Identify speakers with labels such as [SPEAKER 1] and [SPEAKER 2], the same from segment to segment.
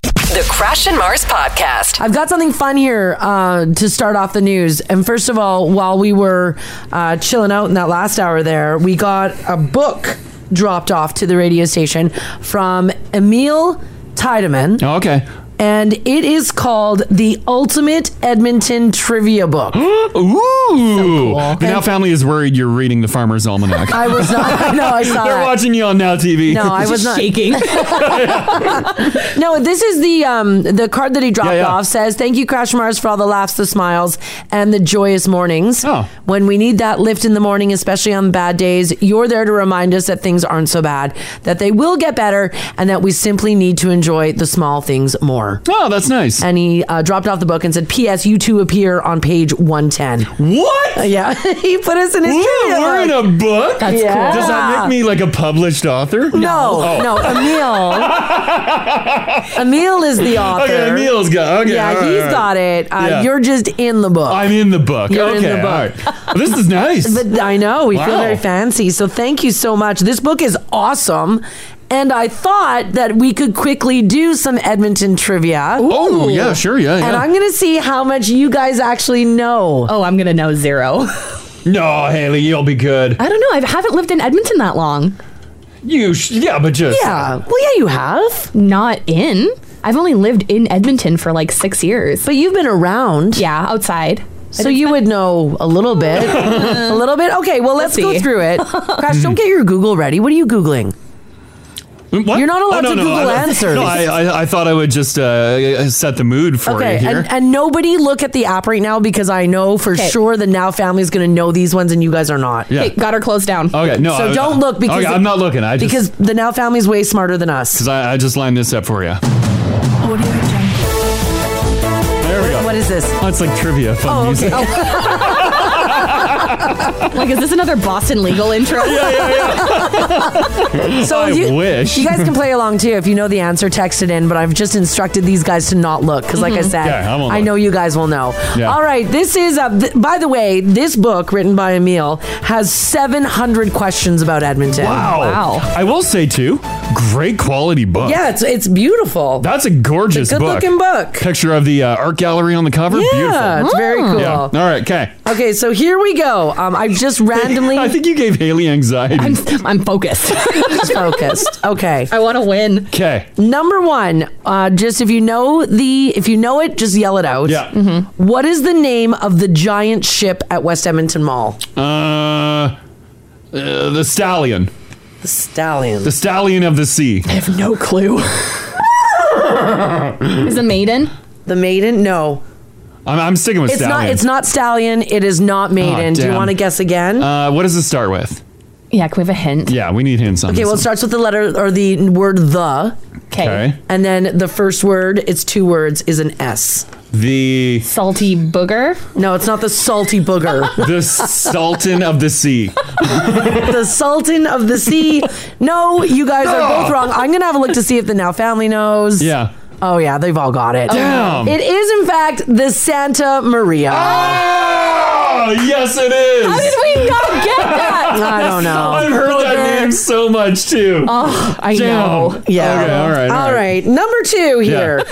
[SPEAKER 1] The Crash and Mars Podcast.
[SPEAKER 2] I've got something fun here uh, to start off the news. And first of all, while we were uh, chilling out in that last hour there, we got a book dropped off to the radio station from Emil Tiedemann.
[SPEAKER 3] Oh, okay.
[SPEAKER 2] And it is called The Ultimate Edmonton Trivia Book.
[SPEAKER 3] Ooh. The Now family is worried you're reading the Farmer's Almanac.
[SPEAKER 2] I was not. I know. I saw
[SPEAKER 3] They're
[SPEAKER 2] that.
[SPEAKER 3] watching you on Now TV.
[SPEAKER 2] No, I was not no, this is the um the card that he dropped
[SPEAKER 3] Yeah, yeah.
[SPEAKER 2] off says, "Thank you, Crash Mars, for all the laughs, the smiles, and the joyous mornings.
[SPEAKER 3] Oh.
[SPEAKER 2] When we need that lift in the morning, especially on bad days, you're there to remind us that things aren't so bad, that they will get better, and that we simply need to enjoy the small things more."
[SPEAKER 3] Oh, that's nice.
[SPEAKER 2] And he uh, dropped off the book and said, "P.S. You two appear on page 110."
[SPEAKER 3] What?
[SPEAKER 2] Yeah, he put us in his.
[SPEAKER 3] Ooh,
[SPEAKER 2] trivia
[SPEAKER 3] we're in
[SPEAKER 2] book.
[SPEAKER 3] a book?
[SPEAKER 2] That's cool. Yeah.
[SPEAKER 3] Does that make me like a published author? Oh.
[SPEAKER 2] No, no, Emil. Emil is the author.
[SPEAKER 3] Okay, Emil's got- okay,
[SPEAKER 2] yeah,
[SPEAKER 3] all right,
[SPEAKER 2] he's
[SPEAKER 3] all right.
[SPEAKER 2] got it. Uh,
[SPEAKER 3] Yeah.
[SPEAKER 2] You're just in the book.
[SPEAKER 3] I'm in the book.
[SPEAKER 2] You're
[SPEAKER 3] okay,
[SPEAKER 2] in the
[SPEAKER 3] all
[SPEAKER 2] book.
[SPEAKER 3] right. Well, this is nice.
[SPEAKER 2] But I know we feel
[SPEAKER 3] Wow.
[SPEAKER 2] very fancy. So thank you so much. This book is awesome. And I thought that we could quickly do some Edmonton trivia.
[SPEAKER 3] Oh, yeah, sure, yeah,
[SPEAKER 2] And
[SPEAKER 3] yeah.
[SPEAKER 2] I'm going to see how much you guys actually know.
[SPEAKER 4] Oh, I'm gonna know zero.
[SPEAKER 3] no, Haley, you'll be good.
[SPEAKER 4] I don't know. I haven't lived in Edmonton that long.
[SPEAKER 3] You, sh- yeah, but just
[SPEAKER 2] Yeah. Well, yeah, you have.
[SPEAKER 4] Not in. I've only lived in Edmonton for like six years.
[SPEAKER 2] But you've been around.
[SPEAKER 4] yeah, outside.
[SPEAKER 2] So you would know a little bit. a little bit. Okay, well, let's go
[SPEAKER 4] see.
[SPEAKER 2] through it. Crash, don't get your Google ready. What are you Googling?
[SPEAKER 3] What?
[SPEAKER 2] You're not allowed to Google
[SPEAKER 3] I-
[SPEAKER 2] answers.
[SPEAKER 3] Oh, No, I, I, I thought I would just uh, set the mood for
[SPEAKER 2] Okay,
[SPEAKER 3] you here.
[SPEAKER 2] and, and nobody look at the app right now because I know for
[SPEAKER 4] Okay.
[SPEAKER 2] sure the Now family's going to know these ones and you guys are not.
[SPEAKER 3] yeah.
[SPEAKER 4] Okay, got her clothes down.
[SPEAKER 3] okay, no.
[SPEAKER 2] So
[SPEAKER 3] I-
[SPEAKER 2] don't look because
[SPEAKER 3] okay, I'm not looking. I just,
[SPEAKER 2] because the Now family's way smarter than us.
[SPEAKER 3] 'cause I, I just lined this up for you. There we go.
[SPEAKER 2] What is this? Oh.
[SPEAKER 3] Oh, it's like trivia, fun music.
[SPEAKER 4] Like, is this another Boston legal intro?
[SPEAKER 2] So
[SPEAKER 3] I
[SPEAKER 2] you,
[SPEAKER 3] wish.
[SPEAKER 2] you guys can play along too if you know the answer. Text it in. But I've just instructed these guys to not look because, like I said,
[SPEAKER 3] Mm-hmm. Yeah, I won't
[SPEAKER 2] I
[SPEAKER 3] look.
[SPEAKER 2] know you guys will know.
[SPEAKER 3] Yeah.
[SPEAKER 2] All right, this is. A, th- by the way, this book written by Emil has 700 questions about Edmonton.
[SPEAKER 3] Wow.
[SPEAKER 4] Wow.
[SPEAKER 3] I will say too, great quality book.
[SPEAKER 2] Yeah, it's it's beautiful.
[SPEAKER 3] That's a gorgeous
[SPEAKER 2] Good
[SPEAKER 3] book.
[SPEAKER 2] looking book.
[SPEAKER 3] Picture of the uh, art gallery on the cover.
[SPEAKER 2] Yeah,
[SPEAKER 3] Beautiful. Hmm.
[SPEAKER 2] it's very cool.
[SPEAKER 3] Yeah. All right. Okay.
[SPEAKER 2] Okay, so here we go. Um, I've just randomly
[SPEAKER 3] I think you gave Haley anxiety.
[SPEAKER 4] I'm, I'm focused.
[SPEAKER 2] focused. Okay.
[SPEAKER 4] I want to win.
[SPEAKER 3] Okay.
[SPEAKER 2] Number one, uh, just if you know the if you know it, just yell it out. Mm-hmm.
[SPEAKER 3] Yeah.
[SPEAKER 2] What is the name of the giant ship at West Edmonton Mall?
[SPEAKER 3] Uh, uh, the stallion.
[SPEAKER 2] The Stallion.
[SPEAKER 3] The stallion of the sea.
[SPEAKER 4] I have no clue. is a maiden?
[SPEAKER 2] The Maiden? No,
[SPEAKER 3] I'm, I'm sticking with
[SPEAKER 2] it's
[SPEAKER 3] stallion. Ah,
[SPEAKER 2] not. It's not Stallion. It is not Maiden. Do you
[SPEAKER 3] damn.
[SPEAKER 2] want to guess again?
[SPEAKER 3] Uh, what does it start with?
[SPEAKER 4] Yeah, can we have a hint?
[SPEAKER 3] Yeah, we need hints on
[SPEAKER 2] okay,
[SPEAKER 3] this.
[SPEAKER 2] well, it
[SPEAKER 3] one.
[SPEAKER 2] starts with the letter or the word the,
[SPEAKER 4] Okay.
[SPEAKER 3] okay.
[SPEAKER 2] and then the first word. It's two words. Is an S.
[SPEAKER 3] The
[SPEAKER 4] Salty booger.
[SPEAKER 2] No, it's not the salty booger.
[SPEAKER 3] the sultan of the sea.
[SPEAKER 2] the Sultan of the Sea. No, you guys are
[SPEAKER 3] No.
[SPEAKER 2] both wrong. I'm gonna have a look to see if the now family knows.
[SPEAKER 3] Yeah.
[SPEAKER 2] Oh yeah, they've all got it.
[SPEAKER 3] Damn.
[SPEAKER 2] It is in fact the Santa Maria.
[SPEAKER 3] Oh, yes, it is.
[SPEAKER 4] we not get that?
[SPEAKER 2] I don't know.
[SPEAKER 3] I've heard that name so much too.
[SPEAKER 4] Oh, I
[SPEAKER 3] Damn.
[SPEAKER 4] know.
[SPEAKER 2] Yeah.
[SPEAKER 3] Okay, all right. All,
[SPEAKER 2] All right. Number two here.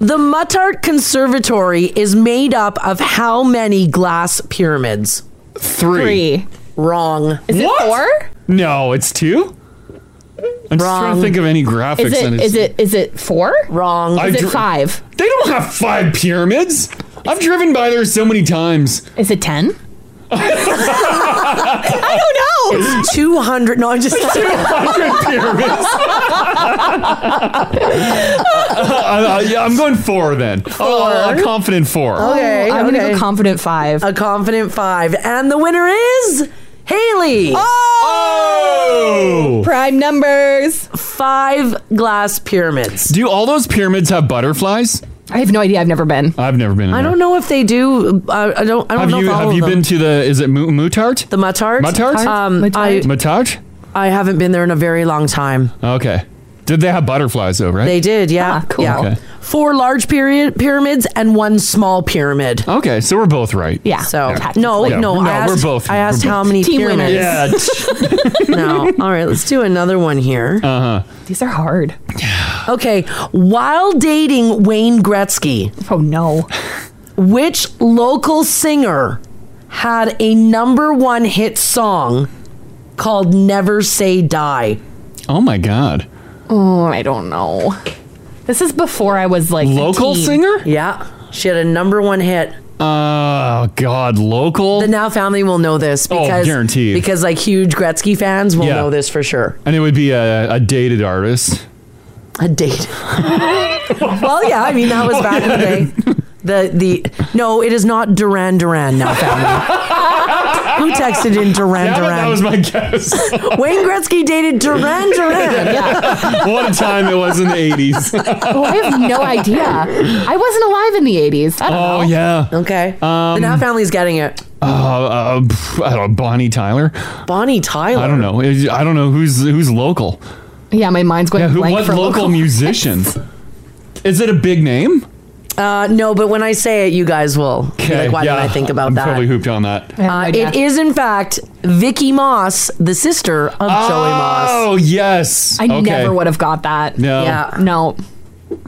[SPEAKER 2] The Muttart Conservatory is made up of how many glass pyramids?
[SPEAKER 3] Three.
[SPEAKER 4] Three.
[SPEAKER 2] Wrong.
[SPEAKER 4] Is
[SPEAKER 3] What?
[SPEAKER 4] it four?
[SPEAKER 3] No, it's two. I'm just trying
[SPEAKER 2] Wrong.
[SPEAKER 3] to think of any graphics.
[SPEAKER 4] Is it,
[SPEAKER 3] and it's-
[SPEAKER 4] is it is it four?
[SPEAKER 2] Wrong.
[SPEAKER 3] I
[SPEAKER 4] Is it
[SPEAKER 3] dr-
[SPEAKER 4] five?
[SPEAKER 3] They don't have five pyramids. I've driven by there so many times.
[SPEAKER 4] Is it ten?
[SPEAKER 2] I
[SPEAKER 3] Uh,
[SPEAKER 2] don't know. It's 200. No, I'm just
[SPEAKER 3] Hundred pyramids. I, am Uh, going four then. Oh, a confident four.
[SPEAKER 4] Oh,
[SPEAKER 2] Okay.
[SPEAKER 4] I'm gonna
[SPEAKER 2] okay.
[SPEAKER 4] go confident five.
[SPEAKER 2] A confident five. And the winner is Haley.
[SPEAKER 3] Oh!
[SPEAKER 4] Prime numbers.
[SPEAKER 2] Five glass pyramids.
[SPEAKER 3] Do all those pyramids have butterflies?
[SPEAKER 4] I have no idea. I've never been.
[SPEAKER 3] I've never been. In
[SPEAKER 2] I
[SPEAKER 3] there.
[SPEAKER 2] don't know if they do. Uh, I don't. I don't
[SPEAKER 3] Mm. Have
[SPEAKER 2] know.
[SPEAKER 3] you
[SPEAKER 2] if all
[SPEAKER 3] have
[SPEAKER 2] of
[SPEAKER 3] you
[SPEAKER 2] them.
[SPEAKER 3] been to the? Is it Mu- Mutart?
[SPEAKER 2] the Mutart?
[SPEAKER 3] Mutart?
[SPEAKER 2] Um, I
[SPEAKER 4] Mutart?
[SPEAKER 3] Mutaj?
[SPEAKER 2] I haven't been there in a very long time.
[SPEAKER 3] Okay. Did they have butterflies though? Right.
[SPEAKER 2] They did, yeah.
[SPEAKER 4] Ah, cool.
[SPEAKER 2] Yeah.
[SPEAKER 3] Okay.
[SPEAKER 2] four large period pyramids and one small pyramid.
[SPEAKER 3] Okay, so we're both right.
[SPEAKER 2] Yeah. So no,
[SPEAKER 3] Yeah.
[SPEAKER 2] no, I asked,
[SPEAKER 3] we're both.
[SPEAKER 2] I asked
[SPEAKER 3] we're
[SPEAKER 2] how
[SPEAKER 3] both-
[SPEAKER 2] many pyramids. no. All right, let's do another one here.
[SPEAKER 3] Uh huh.
[SPEAKER 2] These are hard. okay, while dating Wayne Gretzky. Oh no. Which local singer had a number one hit song called "Never Say Die"?
[SPEAKER 3] Oh my god.
[SPEAKER 4] Oh, I don't know. This is before I was like a
[SPEAKER 3] Local
[SPEAKER 4] teen.
[SPEAKER 3] singer?
[SPEAKER 2] Yeah, she had a number one hit.
[SPEAKER 3] Oh god, local.
[SPEAKER 2] The Now family will know this
[SPEAKER 3] Oh,
[SPEAKER 2] because
[SPEAKER 3] guaranteed.
[SPEAKER 2] because like huge Gretzky fans will
[SPEAKER 3] Yeah.
[SPEAKER 2] know this for sure.
[SPEAKER 3] And it would be a, a dated artist.
[SPEAKER 2] A date. well, yeah, I mean that was back in the day. The the no, it is not Duran Duran now family. Who texted in Duran
[SPEAKER 3] Damn it,
[SPEAKER 2] Duran?
[SPEAKER 3] that was my guess.
[SPEAKER 2] Wayne Gretzky dated Duran Duran.
[SPEAKER 3] what a time it was in the Uh, 80s.
[SPEAKER 4] Oh, I have no idea. I wasn't alive in the 80s. I don't know.
[SPEAKER 3] Oh, yeah.
[SPEAKER 2] Okay.
[SPEAKER 3] Um,
[SPEAKER 2] the now family's getting it.
[SPEAKER 3] Uh, uh, pff, I don't know, Bonnie Tyler.
[SPEAKER 2] Bonnie Tyler.
[SPEAKER 3] I don't know. It- I don't know who's who's local.
[SPEAKER 4] Yeah, my mind's going
[SPEAKER 3] Yeah, who,
[SPEAKER 4] blank
[SPEAKER 3] what
[SPEAKER 4] for
[SPEAKER 3] local,
[SPEAKER 4] local.
[SPEAKER 3] musician? Is it a big name?
[SPEAKER 2] Uh, no, but when I say it, you guys will. be
[SPEAKER 3] Okay,
[SPEAKER 2] Like, why
[SPEAKER 3] yeah,
[SPEAKER 2] did I think about
[SPEAKER 3] I'm
[SPEAKER 2] that?
[SPEAKER 3] Totally hooped on that.
[SPEAKER 2] Uh, it is in fact Vicky Moss, the sister of Joey Moss.
[SPEAKER 3] Oh yes,
[SPEAKER 2] I never would've
[SPEAKER 4] have got that.
[SPEAKER 3] No,
[SPEAKER 2] Yeah.
[SPEAKER 4] No.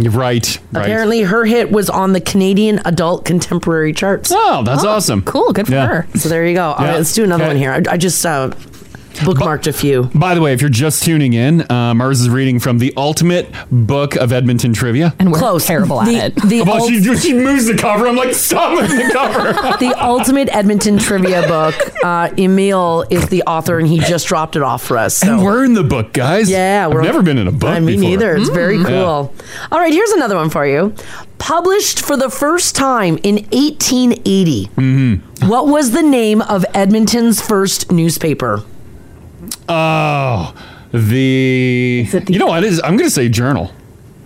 [SPEAKER 3] You're right. Right.
[SPEAKER 2] Apparently, her hit was on the Canadian Adult Contemporary charts.
[SPEAKER 3] Oh, that's Oh, awesome. cool. Good for Yeah. her.
[SPEAKER 2] So there you go. All
[SPEAKER 3] Yeah.
[SPEAKER 2] right, let's do another
[SPEAKER 3] Okay.
[SPEAKER 2] one here. I, I just uh, bookmarked a few.
[SPEAKER 3] By the way, if you're just tuning in, uh, Mars is reading from the ultimate book of Edmonton trivia, and
[SPEAKER 4] we're Close. terrible at The- it. the
[SPEAKER 3] well,
[SPEAKER 4] ult-
[SPEAKER 3] she, she moves the cover. I'm like, stop moving the cover.
[SPEAKER 2] the ultimate Edmonton trivia book. Uh, Emil is the author, and he just dropped it off for us. So.
[SPEAKER 3] And we're in the book, guys.
[SPEAKER 2] Yeah,
[SPEAKER 3] I've
[SPEAKER 2] we're-
[SPEAKER 3] never been in a book.
[SPEAKER 2] I mean,
[SPEAKER 3] before. Mm.
[SPEAKER 2] neither. It's very
[SPEAKER 3] Yeah.
[SPEAKER 2] cool. All right, here's another one for you. Published for the first time in 1880.
[SPEAKER 3] Mm-hmm.
[SPEAKER 2] What was the name of Edmonton's first newspaper?
[SPEAKER 3] Oh, the, you know what it is? I'm gonna say journal.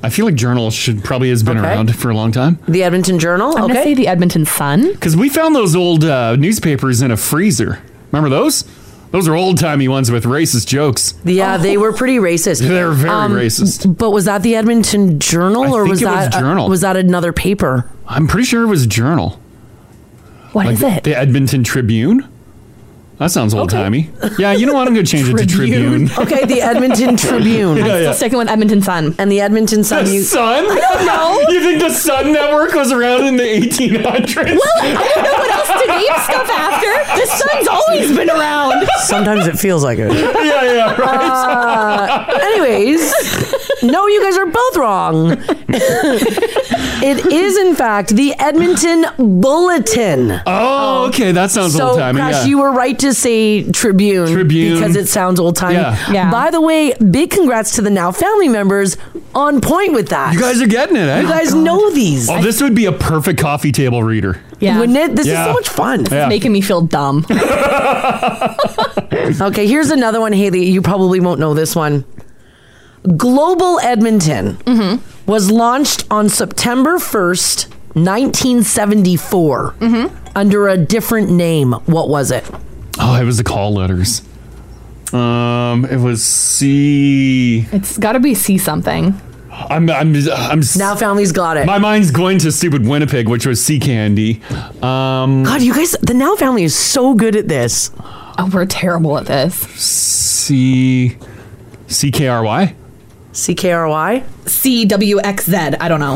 [SPEAKER 3] I feel like journal should probably has been
[SPEAKER 2] Okay.
[SPEAKER 3] around for a long time.
[SPEAKER 2] The Edmonton Journal.
[SPEAKER 4] I'm going to
[SPEAKER 2] okay.
[SPEAKER 4] say the Edmonton Sun.
[SPEAKER 3] Because we found those old uh, newspapers in a freezer. Remember those? Those are old timey ones with racist jokes.
[SPEAKER 2] Yeah, they were pretty racist.
[SPEAKER 3] Oh. They're
[SPEAKER 2] Um,
[SPEAKER 3] very racist.
[SPEAKER 2] But was that the Edmonton Journal, or
[SPEAKER 3] think
[SPEAKER 2] was
[SPEAKER 3] it was
[SPEAKER 2] that uh,
[SPEAKER 3] Journal.
[SPEAKER 2] was that another paper?
[SPEAKER 3] I'm pretty sure it was Journal.
[SPEAKER 4] What
[SPEAKER 3] is
[SPEAKER 4] is
[SPEAKER 3] it? The Edmonton Tribune. That sounds old timey. Yeah, you know what? I'm gonna change it to Tribune.
[SPEAKER 2] Okay, the Edmonton Tribune.
[SPEAKER 3] Yeah, yeah.
[SPEAKER 4] Sticking with Edmonton Sun.
[SPEAKER 2] And the Edmonton Sun.
[SPEAKER 3] The
[SPEAKER 2] you-
[SPEAKER 3] Sun?
[SPEAKER 2] I don't know.
[SPEAKER 3] you think the Sun Network was around in the 1800s?
[SPEAKER 4] I don't know what else to name stuff after. The Sun's always been around.
[SPEAKER 2] Sometimes it feels like it.
[SPEAKER 3] yeah, yeah, right.
[SPEAKER 2] Uh, anyways, no, you guys are both wrong. it is, in fact, the Edmonton Bulletin.
[SPEAKER 3] Oh, okay, that sounds
[SPEAKER 2] so,
[SPEAKER 3] old timey.
[SPEAKER 2] Crash,
[SPEAKER 3] yeah.
[SPEAKER 2] you were right to say Tribune,
[SPEAKER 3] Tribune.
[SPEAKER 2] because it sounds old timey.
[SPEAKER 3] Yeah.
[SPEAKER 4] Yeah.
[SPEAKER 2] By the way, big congrats to the Now family members on point with that.
[SPEAKER 3] You guys are getting it, eh?
[SPEAKER 2] You guys know these.
[SPEAKER 3] Oh, this would be a perfect coffee table reader.
[SPEAKER 4] Yeah.
[SPEAKER 2] Wouldn't it? This is
[SPEAKER 3] Yeah.
[SPEAKER 2] so much fun.
[SPEAKER 3] Yeah.
[SPEAKER 4] Making me feel dumb.
[SPEAKER 2] Okay, here's another one, Haley. You probably won't know this one. Global Edmonton
[SPEAKER 4] Mm-hmm.
[SPEAKER 2] was launched on September 1st, 1974,
[SPEAKER 4] Mm-hmm.
[SPEAKER 2] under a different name. What was it?
[SPEAKER 3] Oh, it was the call letters. Um, it was C.
[SPEAKER 4] It's got to be see something.
[SPEAKER 3] I'm I'm I'm s-
[SPEAKER 2] Now Family's got it.
[SPEAKER 3] my mind's going to stupid Winnipeg, which was sea candy. Um,
[SPEAKER 2] God, you guys, the Now Family is so good at this.
[SPEAKER 4] Oh, we're terrible at this.
[SPEAKER 3] C C K R Y.
[SPEAKER 2] CKRY,
[SPEAKER 4] C W X Z. I don't know.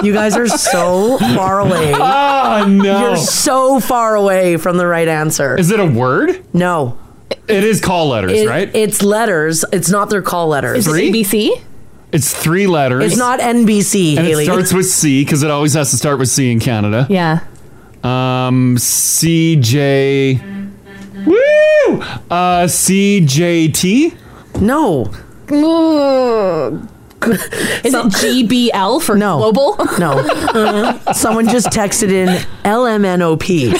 [SPEAKER 2] you guys are so far away.
[SPEAKER 3] Oh no!
[SPEAKER 2] You're so far away from the right answer.
[SPEAKER 3] is it a word?
[SPEAKER 2] No.
[SPEAKER 3] It is call letters,
[SPEAKER 2] It-
[SPEAKER 3] right?
[SPEAKER 2] It's letters. It's not their call letters.
[SPEAKER 4] Is it
[SPEAKER 3] Three?
[SPEAKER 4] ABC?
[SPEAKER 3] it's three letters.
[SPEAKER 2] It's not NBC,
[SPEAKER 3] And
[SPEAKER 2] Haley.
[SPEAKER 3] it starts with C because it always has to start with C in Canada.
[SPEAKER 4] Yeah.
[SPEAKER 3] Um, C J. Woo! Uh, C J T.
[SPEAKER 2] no.
[SPEAKER 4] Is it GBL for
[SPEAKER 2] No.
[SPEAKER 4] global?
[SPEAKER 2] No. Someone just texted in LMNOP.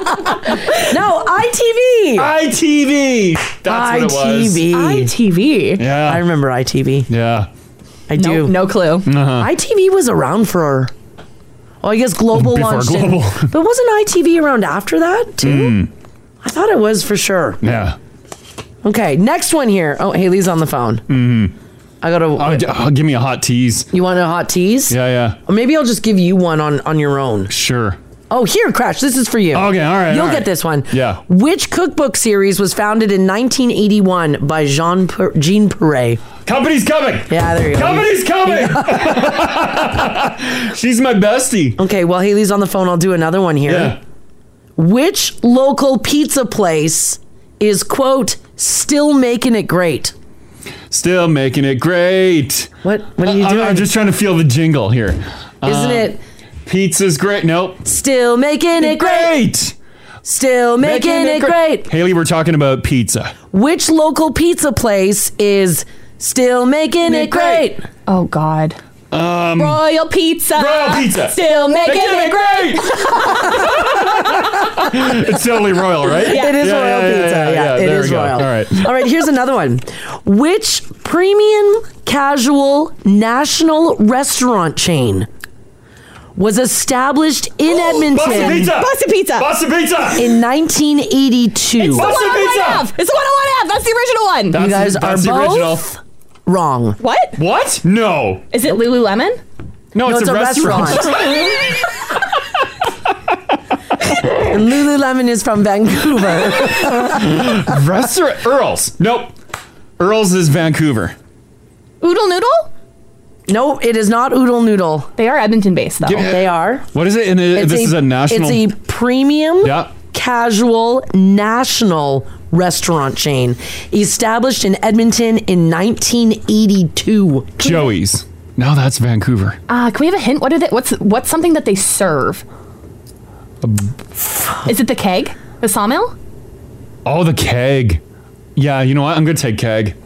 [SPEAKER 2] no, ITV.
[SPEAKER 3] ITV. That's what it was.
[SPEAKER 2] ITV.
[SPEAKER 4] ITV.
[SPEAKER 3] Yeah.
[SPEAKER 2] I remember ITV.
[SPEAKER 3] yeah. Uh-huh.
[SPEAKER 2] I
[SPEAKER 4] No,
[SPEAKER 2] do.
[SPEAKER 4] no clue.
[SPEAKER 2] ITV was around for. Oh, I guess Global
[SPEAKER 3] Before
[SPEAKER 2] launched in-
[SPEAKER 3] Global.
[SPEAKER 2] but wasn't ITV around after that too? I thought it was for sure.
[SPEAKER 3] Hmm, Yeah.
[SPEAKER 2] Okay, next one here. Oh, Haley's on the phone. Mm-hmm. I gotta.
[SPEAKER 3] uh, give me a hot tease.
[SPEAKER 2] You want a hot tease?
[SPEAKER 3] Yeah, yeah.
[SPEAKER 2] Or maybe I'll just give you one on on your own.
[SPEAKER 3] Sure.
[SPEAKER 2] Oh, here, Crash. This is for you. Okay, all
[SPEAKER 3] right,
[SPEAKER 2] You'll
[SPEAKER 3] all
[SPEAKER 2] get
[SPEAKER 3] right.
[SPEAKER 2] this one.
[SPEAKER 3] Yeah.
[SPEAKER 2] Which cookbook series was founded in 1981 by Jean per- Jean Perret?
[SPEAKER 3] Company's coming.
[SPEAKER 2] Yeah, there you go.
[SPEAKER 3] Company's coming. She's my bestie.
[SPEAKER 2] Okay, while Haley's on the phone, I'll do another one here.
[SPEAKER 3] Yeah.
[SPEAKER 2] Which local pizza place is quote still making it great?
[SPEAKER 3] Still making it great.
[SPEAKER 2] What? What are you
[SPEAKER 3] I'm,
[SPEAKER 2] doing?
[SPEAKER 3] I'm just trying to feel the jingle here. Uh,
[SPEAKER 2] Isn't it-
[SPEAKER 3] Pizza's great. Nope.
[SPEAKER 2] Still making it
[SPEAKER 3] great.
[SPEAKER 2] Still making, it great.
[SPEAKER 3] Haley, we're talking about pizza.
[SPEAKER 2] Which local pizza place is still making it great?
[SPEAKER 5] Oh God.
[SPEAKER 3] Um,
[SPEAKER 5] Royal Pizza.
[SPEAKER 4] Royal Pizza.
[SPEAKER 5] Still making
[SPEAKER 4] Making
[SPEAKER 5] it,
[SPEAKER 4] it
[SPEAKER 5] great.
[SPEAKER 3] it's totally royal, right?
[SPEAKER 2] Yeah, it is
[SPEAKER 3] Yeah,
[SPEAKER 2] royal
[SPEAKER 3] yeah, yeah,
[SPEAKER 2] pizza. Yeah,
[SPEAKER 3] yeah, yeah.
[SPEAKER 2] it
[SPEAKER 3] There
[SPEAKER 2] is
[SPEAKER 3] we go.
[SPEAKER 2] royal.
[SPEAKER 3] All right.
[SPEAKER 2] All right, here's another one. Which premium casual national restaurant chain was established in Edmonton?
[SPEAKER 4] Boston Pizza. Boston Pizza. Boston Pizza.
[SPEAKER 2] In 1982.
[SPEAKER 5] It's the one on one half. It's the one on one half. That's the original one.
[SPEAKER 2] You guys are both wrong.
[SPEAKER 5] What?
[SPEAKER 3] What? No.
[SPEAKER 5] Is it Lululemon?
[SPEAKER 3] No, it's, a, restaurant.
[SPEAKER 2] And Lululemon is from Vancouver.
[SPEAKER 3] restaurant. Earls. Nope. Earls is Vancouver.
[SPEAKER 5] Oodle Noodle?
[SPEAKER 2] No, it is not Oodle Noodle.
[SPEAKER 5] They are Edmonton based, though.
[SPEAKER 3] Give me-
[SPEAKER 2] they are.
[SPEAKER 3] What is it? And it- this is a national.
[SPEAKER 2] It's a premium,
[SPEAKER 3] Yeah.
[SPEAKER 2] casual, national restaurant chain established in Edmonton in 1982.
[SPEAKER 3] Joey's. No, that's Vancouver.
[SPEAKER 5] Uh, can we have a hint? What are they? What's what's something that they serve?
[SPEAKER 3] Uh,
[SPEAKER 5] Is it the keg? The sawmill?
[SPEAKER 3] Oh, the keg. Yeah, you know what? I'm gonna take keg.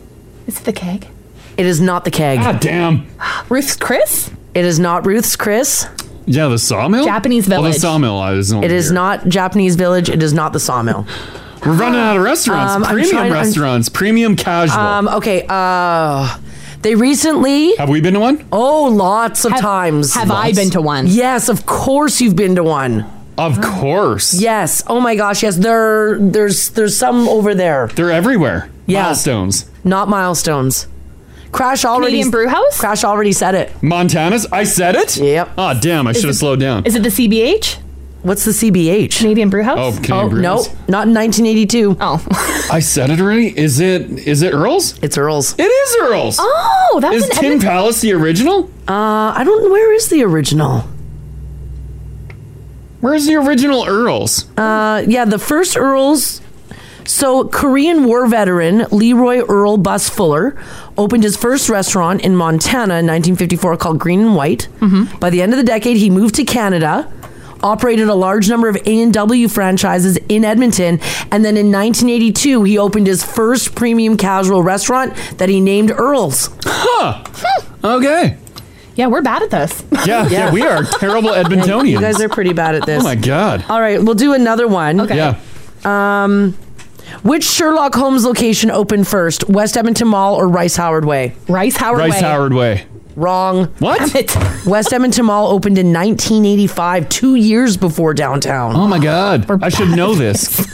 [SPEAKER 5] Is it the keg?
[SPEAKER 2] It is not the keg.
[SPEAKER 3] God damn.
[SPEAKER 5] Ruth's Chris?
[SPEAKER 2] It is not Ruth's Chris.
[SPEAKER 3] Yeah, the sawmill.
[SPEAKER 2] Japanese
[SPEAKER 3] Oh,
[SPEAKER 2] Village.
[SPEAKER 3] the sawmill is.
[SPEAKER 2] It is not Japanese Village. It is not the Sawmill.
[SPEAKER 3] We're running out of restaurants.
[SPEAKER 2] Um, I'm
[SPEAKER 3] premium
[SPEAKER 2] trying- I'm-
[SPEAKER 3] restaurants. premium casual.
[SPEAKER 2] Um, okay. Uh, they recently.
[SPEAKER 3] Have we been to one?
[SPEAKER 2] Oh, lots of times.
[SPEAKER 5] have I
[SPEAKER 2] Lots.
[SPEAKER 5] been to one?
[SPEAKER 2] Yes, of course you've been to one.
[SPEAKER 3] Of course.
[SPEAKER 2] Yes. Oh my gosh. Yes. There, there's, there's some over there.
[SPEAKER 3] They're everywhere.
[SPEAKER 2] Yeah.
[SPEAKER 3] Milestones.
[SPEAKER 2] Not milestones. Crash already.
[SPEAKER 5] Canadian Brew House?
[SPEAKER 2] Crash already said it.
[SPEAKER 3] Montana's. I said it. Yep. Oh damn! I should have slowed down.
[SPEAKER 5] Is it the CBH?
[SPEAKER 2] What's the CBH?
[SPEAKER 5] Canadian Brew House?
[SPEAKER 3] Oh, Canadian Brew
[SPEAKER 2] no,
[SPEAKER 3] House.
[SPEAKER 2] not in 1982.
[SPEAKER 5] Oh.
[SPEAKER 3] I said it already. Is it? Is it Earls?
[SPEAKER 2] It's Earls.
[SPEAKER 3] It is Earls.
[SPEAKER 5] Oh, that was
[SPEAKER 3] is
[SPEAKER 5] an
[SPEAKER 3] Tin
[SPEAKER 5] Edmonton-
[SPEAKER 3] Palace the original?
[SPEAKER 2] Uh, I don't. Where is the original?
[SPEAKER 3] Where's the original Earls?
[SPEAKER 2] Uh, yeah, the first Earls. So, Korean War veteran Leroy Earl Bus Fuller opened his first restaurant in Montana in 1954 called Green and White. By the end of the decade, he moved to Canada, operated a large number of A&W franchises in Edmonton, and then in 1982, he opened his first premium casual restaurant that he named Earl's.
[SPEAKER 3] Huh. okay.
[SPEAKER 5] Yeah, we're bad at this.
[SPEAKER 3] Yeah, yeah, we are terrible Edmontonians.
[SPEAKER 2] You guys are pretty bad at this.
[SPEAKER 3] Oh my god.
[SPEAKER 2] All right, we'll do another one.
[SPEAKER 5] Okay.
[SPEAKER 3] Yeah.
[SPEAKER 2] Um, which Sherlock Holmes location opened first, West Edmonton Mall or Rice Howard Way?
[SPEAKER 5] Rice Howard
[SPEAKER 3] Rice Howard Way.
[SPEAKER 2] Wrong.
[SPEAKER 3] What?
[SPEAKER 2] West Edmonton Mall opened in 1985, two years before downtown.
[SPEAKER 3] Oh my god. I should know this.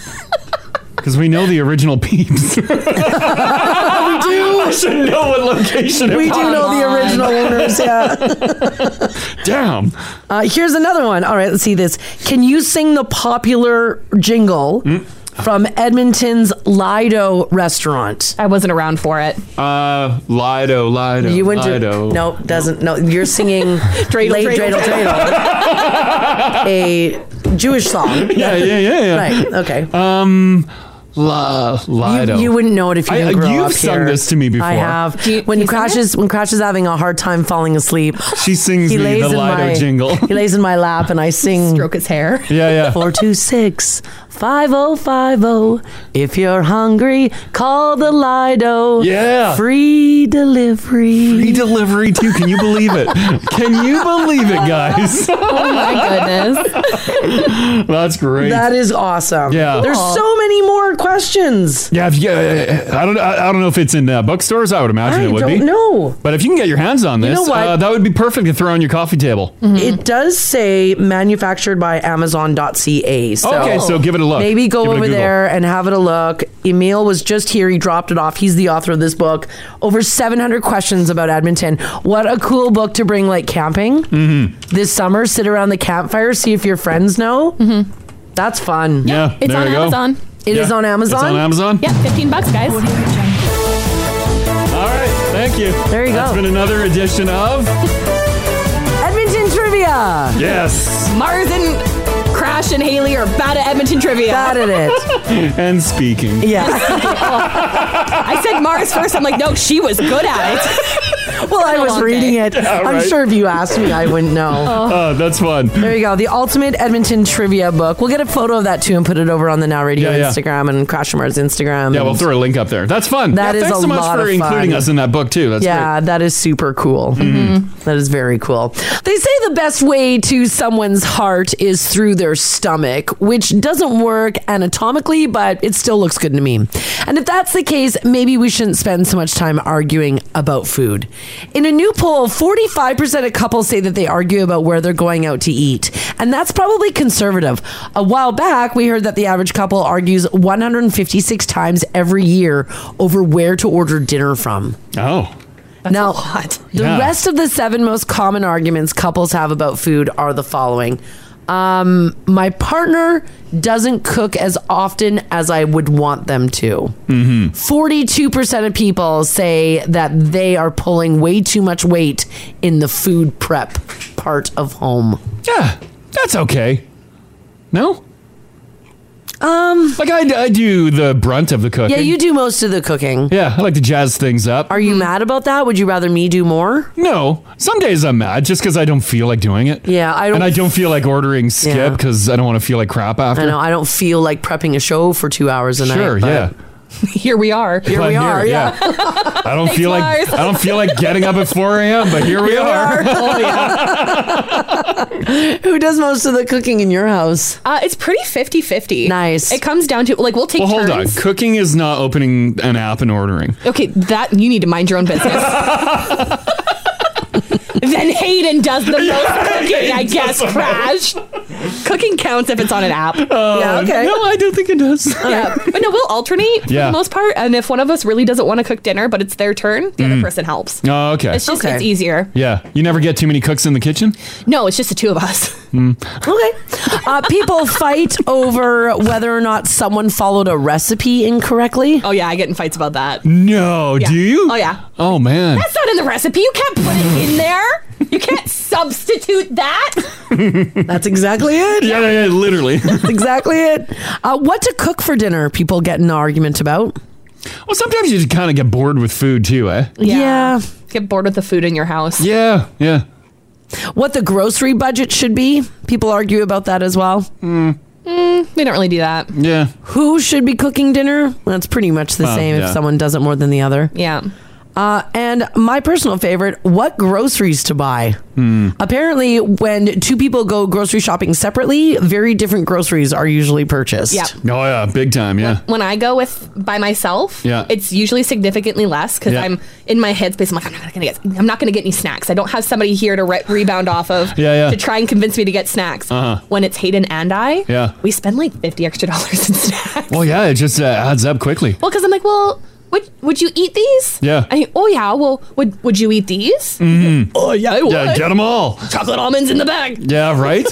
[SPEAKER 3] Because we know the original peeps. we do. I should know what location it
[SPEAKER 2] We do
[SPEAKER 3] was.
[SPEAKER 2] know the original owners, yeah.
[SPEAKER 3] Damn.
[SPEAKER 2] Uh, here's another one. All right, let's see this. Can you sing the popular jingle
[SPEAKER 3] Hmm?
[SPEAKER 2] from Edmonton's Lido restaurant?
[SPEAKER 5] I wasn't around for it.
[SPEAKER 3] Uh, Lido, Lido.
[SPEAKER 2] You went to
[SPEAKER 3] Lido.
[SPEAKER 2] no, doesn't no. You're singing
[SPEAKER 5] Dreidel,
[SPEAKER 2] late
[SPEAKER 5] dreidel,
[SPEAKER 2] dreidel, dreidel, a Jewish song.
[SPEAKER 3] Yeah, yeah, yeah, yeah.
[SPEAKER 2] Right. Okay.
[SPEAKER 3] Um, La, Lido.
[SPEAKER 2] You, you wouldn't know it if you
[SPEAKER 3] I-
[SPEAKER 2] didn't grow
[SPEAKER 3] You've
[SPEAKER 2] up
[SPEAKER 3] sung
[SPEAKER 2] here.
[SPEAKER 3] this to me before.
[SPEAKER 2] I have. when Crash is when Crash is having a hard time falling asleep,
[SPEAKER 3] She sings
[SPEAKER 2] he
[SPEAKER 3] me
[SPEAKER 2] lays
[SPEAKER 3] the
[SPEAKER 2] in
[SPEAKER 3] Lido
[SPEAKER 2] my
[SPEAKER 3] jingle.
[SPEAKER 2] he lays in my lap and I sing.
[SPEAKER 5] Stroke his hair.
[SPEAKER 3] Yeah, yeah.
[SPEAKER 2] Four two six five oh five oh. If you're hungry, call the Lido.
[SPEAKER 3] Yeah.
[SPEAKER 2] Free delivery.
[SPEAKER 3] Free delivery too. Can you believe it? Can you believe it, guys?
[SPEAKER 5] Oh my goodness.
[SPEAKER 3] That's great.
[SPEAKER 2] That is awesome.
[SPEAKER 3] Yeah.
[SPEAKER 2] There's so many more questions.
[SPEAKER 3] Yeah, if you, uh, I don't. I, I don't know if it's in uh, bookstores. I would imagine
[SPEAKER 2] I
[SPEAKER 3] it would be.
[SPEAKER 2] don't know.
[SPEAKER 3] But if you can get your hands on
[SPEAKER 2] You
[SPEAKER 3] this,
[SPEAKER 2] know what?
[SPEAKER 3] Uh, that would be perfect to throw on your coffee table.
[SPEAKER 2] It does say manufactured by Amazon.ca. So
[SPEAKER 3] Okay, so give it a look.
[SPEAKER 2] Maybe go
[SPEAKER 3] Give it a
[SPEAKER 2] over
[SPEAKER 3] Google.
[SPEAKER 2] there and have it a look. Emil was just here. He dropped it off. He's the author of this book. Over 700 questions about Edmonton. What a cool book to bring like camping
[SPEAKER 3] Mm-hmm.
[SPEAKER 2] this summer. Sit around the campfire, see if your friends know. That's fun.
[SPEAKER 3] Mm-hmm. Yeah, Yeah,
[SPEAKER 5] it's there on you go. Amazon.
[SPEAKER 2] It is
[SPEAKER 3] Yeah.
[SPEAKER 2] on Amazon.
[SPEAKER 3] It's on Amazon.
[SPEAKER 5] Yeah, 15 bucks, guys.
[SPEAKER 3] All right. Thank you.
[SPEAKER 2] There you
[SPEAKER 3] That's
[SPEAKER 2] go.
[SPEAKER 3] been another edition of
[SPEAKER 2] Edmonton trivia.
[SPEAKER 3] Yes
[SPEAKER 5] Mars and Crash and Haley are bad at Edmonton trivia.
[SPEAKER 2] Got it.
[SPEAKER 3] and speaking.
[SPEAKER 2] Yeah.
[SPEAKER 5] I said Mars first. I'm like, no, she was good at it.
[SPEAKER 2] Well, I
[SPEAKER 5] a
[SPEAKER 2] was
[SPEAKER 5] long
[SPEAKER 2] reading
[SPEAKER 5] day.
[SPEAKER 2] it.
[SPEAKER 3] Yeah,
[SPEAKER 2] I'm
[SPEAKER 3] right.
[SPEAKER 2] sure if you asked me, I wouldn't know.
[SPEAKER 3] Uh, that's fun.
[SPEAKER 2] There you go. The ultimate Edmonton trivia book. We'll get a photo of that too and put it over on the Now Radio
[SPEAKER 3] Yeah, yeah.
[SPEAKER 2] Instagram and Crash and Mars Instagram.
[SPEAKER 3] Yeah, we'll
[SPEAKER 2] And-
[SPEAKER 3] throw a link up there. That's fun.
[SPEAKER 2] That
[SPEAKER 3] yeah,
[SPEAKER 2] is
[SPEAKER 3] thanks
[SPEAKER 2] a
[SPEAKER 3] so much
[SPEAKER 2] lot
[SPEAKER 3] for
[SPEAKER 2] of
[SPEAKER 3] including
[SPEAKER 2] fun.
[SPEAKER 3] us in that book too. That's
[SPEAKER 2] yeah, that is super cool. Mm-hmm. That is very cool. They say the best way to someone's heart is through their stomach, which doesn't work anatomically, but it still looks good to me. And if that's the case, maybe we shouldn't spend so much time arguing about food. In a new poll, 45% of couples say that they argue about where they're going out to eat. And that's probably conservative. A while back, we heard that the average couple argues 156 times every year over where to order dinner from
[SPEAKER 3] great. Oh.
[SPEAKER 2] now, the
[SPEAKER 3] Yeah.
[SPEAKER 2] rest of the seven most common arguments couples have about food are the following. Um, my partner doesn't cook as often as I would want them to.
[SPEAKER 3] Mm-hmm.
[SPEAKER 2] 42% of people say that they are pulling way too much weight in the food prep part of home.
[SPEAKER 3] Yeah. That's okay. No? Um like I, I do the brunt of the cooking.
[SPEAKER 2] Yeah, you do most of the cooking.
[SPEAKER 3] Yeah, I like to jazz things up.
[SPEAKER 2] Are you mad about that? Would you rather me do more?
[SPEAKER 3] No, some days I'm mad just because I don't feel like doing it.
[SPEAKER 2] Yeah, I don't
[SPEAKER 3] and I don't feel like ordering
[SPEAKER 2] Yeah.
[SPEAKER 3] skip because I don't want to feel like crap after.
[SPEAKER 2] I know I don't feel like prepping a show for 2 hours a night.
[SPEAKER 3] Sure,
[SPEAKER 2] but-
[SPEAKER 3] yeah.
[SPEAKER 5] Here we are.
[SPEAKER 2] Here
[SPEAKER 3] But
[SPEAKER 2] we are, yeah.
[SPEAKER 3] I don't feel like
[SPEAKER 5] Mars.
[SPEAKER 3] I don't feel like getting up at 4 a.m. But here we are.
[SPEAKER 2] Oh, Who does most of the cooking in your house?
[SPEAKER 5] Uh, it's pretty 50 50.
[SPEAKER 2] Nice.
[SPEAKER 5] It comes down to, like, we'll take
[SPEAKER 3] Well, hold on.
[SPEAKER 5] turns.
[SPEAKER 3] Cooking is not opening an app and ordering.
[SPEAKER 5] Okay, that you need to mind your own business. then Hayden does the most cooking, I guess. Crash. cooking counts if it's on an app.
[SPEAKER 2] yeah, okay.
[SPEAKER 3] Oh, No, I don't think it does.
[SPEAKER 5] yeah, but no, we'll alternate for
[SPEAKER 3] Yeah.
[SPEAKER 5] the most part. And if one of us really doesn't want to cook dinner, but it's their turn, the other person helps.
[SPEAKER 3] Oh, okay.
[SPEAKER 5] It's just
[SPEAKER 2] Okay.
[SPEAKER 5] it's easier.
[SPEAKER 3] Yeah, you never get too many cooks in the kitchen. Mm.
[SPEAKER 5] No, it's just the two of us.
[SPEAKER 2] Okay. Uh, people fight over whether or not someone followed a recipe incorrectly.
[SPEAKER 5] Oh yeah, I get in fights about that.
[SPEAKER 3] No, do you?
[SPEAKER 5] Oh, yeah.
[SPEAKER 3] Oh man.
[SPEAKER 5] That's not in the recipe. You can't put it in there. You can't substitute that.
[SPEAKER 2] That's exactly it.
[SPEAKER 3] yeah, yeah, yeah, literally.
[SPEAKER 2] That's exactly it. Uh, what to cook for dinner, people get in an argument about.
[SPEAKER 3] well, sometimes you just kind of get bored with food too, eh?
[SPEAKER 2] Yeah.
[SPEAKER 5] Get bored with the food in your house.
[SPEAKER 3] Yeah, yeah.
[SPEAKER 2] What the grocery budget should be, people argue about that as well. Mm,
[SPEAKER 5] We don't really do that.
[SPEAKER 3] Hmm. Yeah.
[SPEAKER 2] Who should be cooking dinner? That's pretty much the
[SPEAKER 3] Well,
[SPEAKER 2] same if
[SPEAKER 3] yeah.
[SPEAKER 2] someone does it more than the other.
[SPEAKER 5] Yeah.
[SPEAKER 2] Uh, and my personal favorite, what groceries to buy.
[SPEAKER 3] Hmm.
[SPEAKER 2] Apparently, when two people go grocery shopping separately, very different groceries are usually purchased.
[SPEAKER 5] Yeah.
[SPEAKER 3] Oh yeah, big time, yeah.
[SPEAKER 5] When I go with by myself,
[SPEAKER 3] Yeah.
[SPEAKER 5] it's usually significantly less because
[SPEAKER 3] Yeah.
[SPEAKER 5] I'm in my headspace. I'm like, I'm not gonna get, I'm not gonna get any snacks. I don't have somebody here to re- rebound off of,
[SPEAKER 3] Yeah, yeah.
[SPEAKER 5] to try and convince me to get snacks.
[SPEAKER 3] Uh-huh.
[SPEAKER 5] When it's Hayden and I,
[SPEAKER 3] Yeah.
[SPEAKER 5] we spend like fifty extra dollars in snacks.
[SPEAKER 3] Well, yeah, it just uh, adds up quickly.
[SPEAKER 5] Well, because I'm like, well, would would you eat these?
[SPEAKER 3] Yeah. Mm-hmm.
[SPEAKER 5] And he, oh yeah. Well, would would you eat these? Oh yeah, I would.
[SPEAKER 3] Yeah, get them all.
[SPEAKER 5] Chocolate almonds in the bag.
[SPEAKER 3] Yeah, right.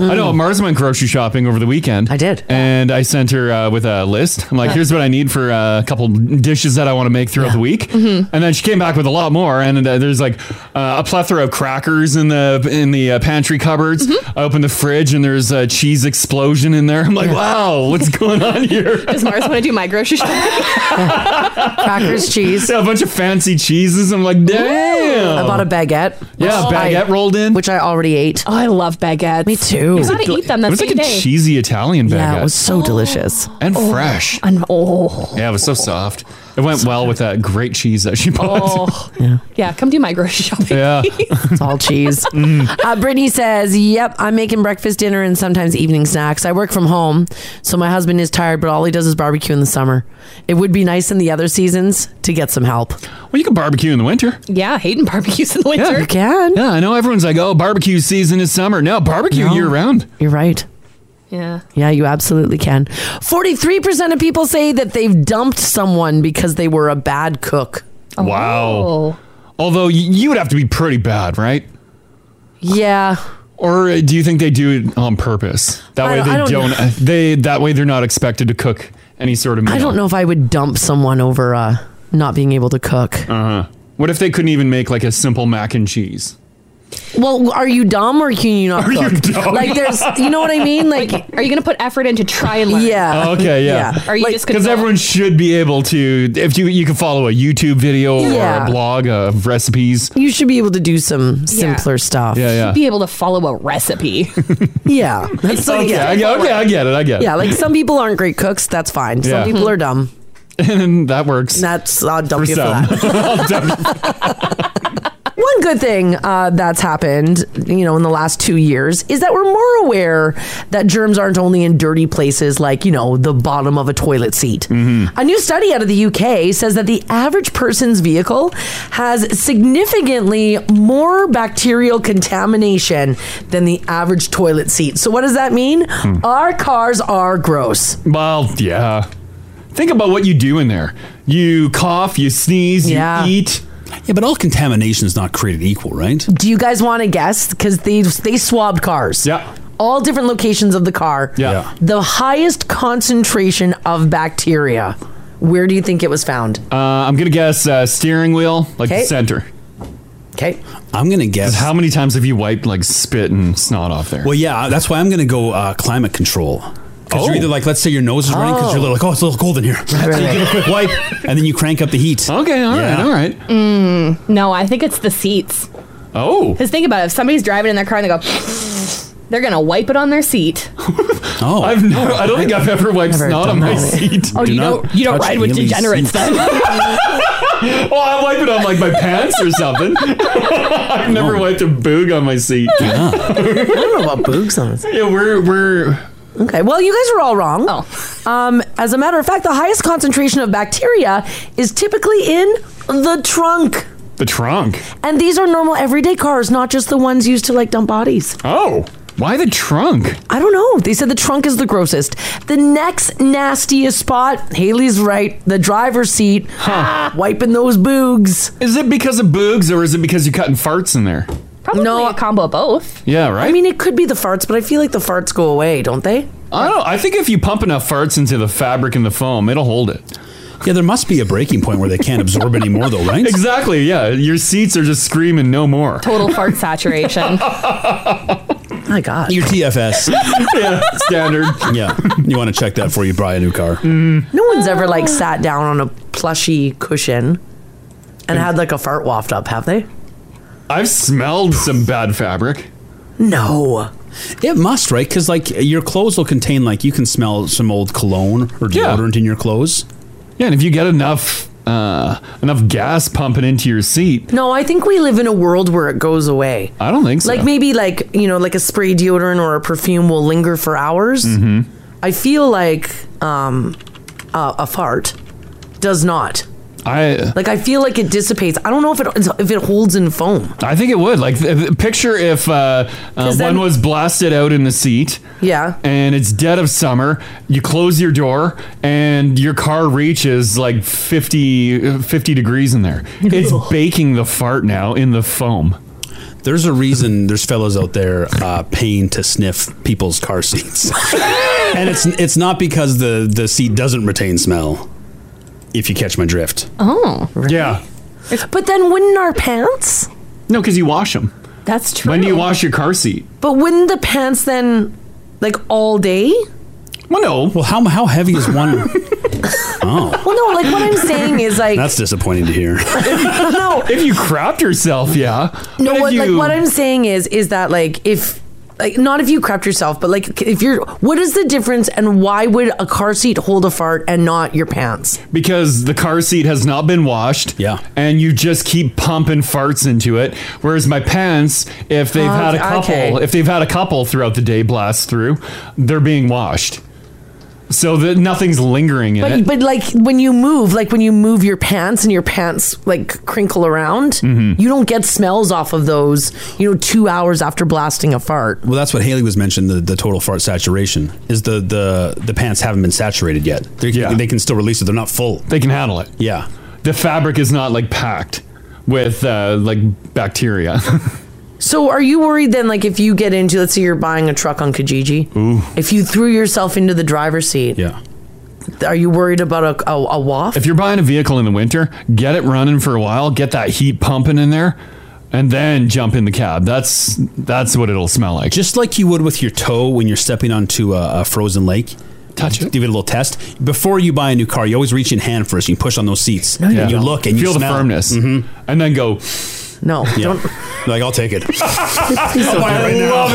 [SPEAKER 3] I know Mars went grocery shopping over the weekend.
[SPEAKER 2] I did.
[SPEAKER 3] and I sent her uh, with a list. I'm like, "Here's what I need for uh, a couple dishes that I want to make throughout the week."
[SPEAKER 5] Mm-hmm.
[SPEAKER 3] And then she came back with a lot more. And uh, there's like uh, a plethora of crackers in the in the uh, pantry cupboards.
[SPEAKER 5] Mm-hmm.
[SPEAKER 3] I opened the fridge, and there's a cheese explosion in there. I'm like, "Wow, what's going on here?"
[SPEAKER 5] Does Mars want to do my grocery shopping?
[SPEAKER 2] Crackers, cheese.
[SPEAKER 3] Yeah, a bunch of fancy cheeses. I'm like, "Damn!"
[SPEAKER 2] I bought a baguette.
[SPEAKER 3] yeah,
[SPEAKER 2] which I-
[SPEAKER 3] baguette rolled in.
[SPEAKER 2] Which I already ate.
[SPEAKER 5] oh, I love baguettes.
[SPEAKER 2] Me too.
[SPEAKER 5] You gotta eat them.
[SPEAKER 3] it
[SPEAKER 5] That's
[SPEAKER 3] was like a
[SPEAKER 5] day.
[SPEAKER 3] cheesy Italian baguette
[SPEAKER 2] Yeah, it was so delicious.
[SPEAKER 3] and fresh.
[SPEAKER 5] And oh,
[SPEAKER 3] Yeah, it was so soft. It It went well with that great cheese that she bought.
[SPEAKER 5] Oh, yeah. Come do my grocery shopping.
[SPEAKER 3] Yeah.
[SPEAKER 2] it's all cheese.
[SPEAKER 3] Mm.
[SPEAKER 2] Uh, Brittany says, Yep, I'm making breakfast, dinner, and sometimes evening snacks. I work from home, so my husband is tired, but all he does is barbecue in the summer. It would be nice in the other seasons to get some help.
[SPEAKER 3] Well, you can barbecue in the winter.
[SPEAKER 5] Yeah, hating barbecues in the winter.
[SPEAKER 2] you can.
[SPEAKER 3] Yeah, I know everyone's like, oh, barbecue season is summer. No, barbecue
[SPEAKER 2] No.
[SPEAKER 3] year round.
[SPEAKER 2] You're right.
[SPEAKER 5] Yeah.
[SPEAKER 2] Yeah, you absolutely can. 43% of people say that they've dumped someone because they were a bad cook.
[SPEAKER 5] Oh.
[SPEAKER 3] Wow. Although y- you would have to be pretty bad, right?
[SPEAKER 2] Yeah.
[SPEAKER 3] Or uh, do you think they do it on purpose? That
[SPEAKER 2] I
[SPEAKER 3] way
[SPEAKER 2] don't-
[SPEAKER 3] they
[SPEAKER 2] I don't
[SPEAKER 3] don't.
[SPEAKER 2] know.
[SPEAKER 3] uh, They that way they're not expected to cook any sort of meal.
[SPEAKER 2] I don't know if I would dump someone over uh, not being able to cook.
[SPEAKER 3] Uh-huh. What if they couldn't even make like a simple mac and cheese?
[SPEAKER 2] Well, are you dumb or can you not
[SPEAKER 3] Are you
[SPEAKER 2] cook?
[SPEAKER 3] dumb?
[SPEAKER 2] Like there's you know what I mean? Like
[SPEAKER 5] Are you going to put effort into try and learn?
[SPEAKER 2] yeah.
[SPEAKER 3] Oh, okay, yeah.
[SPEAKER 5] Are you just going
[SPEAKER 3] Because
[SPEAKER 5] to
[SPEAKER 3] everyone should be able to, if you you can follow a YouTube video or a
[SPEAKER 2] Yeah.
[SPEAKER 3] blog of recipes.
[SPEAKER 2] You should be able to do some simpler stuff.
[SPEAKER 3] Yeah, yeah.
[SPEAKER 5] be able to follow a recipe?
[SPEAKER 2] Yeah. That's like
[SPEAKER 3] Okay, I
[SPEAKER 2] yeah.
[SPEAKER 3] get, okay, I get it. I get it.
[SPEAKER 2] Yeah, like some people aren't great cooks, that's fine.
[SPEAKER 3] Yeah.
[SPEAKER 2] Some people are dumb.
[SPEAKER 3] and that works.
[SPEAKER 2] That's uh, I'll dump
[SPEAKER 3] for
[SPEAKER 2] you
[SPEAKER 3] some.
[SPEAKER 2] for that. One good thing uh, that's happened, you know, in the last two years is that we're more aware that germs aren't only in dirty places like, you know, the bottom of a toilet seat.
[SPEAKER 3] Mm-hmm.
[SPEAKER 2] A new study out of the UK says that the average person's vehicle has significantly more bacterial contamination than the average toilet seat. So, what does that mean?
[SPEAKER 3] Hmm.
[SPEAKER 2] Our cars are gross.
[SPEAKER 3] Well, yeah. Think about what you do in there. You cough, you sneeze,
[SPEAKER 2] Yeah.
[SPEAKER 3] you eat.
[SPEAKER 6] Yeah, but all contamination is not created equal, right?
[SPEAKER 2] Do you guys want to guess? Because they they swabbed cars.
[SPEAKER 3] Yeah.
[SPEAKER 2] All different locations of the car.
[SPEAKER 3] Yeah. Yeah.
[SPEAKER 2] The highest concentration of bacteria. Where do you think it was found?
[SPEAKER 3] Uh, I'm gonna guess uh, steering wheel, like
[SPEAKER 2] Okay.
[SPEAKER 3] the center.
[SPEAKER 2] Okay.
[SPEAKER 6] I'm going to guess.
[SPEAKER 3] How many times have you wiped like spit and snot off there?
[SPEAKER 6] well, yeah, that's why I'm going to go uh, climate control. Because
[SPEAKER 3] Oh.
[SPEAKER 6] you're either like, let's say your nose is running because
[SPEAKER 2] Oh.
[SPEAKER 6] you're like, oh, it's a little cold in here. so you
[SPEAKER 2] right.
[SPEAKER 6] give a quick wipe and then you crank up the heat.
[SPEAKER 3] Okay, all right,
[SPEAKER 6] Yeah.
[SPEAKER 3] all right.
[SPEAKER 5] Mm, no, I think it's the seats.
[SPEAKER 3] Oh,
[SPEAKER 5] Because think about it. If somebody's driving in their car and they go, they're going to wipe it on their seat.
[SPEAKER 6] Oh,
[SPEAKER 3] I've never, I don't think I've ever wiped
[SPEAKER 2] Never
[SPEAKER 3] snot on
[SPEAKER 2] done
[SPEAKER 3] my
[SPEAKER 2] that.
[SPEAKER 3] seat.
[SPEAKER 5] Oh,
[SPEAKER 6] Do
[SPEAKER 5] you
[SPEAKER 6] not
[SPEAKER 5] don't, you don't
[SPEAKER 6] touch
[SPEAKER 5] ride with
[SPEAKER 6] Neely's
[SPEAKER 5] degenerates
[SPEAKER 6] seat.
[SPEAKER 5] then.
[SPEAKER 3] Oh, I wipe it on like my pants or something. I've never wiped a boog on my seat. Yeah,
[SPEAKER 2] I don't know about boogs on this.
[SPEAKER 3] we're we're
[SPEAKER 2] Okay. Well, you guys were all wrong.
[SPEAKER 5] Oh.
[SPEAKER 2] Um, as a matter of fact, the highest concentration of bacteria is typically in the trunk.
[SPEAKER 3] the trunk.
[SPEAKER 2] And these are normal everyday cars, not just the ones used to like dump bodies.
[SPEAKER 3] Oh, why the trunk?
[SPEAKER 2] I don't know. They said the trunk is the grossest. The next nastiest spot, Haley's right, the driver's seat, wiping those boogs.
[SPEAKER 3] Is it because of boogs or is it because you're cutting farts in there?
[SPEAKER 5] Probably
[SPEAKER 2] No.
[SPEAKER 5] a combo of both.
[SPEAKER 3] Yeah, right.
[SPEAKER 2] I mean, it could be the farts, but I feel like the farts go away, don't they?
[SPEAKER 3] I don't. I think if you pump enough farts into the fabric and the foam, it'll hold it.
[SPEAKER 6] yeah, there must be a breaking point where they can't absorb any more, though, right?
[SPEAKER 3] Exactly. Yeah, your seats are just screaming no more.
[SPEAKER 5] Total fart saturation.
[SPEAKER 2] My God.
[SPEAKER 6] Your TFS.
[SPEAKER 3] yeah, standard. Mm.
[SPEAKER 6] yeah, you want to check that before you buy a new car.
[SPEAKER 2] No one's ever like sat down on a plushy cushion and had like a fart waft up, have they?
[SPEAKER 3] I've smelled some bad fabric.
[SPEAKER 2] No.
[SPEAKER 6] It must, right? Because like your clothes will contain like you can smell some old cologne or
[SPEAKER 3] Yeah.
[SPEAKER 6] deodorant in your clothes.
[SPEAKER 3] Yeah, and if you get enough uh, enough gas pumping into your seat,
[SPEAKER 2] No, I think we live in a world where it goes away.
[SPEAKER 3] I don't think so.
[SPEAKER 2] Like maybe like, you know, like a spray deodorant or a perfume will linger for hours.
[SPEAKER 3] Mm-hmm.
[SPEAKER 2] I feel like um, uh, a fart does not.
[SPEAKER 3] I
[SPEAKER 2] Like I feel like it dissipates. I don't know if it if it holds in foam.
[SPEAKER 3] I think it would. Like th- picture if uh, uh,
[SPEAKER 2] 'Cause then-
[SPEAKER 3] one was blasted out in the seat.
[SPEAKER 2] Yeah.
[SPEAKER 3] And it's dead of summer. You close your door and your car reaches like 50, 50 degrees in there. It's baking the fart now in the foam.
[SPEAKER 6] There's a reason there's fellows out there uh, paying to sniff people's car seats, and it's it's not because the the seat doesn't retain smell. If you catch my drift,
[SPEAKER 3] Yeah.
[SPEAKER 2] Oh. But then wouldn't our pants?
[SPEAKER 3] No, because you wash them.
[SPEAKER 5] That's true.
[SPEAKER 3] When do you wash your car seat?
[SPEAKER 2] But wouldn't the pants then like all day?
[SPEAKER 3] Well, no.
[SPEAKER 6] well, how how heavy is one? Oh.
[SPEAKER 2] Well, no. Like what I'm saying is like
[SPEAKER 6] That's disappointing to hear.
[SPEAKER 2] no,
[SPEAKER 3] If you crapped yourself, yeah.
[SPEAKER 2] no.
[SPEAKER 3] But if
[SPEAKER 2] What, like
[SPEAKER 3] you-
[SPEAKER 2] what I'm saying is is that like if like not if you crept yourself, but like if you're, what is the difference and why would a car seat hold a fart and not your pants?
[SPEAKER 3] because the car seat has not been washed. Yeah. And you just keep pumping farts into it. Whereas my pants, if they've
[SPEAKER 2] Oh,
[SPEAKER 3] had a couple,
[SPEAKER 2] okay.
[SPEAKER 3] if they've had a couple throughout the day blast through, they're being washed. So that nothing's lingering in
[SPEAKER 2] But,
[SPEAKER 3] it.
[SPEAKER 2] but like when you move, like when you move your pants and your pants like crinkle around,
[SPEAKER 3] Mm-hmm.
[SPEAKER 2] you don't get smells off of those, you know, two hours after blasting a fart.
[SPEAKER 6] Well, that's what Haley was mentioning. The, the total fart saturation is the the the pants haven't been saturated yet. They can, they can still release it. They're not full.
[SPEAKER 3] They can handle it.
[SPEAKER 6] Yeah.
[SPEAKER 3] The fabric is not like packed with uh, like bacteria.
[SPEAKER 2] So are you worried then, like if you get into, let's say you're buying a truck on Kijiji, if you threw yourself into the driver's seat,
[SPEAKER 6] yeah.
[SPEAKER 2] are you worried about a, a, a waft?
[SPEAKER 3] if you're buying a vehicle in the winter, get it running for a while, get that heat pumping in there, and then jump in the cab. That's that's what it'll smell like.
[SPEAKER 6] Just like you would with your toe when you're stepping onto a, a frozen lake.
[SPEAKER 3] Touch it.
[SPEAKER 6] Give it a little test. Before you buy a new car, you always reach in hand first. You push on those seats.
[SPEAKER 3] No,
[SPEAKER 6] and
[SPEAKER 3] you
[SPEAKER 6] you
[SPEAKER 3] don't.
[SPEAKER 6] look and
[SPEAKER 3] Feel
[SPEAKER 6] you
[SPEAKER 3] the
[SPEAKER 6] smell.
[SPEAKER 3] firmness. Mm-hmm. And then go.
[SPEAKER 2] No.
[SPEAKER 6] Don't. Like, I'll take it.
[SPEAKER 3] Oh, I love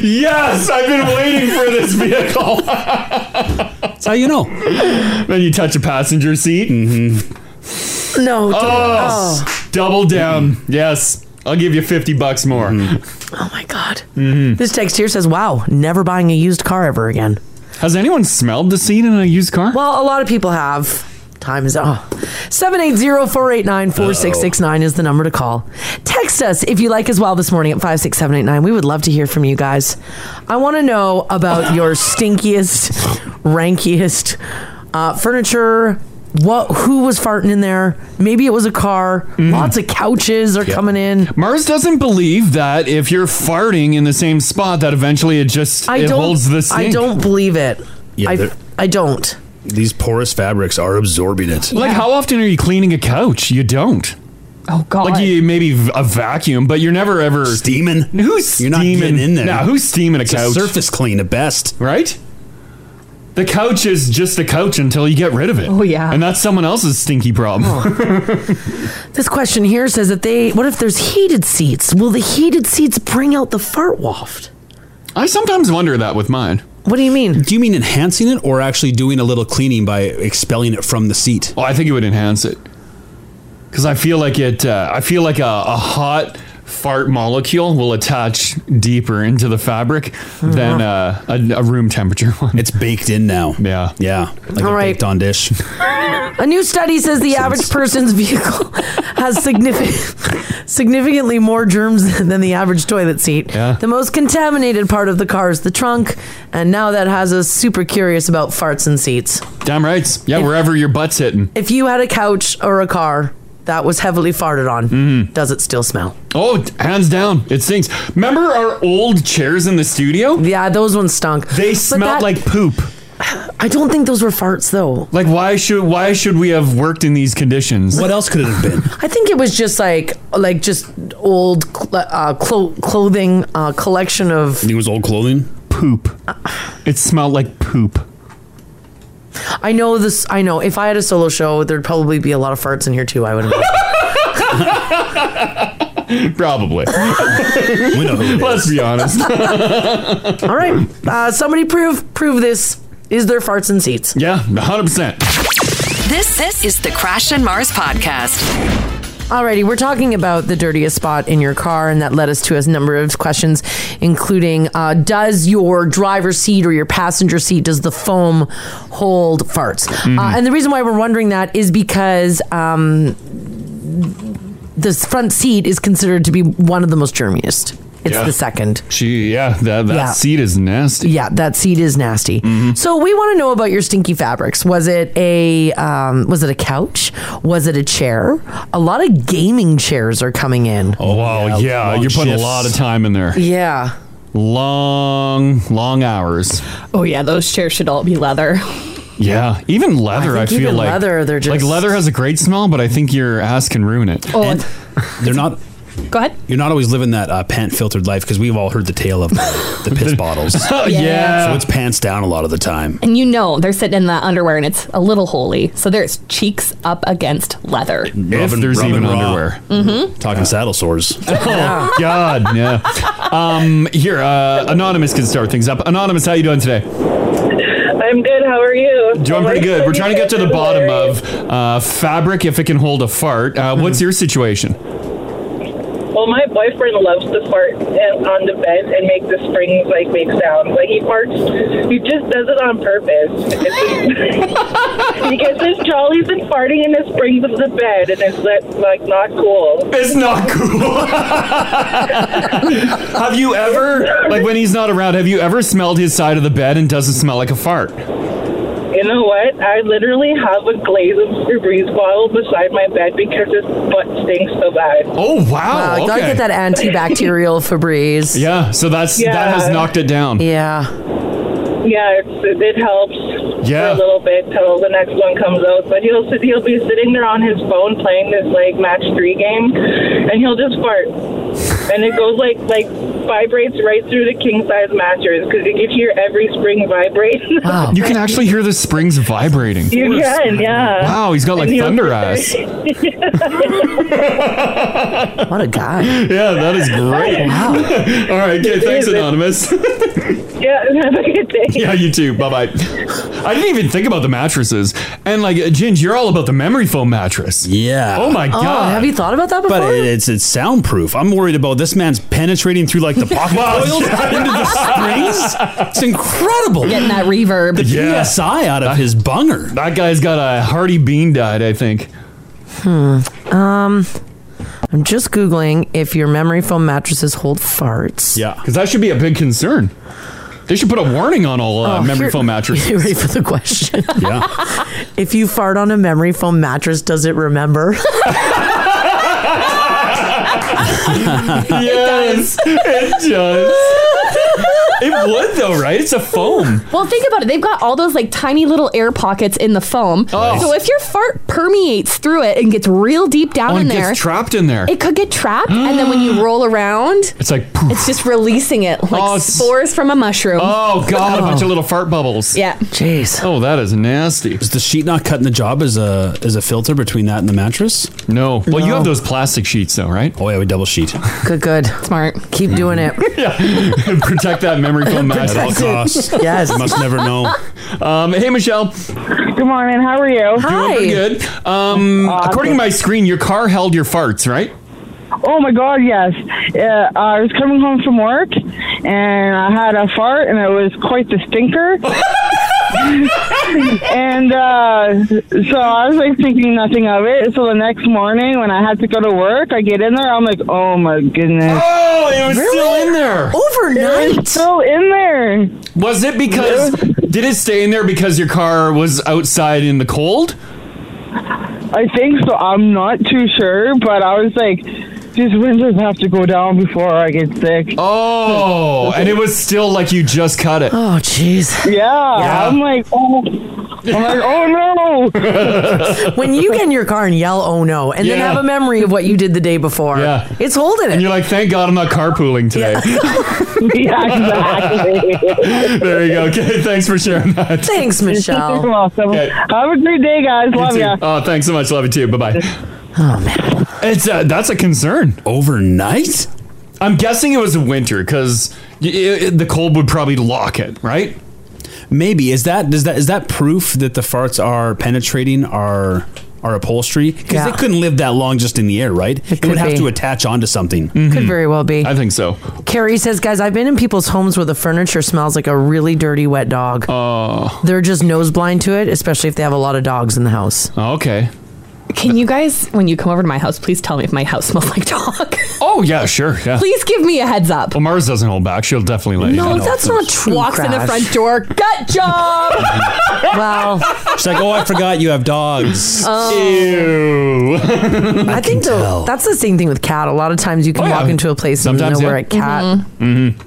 [SPEAKER 3] it. yes, I've been waiting for this vehicle.
[SPEAKER 6] That's how you know. Mm-hmm.
[SPEAKER 3] then you touch a passenger seat.
[SPEAKER 2] No. don't-
[SPEAKER 3] Oh, double down. Yes, I'll give you fifty bucks more.
[SPEAKER 2] Oh my god.
[SPEAKER 3] Mm-hmm.
[SPEAKER 2] This text here says, "Wow, never buying a used car ever again."
[SPEAKER 3] Has anyone smelled the seat in a used car?
[SPEAKER 2] Well, a lot of people have. Time is oh. 780-489-4669 is the number to call. Text us if you like as well this morning at 56789. We would love to hear from you guys. I want to know about your stinkiest, rankiest uh, furniture. What who was farting in there? Maybe it was a car.
[SPEAKER 3] Mm-hmm.
[SPEAKER 2] Lots of couches are coming in.
[SPEAKER 3] Mars doesn't believe that if you're farting in the same spot, that eventually it just
[SPEAKER 2] I
[SPEAKER 3] it
[SPEAKER 2] don't
[SPEAKER 3] holds the stink.
[SPEAKER 2] I don't believe it.
[SPEAKER 6] Yeah,
[SPEAKER 2] I
[SPEAKER 6] they're-
[SPEAKER 2] I don't.
[SPEAKER 6] These porous fabrics are absorbing it.
[SPEAKER 3] Like, how often are you cleaning a couch? You don't.
[SPEAKER 5] Oh God.
[SPEAKER 3] Like, you maybe v- a vacuum, but you're never ever
[SPEAKER 6] Steaming.
[SPEAKER 3] Who's
[SPEAKER 6] You're not
[SPEAKER 3] steaming
[SPEAKER 6] getting in there.
[SPEAKER 3] Nah, who's steaming a
[SPEAKER 6] It's
[SPEAKER 3] couch?
[SPEAKER 6] a surface clean at best.
[SPEAKER 3] right? The couch is just a couch until you get rid of it.
[SPEAKER 5] Oh, yeah.
[SPEAKER 3] and that's someone else's stinky problem.
[SPEAKER 2] This question here says that they what if there's heated seats? Will the heated seats bring out the fart waft?
[SPEAKER 3] I sometimes wonder that with mine.
[SPEAKER 2] What do you mean?
[SPEAKER 6] Do you mean enhancing it or actually doing a little cleaning by expelling it from the seat?
[SPEAKER 3] Oh, I think it would enhance it because I feel like it. Uh, I feel like a, a hot fart molecule will attach deeper into the fabric
[SPEAKER 2] Mm-hmm.
[SPEAKER 3] than uh, a, a room temperature one.
[SPEAKER 6] It's baked in now.
[SPEAKER 3] Yeah.
[SPEAKER 6] Yeah. Like
[SPEAKER 2] All
[SPEAKER 6] a
[SPEAKER 2] right.
[SPEAKER 6] baked on dish.
[SPEAKER 2] A new study says the average person's vehicle has significant, significantly more germs than the average toilet seat.
[SPEAKER 3] Yeah.
[SPEAKER 2] The most contaminated part of the car is the trunk, and now that has us super curious about farts and seats.
[SPEAKER 3] Damn right. Yeah, wherever your butt's hitting.
[SPEAKER 2] If you had a couch or a car that was heavily farted on, does it still smell?
[SPEAKER 3] Mm-hmm. Oh, hands down, it stinks. Remember our old chairs in the studio?
[SPEAKER 2] Yeah, those ones stunk.
[SPEAKER 3] They
[SPEAKER 2] But
[SPEAKER 3] smelled
[SPEAKER 2] that-
[SPEAKER 3] like poop.
[SPEAKER 2] I don't think those were farts though.
[SPEAKER 3] Like why should why should we have worked in these conditions?
[SPEAKER 6] What else could it have been?
[SPEAKER 2] I think it was just like like just old cl- uh, clo- clothing uh, collection of.
[SPEAKER 6] think it was old clothing?
[SPEAKER 3] Poop. It smelled like poop.
[SPEAKER 2] I know this. I know if I had a solo show, there'd probably be a lot of farts in here too. I would. imagine.
[SPEAKER 3] Probably.
[SPEAKER 6] We know who it is.
[SPEAKER 3] Let's be honest.
[SPEAKER 2] All right, uh, somebody prove prove this. Is there farts in seats?
[SPEAKER 3] Yeah, 100%.
[SPEAKER 1] This this is the Crash and Mars podcast.
[SPEAKER 2] Alrighty, we're talking about the dirtiest spot in your car, and that led us to a number of questions, including uh, Does your driver's seat or your passenger seat, does the foam hold farts? Uh, and the reason why we're wondering that is because um, the front seat is considered to be one of the most germiest. It's
[SPEAKER 3] Yeah.
[SPEAKER 2] the second.
[SPEAKER 3] She yeah, that that
[SPEAKER 2] Yeah.
[SPEAKER 3] seat is nasty. Mm-hmm.
[SPEAKER 2] Yeah, that seat is nasty. So we want to know about your stinky fabrics. Was it a um, was it a couch? Was it a chair? A lot of gaming chairs are coming in.
[SPEAKER 3] Oh wow, yeah,
[SPEAKER 6] long
[SPEAKER 3] you're putting
[SPEAKER 6] shifts.
[SPEAKER 3] a lot of time in there.
[SPEAKER 2] Yeah.
[SPEAKER 3] Long, long hours.
[SPEAKER 5] oh yeah, those chairs should all be leather.
[SPEAKER 3] Yeah, even leather. I,
[SPEAKER 2] I think
[SPEAKER 3] feel
[SPEAKER 2] even
[SPEAKER 3] like
[SPEAKER 2] leather, they're
[SPEAKER 3] like
[SPEAKER 2] just-
[SPEAKER 3] leather has a great smell, but I think your ass can ruin it.
[SPEAKER 5] Oh,
[SPEAKER 6] They're not
[SPEAKER 5] Go ahead.
[SPEAKER 6] You're not always living that uh, pant filtered life because we've all heard the tale of the piss bottles.
[SPEAKER 5] Oh, yeah.
[SPEAKER 6] So it's pants down a lot of the time.
[SPEAKER 5] And you know they're sitting in that underwear and it's a little holy. So there's cheeks up against leather.
[SPEAKER 3] If there's even
[SPEAKER 6] raw.
[SPEAKER 3] underwear.
[SPEAKER 5] Mm-hmm.
[SPEAKER 6] Talking saddle sores.
[SPEAKER 3] Oh God, yeah. Um, here, uh, anonymous can start things up. Anonymous, how you doing today?
[SPEAKER 7] I'm good. How are you?
[SPEAKER 3] Doing pretty good. We're trying to get to the bottom of uh, fabric if it can hold a fart. Uh,
[SPEAKER 6] Mm-hmm.
[SPEAKER 3] what's your situation?
[SPEAKER 7] Well, my boyfriend loves to fart and- on the bed and make the springs like make sounds. Like he farts, he just does it on purpose. It's- he gets his jollies and farting in the springs of the bed, and it's like- like not cool.
[SPEAKER 3] It's not cool. Have you ever, like when he's not around, have you ever smelled his side of the bed and doesn't smell like a fart?
[SPEAKER 7] You know what? I literally have a glaze of Febreze bottle beside my bed because his butt stinks so bad.
[SPEAKER 3] Oh
[SPEAKER 2] wow,
[SPEAKER 3] okay.
[SPEAKER 2] gotta get that antibacterial Febreze.
[SPEAKER 3] Yeah, so that's that has
[SPEAKER 7] Yeah.
[SPEAKER 3] knocked it down.
[SPEAKER 2] Yeah.
[SPEAKER 7] Yeah, it's, it, it helps
[SPEAKER 3] Yeah.
[SPEAKER 7] for a little bit till the next one comes out. But he'll sit, he'll be sitting there on his phone playing this like match three game, and he'll just fart, and it goes like like vibrates right through the king size mattress because you can hear every spring vibrate.
[SPEAKER 3] You can actually hear the springs vibrating.
[SPEAKER 7] You can, yeah.
[SPEAKER 3] Wow, he's got like
[SPEAKER 7] And he'll
[SPEAKER 3] thunder eyes.
[SPEAKER 7] sit there-
[SPEAKER 2] What a guy.
[SPEAKER 3] Yeah, that is great. Wow. All right, okay, thanks, Anonymous.
[SPEAKER 7] yeah, have a good day.
[SPEAKER 3] yeah, you too. Bye bye. I didn't even think about the mattresses. And like, Ginge, you're all about the memory foam mattress.
[SPEAKER 6] Yeah.
[SPEAKER 3] Oh my God.
[SPEAKER 2] you thought about that
[SPEAKER 6] But it, it's it's soundproof. I'm worried about this man's penetrating through like the pocket
[SPEAKER 3] Wow.
[SPEAKER 6] coils into the springs. It's incredible.
[SPEAKER 5] Getting that reverb.
[SPEAKER 6] The PSI out of his bunger.
[SPEAKER 3] That guy's got a hearty bean diet, I think.
[SPEAKER 2] Hmm. Um, I'm just googling if your memory foam mattresses hold farts.
[SPEAKER 3] Yeah. Because that should be a big concern. They should put a warning on all uh,
[SPEAKER 2] Oh,
[SPEAKER 3] memory
[SPEAKER 2] here-
[SPEAKER 3] foam mattresses.
[SPEAKER 2] You ready for the question?
[SPEAKER 3] yeah.
[SPEAKER 2] if you fart on a memory foam mattress, does it remember?
[SPEAKER 3] yes, it does. It would though, right? It's a foam.
[SPEAKER 5] Well, think about it. They've got all those like tiny little air pockets in the foam.
[SPEAKER 3] Oh.
[SPEAKER 5] So if your fart permeates through it and gets real deep down
[SPEAKER 3] Oh,
[SPEAKER 5] in
[SPEAKER 3] it gets
[SPEAKER 5] there,
[SPEAKER 3] trapped in there.
[SPEAKER 5] It could get trapped, and then when you roll around,
[SPEAKER 3] It's like
[SPEAKER 5] it's just releasing it like spores from a mushroom.
[SPEAKER 3] Oh god, a bunch of little fart bubbles.
[SPEAKER 5] Yeah.
[SPEAKER 2] Jeez.
[SPEAKER 3] Oh, that is nasty.
[SPEAKER 6] Is the sheet not cutting the job as a as a filter between that and the mattress?
[SPEAKER 3] No. Well, you have those plastic sheets though, right?
[SPEAKER 6] Oh yeah, we double sheet.
[SPEAKER 2] good, good.
[SPEAKER 5] Smart.
[SPEAKER 2] Keep doing
[SPEAKER 3] Mm-hmm.
[SPEAKER 2] it.
[SPEAKER 3] Protect that memory foam mattress
[SPEAKER 6] At all costs.
[SPEAKER 2] Yes.
[SPEAKER 6] Must never know.
[SPEAKER 3] Um, hey, Michelle.
[SPEAKER 7] Good morning. How are you?
[SPEAKER 3] Doing pretty good. Um, according to my screen, your car held your farts, right?
[SPEAKER 7] Oh my God, yes. Yeah, I was coming home from work and I had a fart and it was quite the stinker. and uh, so I was like thinking nothing of it. So the next morning when I had to go to work, I get in there. I'm like, oh my goodness.
[SPEAKER 3] Oh, it was still in there.
[SPEAKER 2] Overnight.
[SPEAKER 7] It's still in there.
[SPEAKER 3] Was it because did it stay in there because your car was outside in the cold?
[SPEAKER 7] I think so. I'm not too sure, but I was like, these windows have to go down before I get sick.
[SPEAKER 3] Oh, and it was still like you just cut it.
[SPEAKER 2] Oh, jeez.
[SPEAKER 7] Yeah.
[SPEAKER 3] Yeah.
[SPEAKER 7] I'm like, oh. I'm like, oh no.
[SPEAKER 2] When you get in your car and yell, oh no, and then
[SPEAKER 3] Yeah.
[SPEAKER 2] have a memory of what you did the day before,
[SPEAKER 3] Yeah.
[SPEAKER 2] it's holding
[SPEAKER 3] And
[SPEAKER 2] it.
[SPEAKER 3] you're like, thank God I'm not carpooling today.
[SPEAKER 7] yeah, exactly.
[SPEAKER 3] there you go. Okay, thanks for sharing that.
[SPEAKER 2] Thanks,
[SPEAKER 7] You're
[SPEAKER 2] Michelle.
[SPEAKER 7] welcome.
[SPEAKER 3] Okay.
[SPEAKER 7] Have a great day, guys. Love
[SPEAKER 3] You too.
[SPEAKER 7] ya.
[SPEAKER 3] Oh, thanks so much. Love you too. Bye bye.
[SPEAKER 2] Oh, man.
[SPEAKER 3] It's uh, that's a concern.
[SPEAKER 6] Overnight?
[SPEAKER 3] I'm guessing it was winter because the cold would probably lock it, right?
[SPEAKER 6] Maybe is that does that is that proof that the farts are penetrating our our upholstery? Because
[SPEAKER 2] Yeah.
[SPEAKER 6] they couldn't live that long just in the air, right? It,
[SPEAKER 2] could
[SPEAKER 6] would have
[SPEAKER 2] be.
[SPEAKER 6] to attach onto something. Mm-hmm.
[SPEAKER 2] Could very well be.
[SPEAKER 3] I think so.
[SPEAKER 2] Carrie says, guys, I've been in people's homes where the furniture smells like a really dirty, wet dog.
[SPEAKER 3] Oh,
[SPEAKER 2] They're just nose blind to it, especially if they have a lot of dogs in the house.
[SPEAKER 3] Oh, okay.
[SPEAKER 5] Can you guys, when you come over to my house, please tell me if my house smells like dog?
[SPEAKER 3] Oh yeah, sure. Yeah.
[SPEAKER 5] please give me a heads up.
[SPEAKER 3] Well, Mars doesn't hold back. She'll definitely let you know.
[SPEAKER 2] No, that's not true.
[SPEAKER 5] Walks in the
[SPEAKER 2] Crash.
[SPEAKER 5] front door. Gut job.
[SPEAKER 2] Well, Oh.
[SPEAKER 6] She's like, oh, I forgot you have dogs.
[SPEAKER 3] Ew.
[SPEAKER 2] I think the, that's the same thing with cat. A lot of times you can
[SPEAKER 3] Oh, yeah.
[SPEAKER 2] walk into a place
[SPEAKER 3] Sometimes,
[SPEAKER 2] and know where
[SPEAKER 3] yeah.
[SPEAKER 2] a cat.
[SPEAKER 5] Mm-hmm.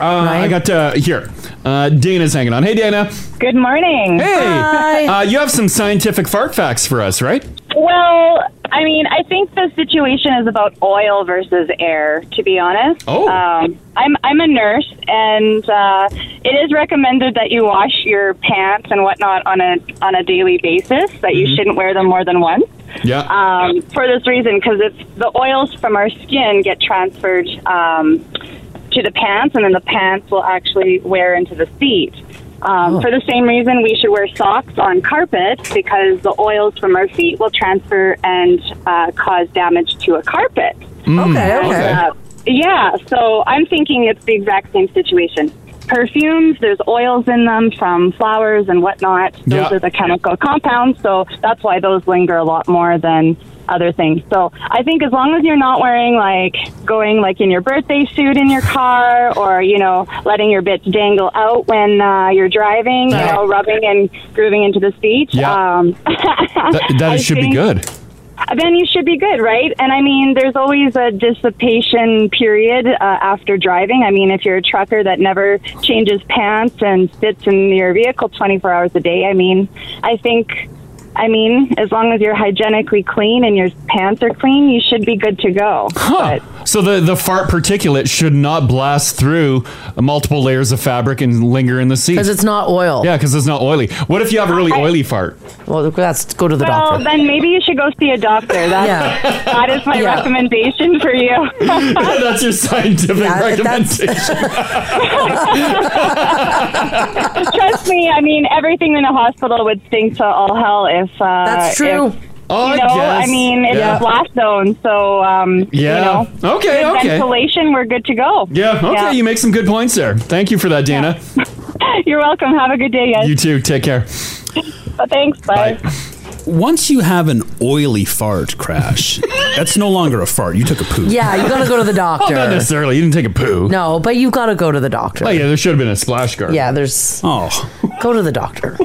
[SPEAKER 3] Uh, I
[SPEAKER 2] Right?
[SPEAKER 3] got uh, here. Uh, Dana's hanging on. Hey, Dana.
[SPEAKER 7] Good morning.
[SPEAKER 3] Hey.
[SPEAKER 2] Hi.
[SPEAKER 3] Uh, you have some scientific fart facts for us, right?
[SPEAKER 7] Well,
[SPEAKER 8] I mean, I think the situation is about oil versus air. To be honest,
[SPEAKER 9] Oh.
[SPEAKER 8] um, I'm I'm a nurse, and uh, it is recommended that you wash your pants and whatnot on a on a daily basis. That you
[SPEAKER 9] Mhm.
[SPEAKER 8] shouldn't wear them more than once.
[SPEAKER 9] Yeah.
[SPEAKER 8] Um, for this reason, because it's the oils from our skin get transferred um, to the pants, and then the pants will actually wear into the feet. Um,
[SPEAKER 9] Oh.
[SPEAKER 8] For the same reason, we should wear socks on carpet because the oils from our feet will transfer and uh, cause damage to a carpet.
[SPEAKER 9] Mm, Okay, okay.
[SPEAKER 8] Uh, yeah, so I'm thinking it's the exact same situation. Perfumes, there's oils in them from flowers and whatnot. Those
[SPEAKER 9] Yeah.
[SPEAKER 8] are the chemical compounds, so that's why those linger a lot more than other things. So I think as long as you're not wearing like going like in your birthday suit in your car, or you know letting your bits dangle out when uh, you're driving, you know rubbing and grooving into the speech.
[SPEAKER 3] Yeah.
[SPEAKER 8] Um,
[SPEAKER 3] That, that
[SPEAKER 8] I
[SPEAKER 3] it should be
[SPEAKER 8] think-
[SPEAKER 3] good.
[SPEAKER 8] then you should be good, right? And I mean, there's always a dissipation period uh, after driving. I mean, if you're a trucker that never changes pants and sits in your vehicle 24 hours a day, I mean, I think, I mean, as long as you're hygienically clean and your pants are clean, you should be good to go.
[SPEAKER 3] Huh. So the, the fart particulate should not blast through multiple layers of fabric and linger in the seat. Because
[SPEAKER 2] it's not oil.
[SPEAKER 3] Yeah, because it's not oily. What if you have a really oily fart?
[SPEAKER 2] Well, that's go to
[SPEAKER 8] well, then maybe you should go see a doctor. That's, That is my
[SPEAKER 3] Yeah.
[SPEAKER 8] recommendation for you.
[SPEAKER 3] That's your scientific
[SPEAKER 8] Yeah, that's-
[SPEAKER 3] recommendation.
[SPEAKER 8] Trust me, I mean, everything in a hospital would stink to all hell if. Uh,
[SPEAKER 9] That's true.
[SPEAKER 8] If,
[SPEAKER 9] Oh,
[SPEAKER 8] you
[SPEAKER 9] I
[SPEAKER 8] know, I,
[SPEAKER 9] guess.
[SPEAKER 8] mean, it's
[SPEAKER 9] Yeah.
[SPEAKER 8] a blast zone, so um,
[SPEAKER 3] Yeah.
[SPEAKER 8] You know,
[SPEAKER 3] Okay,
[SPEAKER 8] good
[SPEAKER 3] okay.
[SPEAKER 8] Ventilation, we're good to go.
[SPEAKER 3] Yeah, okay, you make some good points there. Thank you for that, Dana.
[SPEAKER 8] You're welcome. Have a good day, guys.
[SPEAKER 3] You too. Take care.
[SPEAKER 8] Thanks. Bye.
[SPEAKER 6] Once you have an oily fart crash, that's no longer a fart. You took a poo.
[SPEAKER 2] Yeah, you gotta go to the doctor.
[SPEAKER 6] Well, not
[SPEAKER 3] necessarily. You didn't take a poo.
[SPEAKER 2] No, but you gotta go to the doctor.
[SPEAKER 3] Oh, yeah, there should have been a splash guard.
[SPEAKER 2] Yeah, there's.
[SPEAKER 6] Oh.
[SPEAKER 2] Go to the doctor.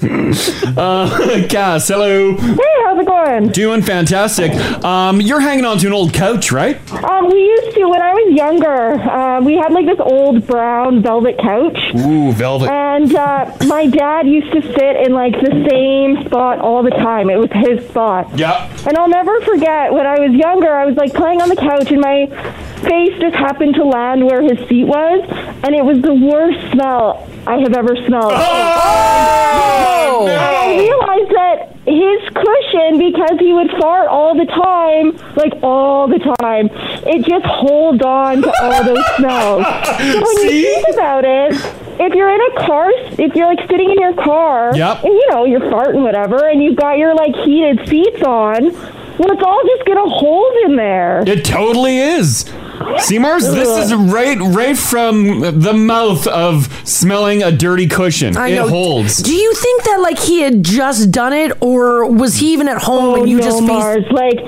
[SPEAKER 3] Uh, Cass, hello. Hey,
[SPEAKER 10] how's it going?
[SPEAKER 3] Doing fantastic. Um, you're hanging on to an old couch, right?
[SPEAKER 10] Um, we used to when I was younger. Um, we had like this old brown velvet couch,
[SPEAKER 3] Ooh, velvet.
[SPEAKER 10] and uh, my dad used to sit in like the same spot all the time. It was his spot.
[SPEAKER 3] Yeah.
[SPEAKER 10] And I'll never forget when I was younger. I was like playing on the couch, and my face just happened to land where his seat was, and it was the worst smell I have ever smelled.
[SPEAKER 9] Oh, no.
[SPEAKER 10] And I realized that his cushion, because he would fart all the time, like all the time, it just holds on to all those smells. So when you think about it, if you're in a car, if you're like sitting in your car,
[SPEAKER 9] Yep.
[SPEAKER 10] and you know you're farting whatever, and you've got your like heated seats on, well, it's all just gonna hold in there.
[SPEAKER 3] It totally is. Seamars, this is right right from the mouth of smelling a dirty cushion. it holds.
[SPEAKER 2] Do you think that like he had just done it, or was he even at home and you
[SPEAKER 10] Oh, no,
[SPEAKER 2] just
[SPEAKER 10] Mars. Like,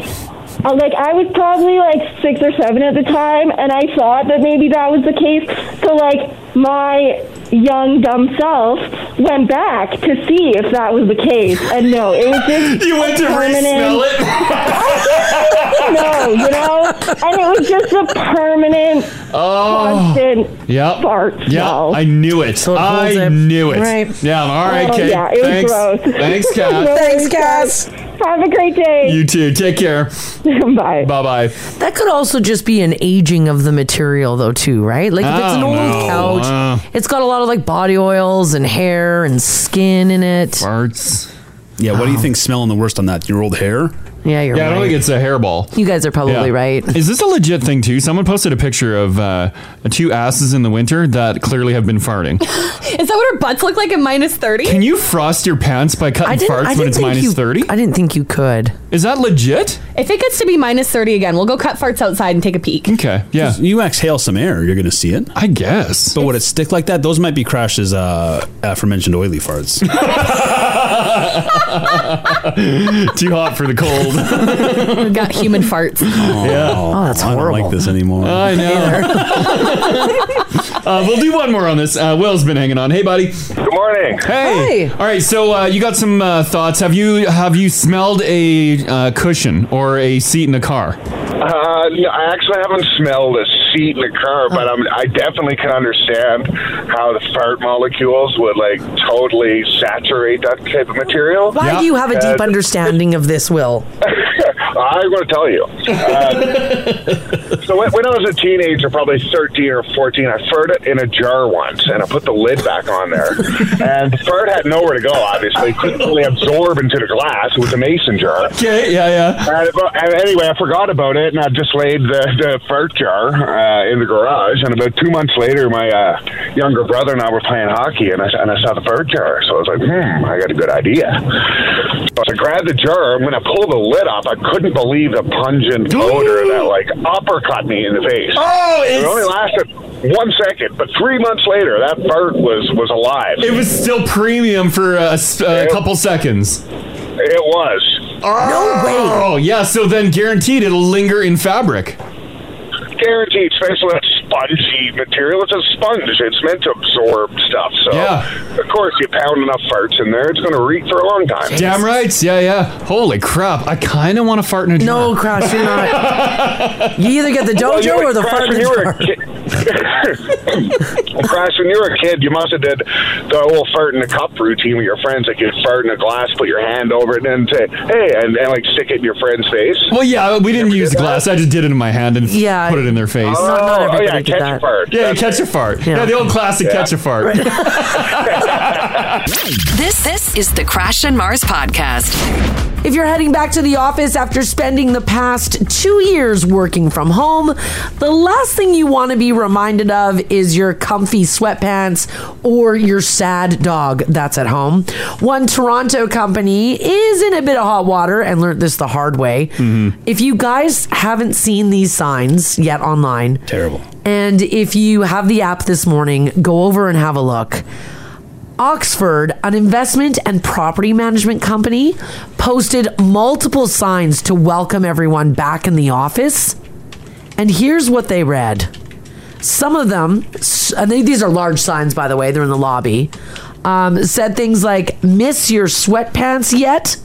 [SPEAKER 10] uh, like I was probably like six or seven at the time, and I thought that maybe that was the case. So like my young dumb self went back to see if that was the case, and no, it was just
[SPEAKER 9] You went
[SPEAKER 10] a
[SPEAKER 9] to
[SPEAKER 10] permanent-
[SPEAKER 9] re-smell it?
[SPEAKER 10] no, you know, and it was just a permanent, constant
[SPEAKER 3] Yep.
[SPEAKER 10] fart
[SPEAKER 3] Yeah,
[SPEAKER 10] smell.
[SPEAKER 3] I knew it. I knew it.
[SPEAKER 10] Right.
[SPEAKER 3] Yeah, all right,
[SPEAKER 10] Oh,
[SPEAKER 3] Kate.
[SPEAKER 10] yeah, it was
[SPEAKER 3] Thanks.
[SPEAKER 10] gross.
[SPEAKER 3] Thanks, Kat.
[SPEAKER 10] No worries, Cass. Have a great day.
[SPEAKER 3] You too. Take care.
[SPEAKER 10] Bye.
[SPEAKER 3] Bye bye.
[SPEAKER 2] be? That could also just be an aging of the material, though, too, right? Like if it's an
[SPEAKER 3] Oh,
[SPEAKER 2] old
[SPEAKER 3] no.
[SPEAKER 2] couch,
[SPEAKER 3] Uh.
[SPEAKER 2] it's got a lot of like body oils and hair and skin in it.
[SPEAKER 3] Farts.
[SPEAKER 6] Yeah, what do you think smelling the worst on that? Your old hair?
[SPEAKER 2] Yeah, you're
[SPEAKER 3] yeah, I don't
[SPEAKER 2] right.
[SPEAKER 3] think it's a hairball.
[SPEAKER 2] You guys are probably
[SPEAKER 3] Yeah.
[SPEAKER 2] right.
[SPEAKER 3] Is this a legit thing too? Someone posted a picture of uh, two asses in the winter that clearly have been farting.
[SPEAKER 5] Is that what our butts look like at minus 30?
[SPEAKER 3] Can you frost your pants by
[SPEAKER 5] I
[SPEAKER 3] cutting
[SPEAKER 5] didn't- I
[SPEAKER 3] farts
[SPEAKER 5] didn't
[SPEAKER 3] when it's
[SPEAKER 5] think you-
[SPEAKER 3] minus thirty?
[SPEAKER 2] I didn't think you could.
[SPEAKER 3] Is that legit?
[SPEAKER 5] If it gets to be minus 30 again, we'll go cut farts outside and take a peek.
[SPEAKER 3] Okay. Yeah.
[SPEAKER 6] You exhale some air, you're going to see it.
[SPEAKER 3] I guess.
[SPEAKER 6] But would it stick like that? Those might be crashes, uh, aforementioned oily farts.
[SPEAKER 3] Too hot for the cold.
[SPEAKER 5] We've got human farts.
[SPEAKER 3] yeah. Oh,
[SPEAKER 2] that's
[SPEAKER 6] I don't like this anymore.
[SPEAKER 3] I know. uh, we'll do one more on this. Uh, Will's been hanging on. Hey, buddy.
[SPEAKER 11] Good morning.
[SPEAKER 3] Hey. All right. So uh, you got some uh, thoughts? Have you have you smelled a uh, cushion or a seat in a car?
[SPEAKER 11] Uh, no, I actually haven't smelled a seat in a car, but I'm, I definitely can understand how the fart molecules would like totally saturate that type of material.
[SPEAKER 2] Why do you have a deep understanding of this, Will?
[SPEAKER 11] I'm going to tell you. Uh, so when, when I was a teenager, probably 13 or 14, I farted in a jar once, and I put the lid back on there. And the fart had nowhere to go, obviously. It couldn't really absorb into the glass. It was a mason jar.
[SPEAKER 3] Okay, yeah, yeah.
[SPEAKER 11] And, about- and anyway, I forgot about it, and I just laid the, the fart jar uh, in the garage. And about two months later, my uh, younger brother and I were playing hockey, and I, and I saw the fart jar. So I was like, hmm, I got a good idea. So I grabbed the jar, and when I pulled the lid off, I couldn't believe the pungent odor that, like, uppercut me in the face.
[SPEAKER 3] Oh,
[SPEAKER 11] It
[SPEAKER 3] it's-
[SPEAKER 11] only lasted one second, but three months later, that fart was, was alive.
[SPEAKER 3] It was still premium for a, s- uh, a couple seconds.
[SPEAKER 11] It was.
[SPEAKER 3] Oh, no way. Oh, yeah. So then guaranteed it'll linger in fabric.
[SPEAKER 11] guaranteed, especially that spongy material. It's a sponge. It's meant to absorb stuff. So, of course, you pound enough farts in there, it's going to reek for a long time.
[SPEAKER 3] Damn right. Yeah, yeah. Holy crap. I kind of want to fart in a jar. No,
[SPEAKER 2] Crash, you're not. you either get the dojo
[SPEAKER 11] you
[SPEAKER 2] or the
[SPEAKER 11] Crash,
[SPEAKER 2] fart in
[SPEAKER 11] when
[SPEAKER 2] the
[SPEAKER 11] you were a
[SPEAKER 2] jar.
[SPEAKER 11] kid- Well, Crash, when you were a kid, you must have did the whole fart in a cup routine with your friends. Like you'd fart in a glass, put your hand over it, and then say, "Hey," and, and like stick it in your friend's face.
[SPEAKER 3] Well, yeah, we didn't use the glass. I just did it in my hand and f-
[SPEAKER 11] Yeah.
[SPEAKER 3] put it in their face.
[SPEAKER 11] Oh, Not- not oh, yeah, everybody did catch a that. fart.
[SPEAKER 3] Yeah,
[SPEAKER 11] That's
[SPEAKER 3] catch a
[SPEAKER 11] right.
[SPEAKER 3] fart.
[SPEAKER 11] Yeah.
[SPEAKER 3] Yeah. the old classic
[SPEAKER 11] Yeah.
[SPEAKER 3] catch a fart.
[SPEAKER 1] This this is the Crash and Mars podcast.
[SPEAKER 2] If you're heading back to the office after spending the past two years working from home, the last thing you want to be reminded of is your comfy sweatpants or your sad dog that's at home. One Toronto company is in a bit of hot water and learned this the hard way. If you guys haven't seen these signs yet online,
[SPEAKER 6] terrible.
[SPEAKER 2] And if you have the app this morning, go over and have a look. Oxford, an investment and property management company, posted multiple signs to welcome everyone back in the office. And here's what they read. Some of them, s- and they, these are large signs, by the way, they're in the lobby, um, said things like, Miss your sweatpants yet?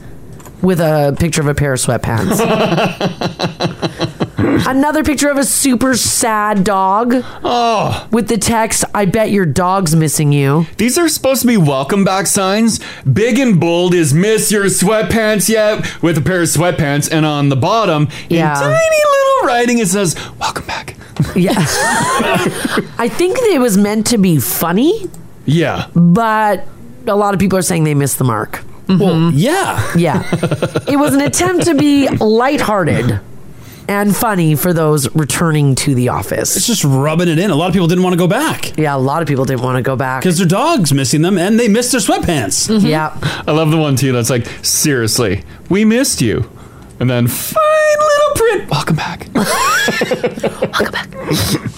[SPEAKER 2] With a picture of a pair of sweatpants. Another picture of a super sad dog.
[SPEAKER 3] Oh.
[SPEAKER 2] With the text, I bet your dog's missing you.
[SPEAKER 3] These are supposed to be welcome back signs. Big and bold is miss your sweatpants yet with a pair of sweatpants, and on the bottom,
[SPEAKER 2] Yeah.
[SPEAKER 3] in tiny little writing, it says welcome back.
[SPEAKER 2] Yeah. I think that it was meant to be funny,
[SPEAKER 3] Yeah.
[SPEAKER 2] but a lot of people are saying they missed the mark. Well,
[SPEAKER 6] Mm-hmm. yeah.
[SPEAKER 2] Yeah. it was an attempt to be lighthearted and funny for those returning to the office. It's
[SPEAKER 6] just rubbing it in. A lot of people didn't want to go back.
[SPEAKER 2] Yeah, a lot of people didn't want to go back
[SPEAKER 6] because their dog's missing them and they missed their sweatpants.
[SPEAKER 2] Yeah.
[SPEAKER 3] I love the one too that's like, seriously, we missed you. And then fine little print. Welcome back.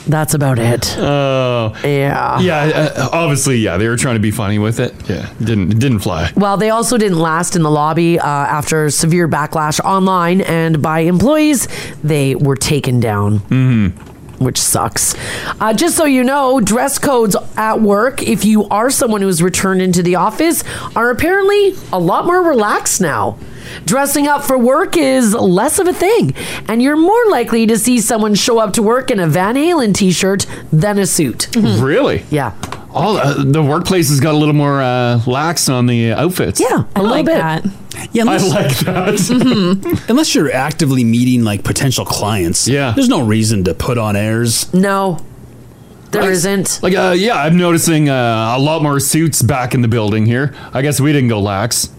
[SPEAKER 2] That's about it.
[SPEAKER 3] Oh.
[SPEAKER 2] Yeah.
[SPEAKER 3] Yeah. Uh, obviously, yeah. They were trying to be funny with it. Yeah. Didn't it didn't fly.
[SPEAKER 2] Well, they also didn't last in the lobby uh, after severe backlash online and by employees. They were taken down. Which sucks. Uh, just so you know, dress codes at work, if you are someone who has returned into the office, are apparently a lot more relaxed now. Dressing up for work is less of a thing, and you're more likely to see someone show up to work in a Van Halen t shirt than a suit.
[SPEAKER 3] Really?
[SPEAKER 2] Yeah.
[SPEAKER 3] All uh, the workplace has got a little more uh, lax on the outfits. Yeah.
[SPEAKER 2] A little bit.
[SPEAKER 6] Yeah,
[SPEAKER 3] I like that.
[SPEAKER 5] Mm-hmm.
[SPEAKER 2] Mm-hmm.
[SPEAKER 6] unless you're actively meeting like potential clients, yeah, there's no reason to put on airs.
[SPEAKER 2] No, there not
[SPEAKER 3] Like, uh, yeah, I'm noticing uh, a lot more suits back in the building here. I guess we didn't go lax.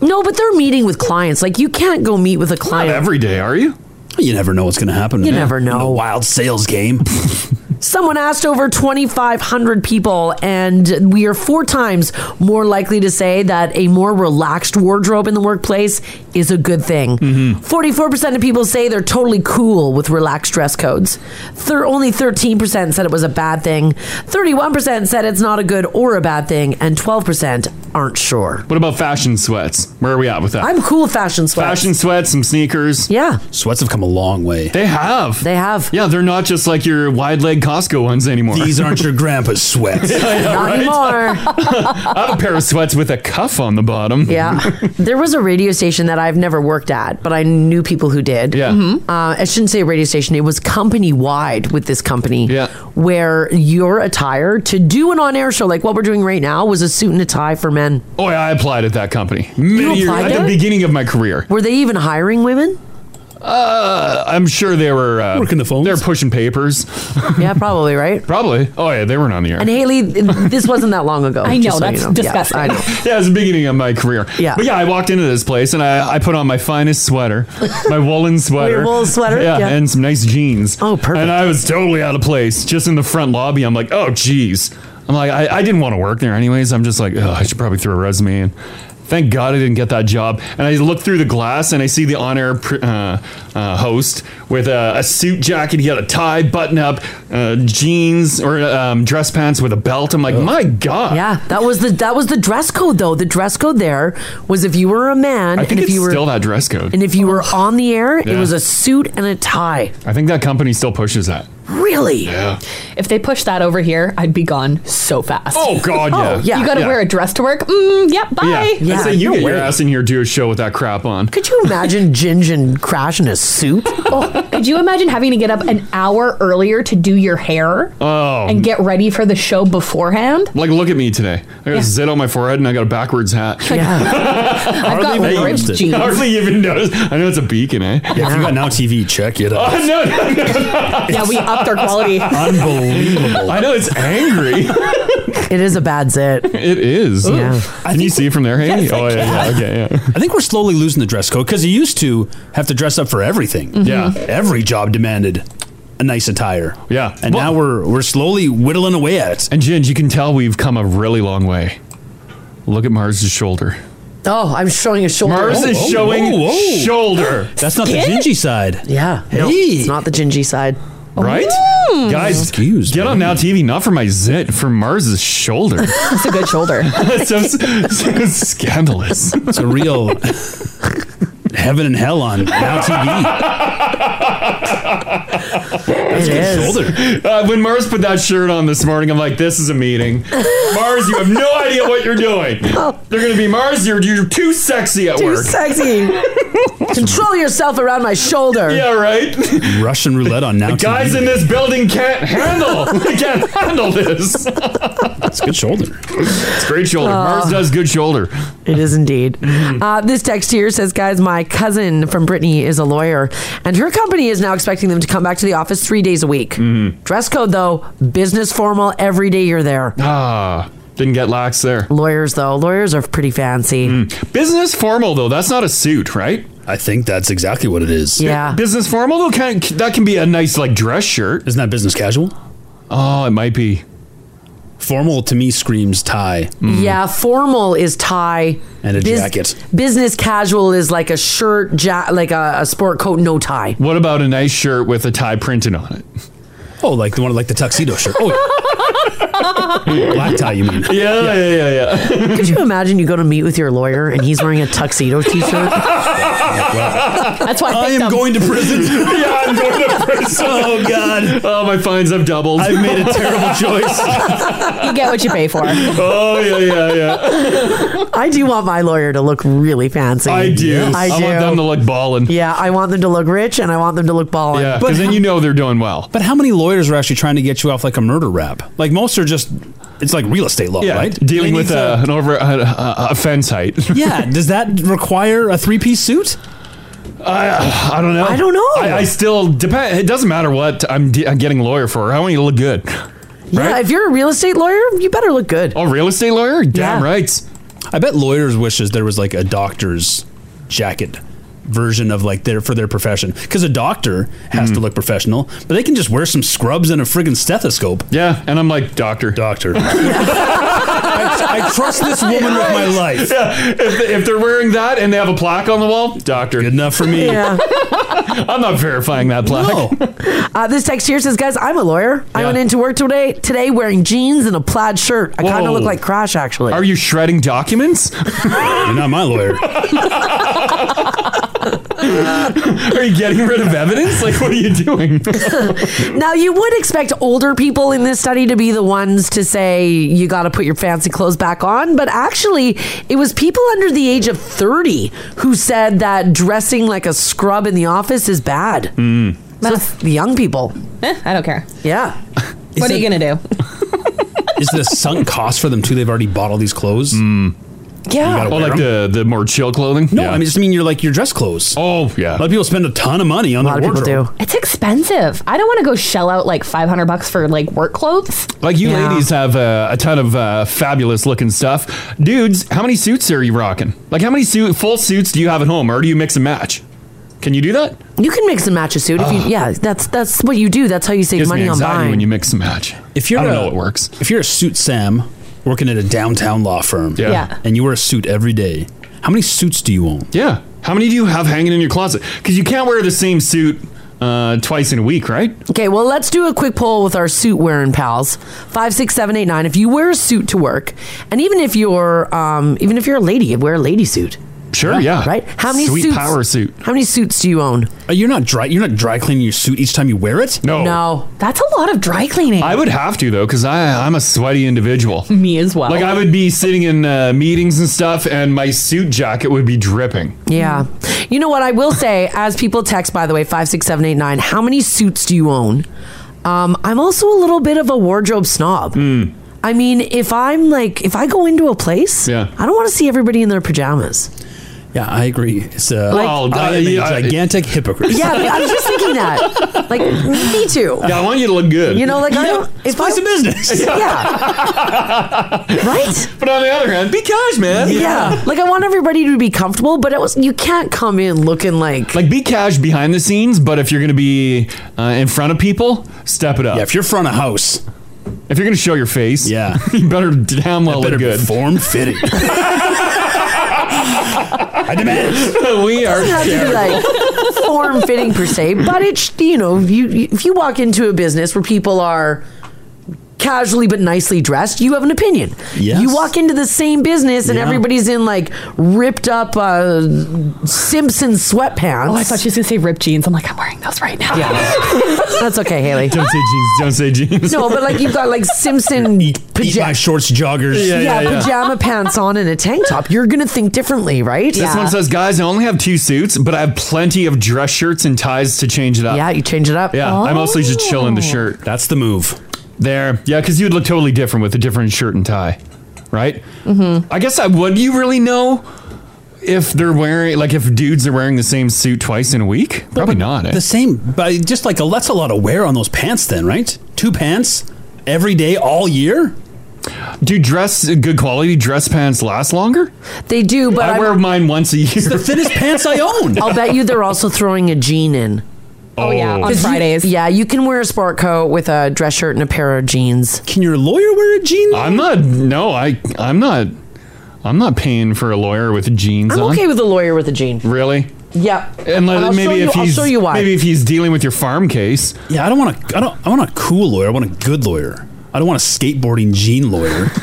[SPEAKER 2] No, but they're meeting with clients. Like you can't go meet with a client
[SPEAKER 3] every day, are you?
[SPEAKER 6] You never know what's going to happen.
[SPEAKER 2] You
[SPEAKER 6] in a-
[SPEAKER 2] never
[SPEAKER 6] in
[SPEAKER 2] know.
[SPEAKER 6] A wild sales game.
[SPEAKER 2] Someone asked over 2,500 people, and we are four times more likely to say that a more relaxed wardrobe in the workplace is a good thing. 44% of people say they're totally cool with relaxed dress codes. Thir- only 13% said it was a bad thing. 31% said it's not a good or a bad thing, and 12% aren't sure.
[SPEAKER 3] What about fashion sweats? Where are we at with that?
[SPEAKER 2] I'm cool with fashion sweats.
[SPEAKER 3] Fashion sweats, some sneakers.
[SPEAKER 2] Yeah.
[SPEAKER 6] Sweats have come a long way.
[SPEAKER 3] They have.
[SPEAKER 2] They have.
[SPEAKER 3] Yeah, they're not just like your wide leg Costco ones anymore.
[SPEAKER 6] These aren't your grandpa's sweats.
[SPEAKER 2] Not anymore.
[SPEAKER 3] I have a pair of sweats with a cuff on the bottom.
[SPEAKER 2] Yeah. there was a radio station that I've never worked at, but I knew people who did. Yeah. Uh, I shouldn't say radio station. It was company wide with this company. Yeah. Where your attire to do an on air show like what we're doing right now was a suit and a tie for men.
[SPEAKER 3] Oh, yeah, I applied at that company. Many years,
[SPEAKER 2] applied
[SPEAKER 3] at
[SPEAKER 2] there?
[SPEAKER 3] the beginning of my career.
[SPEAKER 2] Were they even hiring women?
[SPEAKER 3] Uh, I'm sure they were uh, working the phones. They're pushing papers.
[SPEAKER 2] yeah, probably right.
[SPEAKER 3] Probably. Oh yeah, they weren't on the air.
[SPEAKER 2] And Haley, this wasn't that long ago.
[SPEAKER 3] I know,
[SPEAKER 2] just so you
[SPEAKER 3] that's
[SPEAKER 2] know. Yeah,
[SPEAKER 3] disgusting.
[SPEAKER 2] I know.
[SPEAKER 3] yeah, it was the beginning of my career.
[SPEAKER 2] Yeah.
[SPEAKER 3] But yeah, I walked into this place and I, I put on my finest sweater, my woolen sweater.
[SPEAKER 2] wool sweater,
[SPEAKER 3] Yeah,
[SPEAKER 2] yeah.
[SPEAKER 3] and some nice jeans. Oh, perfect. And I was totally out of place just in the front lobby. I'm like, oh, geez. I'm like, I, I didn't want to work there anyways. I'm just like, oh, I should probably throw a resume in. Thank God I didn't get that job. And I look through the glass and I see the on air pr- uh, uh, host with a, a suit jacket. He had a tie, button up, uh, jeans, or um, dress pants with a belt. I'm like, my God.
[SPEAKER 2] Yeah, that was the that was the dress code though. The dress code there was if you were a man
[SPEAKER 3] I think
[SPEAKER 2] and if
[SPEAKER 3] it's
[SPEAKER 2] you were
[SPEAKER 3] still that dress code.
[SPEAKER 2] and if you were on the air, it
[SPEAKER 3] Yeah.
[SPEAKER 2] was a suit and a tie.
[SPEAKER 3] I think that company still pushes that.
[SPEAKER 2] Really?
[SPEAKER 3] Yeah.
[SPEAKER 5] If they pushed that over here, I'd be gone so fast.
[SPEAKER 3] Oh, God, yeah. Oh, yeah.
[SPEAKER 5] You got to
[SPEAKER 3] Yeah.
[SPEAKER 5] wear a dress to work? Mm, yep, bye.
[SPEAKER 3] Yeah. I say you get your ass in here, do a show with that crap on.
[SPEAKER 2] Could you imagine Ginge and Crash in a suit?
[SPEAKER 5] Oh, could you imagine having to get up an hour earlier to do your hair
[SPEAKER 3] Oh.
[SPEAKER 5] and get ready for the show beforehand?
[SPEAKER 3] like, look at me today. I got a zit on my forehead and I got a backwards hat.
[SPEAKER 5] I've got
[SPEAKER 3] Hey,
[SPEAKER 5] ripped jeans.
[SPEAKER 3] Hardly even noticed. I know it's a beacon, eh?
[SPEAKER 6] Yeah, if you got now TV, check it out.
[SPEAKER 3] Oh, no, no, no.
[SPEAKER 5] Yeah, we upped our quality.
[SPEAKER 3] Unbelievable. I know it's angry.
[SPEAKER 2] it is a bad zit.
[SPEAKER 3] It is.
[SPEAKER 6] Ooh. Yeah.
[SPEAKER 3] Can you see it from there, Haley? oh, yeah, yeah. Okay, yeah.
[SPEAKER 6] I think we're slowly losing the dress code because you used to have to dress up for everything.
[SPEAKER 3] Mhm. Yeah.
[SPEAKER 6] Every job demanded a nice attire.
[SPEAKER 3] Yeah.
[SPEAKER 6] And now we're we're slowly whittling away at it.
[SPEAKER 3] And Ginge, you can tell we've come a really long way. Look at Mars's shoulder.
[SPEAKER 2] Oh, I'm showing a shoulder.
[SPEAKER 6] Oh,
[SPEAKER 3] Mars is showing shoulder.
[SPEAKER 6] That's not the gingy side.
[SPEAKER 2] Yeah. No, it's not the gingy side.
[SPEAKER 3] Right?
[SPEAKER 2] Mm.
[SPEAKER 3] Guys, get on Now TV, not for my zit, for Mars's shoulder.
[SPEAKER 5] It's a good shoulder.
[SPEAKER 3] so, so scandalous.
[SPEAKER 6] It's a real heaven and hell on Now TV.
[SPEAKER 3] That's
[SPEAKER 6] It is.
[SPEAKER 3] shoulder. Uh, when Mars put that shirt on this morning, I'm like, this is a meeting. Mars, you have no idea what you're doing. They're going to be Mars, you're, you're too sexy at
[SPEAKER 2] Too
[SPEAKER 3] work.
[SPEAKER 2] sexy. Control yourself around my shoulder.
[SPEAKER 3] Yeah, right.
[SPEAKER 6] Russian roulette on Now
[SPEAKER 3] The
[SPEAKER 6] TV.
[SPEAKER 3] guys in this building can't handle. they can't handle this.
[SPEAKER 6] It's good shoulder.
[SPEAKER 3] It's great shoulder. Mars does good shoulder.
[SPEAKER 2] It is indeed. Uh, this text here says, guys, my cousin from Brittany is a lawyer, and her company is now expecting them to come back to the office three days a week.
[SPEAKER 3] Mm-hmm.
[SPEAKER 2] Dress code, though, business formal every day you're there.
[SPEAKER 3] Ah, didn't get lax there. Mm.
[SPEAKER 2] Lawyers, though, lawyers are pretty fancy.
[SPEAKER 3] Business formal though, that's not a suit, right?
[SPEAKER 6] I think that's exactly what it is.
[SPEAKER 2] Yeah.
[SPEAKER 3] Business formal though, can, that can be a nice like dress shirt.
[SPEAKER 6] Isn't that business casual?
[SPEAKER 3] Oh, it might be.
[SPEAKER 6] Formal to me screams tie.
[SPEAKER 3] Mm-hmm.
[SPEAKER 2] Yeah, formal is tie
[SPEAKER 6] And a jacket.
[SPEAKER 2] Business casual is like a shirt, ja- like a, a sport coat, no tie.
[SPEAKER 3] What about a nice shirt with a tie printed on it?
[SPEAKER 6] Oh, like the one like the tuxedo shirt. Oh, black tie, you mean?
[SPEAKER 3] Yeah, yeah, yeah, yeah.
[SPEAKER 2] Could you imagine you go to meet with your lawyer and he's wearing a tuxedo t-shirt?
[SPEAKER 5] That's why I,
[SPEAKER 6] I am going to prison.
[SPEAKER 3] yeah, I'm going to prison.
[SPEAKER 6] Oh God,
[SPEAKER 3] Oh, my fines have doubled.
[SPEAKER 6] I've made a terrible choice.
[SPEAKER 5] you get what you pay for.
[SPEAKER 3] oh yeah, yeah, yeah.
[SPEAKER 2] I do want my lawyer to look really fancy.
[SPEAKER 3] I do.
[SPEAKER 2] I do.
[SPEAKER 3] want them to look ballin'. Yeah,
[SPEAKER 2] yeah, I want them to look rich and I want them to look ballin'.
[SPEAKER 3] because
[SPEAKER 6] Oh, But-
[SPEAKER 3] then you know they're doing well.
[SPEAKER 6] But how many lawyers are actually trying to get you off like a murder rap? Like most are just, it's like real estate law,
[SPEAKER 3] Yeah,
[SPEAKER 6] right?
[SPEAKER 3] dealing
[SPEAKER 6] They
[SPEAKER 3] with
[SPEAKER 6] need
[SPEAKER 3] uh,
[SPEAKER 6] to-
[SPEAKER 3] an over uh, uh, offense height.
[SPEAKER 6] yeah, does that require a three piece suit?
[SPEAKER 3] I, I don't know.
[SPEAKER 2] I don't know.
[SPEAKER 3] I, I still depend. It doesn't matter what I'm, de- I'm getting a lawyer for. I want you to look good.
[SPEAKER 2] Yeah, if you're a real estate lawyer, you better look good.
[SPEAKER 3] Oh, real estate lawyer? Damn
[SPEAKER 2] Yeah.
[SPEAKER 3] right.
[SPEAKER 6] I bet lawyers wishes there was like a doctor's jacket version of like their for their profession because a doctor has
[SPEAKER 3] Hmm.
[SPEAKER 6] to look professional, but they can just wear some scrubs and a friggin' stethoscope.
[SPEAKER 3] Yeah, and I'm like doctor.
[SPEAKER 6] Doctor, I, I trust this woman with my life.
[SPEAKER 3] Yeah, if, they- if they're wearing that and they have a plaque on the wall, doctor.
[SPEAKER 6] Good enough for me.
[SPEAKER 2] Yeah.
[SPEAKER 3] I'm not verifying that plaque.
[SPEAKER 6] No.
[SPEAKER 2] Uh, this text here says, guys, I'm a lawyer. I
[SPEAKER 3] Yeah.
[SPEAKER 2] went into work today today wearing jeans and a plaid shirt. I kind
[SPEAKER 3] Whoa.
[SPEAKER 2] of look like Crash, actually.
[SPEAKER 3] Are you shredding documents?
[SPEAKER 6] You're not my lawyer.
[SPEAKER 3] Are you getting rid of evidence? Like, what are you doing?
[SPEAKER 2] now, you would expect older people in this study to be the ones to say, you got to put your fancy clothes back on. But actually, it was people under the age of 30 who said that dressing like a scrub in the office is bad.
[SPEAKER 3] Hmm.
[SPEAKER 2] So it's the young people.
[SPEAKER 5] Eh, I don't care.
[SPEAKER 2] Yeah.
[SPEAKER 5] what are you going to do?
[SPEAKER 6] Is it a sunk cost for them too? They've already bought all these clothes.
[SPEAKER 2] Yeah.
[SPEAKER 3] Hmm. Oh, like the the more chill clothing.
[SPEAKER 6] No, I mean, just mean you're like your dress clothes.
[SPEAKER 3] Oh yeah. A
[SPEAKER 6] lot of people spend a ton of money on a their wardrobe.
[SPEAKER 5] It's expensive. I don't want to go shell out like 500 bucks for like work clothes.
[SPEAKER 3] Like you ladies have uh, a ton of uh, fabulous looking stuff, dudes. How many suits are you rocking? Like how many suit full suits do you have at home, or do you mix and match? Can you do that?
[SPEAKER 2] You can mix and match a suit if you.
[SPEAKER 3] Ugh.
[SPEAKER 2] Yeah, that's that's what you do. That's how you save
[SPEAKER 6] Gives me
[SPEAKER 2] money on
[SPEAKER 6] anxiety
[SPEAKER 2] buying.
[SPEAKER 6] when
[SPEAKER 3] You mix and match.
[SPEAKER 6] If you're
[SPEAKER 3] I don't
[SPEAKER 6] a,
[SPEAKER 3] know it works.
[SPEAKER 6] If you're a suit Sam working at a downtown law firm,
[SPEAKER 3] Yeah. Yeah.
[SPEAKER 6] and you wear a suit every day, how many suits do you own?
[SPEAKER 3] Yeah. How many do you have hanging in your closet? Because you can't wear the same suit uh, twice in a week, right?
[SPEAKER 2] Okay, well, let's do a quick poll with our suit wearing pals. Five, six, seven, eight, nine. If you wear a suit to work, and even if you're, um, even if you're a lady, wear a lady suit.
[SPEAKER 3] Sure, yeah.
[SPEAKER 2] Right? How many
[SPEAKER 6] Sweet
[SPEAKER 2] suits?
[SPEAKER 6] power
[SPEAKER 3] suit.
[SPEAKER 2] How many suits do you own?
[SPEAKER 6] Uh, you're not dry. You're not dry cleaning your suit each time you wear it.
[SPEAKER 3] No.
[SPEAKER 2] No.
[SPEAKER 5] That's a lot of dry cleaning.
[SPEAKER 3] I would have to though, because I I'm a sweaty individual.
[SPEAKER 5] Me as well.
[SPEAKER 3] Like I would be sitting in uh, meetings and stuff, and my suit jacket would be dripping.
[SPEAKER 2] Yeah. You know what? I will say, as people text, by the way, 56789, how many suits do you own? Um, I'm also a little bit of a wardrobe snob.
[SPEAKER 6] Hmm.
[SPEAKER 2] I mean, if I'm like, if I go into a place, yeah. I don't want to see everybody in their pajamas.
[SPEAKER 6] Yeah, I agree. It's a,
[SPEAKER 2] Like-
[SPEAKER 3] Well,
[SPEAKER 6] I
[SPEAKER 3] uh,
[SPEAKER 6] am a
[SPEAKER 3] yeah, I-
[SPEAKER 6] gigantic hypocrite.
[SPEAKER 2] Yeah, I was just thinking that. Like, me too.
[SPEAKER 3] Yeah, I want you to look good.
[SPEAKER 2] You know, like, I don't. If I,
[SPEAKER 6] some business.
[SPEAKER 2] Yeah. right?
[SPEAKER 3] But on the other hand, be cash, man.
[SPEAKER 2] Yeah. Like, I want everybody to be comfortable, but it was, you can't come in looking like.
[SPEAKER 3] Like be cash behind the scenes, but if you're gonna be uh, in front of people, step it up. Yeah,
[SPEAKER 6] if you're front of house,
[SPEAKER 3] if you're gonna show your face,
[SPEAKER 6] yeah,
[SPEAKER 3] you better damn well
[SPEAKER 6] better
[SPEAKER 3] look
[SPEAKER 6] be
[SPEAKER 3] good.
[SPEAKER 6] Form fitting. I demand.
[SPEAKER 3] we are.
[SPEAKER 2] It doesn't have to be like form fitting per se, but it's you know you, you if you walk into a business where people are casually but nicely dressed, you have an opinion.
[SPEAKER 9] Yes.
[SPEAKER 2] You walk into the same business and
[SPEAKER 9] Yeah.
[SPEAKER 2] everybody's in like ripped up uh, Simpson sweatpants. Oh, I thought
[SPEAKER 5] she was gonna say ripped jeans. I'm like, I'm wearing those right now.
[SPEAKER 2] That's okay, Haley.
[SPEAKER 3] Don't say jeans. Don't say jeans.
[SPEAKER 2] No, but like you've got like Simpson
[SPEAKER 6] Eat my shorts, joggers.
[SPEAKER 2] yeah, pajama pants on and a tank top. You're gonna think differently, right?
[SPEAKER 3] This one says, guys, I only have two suits, but I have plenty of dress shirts and ties to change it up. Yeah,
[SPEAKER 2] you change it up. Oh.
[SPEAKER 3] Yeah, I mostly just chill in the shirt.
[SPEAKER 6] That's the move.
[SPEAKER 3] There. Yeah, because you'd look totally different with a different shirt and tie, right? Mm-hmm. I guess I would. You really know if they're wearing, like, if dudes are wearing the same suit twice in a week? Probably not. Eh?
[SPEAKER 6] The same, but just like a, that's a lot of wear on those pants, then, right? Two pants every day, all year.
[SPEAKER 3] Do dress good quality dress pants last longer?
[SPEAKER 2] They do, but
[SPEAKER 3] I
[SPEAKER 2] I'm-
[SPEAKER 3] wear mine once a year. It's
[SPEAKER 6] the thinnest pants I own.
[SPEAKER 2] I'll bet you they're also throwing a jean in.
[SPEAKER 3] Oh, yeah, on
[SPEAKER 2] 'Cause you-
[SPEAKER 5] Fridays.
[SPEAKER 2] yeah, you can wear a sport coat with a dress shirt and a pair of jeans.
[SPEAKER 6] Can your lawyer wear a jean?
[SPEAKER 3] I'm not. No, I. I'm not. I'm not paying for a lawyer with jeans
[SPEAKER 2] I'm
[SPEAKER 3] on.
[SPEAKER 2] okay with a lawyer with a jean.
[SPEAKER 3] Really?
[SPEAKER 2] Yeah.
[SPEAKER 3] And let-
[SPEAKER 2] I'll show
[SPEAKER 3] maybe
[SPEAKER 2] you,
[SPEAKER 3] if
[SPEAKER 2] I'll
[SPEAKER 3] he's
[SPEAKER 2] show you why.
[SPEAKER 3] maybe if he's dealing with your farm case.
[SPEAKER 6] Yeah, I don't want to. I don't. I want a cool lawyer. I want a good lawyer. I don't want a skateboarding jean lawyer.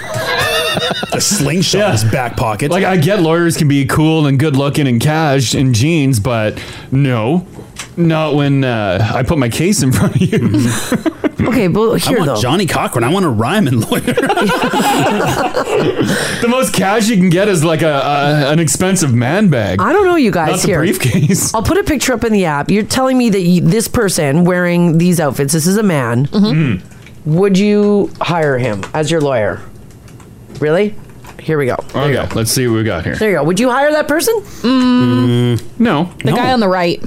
[SPEAKER 6] a slingshot in his back pocket.
[SPEAKER 3] Like I get lawyers can be cool and good looking and cash in jeans, but no, not when uh, I put my case in front of you.
[SPEAKER 2] okay, well
[SPEAKER 6] I
[SPEAKER 2] here
[SPEAKER 6] want
[SPEAKER 2] though.
[SPEAKER 6] Johnny Cochran. I want a rhyming lawyer.
[SPEAKER 3] the most cash you can get is like a, a an expensive man bag.
[SPEAKER 2] I don't know you guys
[SPEAKER 3] Not the
[SPEAKER 2] here.
[SPEAKER 3] briefcase.
[SPEAKER 2] I'll put a picture up in the app. You're telling me that you, this person wearing these outfits, this is a man.
[SPEAKER 3] Mm-hmm.
[SPEAKER 2] Would you hire him as your lawyer? Really? Here we go.
[SPEAKER 3] Okay, Oh, let's see what we got here.
[SPEAKER 2] There you go. Would you hire that person?
[SPEAKER 3] Mm.
[SPEAKER 6] Mm.
[SPEAKER 3] No,
[SPEAKER 5] The guy on the right.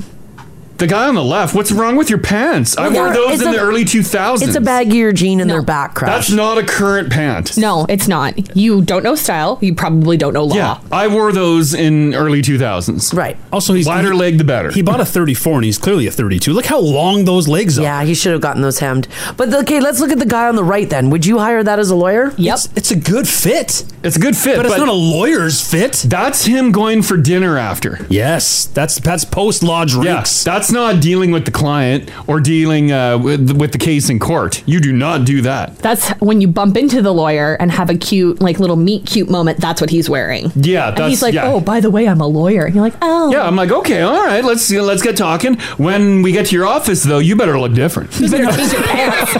[SPEAKER 3] the guy on the left. What's wrong with your pants? I
[SPEAKER 2] Well,
[SPEAKER 3] wore
[SPEAKER 2] they're-
[SPEAKER 3] those
[SPEAKER 2] it's
[SPEAKER 3] in
[SPEAKER 2] a-
[SPEAKER 3] the early two thousands.
[SPEAKER 2] It's a baggier jean in their back crash.
[SPEAKER 3] That's not a current pant.
[SPEAKER 5] No, it's not. You don't know style. You probably don't know law.
[SPEAKER 3] Yeah, I wore those in early two thousands.
[SPEAKER 2] Right.
[SPEAKER 6] Also, he's
[SPEAKER 3] wider leg the better.
[SPEAKER 6] He bought a 34 and he's clearly a 32. Look how long those legs are.
[SPEAKER 2] Yeah, he should have gotten those hemmed. But the- okay, let's look at the guy on the right then. Would you hire that as a lawyer?
[SPEAKER 5] Yep.
[SPEAKER 6] It's, it's a good fit.
[SPEAKER 3] It's a good fit,
[SPEAKER 6] But it's not a lawyer's fit.
[SPEAKER 3] That's him going for dinner after.
[SPEAKER 6] Yes, that's that's post lodge
[SPEAKER 3] Yes, that's not dealing with the client or dealing uh, with, with the case in court. You do not do that.
[SPEAKER 5] That's when you bump into the lawyer and have a cute, like little meet cute moment. That's what he's wearing.
[SPEAKER 3] Yeah,
[SPEAKER 5] and
[SPEAKER 3] that's-
[SPEAKER 5] he's like,
[SPEAKER 3] yeah.
[SPEAKER 5] oh, by the way, I'm a lawyer. And you're like, oh,
[SPEAKER 3] Yeah, I'm like, okay, all right, let's let's get talking. When we get to your office, though, you better look different.
[SPEAKER 5] you better change your pants.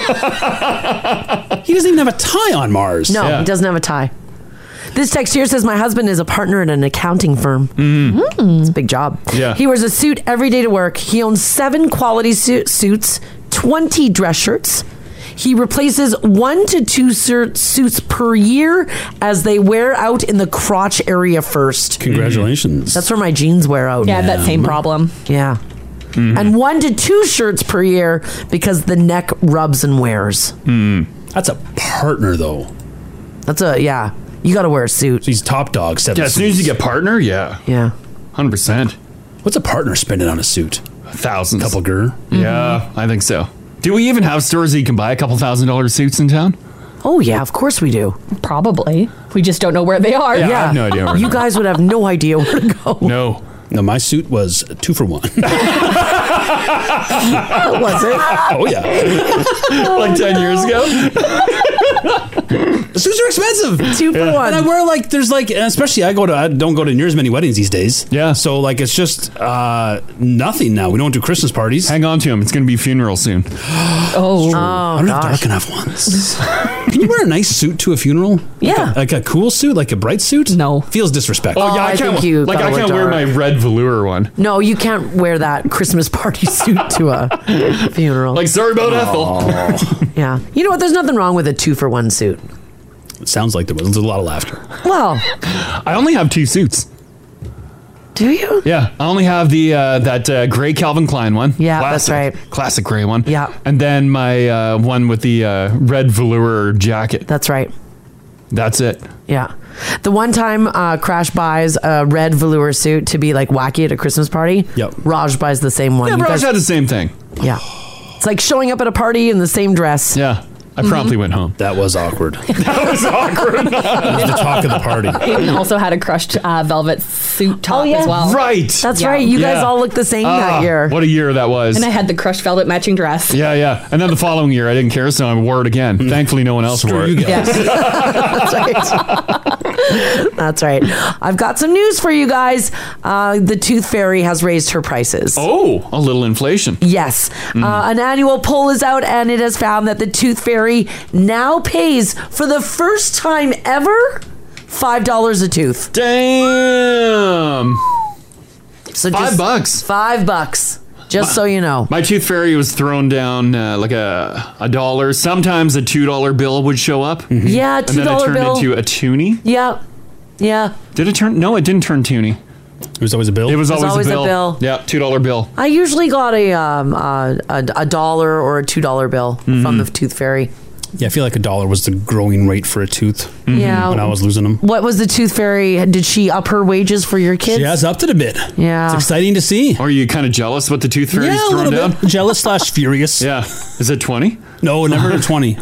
[SPEAKER 6] He doesn't even have a tie on Mars.
[SPEAKER 2] No, he doesn't have a tie. This text here says my husband is a partner at an accounting firm. Mm. It's a big job.
[SPEAKER 9] Yeah.
[SPEAKER 2] He wears a suit every day to work. He owns seven quality su- suits, 20 dress shirts. He replaces one to two sur- suits per year as they wear out in the crotch area first.
[SPEAKER 6] Congratulations.
[SPEAKER 2] That's where my jeans wear out.
[SPEAKER 5] Yeah, that same problem.
[SPEAKER 2] Yeah.
[SPEAKER 3] Mm-hmm.
[SPEAKER 2] And one to two shirts per year because the neck rubs and wears.
[SPEAKER 3] Mm-hmm.
[SPEAKER 6] That's a partner, though.
[SPEAKER 2] That's a, yeah. You got to wear a suit.
[SPEAKER 6] He's top dog. Seven
[SPEAKER 3] Yeah, as soon as you get partner, yeah.
[SPEAKER 2] Yeah.
[SPEAKER 3] 100%.
[SPEAKER 6] What's a partner spending on a suit?
[SPEAKER 3] Thousands.
[SPEAKER 6] Couple gur.
[SPEAKER 3] Yeah, Mm-hmm. I think so. Do we even have stores that you can buy a couple thousand dollar suits in town?
[SPEAKER 2] Oh, yeah, of course we do.
[SPEAKER 5] Probably. We just don't know where they are.
[SPEAKER 3] Yeah, I have no idea where
[SPEAKER 2] you guys would have no idea where to go.
[SPEAKER 3] No.
[SPEAKER 6] No, my suit was two for one.
[SPEAKER 2] was it?
[SPEAKER 6] Oh yeah.
[SPEAKER 3] like ten years ago.
[SPEAKER 6] Suits are expensive.
[SPEAKER 2] Two for one.
[SPEAKER 6] And I wear like there's like and especially I go to I don't go to near as many weddings these days. Yeah. So like it's just uh nothing now. We don't do Christmas parties.
[SPEAKER 3] Hang on to him. It's going to be funeral soon.
[SPEAKER 5] oh.
[SPEAKER 6] I don't have dark enough ones. Can you wear a nice suit to a funeral?
[SPEAKER 2] Yeah.
[SPEAKER 6] Like a, like a cool suit, like a bright suit?
[SPEAKER 5] No.
[SPEAKER 6] Feels disrespectful.
[SPEAKER 2] Oh, yeah, I I can't- think you
[SPEAKER 3] like
[SPEAKER 2] gotta
[SPEAKER 3] I
[SPEAKER 2] wear
[SPEAKER 3] can't wear my
[SPEAKER 2] dark.
[SPEAKER 3] red velour one.
[SPEAKER 2] No, you can't wear that Christmas party suit to a funeral.
[SPEAKER 3] uh, Like sorry about Ethel.
[SPEAKER 2] yeah. You know what? There's nothing wrong with a two for one suit.
[SPEAKER 6] It sounds like there was a lot of laughter.
[SPEAKER 2] Well,
[SPEAKER 3] I only have two suits.
[SPEAKER 2] Do you?
[SPEAKER 3] Yeah, I only have the uh, that uh, gray Calvin Klein one. Yeah, that's right. Classic gray one. Yeah, and then my uh, one with the uh, red velour jacket.
[SPEAKER 2] That's right.
[SPEAKER 3] That's it.
[SPEAKER 2] yeah. The one time uh, Crash buys a red velour suit to be like wacky at a Christmas party. Yep. Raj buys the same one.
[SPEAKER 3] Yeah,
[SPEAKER 2] You
[SPEAKER 3] Raj
[SPEAKER 2] guys-
[SPEAKER 3] had the same thing.
[SPEAKER 2] Yeah. It's like showing up at a party in the same dress.
[SPEAKER 3] Yeah.
[SPEAKER 2] Mm-hmm.
[SPEAKER 3] I promptly went home.
[SPEAKER 6] That was awkward.
[SPEAKER 3] that was awkward.
[SPEAKER 6] the talk of the party.
[SPEAKER 5] Peyton also had a crushed uh, velvet suit top as well.
[SPEAKER 3] Right.
[SPEAKER 5] Yeah.
[SPEAKER 3] Yeah. Ah, What a year that was.
[SPEAKER 5] And I had the crushed velvet matching dress.
[SPEAKER 3] yeah, yeah. And then the following year, I didn't care, so I wore it again. Thankfully, no one else wore it.
[SPEAKER 2] That's right. That's right. I've got some news for you guys. Uh, the Tooth Fairy has raised her prices.
[SPEAKER 3] Oh, a little inflation. Mm.
[SPEAKER 2] Yes. Uh, an annual poll is out, and it has found that the Tooth Fairy now pays for the first time ever $5 a tooth.
[SPEAKER 3] Damn.
[SPEAKER 2] So
[SPEAKER 3] Five
[SPEAKER 2] just-
[SPEAKER 3] bucks.
[SPEAKER 2] Five bucks. Just so you know.
[SPEAKER 3] My tooth fairy was thrown down uh, like a a dollar. Sometimes a two dollar bill would show up.
[SPEAKER 2] Yeah,
[SPEAKER 3] and then it
[SPEAKER 2] $2
[SPEAKER 3] turned
[SPEAKER 2] bill.
[SPEAKER 3] into a toonie.
[SPEAKER 2] Yeah. Yeah.
[SPEAKER 3] Did it turn? No, it didn't turn toonie. It
[SPEAKER 6] was always a bill.
[SPEAKER 3] It was
[SPEAKER 2] It was
[SPEAKER 3] always,
[SPEAKER 2] always a
[SPEAKER 3] a, bill.
[SPEAKER 2] bill.
[SPEAKER 3] Yeah, two dollar bill.
[SPEAKER 2] I usually got a um, uh, a, a dollar or a $2 bill
[SPEAKER 6] Mm.
[SPEAKER 2] from
[SPEAKER 3] Mm-hmm.
[SPEAKER 2] the Tooth Fairy.
[SPEAKER 6] Yeah, I feel like a dollar was the growing rate for a tooth
[SPEAKER 2] Yeah.
[SPEAKER 6] when I was losing them.
[SPEAKER 2] What was the Tooth Fairy? Did she up her wages for your kids?
[SPEAKER 6] She has upped it a bit.
[SPEAKER 2] Yeah.
[SPEAKER 6] It's exciting to see.
[SPEAKER 3] Are you kind of jealous what the tooth fairy's
[SPEAKER 6] yeah, a
[SPEAKER 3] thrown
[SPEAKER 6] little
[SPEAKER 3] down?
[SPEAKER 6] bit. Jealous slash furious.
[SPEAKER 3] Yeah. Is it 20?
[SPEAKER 6] No, never a 20.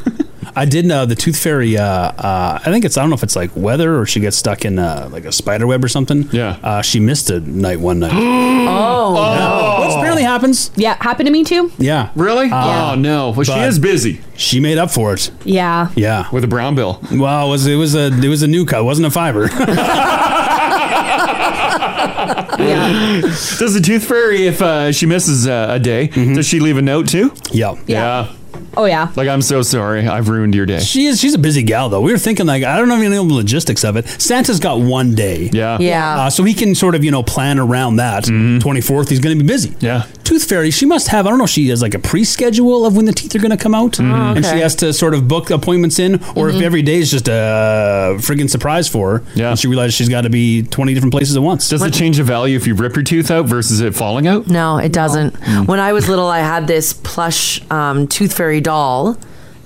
[SPEAKER 6] I did uh, the Tooth Fairy. Uh, uh, I think it's, I don't know if it's like weather or she gets stuck in uh, like a spider web or something. Yeah. Uh, she missed a night one night.
[SPEAKER 5] oh.
[SPEAKER 6] Yeah. Which apparently happens.
[SPEAKER 5] Yeah, happened to me too.
[SPEAKER 6] yeah.
[SPEAKER 3] Really?
[SPEAKER 5] Yeah.
[SPEAKER 3] Oh no. Well, she
[SPEAKER 6] But
[SPEAKER 3] is busy.
[SPEAKER 6] She made up for it.
[SPEAKER 5] Yeah.
[SPEAKER 6] Yeah.
[SPEAKER 3] With a brown bill.
[SPEAKER 6] Well, it was it was a it was a new cut. It wasn't a fiber.
[SPEAKER 3] Does the tooth fairy, if uh, she misses uh, a day, does she leave a note too?
[SPEAKER 6] Yeah.
[SPEAKER 3] Yeah.
[SPEAKER 5] Oh yeah.
[SPEAKER 3] Like I'm so sorry, I've ruined your day.
[SPEAKER 6] She is. She's a busy gal, though. We were thinking like I don't know even know the logistics of it. Santa's got one day.
[SPEAKER 3] Yeah. Mm-hmm.
[SPEAKER 2] Yeah.
[SPEAKER 6] Uh, so he can sort of you know plan around that. Twenty fourth, he's going to be busy.
[SPEAKER 3] Yeah.
[SPEAKER 6] Tooth Fairy, she must have. I don't know. if She has like a pre schedule of when the teeth are going to come out,
[SPEAKER 3] Mm-hmm.
[SPEAKER 6] and she
[SPEAKER 2] Oh, okay.
[SPEAKER 6] has to sort of book appointments in, or if
[SPEAKER 2] Mhm.
[SPEAKER 6] every day is just a friggin' surprise for her. Yeah. And she realizes she's got to be twenty different places at once.
[SPEAKER 3] Does it change the value if you rip your tooth out versus it falling out?
[SPEAKER 2] No, it doesn't.
[SPEAKER 3] Mm.
[SPEAKER 2] When I was little, I had this plush um, tooth fairy doll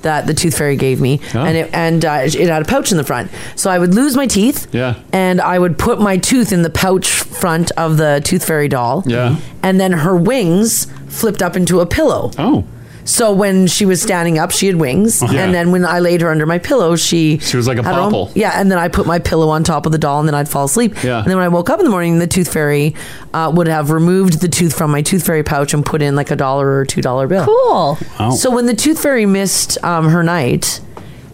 [SPEAKER 2] that the tooth fairy gave me,
[SPEAKER 3] Oh.
[SPEAKER 2] and it and uh, it had a pouch in the front. So I would lose my teeth,
[SPEAKER 3] Yeah.
[SPEAKER 2] and I would put my tooth in the pouch front of the tooth fairy doll.
[SPEAKER 3] Yeah.
[SPEAKER 2] and then her wings flipped up into a pillow.
[SPEAKER 3] Oh.
[SPEAKER 2] So when she was standing up, she had wings,
[SPEAKER 3] Uh-huh.
[SPEAKER 2] and then when I laid her under my pillow, she
[SPEAKER 3] She was like a
[SPEAKER 2] had her own-
[SPEAKER 3] popple.
[SPEAKER 2] Yeah, and then I put my pillow on top of the doll, and then I'd fall asleep.
[SPEAKER 3] Yeah.
[SPEAKER 2] And then when I woke up in the morning, the tooth fairy uh, would have removed the tooth from my tooth fairy pouch and put in like a dollar or two dollar bill.
[SPEAKER 5] Cool.
[SPEAKER 6] Wow.
[SPEAKER 2] So when the tooth fairy missed um, her night.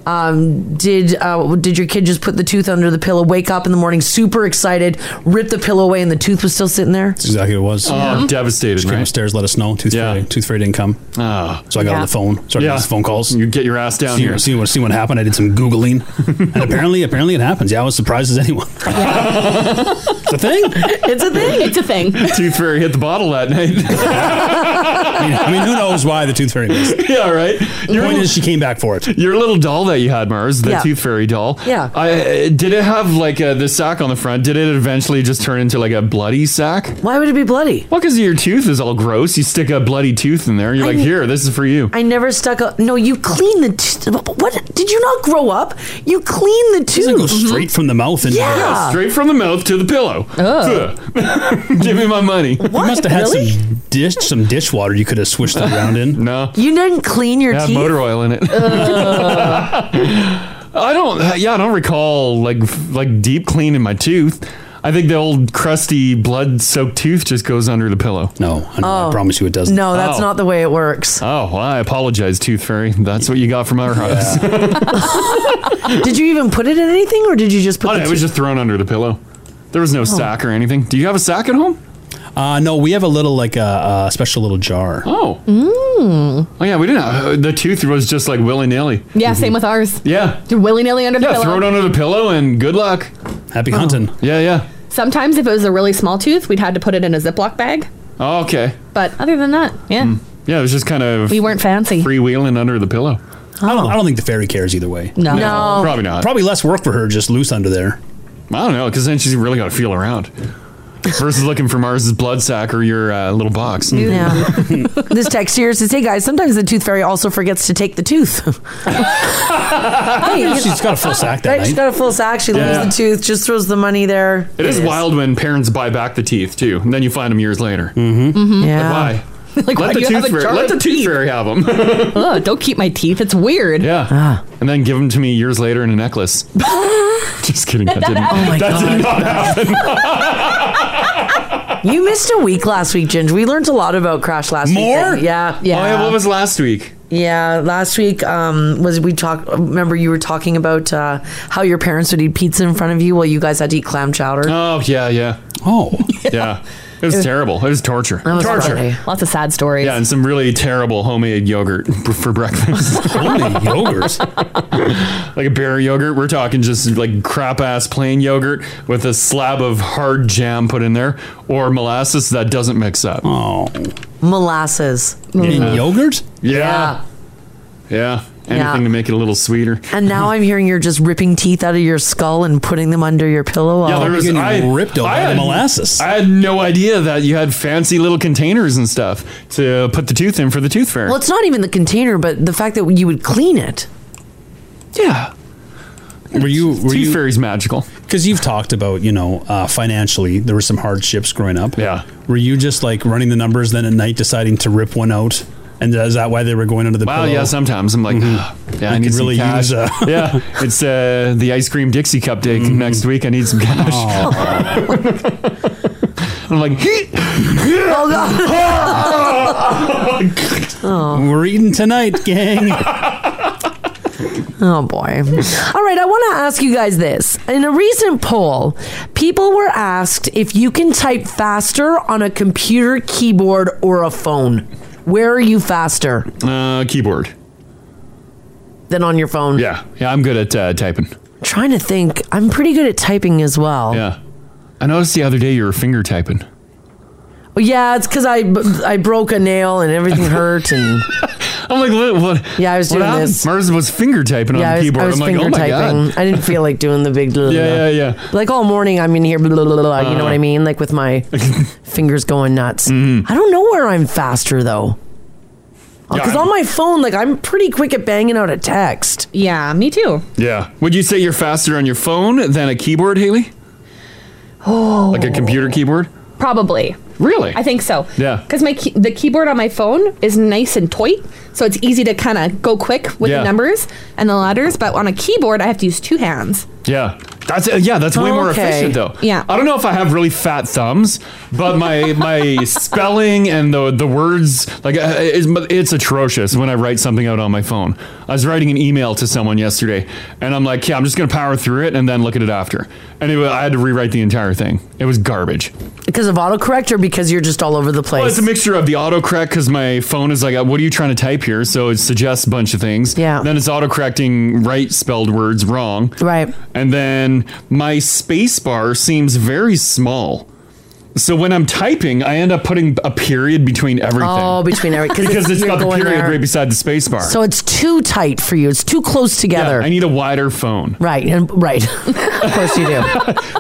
[SPEAKER 2] Um, did uh, did your kid just put the tooth under the pillow? Wake up in the morning, super excited, rip the pillow away, and the tooth was still sitting there.
[SPEAKER 6] That's exactly what it was.
[SPEAKER 3] Oh, Yeah. devastated,
[SPEAKER 6] She came
[SPEAKER 3] right?
[SPEAKER 6] upstairs, let us know. Tooth fairy, tooth fairy didn't come.
[SPEAKER 3] Ah.
[SPEAKER 6] So I got
[SPEAKER 2] Yeah.
[SPEAKER 6] on the phone. Started
[SPEAKER 3] Yeah.
[SPEAKER 6] yeah. phone calls.
[SPEAKER 3] You get your ass down
[SPEAKER 6] see,
[SPEAKER 3] here.
[SPEAKER 6] See what see what happened. I did some googling, and apparently, apparently it happens. Yeah, I was surprised as anyone. it's a thing.
[SPEAKER 2] It's a thing.
[SPEAKER 5] It's a thing.
[SPEAKER 3] Tooth fairy hit the bottle that night.
[SPEAKER 6] I mean, I mean, who knows why the tooth fairy missed?
[SPEAKER 3] yeah, right.
[SPEAKER 6] Your point is she came back for it.
[SPEAKER 3] Your little doll that you had, Mars, the
[SPEAKER 6] Yeah.
[SPEAKER 3] Tooth Fairy doll.
[SPEAKER 6] Yeah.
[SPEAKER 3] I, uh, did it have like uh, the sack on the front? Did it eventually just turn into like a bloody sack?
[SPEAKER 2] Why would it be bloody?
[SPEAKER 3] Well, because your tooth is all gross. You stick a bloody tooth in there. and You're
[SPEAKER 2] I
[SPEAKER 3] like,
[SPEAKER 2] kn-
[SPEAKER 3] here, this is for you.
[SPEAKER 2] I never stuck a. No, you clean the. T- what? Did you not grow up? You clean the tooth.
[SPEAKER 6] Straight from the mouth and
[SPEAKER 2] Yeah. Oh.
[SPEAKER 3] Straight from the mouth to the pillow. Give me my money.
[SPEAKER 6] You must have had some dish, some dishwater you could have swished that around in.
[SPEAKER 3] no.
[SPEAKER 2] You didn't clean your
[SPEAKER 3] Yeah,
[SPEAKER 2] teeth.
[SPEAKER 3] motor oil in it. I don't. uh, Yeah, I don't recall like f- like deep cleaning my tooth. I think the old crusty blood-soaked tooth just goes under the pillow.
[SPEAKER 6] No,
[SPEAKER 2] I Oh. promise
[SPEAKER 6] you it doesn't.
[SPEAKER 2] No, that's not the way it works.
[SPEAKER 3] Oh, well, I apologize, Tooth Fairy. That's what you got from our house.
[SPEAKER 2] did you even put it in anything, or did you just put? Oh.
[SPEAKER 3] it was just thrown under the pillow. There was no sack or anything. Do you have a sack at home?
[SPEAKER 6] Uh, no, we have a little like a uh, uh, special little jar.
[SPEAKER 3] Oh. Oh yeah, we didn't. Have, the tooth was just like willy nilly.
[SPEAKER 5] Yeah, same with ours.
[SPEAKER 3] Yeah.
[SPEAKER 5] Willy nilly under the
[SPEAKER 3] Yeah,
[SPEAKER 5] pillow.
[SPEAKER 3] throw it under the pillow and good luck.
[SPEAKER 6] Happy hunting.
[SPEAKER 3] Yeah, yeah.
[SPEAKER 5] Sometimes if it was a really small tooth, we'd had to put it in a Ziploc bag.
[SPEAKER 3] Oh, okay.
[SPEAKER 5] But other than that, yeah.
[SPEAKER 3] Yeah, it was just kind of
[SPEAKER 5] We weren't fancy.
[SPEAKER 3] freewheeling under the pillow.
[SPEAKER 6] I
[SPEAKER 2] Oh.
[SPEAKER 6] don't. I don't think the fairy cares either way.
[SPEAKER 5] No. No. No.
[SPEAKER 3] Probably not.
[SPEAKER 6] Probably less work for her just loose under there.
[SPEAKER 3] I don't know, because then she's really got to feel around. Versus looking for Mars's blood sack or your uh, little box.
[SPEAKER 2] Yeah. Mm. this text here says, "Hey guys, sometimes the tooth fairy also forgets to take the tooth.
[SPEAKER 6] Maybe she's got a full sack that
[SPEAKER 2] right? She's
[SPEAKER 6] night.
[SPEAKER 2] got a full sack. She
[SPEAKER 3] Yeah.
[SPEAKER 2] leaves the tooth, just throws the money there.
[SPEAKER 3] It is wild when parents buy back the teeth too, and then you find them years later. Mm-hmm.
[SPEAKER 2] Mhm. Yeah.
[SPEAKER 3] Why?
[SPEAKER 5] Like, why
[SPEAKER 3] let
[SPEAKER 5] do
[SPEAKER 3] the
[SPEAKER 5] you have
[SPEAKER 3] tooth
[SPEAKER 5] a
[SPEAKER 3] fairy,
[SPEAKER 5] jar
[SPEAKER 3] let
[SPEAKER 5] of
[SPEAKER 3] the tooth fairy have them.
[SPEAKER 5] Ugh, don't keep my teeth. It's weird.
[SPEAKER 3] Yeah.
[SPEAKER 6] Ah.
[SPEAKER 3] And then give them to me years later in a necklace. Just kidding. That didn't.
[SPEAKER 2] Oh my
[SPEAKER 3] that did
[SPEAKER 2] God.
[SPEAKER 3] not happen.
[SPEAKER 2] You missed a week last week, Ginger. We learned a lot about Crash last week.
[SPEAKER 3] More?
[SPEAKER 2] Yeah. Yeah.
[SPEAKER 3] Oh, yeah. What was last week?
[SPEAKER 2] Yeah, last week um, was we talked. Remember, you were talking about uh, how your parents would eat pizza in front of you while you guys had to eat clam chowder.
[SPEAKER 3] Oh yeah, yeah.
[SPEAKER 6] Oh
[SPEAKER 3] yeah. It was terrible. It was torture. torture.
[SPEAKER 5] Lots of sad stories.
[SPEAKER 3] Yeah, and some really terrible homemade yogurt b- for breakfast.
[SPEAKER 6] homemade yogurt,
[SPEAKER 3] like a bear yogurt. We're talking just like crap ass plain yogurt with a slab of hard jam put in there, or molasses that doesn't mix up.
[SPEAKER 6] Oh,
[SPEAKER 2] molasses Mm.
[SPEAKER 6] In yogurt?
[SPEAKER 3] Yeah. yeah, Anything
[SPEAKER 2] Yeah.
[SPEAKER 3] to make it a little sweeter.
[SPEAKER 2] And now I'm hearing you're just ripping teeth out of your skull and putting them under your pillow.
[SPEAKER 3] Yeah, there was I
[SPEAKER 6] ripped over the
[SPEAKER 3] had,
[SPEAKER 6] molasses.
[SPEAKER 3] I had no idea that you had fancy little containers and stuff to put the tooth in for the tooth fairy.
[SPEAKER 2] well, it's not even the container, but the fact that you would clean it.
[SPEAKER 3] Yeah.
[SPEAKER 6] Were you were
[SPEAKER 3] Tooth
[SPEAKER 6] you
[SPEAKER 3] fairy's magical?
[SPEAKER 6] Because you've talked about you know uh, financially there were some hardships growing up.
[SPEAKER 3] Yeah.
[SPEAKER 6] Were you just like running the numbers then at night deciding to rip one out? And is that why they were going under the
[SPEAKER 3] Well,
[SPEAKER 6] pillow?
[SPEAKER 3] yeah, sometimes I'm like, yeah, I,
[SPEAKER 6] I
[SPEAKER 3] need
[SPEAKER 6] could
[SPEAKER 3] some
[SPEAKER 6] really
[SPEAKER 3] cash.
[SPEAKER 6] use uh, a-
[SPEAKER 3] yeah, it's uh, the ice cream Dixie Cup day
[SPEAKER 6] Mm-hmm.
[SPEAKER 3] next week. I need some cash. I'm like,
[SPEAKER 2] oh
[SPEAKER 3] God.
[SPEAKER 6] We're eating tonight, gang.
[SPEAKER 2] Oh boy. All right, I want to ask you guys this. In a recent poll, people were asked if you can type faster on a computer keyboard or a phone. Where are you faster
[SPEAKER 3] uh, keyboard.
[SPEAKER 2] than on your phone?
[SPEAKER 3] Yeah, yeah, I'm good at uh, typing.
[SPEAKER 2] Trying to think. I'm pretty good at typing as well.
[SPEAKER 3] Yeah, I noticed the other day you were finger typing.
[SPEAKER 2] Well, yeah, it's because I, b- I broke a nail and everything hurt. And
[SPEAKER 3] I'm like, what? what
[SPEAKER 2] yeah, I was
[SPEAKER 3] What
[SPEAKER 2] doing
[SPEAKER 3] happened?
[SPEAKER 2] this.
[SPEAKER 3] Mars was finger typing
[SPEAKER 2] yeah,
[SPEAKER 3] on
[SPEAKER 2] I
[SPEAKER 3] the
[SPEAKER 2] was,
[SPEAKER 3] keyboard.
[SPEAKER 2] I was
[SPEAKER 3] I'm like,
[SPEAKER 2] finger
[SPEAKER 3] oh my
[SPEAKER 2] typing.
[SPEAKER 3] god.
[SPEAKER 2] I didn't feel like doing the big.
[SPEAKER 3] Yeah, yeah, yeah.
[SPEAKER 2] Like all morning, I'm in here. Blah, blah, blah, blah, You know what I
[SPEAKER 3] Uh-huh. Mm-hmm.
[SPEAKER 2] mean? Like with my fingers going nuts. I don't know where I'm faster though.
[SPEAKER 3] Yeah,
[SPEAKER 2] Because
[SPEAKER 3] I'm-
[SPEAKER 2] on my phone, like I'm pretty quick at banging out a text.
[SPEAKER 5] Yeah, me too.
[SPEAKER 3] Yeah. Would you say you're faster on your phone than a keyboard, Haley?
[SPEAKER 5] Oh.
[SPEAKER 3] Like a computer keyboard?
[SPEAKER 5] Probably.
[SPEAKER 3] Really?
[SPEAKER 5] I think so.
[SPEAKER 3] Yeah.
[SPEAKER 5] Because my key- the keyboard on my phone is nice and tight, so it's easy to kind of go quick with
[SPEAKER 3] Yeah.
[SPEAKER 5] the numbers and the letters. But on a keyboard, I have to use two hands.
[SPEAKER 3] Yeah. That's uh, yeah. That's way more
[SPEAKER 5] Okay.
[SPEAKER 3] efficient though.
[SPEAKER 5] Yeah.
[SPEAKER 3] I don't know if I have really fat thumbs, but my my spelling and the the words like uh, it's, it's atrocious when I write something out on my phone. I was writing an email to someone yesterday, and I'm like, yeah, I'm just gonna power through it and then look at it after. And it, wa- I had to rewrite the entire thing. It was garbage.
[SPEAKER 2] Because of autocorrect or because you're just all over the place?
[SPEAKER 3] Well, it's a mixture of the autocorrect because my phone is like, uh, what are you trying to type here? So it suggests a bunch of things. Yeah. Then it's autocorrecting right spelled words wrong.
[SPEAKER 2] Right.
[SPEAKER 3] And then my space bar seems very small. So when I'm typing, I end up putting a period between everything.
[SPEAKER 2] Oh, between every- 'cause
[SPEAKER 3] because
[SPEAKER 2] it's-
[SPEAKER 3] it's
[SPEAKER 2] you're
[SPEAKER 3] got the
[SPEAKER 2] going
[SPEAKER 3] period
[SPEAKER 2] there.
[SPEAKER 3] right beside the space bar.
[SPEAKER 2] So it's too tight for you. It's too close together.
[SPEAKER 3] I need a wider phone.
[SPEAKER 2] right. And, right. of course you do.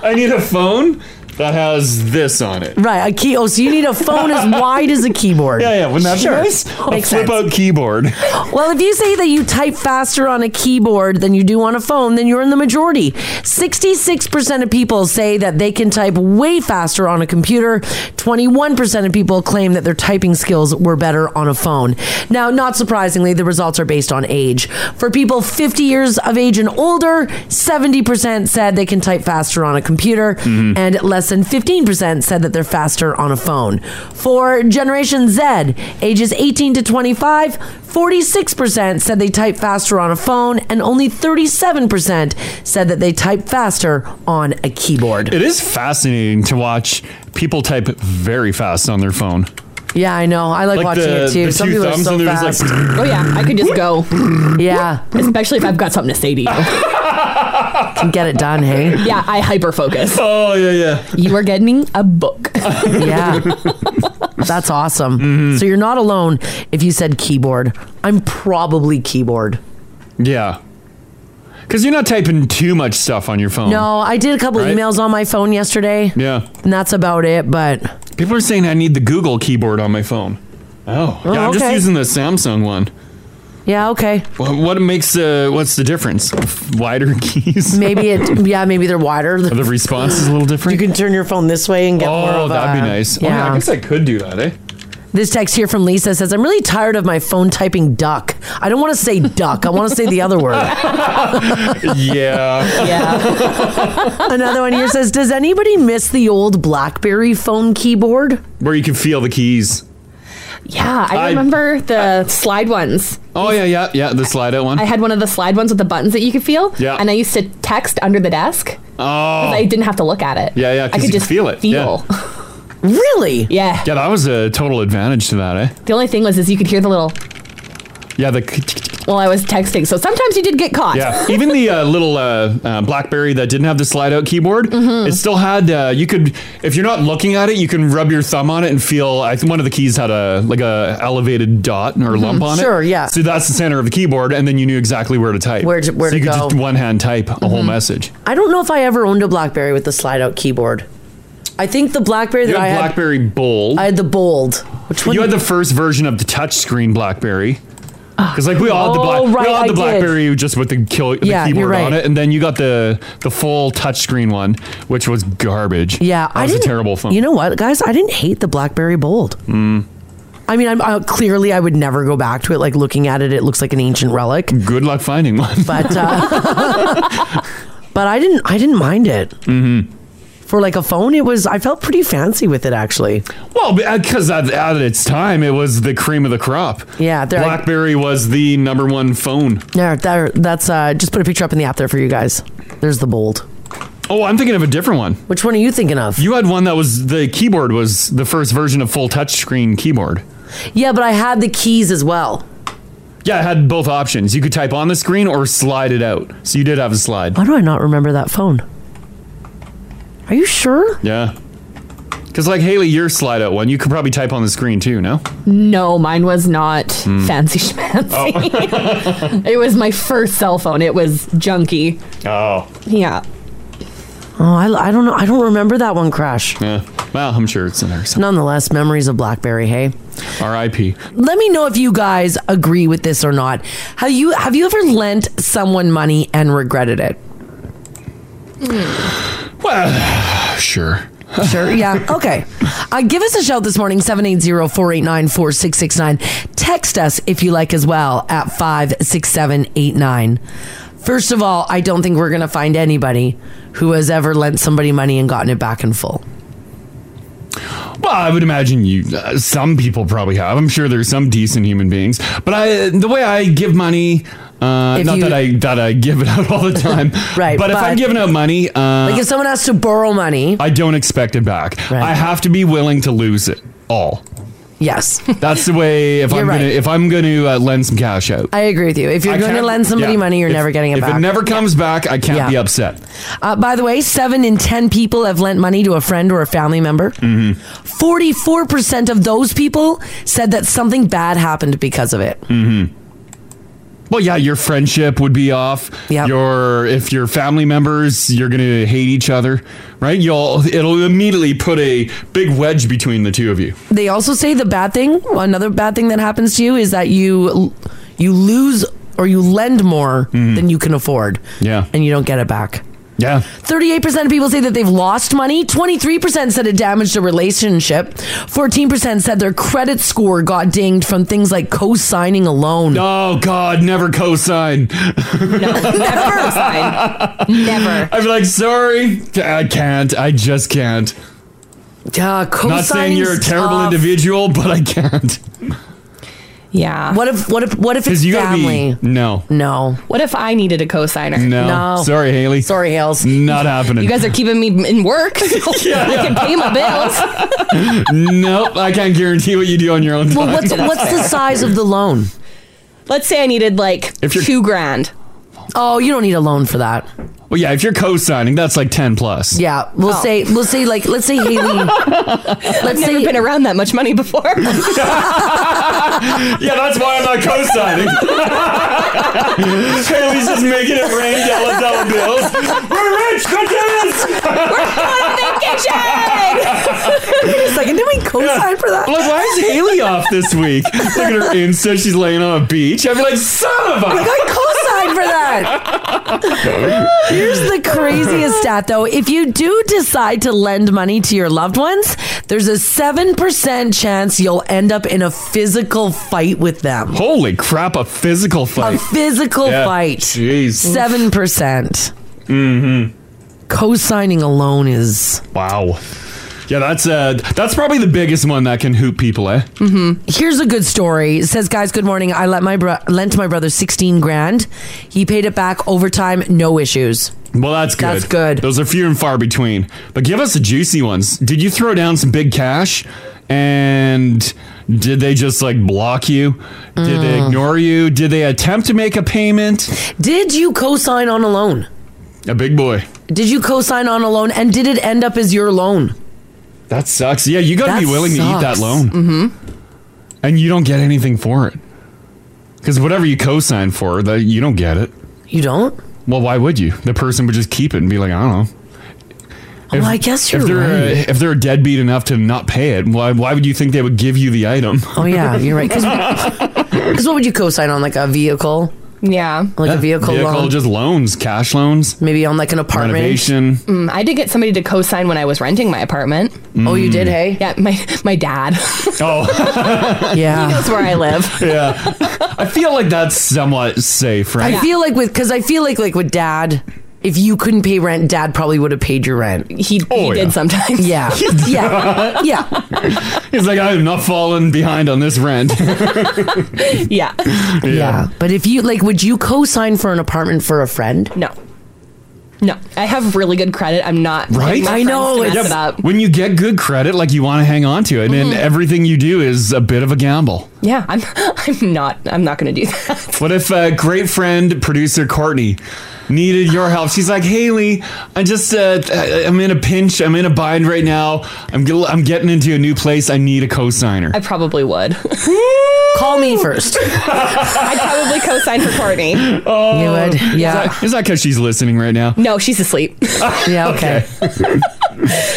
[SPEAKER 3] I need a phone that has this on it.
[SPEAKER 2] Right. A key. Oh, so you need a phone as wide as a keyboard.
[SPEAKER 3] Yeah, yeah. Wouldn't that
[SPEAKER 2] Sure.
[SPEAKER 3] be nice? A
[SPEAKER 2] Makes
[SPEAKER 3] flip
[SPEAKER 2] sense.
[SPEAKER 3] out keyboard.
[SPEAKER 2] Well, if you say that you type faster on a keyboard than you do on a phone, then you're in the majority. 66% of people say that they can type way faster on a computer. 21% of people claim that their typing skills were better on a phone. Now, not surprisingly, the results are based on age. For people 50 years of age and older, 70% said they can type faster on a computer,
[SPEAKER 3] Mm-hmm.
[SPEAKER 2] and less than 15% said that they're faster on a phone. For Generation Z, ages 18 to 25, 46% said they type faster on a phone, and only 37% said that they type faster on a keyboard.
[SPEAKER 3] It is fascinating to watch people type very fast on their phone.
[SPEAKER 2] Yeah, I know. I like,
[SPEAKER 3] Like
[SPEAKER 2] watching
[SPEAKER 3] the-
[SPEAKER 2] it too.
[SPEAKER 3] the
[SPEAKER 2] Some
[SPEAKER 3] two
[SPEAKER 2] people are
[SPEAKER 3] thumbs
[SPEAKER 2] so
[SPEAKER 3] and they're
[SPEAKER 2] fast.
[SPEAKER 3] just like-
[SPEAKER 5] Oh yeah, I could just go.
[SPEAKER 2] yeah,
[SPEAKER 5] especially if I've got something to say to you.
[SPEAKER 2] Can get it done, hey?
[SPEAKER 5] Yeah, I hyper focus.
[SPEAKER 3] Oh yeah, yeah.
[SPEAKER 5] You are getting a book.
[SPEAKER 2] yeah. That's awesome.
[SPEAKER 3] Mm-hmm.
[SPEAKER 2] So you're not alone if you said keyboard. I'm probably keyboard.
[SPEAKER 3] Yeah. Because you're not typing too much stuff on your phone.
[SPEAKER 2] No, I did a couple
[SPEAKER 3] Oh. Right?
[SPEAKER 2] emails on my phone yesterday.
[SPEAKER 3] Yeah.
[SPEAKER 2] And that's about it, but
[SPEAKER 3] People are saying I need the Google keyboard on my phone. Oh,
[SPEAKER 2] Oh,
[SPEAKER 3] yeah. I'm just
[SPEAKER 2] okay.
[SPEAKER 3] using the Samsung one.
[SPEAKER 2] yeah, okay.
[SPEAKER 3] What, what makes uh, what's the difference? Wider keys.
[SPEAKER 2] Maybe it yeah, maybe they're wider.
[SPEAKER 3] The response is a little different.
[SPEAKER 2] You can turn your phone this way and get more
[SPEAKER 3] Oh,
[SPEAKER 2] of
[SPEAKER 3] that'd be
[SPEAKER 2] a-
[SPEAKER 3] nice. Oh,
[SPEAKER 2] Yeah.
[SPEAKER 3] I guess I could do that, eh?
[SPEAKER 2] This text here from Lisa says, I'm really tired of my phone typing duck. I don't want to say duck. I want to say the other word.
[SPEAKER 3] yeah.
[SPEAKER 2] Another one here says, Does anybody miss the old Blackberry phone keyboard?
[SPEAKER 3] Where you can feel the keys.
[SPEAKER 5] Yeah, I
[SPEAKER 3] I-
[SPEAKER 5] remember the slide ones.
[SPEAKER 3] Oh yeah, yeah, yeah. The slide out one.
[SPEAKER 5] I had one of the slide ones with the buttons that you could feel.
[SPEAKER 3] Yeah.
[SPEAKER 5] And I used to text under the desk.
[SPEAKER 3] oh.
[SPEAKER 5] 'cause I didn't have to look at it.
[SPEAKER 3] Yeah, yeah.
[SPEAKER 5] I
[SPEAKER 3] 'cause
[SPEAKER 5] could
[SPEAKER 3] you
[SPEAKER 5] just
[SPEAKER 3] can feel it.
[SPEAKER 5] feel.
[SPEAKER 3] Yeah.
[SPEAKER 2] Really?
[SPEAKER 5] Yeah.
[SPEAKER 3] yeah, that was a total advantage to that, eh?
[SPEAKER 5] The only thing was is you could hear the little
[SPEAKER 3] Yeah, the
[SPEAKER 5] while I was texting. So sometimes you did get caught.
[SPEAKER 3] Yeah, even the uh, little uh, uh, BlackBerry that didn't have the slide-out keyboard, it still had. Uh, you could, if you're not looking at it, you can rub your thumb on it and feel. I think one of the keys had a like a elevated dot or lump on it.
[SPEAKER 2] Sure, yeah.
[SPEAKER 3] So that's the center of the keyboard, and then you knew exactly where to type. Where to,
[SPEAKER 2] where
[SPEAKER 3] so
[SPEAKER 2] to
[SPEAKER 3] you could
[SPEAKER 2] go.
[SPEAKER 3] just one hand type a whole message.
[SPEAKER 2] I don't know if I ever owned a Blackberry with the slide out keyboard. I think the Blackberry
[SPEAKER 3] You
[SPEAKER 2] that I
[SPEAKER 3] had
[SPEAKER 2] had,
[SPEAKER 3] BlackBerry Bold.
[SPEAKER 2] I had the bold. Which one?
[SPEAKER 3] you had the first version of the touchscreen BlackBerry. Because like we all had the, Black-
[SPEAKER 2] Ah. Oh, right,
[SPEAKER 3] we all
[SPEAKER 2] I
[SPEAKER 3] had the
[SPEAKER 2] did.
[SPEAKER 3] BlackBerry just with the, kill- the
[SPEAKER 2] Yeah, you're
[SPEAKER 3] keyboard
[SPEAKER 2] right.
[SPEAKER 3] on it, and then you got the the full touchscreen one, which was garbage.
[SPEAKER 2] Yeah,
[SPEAKER 3] that was a terrible phone.
[SPEAKER 2] You know what, guys? I didn't hate the BlackBerry Bold.
[SPEAKER 3] Mm.
[SPEAKER 2] I mean, I'm uh, clearly I would never go back to it. Like looking at it, it looks like an ancient relic.
[SPEAKER 3] Good luck finding one.
[SPEAKER 2] But uh, but I didn't I didn't mind it. Mm-hmm. For like a phone, it was I felt pretty fancy with it actually.
[SPEAKER 3] Well, because at, at its time, it was the cream of the crop.
[SPEAKER 2] Yeah, they're-
[SPEAKER 3] BlackBerry was the number one phone.
[SPEAKER 2] Yeah, there, that's uh, just put a picture up in the app there for you guys. There's the bold.
[SPEAKER 3] Oh, I'm thinking of a different one.
[SPEAKER 2] Which one are you thinking of?
[SPEAKER 3] You had one that was the keyboard was the first version of full touchscreen keyboard.
[SPEAKER 2] Yeah, but I had the keys as well.
[SPEAKER 3] Yeah, it had both options. You could type on the screen or slide it out. So you did have a slide.
[SPEAKER 2] Why do I not remember that phone? Are you sure?
[SPEAKER 3] Yeah. Because like Haley, your slide out one, you could probably type on the screen too. No.
[SPEAKER 5] No, mine was not
[SPEAKER 3] Hmm.
[SPEAKER 5] fancy schmancy. it was my first cell phone. It was junky.
[SPEAKER 3] Oh.
[SPEAKER 5] Yeah.
[SPEAKER 2] Oh, I, I don't know. I don't remember that one crash.
[SPEAKER 3] Yeah. Well, I'm sure it's in there.
[SPEAKER 2] Nonetheless, memories of BlackBerry. Hey,
[SPEAKER 3] R.I.P.
[SPEAKER 2] let me know if you guys agree with this or not. Have you have you ever lent someone money and regretted it?
[SPEAKER 3] Well, sure.
[SPEAKER 2] Sure. Yeah. Okay. Uh, give us a shout this morning, 780-489-4669. Text us if you like as well at 56789. First of all, I don't think we're going to find anybody who has ever lent somebody money and gotten it back in full.
[SPEAKER 3] Well, I would imagine you. Uh, some people probably have. I'm sure there's some decent human beings. But I, the way I give money, uh,
[SPEAKER 2] If
[SPEAKER 3] not
[SPEAKER 2] you-
[SPEAKER 3] that I that I give it out all the time.
[SPEAKER 2] Right,
[SPEAKER 3] But, if
[SPEAKER 2] but-
[SPEAKER 3] I'm giving out money, uh,
[SPEAKER 2] like if someone has to borrow money,
[SPEAKER 3] I don't expect it back. I have to be willing to lose it all.
[SPEAKER 2] Yes.
[SPEAKER 3] That's the way. If
[SPEAKER 2] You're
[SPEAKER 3] I'm
[SPEAKER 2] right.
[SPEAKER 3] gonna if I'm gonna uh, lend some cash out,
[SPEAKER 2] I agree with you. If you're
[SPEAKER 3] I
[SPEAKER 2] going to
[SPEAKER 3] can't-
[SPEAKER 2] lend somebody
[SPEAKER 3] yeah.
[SPEAKER 2] money, you're
[SPEAKER 3] If-
[SPEAKER 2] never getting it
[SPEAKER 3] if
[SPEAKER 2] back.
[SPEAKER 3] it never comes back, I can't
[SPEAKER 2] Yeah.
[SPEAKER 3] be upset.
[SPEAKER 2] Uh, by the way, seven in 10 people have lent money to a friend or a family member.
[SPEAKER 3] Mm-hmm.
[SPEAKER 2] 44% of those people said that something bad happened because of it.
[SPEAKER 3] hmm Well, yeah, your friendship would be off. Yeah. Your if your family members, you're gonna hate each other, right? You'll it'll immediately put a big wedge between the two of you.
[SPEAKER 2] They also say the bad thing, another bad thing that happens to you is that you you lose or you lend more than you can afford.
[SPEAKER 3] Mm-hmm. Yeah.
[SPEAKER 2] And you don't get it back.
[SPEAKER 3] Yeah.
[SPEAKER 2] 38% of people say that they've lost money. 23% said it damaged a relationship. 14% said their credit score got dinged from things like co signing a loan.
[SPEAKER 3] Oh, God, never co sign.
[SPEAKER 5] never Never.
[SPEAKER 3] I'd be like, sorry, I can't. I just can't.
[SPEAKER 2] Yeah,
[SPEAKER 3] Not saying you're a
[SPEAKER 2] co-signing's
[SPEAKER 3] terrible
[SPEAKER 2] tough.
[SPEAKER 3] individual, but I can't.
[SPEAKER 5] Yeah.
[SPEAKER 2] What if what if what if
[SPEAKER 3] Because you gotta be no,
[SPEAKER 2] no.
[SPEAKER 5] What if I needed a cosigner?
[SPEAKER 3] no, Sorry, Haley.
[SPEAKER 2] Sorry, Hales.
[SPEAKER 3] Not happening.
[SPEAKER 5] You guys are keeping me in work. So I can pay my bills.
[SPEAKER 3] nope, I can't guarantee what you do on your own. time.
[SPEAKER 2] the loan?
[SPEAKER 5] Let's say I needed like
[SPEAKER 3] If you're-
[SPEAKER 5] two grand.
[SPEAKER 2] Oh, you don't need a loan for that.
[SPEAKER 3] Well, yeah, if you're co-signing, that's like ten plus.
[SPEAKER 2] Yeah, we'll
[SPEAKER 5] Oh.
[SPEAKER 2] say we'll say like let's say Haley.
[SPEAKER 5] I've never been around that much money before.
[SPEAKER 3] yeah, that's why I'm not co-signing. Haley's just making it rain dollar dollar bills. We're rich. Good this.
[SPEAKER 9] We're
[SPEAKER 5] going on
[SPEAKER 9] vacation.
[SPEAKER 2] Wait a second, did we co-sign for that?
[SPEAKER 3] Like, why is Haley off this week? Look at her Insta. She's laying on a beach. I'd be like, son of a.
[SPEAKER 2] We got co-signed for that. Here's the craziest stat though. If you do decide to lend money to your loved ones, there's a 7% chance you'll end up in a physical fight with them.
[SPEAKER 3] Holy crap! A physical fight.
[SPEAKER 2] physical
[SPEAKER 3] Yeah.
[SPEAKER 2] fight.
[SPEAKER 3] Jeez.
[SPEAKER 2] 7%.
[SPEAKER 3] Mm-hmm.
[SPEAKER 2] Co-signing alone is
[SPEAKER 3] wow. Yeah, that's uh, that's probably the biggest one that can hoop people, eh?
[SPEAKER 2] Mm-hmm. Here's a good story. It says, guys, good morning. I let my bro- lent my brother 16 grand. He paid it back overtime, no issues.
[SPEAKER 3] Well, that's good.
[SPEAKER 2] That's good.
[SPEAKER 3] Those are few and far between. But give us the juicy ones. Did you throw down some big cash? And did they just like block you? Did they ignore you? Did they attempt to make a payment?
[SPEAKER 2] Mm. Did you co-sign on a loan?
[SPEAKER 3] A big boy.
[SPEAKER 2] Did you co-sign on a loan and did it end up as your loan?
[SPEAKER 3] That sucks. Yeah, you got to
[SPEAKER 2] That
[SPEAKER 3] be willing to eat that
[SPEAKER 2] sucks.
[SPEAKER 3] loan.
[SPEAKER 2] Mhm.
[SPEAKER 3] And you don't get anything for it. Because whatever you co sign for, that you don't get it.
[SPEAKER 2] You don't?
[SPEAKER 3] Well, why would you? The person would just keep it and be like, I don't know.
[SPEAKER 2] Well, I guess you're
[SPEAKER 3] if they're uh,
[SPEAKER 2] right.
[SPEAKER 3] if they're deadbeat enough to not pay it, why why would you think they would give you the item?
[SPEAKER 2] Oh yeah, you're right. Because what would you co-sign on? Like a vehicle?
[SPEAKER 5] Yeah.
[SPEAKER 2] Like a vehicle, loan?
[SPEAKER 3] just loans, cash loans.
[SPEAKER 2] Maybe on like an apartment.
[SPEAKER 3] Renovation.
[SPEAKER 5] Mm, I did get somebody to co-sign when I was renting my apartment.
[SPEAKER 3] Oh, you did,
[SPEAKER 5] hey? Yeah, my my dad.
[SPEAKER 3] Oh,
[SPEAKER 2] yeah.
[SPEAKER 5] He knows where I live.
[SPEAKER 3] yeah, I feel like that's somewhat safe, right?
[SPEAKER 2] I feel like with because I feel like like with dad, if you couldn't pay rent, dad probably would have paid your rent.
[SPEAKER 5] He,
[SPEAKER 3] Oh, did yeah.
[SPEAKER 5] sometimes.
[SPEAKER 2] Yeah, yeah, yeah.
[SPEAKER 3] He's like, I am not falling behind on this rent.
[SPEAKER 5] yeah.
[SPEAKER 3] yeah.
[SPEAKER 2] But if you like, would you co-sign for an apartment for a friend?
[SPEAKER 5] No. No, I have really good credit. I'm not
[SPEAKER 3] Right?
[SPEAKER 5] I know. To mess
[SPEAKER 3] Yeah,
[SPEAKER 5] it up.
[SPEAKER 3] When you get good credit, like you want to hang on to it, and
[SPEAKER 5] Mhm.
[SPEAKER 3] everything you do is a bit of a gamble.
[SPEAKER 5] Yeah, I'm. I'm not. I'm not going to do that.
[SPEAKER 3] What if uh, great friend producer Courtney needed your help? She's like, Haley, I just uh, I- I'm in a pinch. I'm in a bind right now. I'm g- I'm getting into a new place. I need a cosigner.
[SPEAKER 5] I probably would.
[SPEAKER 2] Call me first.
[SPEAKER 5] I'd probably co-sign for Courtney.
[SPEAKER 3] Oh,
[SPEAKER 5] You would, yeah.
[SPEAKER 3] Is that- Is that because she's listening right now?
[SPEAKER 5] No, she's asleep.
[SPEAKER 2] yeah. Okay.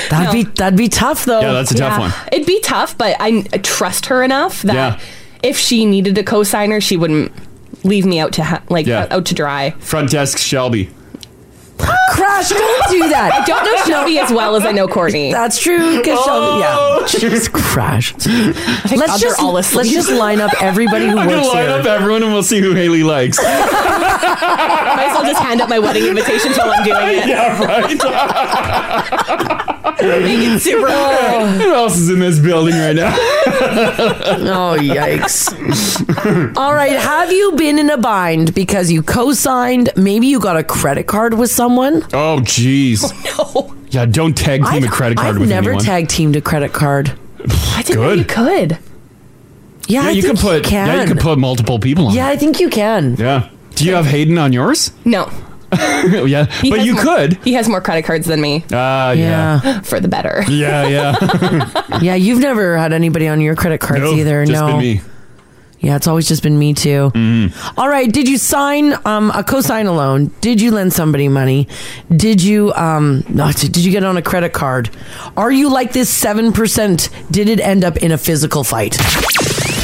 [SPEAKER 2] that'd be that'd be tough though.
[SPEAKER 3] Yeah, that's a tough one.
[SPEAKER 5] It'd be tough, but I n- trust her enough that
[SPEAKER 3] Yeah.
[SPEAKER 5] if she needed a cosigner, she wouldn't leave me out to ha- like
[SPEAKER 3] Yeah.
[SPEAKER 5] out- out to dry.
[SPEAKER 3] Front desk Shelby.
[SPEAKER 2] Crash, don't do that.
[SPEAKER 5] I don't know Shelby as well as I know Courtney.
[SPEAKER 2] That's true. Because
[SPEAKER 5] Oh.
[SPEAKER 2] Shelby, yeah, she's crashed.
[SPEAKER 5] think
[SPEAKER 2] Let's
[SPEAKER 5] they're
[SPEAKER 2] just
[SPEAKER 5] all
[SPEAKER 2] let's
[SPEAKER 5] asleep.
[SPEAKER 2] just line up everybody who
[SPEAKER 3] I'm gonna
[SPEAKER 2] works
[SPEAKER 3] line
[SPEAKER 2] here.
[SPEAKER 3] up everyone, and we'll see who Haley likes.
[SPEAKER 5] Might as well just hand up my wedding invitations while I'm doing it.
[SPEAKER 3] Yeah, right. Make it
[SPEAKER 5] super hard.
[SPEAKER 3] Who else is in this building right now?
[SPEAKER 2] oh yikes! All right, have you been in a bind because you co-signed? Maybe you got a credit card with someone.
[SPEAKER 3] Oh jeez. no. Yeah, don't tag team a credit card
[SPEAKER 2] Oh, I've
[SPEAKER 3] with
[SPEAKER 2] never
[SPEAKER 3] anyone.
[SPEAKER 2] tag teamed a credit card.
[SPEAKER 5] I didn't know you could.
[SPEAKER 2] Yeah, I
[SPEAKER 3] you
[SPEAKER 2] think
[SPEAKER 3] can put.
[SPEAKER 2] you
[SPEAKER 3] Yeah, you
[SPEAKER 2] can.
[SPEAKER 3] can put multiple people on.
[SPEAKER 2] Yeah, I think you can.
[SPEAKER 3] Yeah. Do you have Hayden on yours?
[SPEAKER 5] No.
[SPEAKER 3] yeah,
[SPEAKER 5] He
[SPEAKER 3] but
[SPEAKER 5] has
[SPEAKER 3] you
[SPEAKER 5] more-
[SPEAKER 3] could.
[SPEAKER 5] He has more credit cards than me.
[SPEAKER 3] Ah, yeah.
[SPEAKER 5] For the better.
[SPEAKER 3] Yeah, yeah.
[SPEAKER 2] yeah, you've never had anybody on your credit cards
[SPEAKER 3] Nope,
[SPEAKER 2] either.
[SPEAKER 3] just
[SPEAKER 2] no.
[SPEAKER 3] been me. Mm-hmm.
[SPEAKER 2] Yeah, it's always just been me too. All right. Did you sign um, a cosign a loan? Did you lend somebody money? Did you um, not, did you get on a credit card? Are you like this seven percent? Did it end up in a physical fight?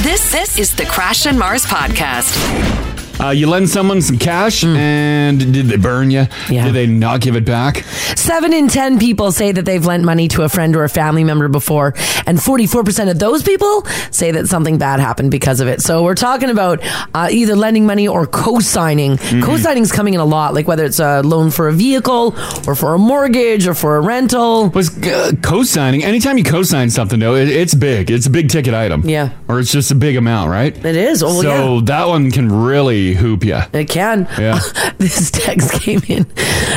[SPEAKER 1] This this is the Crash and Mars podcast.
[SPEAKER 3] Uh, you lend someone some cash,
[SPEAKER 2] Mm.
[SPEAKER 3] and did they burn you? Yeah. Did they not give it back?
[SPEAKER 2] Seven in ten people say that they've lent money to a friend or a family member before, and forty-four percent of those people say that something bad happened because of it. So we're talking about uh, either lending money or co-signing. Co-signing's coming in a lot, like whether it's a loan for a vehicle or for a mortgage or for a rental.
[SPEAKER 3] Was uh, co-signing. Anytime you co-sign something, though, it, it's big. It's a big ticket item. Yeah. Or it's just a big amount, right? It
[SPEAKER 2] is. Oh, well,
[SPEAKER 3] so
[SPEAKER 2] yeah.
[SPEAKER 3] that one can really hoop you.
[SPEAKER 2] It can.
[SPEAKER 3] Yeah.
[SPEAKER 2] this text came in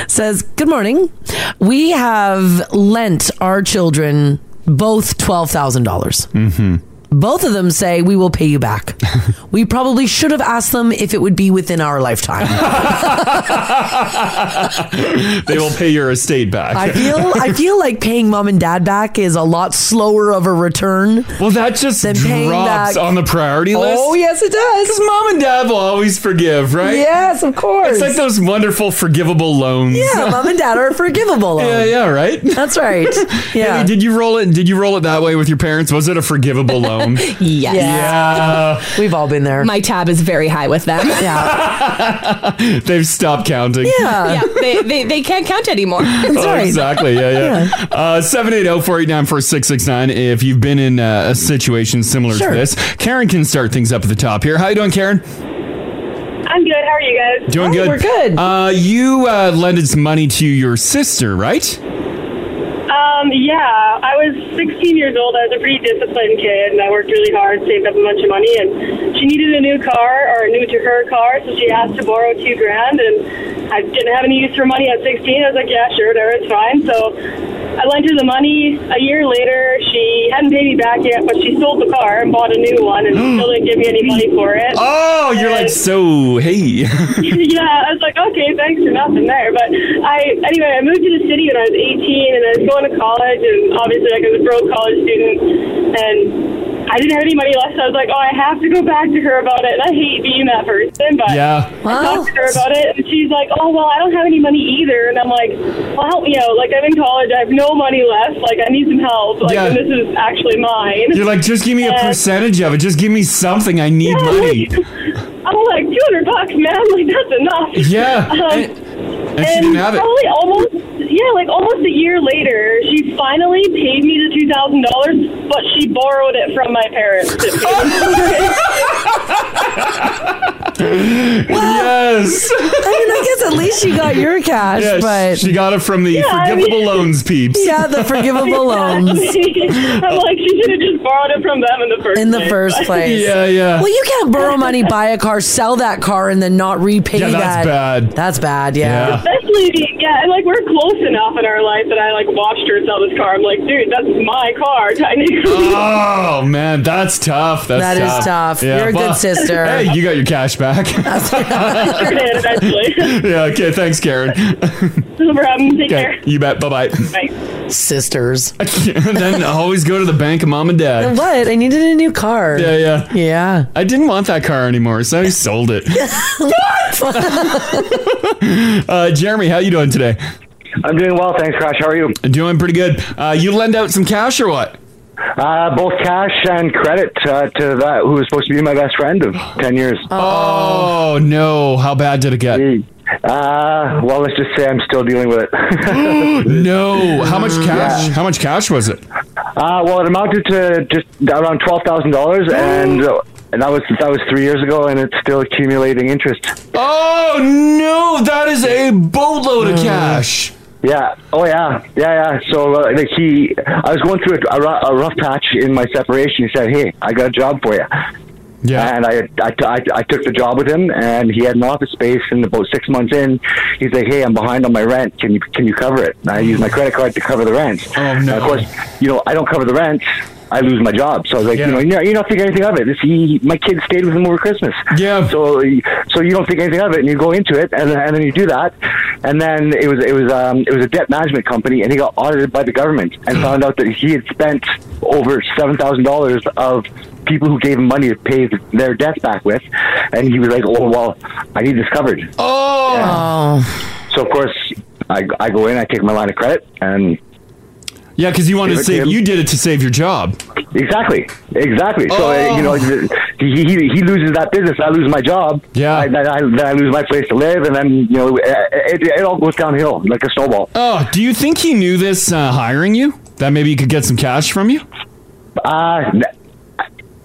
[SPEAKER 2] says good morning we have lent our children both $12000 dollars
[SPEAKER 3] Mm-hmm.
[SPEAKER 2] both of them say we will pay you back we probably should have asked them if it would be within our lifetime
[SPEAKER 3] they will pay your estate back.
[SPEAKER 2] i feel i feel like paying mom and dad back is a lot slower of a return
[SPEAKER 3] well that just
[SPEAKER 2] than paying
[SPEAKER 3] drops
[SPEAKER 2] back.
[SPEAKER 3] on the priority list.
[SPEAKER 2] oh yes it does because
[SPEAKER 3] mom and dad will always forgive, right?
[SPEAKER 2] yes of course
[SPEAKER 3] It's like those wonderful forgivable loans.
[SPEAKER 2] yeah mom and dad are forgivable
[SPEAKER 3] Yeah, yeah, right.
[SPEAKER 2] That's right. Yeah.
[SPEAKER 3] Hey, did you roll it? Did you roll it that way with your parents? Was it a forgivable loan?
[SPEAKER 5] Yes.
[SPEAKER 3] Yeah.
[SPEAKER 2] We've all been there.
[SPEAKER 5] My tab is very high with them.
[SPEAKER 2] Yeah.
[SPEAKER 3] They've stopped counting.
[SPEAKER 5] yeah. They, they, they can't count anymore. That's
[SPEAKER 3] Oh, Exactly. Yeah, yeah. Uh, 780-489-4669 if you've been in uh, a situation similar
[SPEAKER 5] Sure.
[SPEAKER 3] to this. Karen can start things up at the top here. How you doing, Karen?
[SPEAKER 12] I'm good. How are you guys?
[SPEAKER 3] Doing good. good. Uh, you uh, lended some money to your sister, right?
[SPEAKER 12] Um, yeah, I was 16 years old. I was a pretty disciplined kid, and I worked really hard, saved up a bunch of money, and she needed a new car or a new to her car, so she asked to borrow two grand, and I didn't have any use for money at 16. I was like, yeah, sure, whatever, it's fine. So I lent her the money. A year later, she hadn't paid me back yet, but she sold the car and bought a new one, and still didn't give me any money for it.
[SPEAKER 3] Hmm. Oh, you're like so. Hey.
[SPEAKER 12] yeah, I was like, okay, thanks for nothing there. But I, anyway, I moved to the city when I was 18, and I was going to college, and obviously, like, I was a broke college student, and I didn't have any money left, so I was like, oh, I have to go back to her about it. And I hate being that person, but
[SPEAKER 3] Yeah.
[SPEAKER 12] I talked to her about it, and she's like, oh, well, I don't have any money either. And I'm like, well, help me out. Like, I'm in college, I have no money left. Like, I need some help. Like,
[SPEAKER 3] Yeah.
[SPEAKER 12] and this is actually mine.
[SPEAKER 3] You're like, just give me a
[SPEAKER 12] And-
[SPEAKER 3] percentage of it. Just give me something. I need money.
[SPEAKER 12] I'm like, 200 bucks, man. Like, that's enough.
[SPEAKER 3] Yeah,
[SPEAKER 12] Um,
[SPEAKER 3] and- and she didn't have it.
[SPEAKER 12] Probably almost, yeah, like almost a year later, she finally paid me the $2,000, but she borrowed it from my parents.
[SPEAKER 3] yes.
[SPEAKER 2] I mean, I guess at least you got your cash,
[SPEAKER 3] Yes,
[SPEAKER 2] but
[SPEAKER 3] she got it from the
[SPEAKER 12] Yeah, I
[SPEAKER 3] forgivable
[SPEAKER 12] mean-
[SPEAKER 3] loans peeps.
[SPEAKER 2] Yeah, the forgivable loans.
[SPEAKER 12] I'm like, she should have just borrowed it from them in the first
[SPEAKER 2] in the first place. Well, you can't borrow money, buy a car, sell that car, and then not repay
[SPEAKER 12] Yeah, that's
[SPEAKER 2] that. bad. That's bad. Yeah.
[SPEAKER 12] Especially, yeah, and like we're close enough in our life that I like watched her sell this car. I'm like, dude, that's my car, technically.
[SPEAKER 3] Oh man, that's tough. That's
[SPEAKER 12] That is
[SPEAKER 3] tough.
[SPEAKER 12] tough. You're a good sister.
[SPEAKER 3] Hey, you got your cash back. yeah. Okay. Thanks, Karen.
[SPEAKER 12] No problem. Take
[SPEAKER 3] Okay,
[SPEAKER 12] care.
[SPEAKER 3] You bet. Bye bye.
[SPEAKER 2] Sisters.
[SPEAKER 3] then always go to the bank of mom and dad.
[SPEAKER 2] What? I needed a new car.
[SPEAKER 3] Yeah, yeah.
[SPEAKER 2] Yeah.
[SPEAKER 3] I didn't want that car anymore, so I sold it. Uh, Jeremy, how you doing today?
[SPEAKER 13] I'm doing well, thanks, Crash. How are you?
[SPEAKER 3] Doing pretty good. Uh, you lend out some cash or what?
[SPEAKER 13] Uh, both cash and credit uh, to that who was supposed to be my best friend of ten years.
[SPEAKER 3] Oh, no! How bad did it get?
[SPEAKER 13] Uh, well, let's just say I'm still dealing with it.
[SPEAKER 3] no, how much cash?
[SPEAKER 13] Yeah.
[SPEAKER 3] How much cash was it?
[SPEAKER 13] Uh, well, it amounted to just around twelve thousand dollars, and uh, and that was that was three years ago, and it's still accumulating interest.
[SPEAKER 3] Oh no, that is a boatload
[SPEAKER 13] Mm.
[SPEAKER 3] of cash.
[SPEAKER 13] Yeah. Oh yeah. Yeah yeah. So uh, like he, I was going through a, a, rou- a rough patch in my separation. He said, "Hey, I got a job for you."
[SPEAKER 3] Yeah.
[SPEAKER 13] And I, I, I- I took the job with him, and he had an office space. And about six months in, he's like, "Hey, I'm behind on my rent. Can you can you cover it?" And I use my credit card to cover the rent. Oh no. of course, you know I don't cover the rent. I lose my job. So I was like, you know, you're not, you're not thinking anything of it. This, he, my kid stayed with him over Christmas.
[SPEAKER 3] Yeah.
[SPEAKER 13] So so you don't think anything of it, and you go into it, and, and then you do that, and then it was it was um, it was a debt management company, and he got audited by the government, and found out that he had spent over seven thousand dollars of people who gave him money to pay th- their debts back with, and he was like, oh well, I need this covered.
[SPEAKER 3] Oh.
[SPEAKER 13] So of course, I I go in, I take my line of credit, and
[SPEAKER 3] Yeah, because you wanted
[SPEAKER 13] Give
[SPEAKER 3] to
[SPEAKER 13] it to
[SPEAKER 3] save.
[SPEAKER 13] him.
[SPEAKER 3] You did it to save your job.
[SPEAKER 13] Exactly. Exactly. So uh, you know,
[SPEAKER 3] Oh.
[SPEAKER 13] he, he he loses that business. I lose my job. Yeah. I, then, I, then I lose my place to live, and then you know, it, it, it all goes downhill like a snowball.
[SPEAKER 3] Oh, do you think he knew this uh, hiring you? That maybe he could get some cash from you?
[SPEAKER 13] Uh,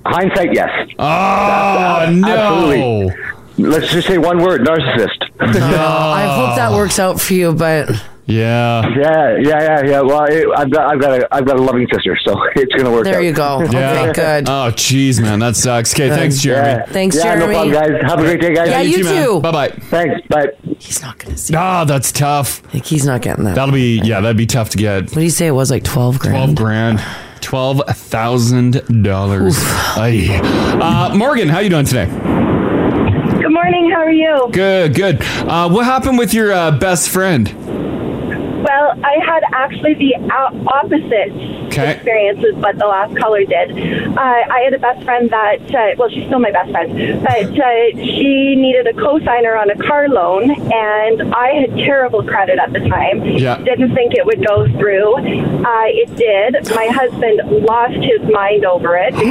[SPEAKER 13] hindsight, yes.
[SPEAKER 3] Oh, no.
[SPEAKER 13] Absolutely. Let's just say one word: narcissist.
[SPEAKER 2] I hope that
[SPEAKER 3] Ah.
[SPEAKER 2] works out for you, but
[SPEAKER 3] Yeah.
[SPEAKER 13] Yeah, yeah, yeah, yeah. Well, it, I've got, I've got, a, I've got a loving sister, so it's gonna work.
[SPEAKER 2] There
[SPEAKER 13] out.
[SPEAKER 2] you go. Okay, good.
[SPEAKER 3] Oh, jeez, man, that sucks. Okay,
[SPEAKER 13] Good.
[SPEAKER 3] thanks, Jeremy.
[SPEAKER 13] Yeah. Thanks, Yeah, no Jeremy. problem, guys. Have a great day, guys. Yeah, you too.
[SPEAKER 3] Bye, bye.
[SPEAKER 13] Thanks. Bye.
[SPEAKER 2] He's not
[SPEAKER 3] gonna see. Ah, that's tough.
[SPEAKER 2] Like he's not getting that.
[SPEAKER 3] That'll be yeah, that'd be tough to get. What
[SPEAKER 2] do you say? It was like twelve
[SPEAKER 3] Twelve
[SPEAKER 2] grand.
[SPEAKER 3] grand. Twelve thousand dollars. Uh, Morgan, how you doing today?
[SPEAKER 12] Good morning. How are you?
[SPEAKER 3] Good, good. Uh, what happened with your uh, best friend?
[SPEAKER 12] Well, I had actually the o- opposite
[SPEAKER 3] Okay.
[SPEAKER 12] experiences, but the last caller did. Uh, I had a best friend that, uh, well, she's still my best friend, but uh, she needed a cosigner on a car loan, and I had terrible credit at the time.
[SPEAKER 14] Yeah.
[SPEAKER 12] Didn't think it would go through. Uh, it did. My husband lost his mind over it because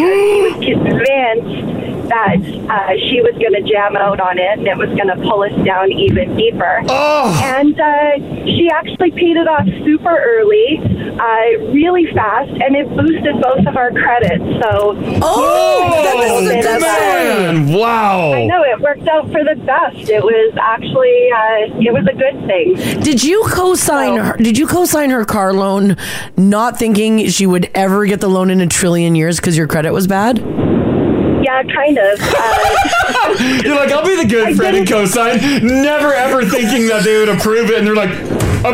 [SPEAKER 12] he was convinced that uh, she was going to jam out on it and it was going to pull us down even deeper. And uh, she actually paid it off super early, uh, really fast, and it boosted both of our credits. So,
[SPEAKER 3] Oh,
[SPEAKER 12] It was-
[SPEAKER 3] man, wow.
[SPEAKER 12] I know it worked out for the best. It was actually uh, it was a good thing.
[SPEAKER 2] Did you co-sign her? Did you co-sign her car loan, not thinking she would ever get the loan in a trillion years because your credit was bad?
[SPEAKER 12] Yeah, kind of. Uh,
[SPEAKER 3] You're like, I'll be the good friend and cosign, never ever thinking that they would approve it, and they're like,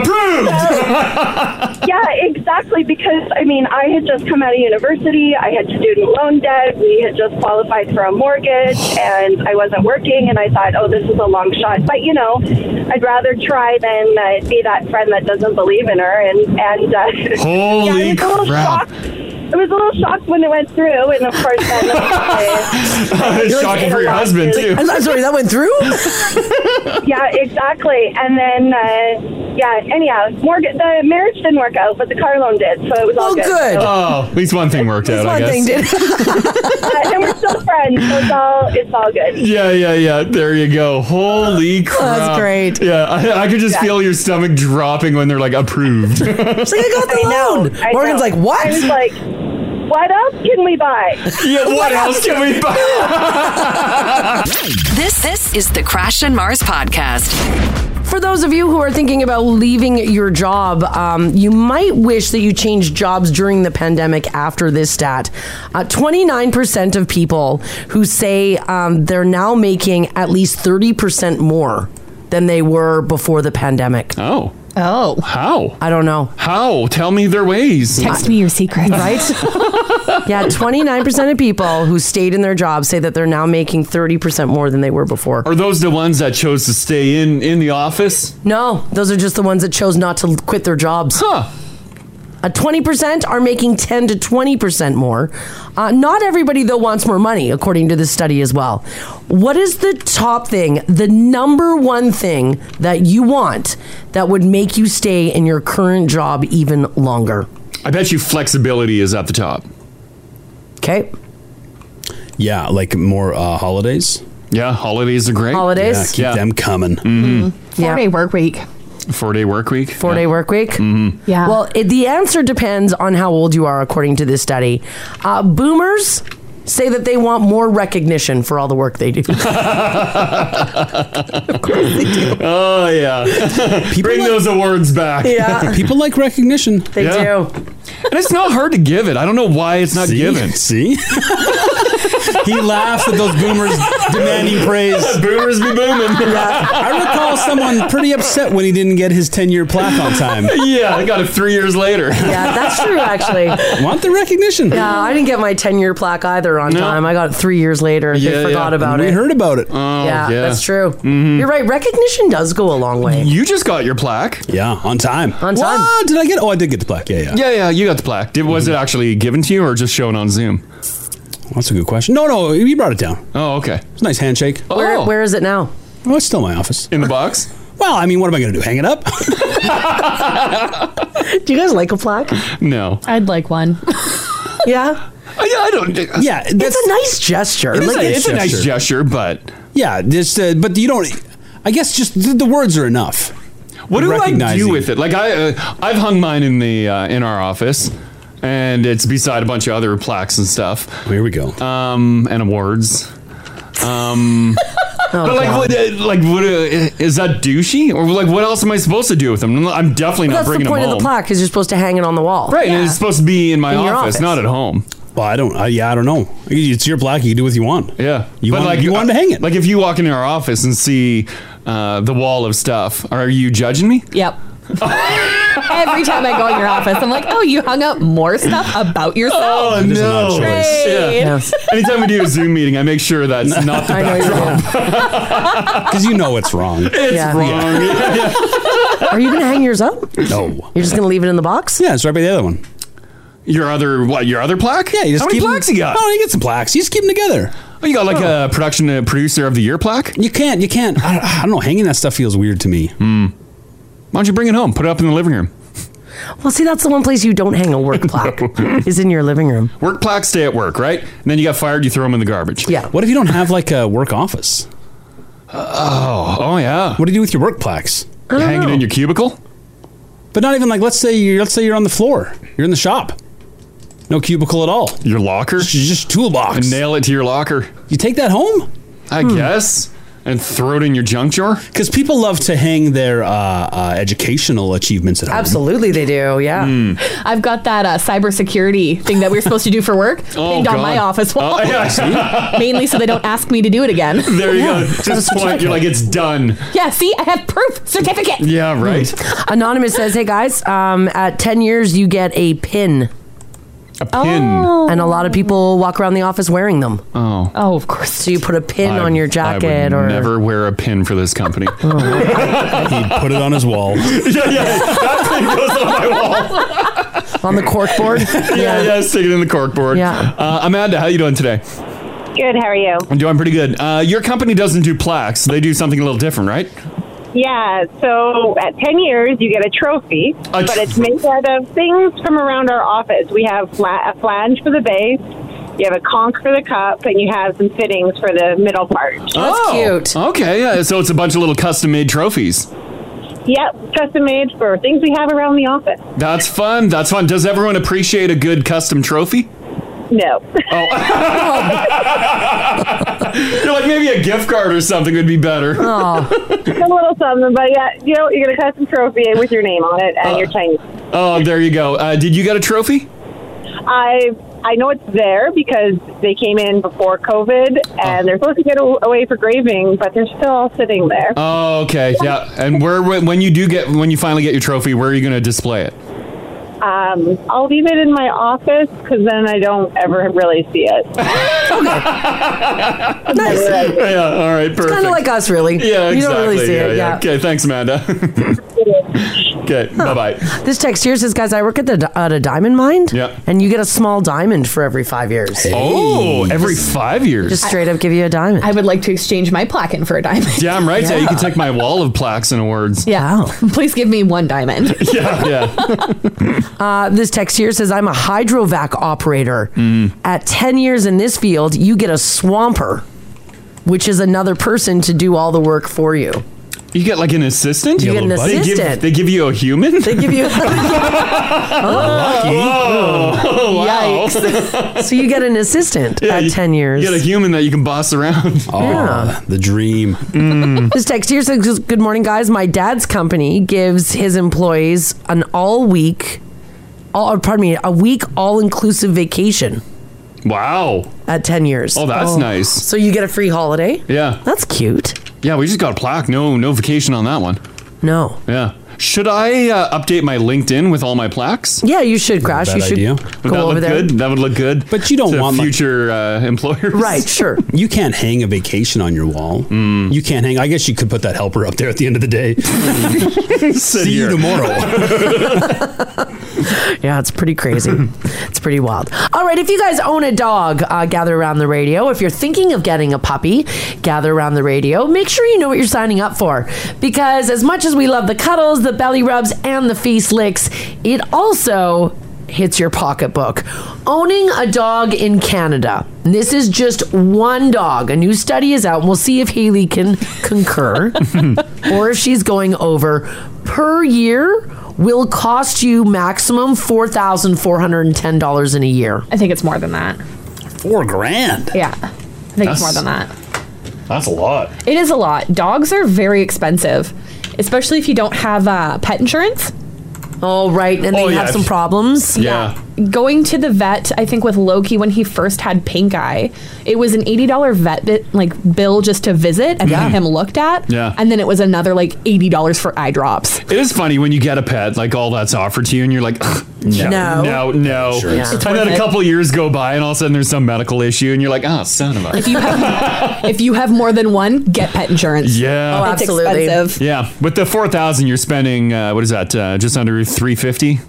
[SPEAKER 3] approved.
[SPEAKER 12] yeah, exactly. Because I mean, I had just come out of university. I had student loan debt. We had just qualified for a mortgage, and I wasn't working. And I thought, oh, this is a long shot. But you know, I'd rather try than uh, be that friend that doesn't believe in her. And and uh,
[SPEAKER 3] Holy
[SPEAKER 12] yeah, I was a little
[SPEAKER 3] crap.
[SPEAKER 12] shocked. I was a little shocked when it went through, and of course, then uh,
[SPEAKER 3] It's shocking for your husband, too. I'm
[SPEAKER 2] sorry, that went through.
[SPEAKER 12] yeah, exactly. And then, uh, yeah. Anyhow, mortgage, the marriage didn't work out, but the car loan did, so it was all good. So-
[SPEAKER 3] Oh, at least one thing worked out, I guess.
[SPEAKER 12] Uh, and we're still friends, so it's all it's all good.
[SPEAKER 3] Yeah, yeah, yeah. There you go. Holy crap.
[SPEAKER 12] great.
[SPEAKER 3] Yeah, I, I could just
[SPEAKER 12] Yeah.
[SPEAKER 3] feel your stomach dropping when they're like approved.
[SPEAKER 2] She's like, I got the loan. Morgan's like, what?
[SPEAKER 12] I was like, what else can we buy?
[SPEAKER 3] Yeah, what else can we buy?
[SPEAKER 1] This this is the Crash and Mars podcast.
[SPEAKER 2] For those of you who are thinking about leaving your job, um, you might wish that you changed jobs during the pandemic after this stat. Uh, 29% of people who say um, they're now making at least 30% more than they were before the pandemic.
[SPEAKER 3] Oh.
[SPEAKER 2] Oh.
[SPEAKER 3] How?
[SPEAKER 2] I don't know.
[SPEAKER 3] How? Tell me their ways.
[SPEAKER 2] Text
[SPEAKER 5] me your secrets.
[SPEAKER 2] Right? yeah, 29% of people who stayed in their job say that they're now making 30% more than they were before.
[SPEAKER 3] Are those the ones that chose to stay in in the office?
[SPEAKER 2] No, those are just the ones that chose not to quit their jobs.
[SPEAKER 3] Huh.
[SPEAKER 2] A 20% are making 10 to 20% more. Uh, not everybody, though, wants more money, according to this study as well. What is the top thing, the number one thing that you want that would make you stay in your current job even longer?
[SPEAKER 3] I bet you flexibility is at the top.
[SPEAKER 2] Okay.
[SPEAKER 6] Yeah, like more uh, holidays.
[SPEAKER 3] Yeah, holidays are great.
[SPEAKER 2] Holidays. Mm-hmm.
[SPEAKER 6] Yeah, keep them coming.
[SPEAKER 5] Four day work week.
[SPEAKER 3] Four day work week.
[SPEAKER 2] Four day work week? Mm-hmm. Yeah. Well, it, the answer depends on how old you are, according to this study. Uh, boomers say that they want more recognition for all the work they do.
[SPEAKER 3] Oh yeah. Bring those awards back.
[SPEAKER 2] Yeah.
[SPEAKER 6] People like recognition.
[SPEAKER 2] They do.
[SPEAKER 3] And it's not hard to give it. I don't know why it's not given.
[SPEAKER 6] See? he laughs at those boomers demanding praise.
[SPEAKER 3] boomers be booming.
[SPEAKER 6] I recall someone pretty upset when he didn't get his 10 year plaque on time.
[SPEAKER 3] Yeah, I got it three years later.
[SPEAKER 2] Yeah, that's true, actually.
[SPEAKER 6] Want the recognition.
[SPEAKER 2] Yeah, I didn't get my 10 year plaque either on
[SPEAKER 6] No.
[SPEAKER 2] time. I got it three years later. they forgot about it.
[SPEAKER 6] about it. Hmm.
[SPEAKER 3] Oh,
[SPEAKER 2] yeah,
[SPEAKER 3] yeah,
[SPEAKER 2] that's true. You're right. Recognition does go a long way.
[SPEAKER 3] Mm-hmm. You just got your plaque.
[SPEAKER 6] Yeah, on time.
[SPEAKER 2] On time.
[SPEAKER 6] What? Did I get? Oh, I did get the plaque. Yeah, yeah.
[SPEAKER 3] Yeah, yeah, you got the plaque. Did, was it actually given to you or just shown on Zoom?
[SPEAKER 6] Mm-hmm. That's a good question. No, no, you brought it down.
[SPEAKER 3] Oh, okay.
[SPEAKER 6] It's a nice handshake.
[SPEAKER 2] Where, where is it now?
[SPEAKER 6] Oh, it's still in my office.
[SPEAKER 3] In the box?
[SPEAKER 6] Well, I mean, what am I going to do? Hang it up?
[SPEAKER 2] Do you guys like a plaque?
[SPEAKER 3] No.
[SPEAKER 5] I'd like one.
[SPEAKER 2] yeah.
[SPEAKER 3] Uh, I don't.
[SPEAKER 6] Yeah, that's
[SPEAKER 2] it's a nice gesture.
[SPEAKER 6] It is
[SPEAKER 2] Like,
[SPEAKER 6] a nice
[SPEAKER 2] it's
[SPEAKER 3] It's a nice gesture, but
[SPEAKER 6] Yeah, just uh, but you don't. I guess just the, the words are enough.
[SPEAKER 3] What do I
[SPEAKER 6] Recognizing-
[SPEAKER 3] do with it? Like I, uh, I've hung mine in the uh, in our office, and it's beside a bunch of other plaques and stuff.
[SPEAKER 6] Here we go.
[SPEAKER 3] Um, and awards. Um, but like,
[SPEAKER 2] Oh,
[SPEAKER 3] what,
[SPEAKER 2] God.
[SPEAKER 3] uh, like, what uh, is that douchey? Or like, what else am I supposed to do with them? I'm definitely
[SPEAKER 2] Well,
[SPEAKER 3] not
[SPEAKER 2] that's the
[SPEAKER 3] bringing
[SPEAKER 2] point
[SPEAKER 3] them
[SPEAKER 2] of
[SPEAKER 3] home.
[SPEAKER 2] the plaque because you're supposed to hang it on the wall.
[SPEAKER 3] Right, and it's supposed to be in my
[SPEAKER 2] In your
[SPEAKER 3] office,
[SPEAKER 2] office.
[SPEAKER 3] not at home.
[SPEAKER 6] Well, I don't. I, yeah, I don't know. It's your plaque. You can do what you want.
[SPEAKER 3] Yeah,
[SPEAKER 6] You want- you want to hang it.
[SPEAKER 3] Like if you walk into our office and see uh, the wall of stuff, are you judging me?
[SPEAKER 5] Yep. Every time I go in your office, I'm like, oh, you hung up more stuff about yourself.
[SPEAKER 3] Oh no! Yeah.
[SPEAKER 5] Great.
[SPEAKER 3] Anytime we do a Zoom meeting, I make sure that's not the
[SPEAKER 5] I know you
[SPEAKER 3] backdrop.
[SPEAKER 6] Because you know it's wrong.
[SPEAKER 3] It's wrong.
[SPEAKER 2] Are you going to hang yours up?
[SPEAKER 6] No.
[SPEAKER 2] You're just going to leave it in the box?
[SPEAKER 6] Yeah, it's right by the other one.
[SPEAKER 3] Your other what? Your other plaque? Yeah,
[SPEAKER 6] you just
[SPEAKER 3] How many
[SPEAKER 6] keep 'em-
[SPEAKER 3] plaques you got?
[SPEAKER 6] Oh, you get some plaques. You just keep them together.
[SPEAKER 3] Oh, you got like a production uh, producer of the year plaque?
[SPEAKER 6] You can't. You can't. I, I don't know. Hanging that stuff feels weird to me.
[SPEAKER 3] Hmm. Why don't you bring it home? Put it up in the living room.
[SPEAKER 2] Well, see, that's the one place you don't hang a work plaque is in your living room.
[SPEAKER 3] Work plaques stay at work, right? And then you got fired, you throw them in the garbage.
[SPEAKER 2] Yeah.
[SPEAKER 6] What if you don't have like a work office?
[SPEAKER 3] Oh, oh yeah.
[SPEAKER 6] What do you do with your work plaques?
[SPEAKER 2] I don't
[SPEAKER 3] Hang it
[SPEAKER 2] know.
[SPEAKER 3] in your cubicle.
[SPEAKER 6] But not even like let's say you're let's say you're on the floor. You're in the shop. No cubicle at all.
[SPEAKER 3] Your locker.
[SPEAKER 6] Just toolbox.
[SPEAKER 3] Nail it to your locker.
[SPEAKER 6] You take that home
[SPEAKER 3] I
[SPEAKER 2] Hmm.
[SPEAKER 3] guess. And throw it in your junk drawer.
[SPEAKER 6] because people love to hang their uh, uh, educational achievements at home.
[SPEAKER 2] Absolutely, they do. Yeah.
[SPEAKER 3] Hmm.
[SPEAKER 5] I've got that uh, cybersecurity thing that we are supposed to do for work
[SPEAKER 3] Oh,
[SPEAKER 5] pinned on
[SPEAKER 3] God.
[SPEAKER 5] my office wall.
[SPEAKER 3] Oh, yeah. See?
[SPEAKER 5] Mainly so they don't ask me to do it again.
[SPEAKER 3] There you
[SPEAKER 2] Yeah.
[SPEAKER 3] go. Just point. You're like, it's done.
[SPEAKER 5] Yeah, see, I have proof certificate.
[SPEAKER 6] Hmm.
[SPEAKER 3] Yeah, right.
[SPEAKER 2] Hmm. Anonymous says, hey guys, um, at 10 years, you get a pin.
[SPEAKER 3] A pin.
[SPEAKER 2] And a lot of people walk around the office wearing them.
[SPEAKER 3] Oh.
[SPEAKER 5] Oh, of course.
[SPEAKER 2] So you put a pin
[SPEAKER 3] I-
[SPEAKER 2] on your
[SPEAKER 3] I would
[SPEAKER 2] jacket or.
[SPEAKER 3] never wear a pin for this company.
[SPEAKER 6] He'd put it on his wall.
[SPEAKER 3] yeah, yeah. That thing goes on my wall.
[SPEAKER 2] on the cork board.
[SPEAKER 3] Yeah, yeah. Stick it in the corkboard.
[SPEAKER 2] Yeah.
[SPEAKER 3] Uh, Amanda, how you doing today?
[SPEAKER 12] Good. How are you?
[SPEAKER 3] I'm doing pretty good. Uh, your company doesn't do plaques. They do something a little different, right?
[SPEAKER 12] Yeah, so at 10 years, you get a trophy,
[SPEAKER 3] A
[SPEAKER 12] but
[SPEAKER 3] tr-
[SPEAKER 12] it's made out of things from around our office. We have flat, a flange for the base, you have a conch for the cup, and you have some fittings for the middle part.
[SPEAKER 3] Oh.
[SPEAKER 2] Oh, That's cute.
[SPEAKER 3] Okay. Yeah. So it's a bunch of little custom-made trophies.
[SPEAKER 12] Yep, custom made for things we have around the office.
[SPEAKER 3] That's fun. That's fun. Does everyone appreciate a good custom trophy?
[SPEAKER 12] No.
[SPEAKER 3] Oh. You're like maybe a gift card or something would be better.
[SPEAKER 2] Oh,
[SPEAKER 12] a little something, but yeah, you know, you get a custom trophy with your name on it and uh, your tiny.
[SPEAKER 3] Oh, there you go. Uh, did you get a trophy?
[SPEAKER 12] I I know it's there because they came in before COVID and they're supposed to get a- away for graving, but they're still all sitting there.
[SPEAKER 3] Oh, okay. Yeah. And where when you do get when you finally get your trophy, where are you going to display it?
[SPEAKER 12] Um, I'll leave it in my office because then I don't ever really see it.
[SPEAKER 2] nice. It's
[SPEAKER 3] yeah. All right. Perfect.
[SPEAKER 2] kind of like us, really.
[SPEAKER 3] Yeah, exactly.
[SPEAKER 2] You don't really see
[SPEAKER 3] yeah,
[SPEAKER 2] it.
[SPEAKER 3] yeah.
[SPEAKER 2] Yeah.
[SPEAKER 3] Okay, thanks, Amanda. okay, bye bye.
[SPEAKER 2] This text here says, guys, I work at the at a diamond mine.
[SPEAKER 3] Yeah.
[SPEAKER 2] And you get a small diamond for every five years.
[SPEAKER 3] Oh, every five years.
[SPEAKER 2] Just straight up give you a diamond.
[SPEAKER 5] I would like to exchange my plaque in for a diamond.
[SPEAKER 3] Damn right. Yeah. you can take my wall of plaques and awards.
[SPEAKER 5] Yeah.
[SPEAKER 2] Wow.
[SPEAKER 5] Please give me one diamond.
[SPEAKER 3] Yeah, yeah.
[SPEAKER 2] Uh, this text here says, I'm a hydrovac operator.
[SPEAKER 3] Mm.
[SPEAKER 2] At 10 years in this field, you get a swamper, which is another person to do all the work for you.
[SPEAKER 3] You get like an assistant.
[SPEAKER 2] You get an
[SPEAKER 3] They give-
[SPEAKER 2] assistant.
[SPEAKER 3] They give, you a human.
[SPEAKER 2] They give you,
[SPEAKER 3] oh, wow.
[SPEAKER 2] so you get an assistant
[SPEAKER 3] Yeah,
[SPEAKER 2] at
[SPEAKER 3] you-
[SPEAKER 2] 10 years.
[SPEAKER 3] You get a human that you can boss around. Mm.
[SPEAKER 6] Oh,
[SPEAKER 2] Yeah.
[SPEAKER 6] the dream.
[SPEAKER 2] This text here says, Good morning, guys. My dad's company gives his employees an all week all, or pardon me, a week all inclusive vacation.
[SPEAKER 3] Wow.
[SPEAKER 2] At 10 years.
[SPEAKER 3] Oh, that's nice. So
[SPEAKER 2] you get a free holiday?
[SPEAKER 3] Yeah.
[SPEAKER 2] That's cute.
[SPEAKER 3] Yeah, we just got a plaque. No, no vacation on that one.
[SPEAKER 2] No.
[SPEAKER 3] Yeah. Should I uh, update my LinkedIn with all my plaques?
[SPEAKER 2] Yeah, you should, Crash. You should
[SPEAKER 3] Would
[SPEAKER 2] go
[SPEAKER 3] that
[SPEAKER 2] over
[SPEAKER 3] look
[SPEAKER 2] there.
[SPEAKER 3] good? That would look good.
[SPEAKER 6] But you don't
[SPEAKER 3] to
[SPEAKER 6] want my-
[SPEAKER 3] future uh, employers.
[SPEAKER 2] sure.
[SPEAKER 6] You can't hang a vacation on your wall.
[SPEAKER 3] Mm.
[SPEAKER 6] You can't hang. I guess you could put that helper up there at the end of the day. See you tomorrow.
[SPEAKER 2] Yeah, it's pretty crazy. it's pretty wild. All right, if you guys own a dog, uh, gather around the radio. If you're thinking of getting a puppy, gather around the radio. Make sure you know what you're signing up for because as much as we love the cuddles, the belly rubs, and the feast licks, it also hits your pocketbook. Owning a dog in Canada. This is just one dog. A new study is out, and we'll see if Haley can concur or if she's going over per year will cost you maximum four thousand four hundred and ten dollars in a year.
[SPEAKER 5] I think it's more than that.
[SPEAKER 6] Four grand.
[SPEAKER 5] Yeah. I think it's more than that.
[SPEAKER 3] That's a lot.
[SPEAKER 5] It is a lot. Dogs are very expensive, especially if you don't have uh, pet insurance.
[SPEAKER 2] Oh, right. And
[SPEAKER 3] they Oh, have yeah. some
[SPEAKER 2] problems.
[SPEAKER 3] Yeah.
[SPEAKER 5] Going to the vet, I think with Loki when he first had pink eye, it was an eighty dollar vet bit, like bill just to visit and
[SPEAKER 3] Yeah.
[SPEAKER 5] get him looked at.
[SPEAKER 3] Yeah.
[SPEAKER 5] And then it was another like eighty dollars for eye drops.
[SPEAKER 3] It is funny when you get a pet, like all that's offered to you, and you're like, "Ugh, no,
[SPEAKER 5] No.
[SPEAKER 3] no, no.
[SPEAKER 5] Sure. Yeah. It's
[SPEAKER 3] And then
[SPEAKER 5] worth
[SPEAKER 3] a
[SPEAKER 5] it.
[SPEAKER 3] couple years go by, and all of a sudden there's some medical issue, and you're like, oh, son of a.
[SPEAKER 5] If you have if you have more than one, get pet insurance.
[SPEAKER 3] Yeah.
[SPEAKER 2] Oh,
[SPEAKER 5] It's expensive.
[SPEAKER 3] Yeah. With the 4000 you're spending, uh, what is that, uh, just under 350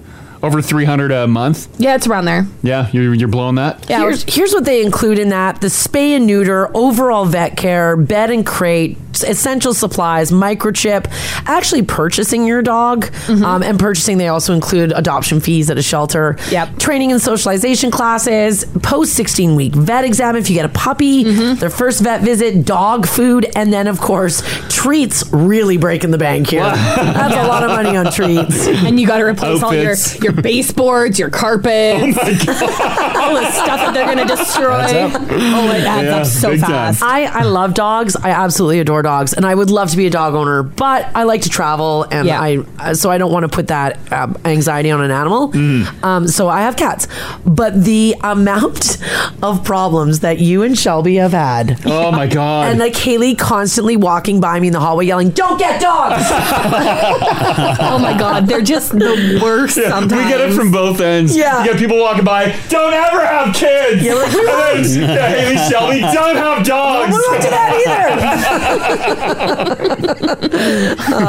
[SPEAKER 3] Over 300 a month?
[SPEAKER 5] Yeah, it's around there.
[SPEAKER 3] Yeah. You're, you're blowing that?
[SPEAKER 2] Here's, here's what they include in that the spay and neuter, overall vet care, bed and crate, s- essential supplies, microchip, actually purchasing your dog. Um, and purchasing, they also include adoption fees at a shelter, yep. training and socialization classes, post 16 week vet exam if you get a puppy, their first vet visit, dog food, and then, of course, treats really breaking the bank here. That's a lot of money on treats.
[SPEAKER 5] And you got to
[SPEAKER 2] Outfits.
[SPEAKER 5] replace all your your baseboards, your
[SPEAKER 3] Oh
[SPEAKER 5] carpets, all the stuff that they're gonna destroy. Oh, it adds up so fast.
[SPEAKER 2] I, I love dogs. I absolutely adore dogs, and I would love to be a dog owner. But I like to travel, and
[SPEAKER 5] Yeah.
[SPEAKER 2] I uh, so I don't want to put that um, anxiety on an animal.
[SPEAKER 3] Mm.
[SPEAKER 2] Um, so I have cats, but the amount of problems that you and Shelby have had.
[SPEAKER 3] Oh, my God.
[SPEAKER 2] And like Haley constantly walking by me in the hallway yelling, "Don't get dogs!"
[SPEAKER 5] oh my god, they're just the worst.
[SPEAKER 3] Yeah,
[SPEAKER 5] sometimes
[SPEAKER 3] We get it from both ends.
[SPEAKER 5] Yeah.
[SPEAKER 3] You get people walking by, don't ever have kids.
[SPEAKER 4] Yeah, like, we
[SPEAKER 3] and then,
[SPEAKER 4] won't.
[SPEAKER 3] yeah, Haley Shelby, don't have dogs.
[SPEAKER 4] We won't do
[SPEAKER 2] oh,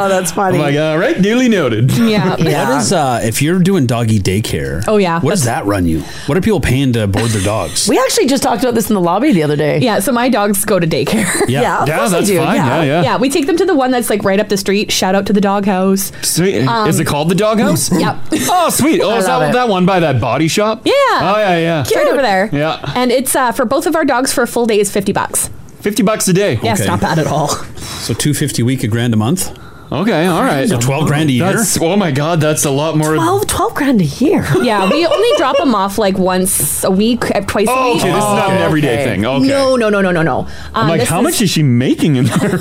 [SPEAKER 2] that's funny.
[SPEAKER 3] I'm like, all right, duly noted.
[SPEAKER 5] Yeah.
[SPEAKER 6] What is uh if you're doing doggy daycare?
[SPEAKER 5] Oh, yeah.
[SPEAKER 6] What does that run you? What are people paying to board their dogs?
[SPEAKER 2] We actually just talked about this in the lobby the other day.
[SPEAKER 5] Yeah, so my dogs go to daycare.
[SPEAKER 6] Yeah. Yeah, of Yeah, course they that's do, fine. yeah. Yeah, yeah.
[SPEAKER 5] we take them to the one that's like right up the street. Shout out to the doghouse.
[SPEAKER 3] Sweet.
[SPEAKER 5] Um,
[SPEAKER 3] is it called the doghouse?
[SPEAKER 5] Yep.
[SPEAKER 3] Oh, sweet. Oh,
[SPEAKER 5] I
[SPEAKER 3] is
[SPEAKER 5] love
[SPEAKER 3] that,
[SPEAKER 5] it.
[SPEAKER 3] that one by that body shop?
[SPEAKER 5] Yeah.
[SPEAKER 3] Oh, yeah, yeah.
[SPEAKER 5] Straight over there.
[SPEAKER 3] Yeah.
[SPEAKER 5] And it's uh, for both of our dogs for a full day is 50 bucks.
[SPEAKER 3] 50 bucks a day.
[SPEAKER 5] Yeah, it's not bad at all.
[SPEAKER 6] So 250 a week, a grand a month?
[SPEAKER 3] Okay, all right.
[SPEAKER 6] So 12 grand a year?
[SPEAKER 3] That's, oh, my God, that's a lot more.
[SPEAKER 2] 12, 12 grand a year.
[SPEAKER 5] Yeah, we only drop them off like once a week, uh, twice a
[SPEAKER 3] Oh,
[SPEAKER 5] week.
[SPEAKER 3] okay, this is not an everyday thing. Okay.
[SPEAKER 5] No, no, no, no, no, no. Um,
[SPEAKER 3] I'm like,
[SPEAKER 5] this
[SPEAKER 3] how
[SPEAKER 5] is-
[SPEAKER 3] much is she making in there?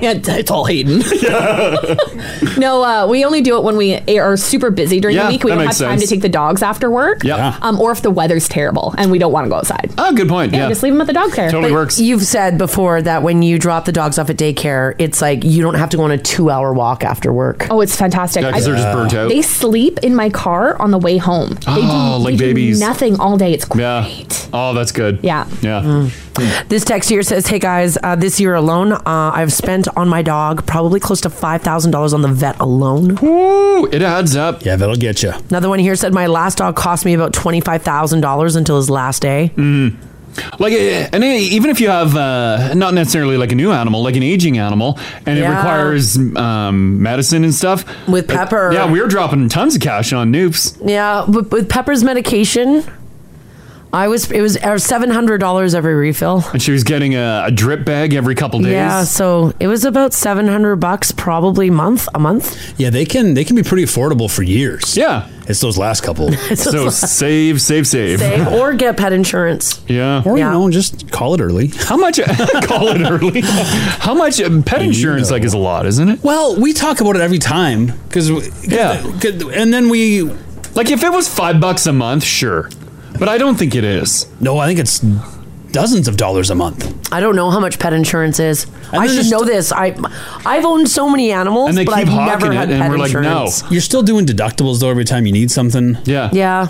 [SPEAKER 5] yeah, it's all Hayden. no, uh, we only do it when we are super busy during
[SPEAKER 3] Yeah,
[SPEAKER 5] the week. We
[SPEAKER 3] that
[SPEAKER 5] don't have
[SPEAKER 3] makes
[SPEAKER 5] time to
[SPEAKER 3] sense.
[SPEAKER 5] take the dogs after work.
[SPEAKER 3] Yeah.
[SPEAKER 5] Um, or if the weather's terrible and we don't want to go outside.
[SPEAKER 3] Oh, good point.
[SPEAKER 5] Yeah,
[SPEAKER 2] yeah.
[SPEAKER 5] just leave them at the dog care.
[SPEAKER 2] But You've said before that when you drop the dogs off at daycare, it's like you don't have to go on a two-hour walk after work.
[SPEAKER 5] Oh, it's fantastic.
[SPEAKER 2] Yeah, 'cause they're just
[SPEAKER 5] I-
[SPEAKER 2] burnt out. Ah,
[SPEAKER 5] They sleep in my car on the way home. They
[SPEAKER 3] Oh,
[SPEAKER 5] do,
[SPEAKER 3] like
[SPEAKER 5] they do
[SPEAKER 3] babies.
[SPEAKER 5] nothing all day. It's great.
[SPEAKER 3] Yeah. Oh, that's good.
[SPEAKER 5] Yeah. Mm.
[SPEAKER 3] Yeah.
[SPEAKER 2] This text here says, "Hey guys, uh, this year alone, uh, I've spent on my dog probably close to five thousand dollars on the vet alone."
[SPEAKER 3] Ooh, it adds up.
[SPEAKER 6] Yeah, that'll get you.
[SPEAKER 2] Another one here said, "My last dog cost me about twenty five thousand dollars until his last day."
[SPEAKER 3] Mm. Like, eh, and eh, even if you have uh, not necessarily like a new animal, like an aging animal, and it
[SPEAKER 2] Yeah.
[SPEAKER 3] requires um, medicine and stuff.
[SPEAKER 2] With
[SPEAKER 3] like,
[SPEAKER 2] Pepper.
[SPEAKER 3] yeah, we're dropping tons of cash on noops.
[SPEAKER 2] Yeah, with, with Pepper's medication, I was it was uh, seven hundred dollars every refill.
[SPEAKER 3] And she was getting a, a drip bag every couple days.
[SPEAKER 2] Yeah, so it was about seven hundred bucks, probably month a month.
[SPEAKER 6] Yeah, they can they can be pretty affordable for years.
[SPEAKER 3] Yeah.
[SPEAKER 6] It's those last couple.
[SPEAKER 2] It's those
[SPEAKER 6] so
[SPEAKER 2] last-
[SPEAKER 3] save, save, save.
[SPEAKER 2] Save or get pet insurance.
[SPEAKER 3] Yeah.
[SPEAKER 6] Or you know, just call it early.
[SPEAKER 3] How much call it early? How much uh, pet insurance like is a lot, isn't it?
[SPEAKER 6] Well, we talk about it every time because yeah, and then we
[SPEAKER 3] Like if it was five bucks a month, sure, but I don't think it is.
[SPEAKER 6] No, I think it's dozens of dollars a month.
[SPEAKER 2] I don't know how much pet insurance is. I should know this. I I've owned so many animals,
[SPEAKER 6] And they
[SPEAKER 2] but
[SPEAKER 6] keep
[SPEAKER 2] I've
[SPEAKER 6] hawking
[SPEAKER 2] never
[SPEAKER 6] it,
[SPEAKER 2] had
[SPEAKER 6] and
[SPEAKER 2] pet
[SPEAKER 6] we're like, no.
[SPEAKER 2] insurance.
[SPEAKER 6] You're still doing deductibles though every time you need something.
[SPEAKER 3] Yeah.
[SPEAKER 2] Yeah.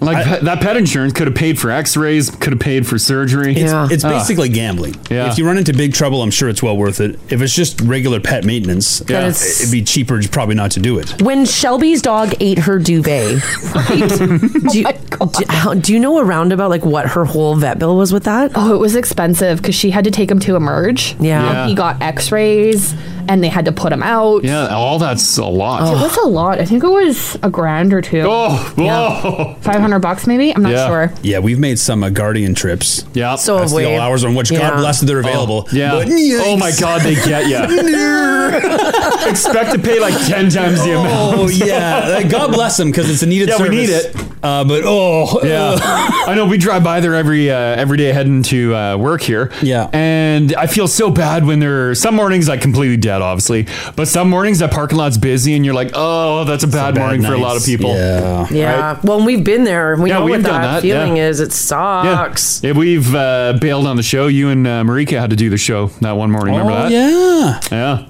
[SPEAKER 3] Like pet- that pet insurance could have paid for X-rays, could have paid for surgery.
[SPEAKER 6] It's, it's
[SPEAKER 3] Ah.
[SPEAKER 6] basically gambling.
[SPEAKER 3] Yeah.
[SPEAKER 6] If you run into big trouble, I'm sure it's well worth it. If it's just regular pet maintenance,
[SPEAKER 2] Then it's-
[SPEAKER 6] it'd be cheaper just probably not to do it.
[SPEAKER 2] When Shelby's dog ate her duvet,
[SPEAKER 12] Oh
[SPEAKER 2] do, you, do- how- do you know a roundabout like what her whole vet bill was with that?
[SPEAKER 5] Oh, it was expensive because she had to take him to emerge.
[SPEAKER 2] Yeah.
[SPEAKER 5] And
[SPEAKER 3] Yeah.
[SPEAKER 5] he got x rays and they had to put him out.
[SPEAKER 3] Yeah, all that's a lot.
[SPEAKER 2] Oh.
[SPEAKER 5] It was a lot. I think it was a grand or two.
[SPEAKER 3] Oh,
[SPEAKER 6] whoa.
[SPEAKER 5] 500 bucks maybe? I'm not sure.
[SPEAKER 6] Yeah, we've made some uh, Guardian trips.
[SPEAKER 3] Yeah.
[SPEAKER 5] So
[SPEAKER 6] That's
[SPEAKER 5] have
[SPEAKER 6] the
[SPEAKER 5] we.
[SPEAKER 6] all hours on which
[SPEAKER 5] Yeah.
[SPEAKER 6] God bless that they're available.
[SPEAKER 3] yeah.
[SPEAKER 6] But
[SPEAKER 3] Oh my God, they get ya.
[SPEAKER 6] ya.
[SPEAKER 3] Expect to pay like 10 times the amount.
[SPEAKER 6] Oh yeah. Like, God bless them because it's a needed
[SPEAKER 3] Yeah, we
[SPEAKER 6] service.
[SPEAKER 3] need
[SPEAKER 6] Uh, but oh
[SPEAKER 3] yeah, I know. We drive by there every uh, every day heading to uh, work here. Yeah, and I feel so bad when they're some mornings like completely dead, obviously, but some mornings that parking lot's busy and you're like, oh, that's a bad, morning for a lot of
[SPEAKER 6] nights.
[SPEAKER 3] people.
[SPEAKER 6] Yeah,
[SPEAKER 2] Yeah. Well, we've been there. We
[SPEAKER 3] Yeah,
[SPEAKER 2] know
[SPEAKER 3] we've
[SPEAKER 2] what
[SPEAKER 3] done
[SPEAKER 2] that,
[SPEAKER 3] that,
[SPEAKER 2] feeling
[SPEAKER 3] yeah.
[SPEAKER 2] is. It sucks.
[SPEAKER 3] Yeah. Yeah, we've uh, bailed on the show. You and uh, Marika had to do the show that one morning. Remember
[SPEAKER 2] Oh,
[SPEAKER 3] that?
[SPEAKER 6] Yeah.
[SPEAKER 3] Yeah.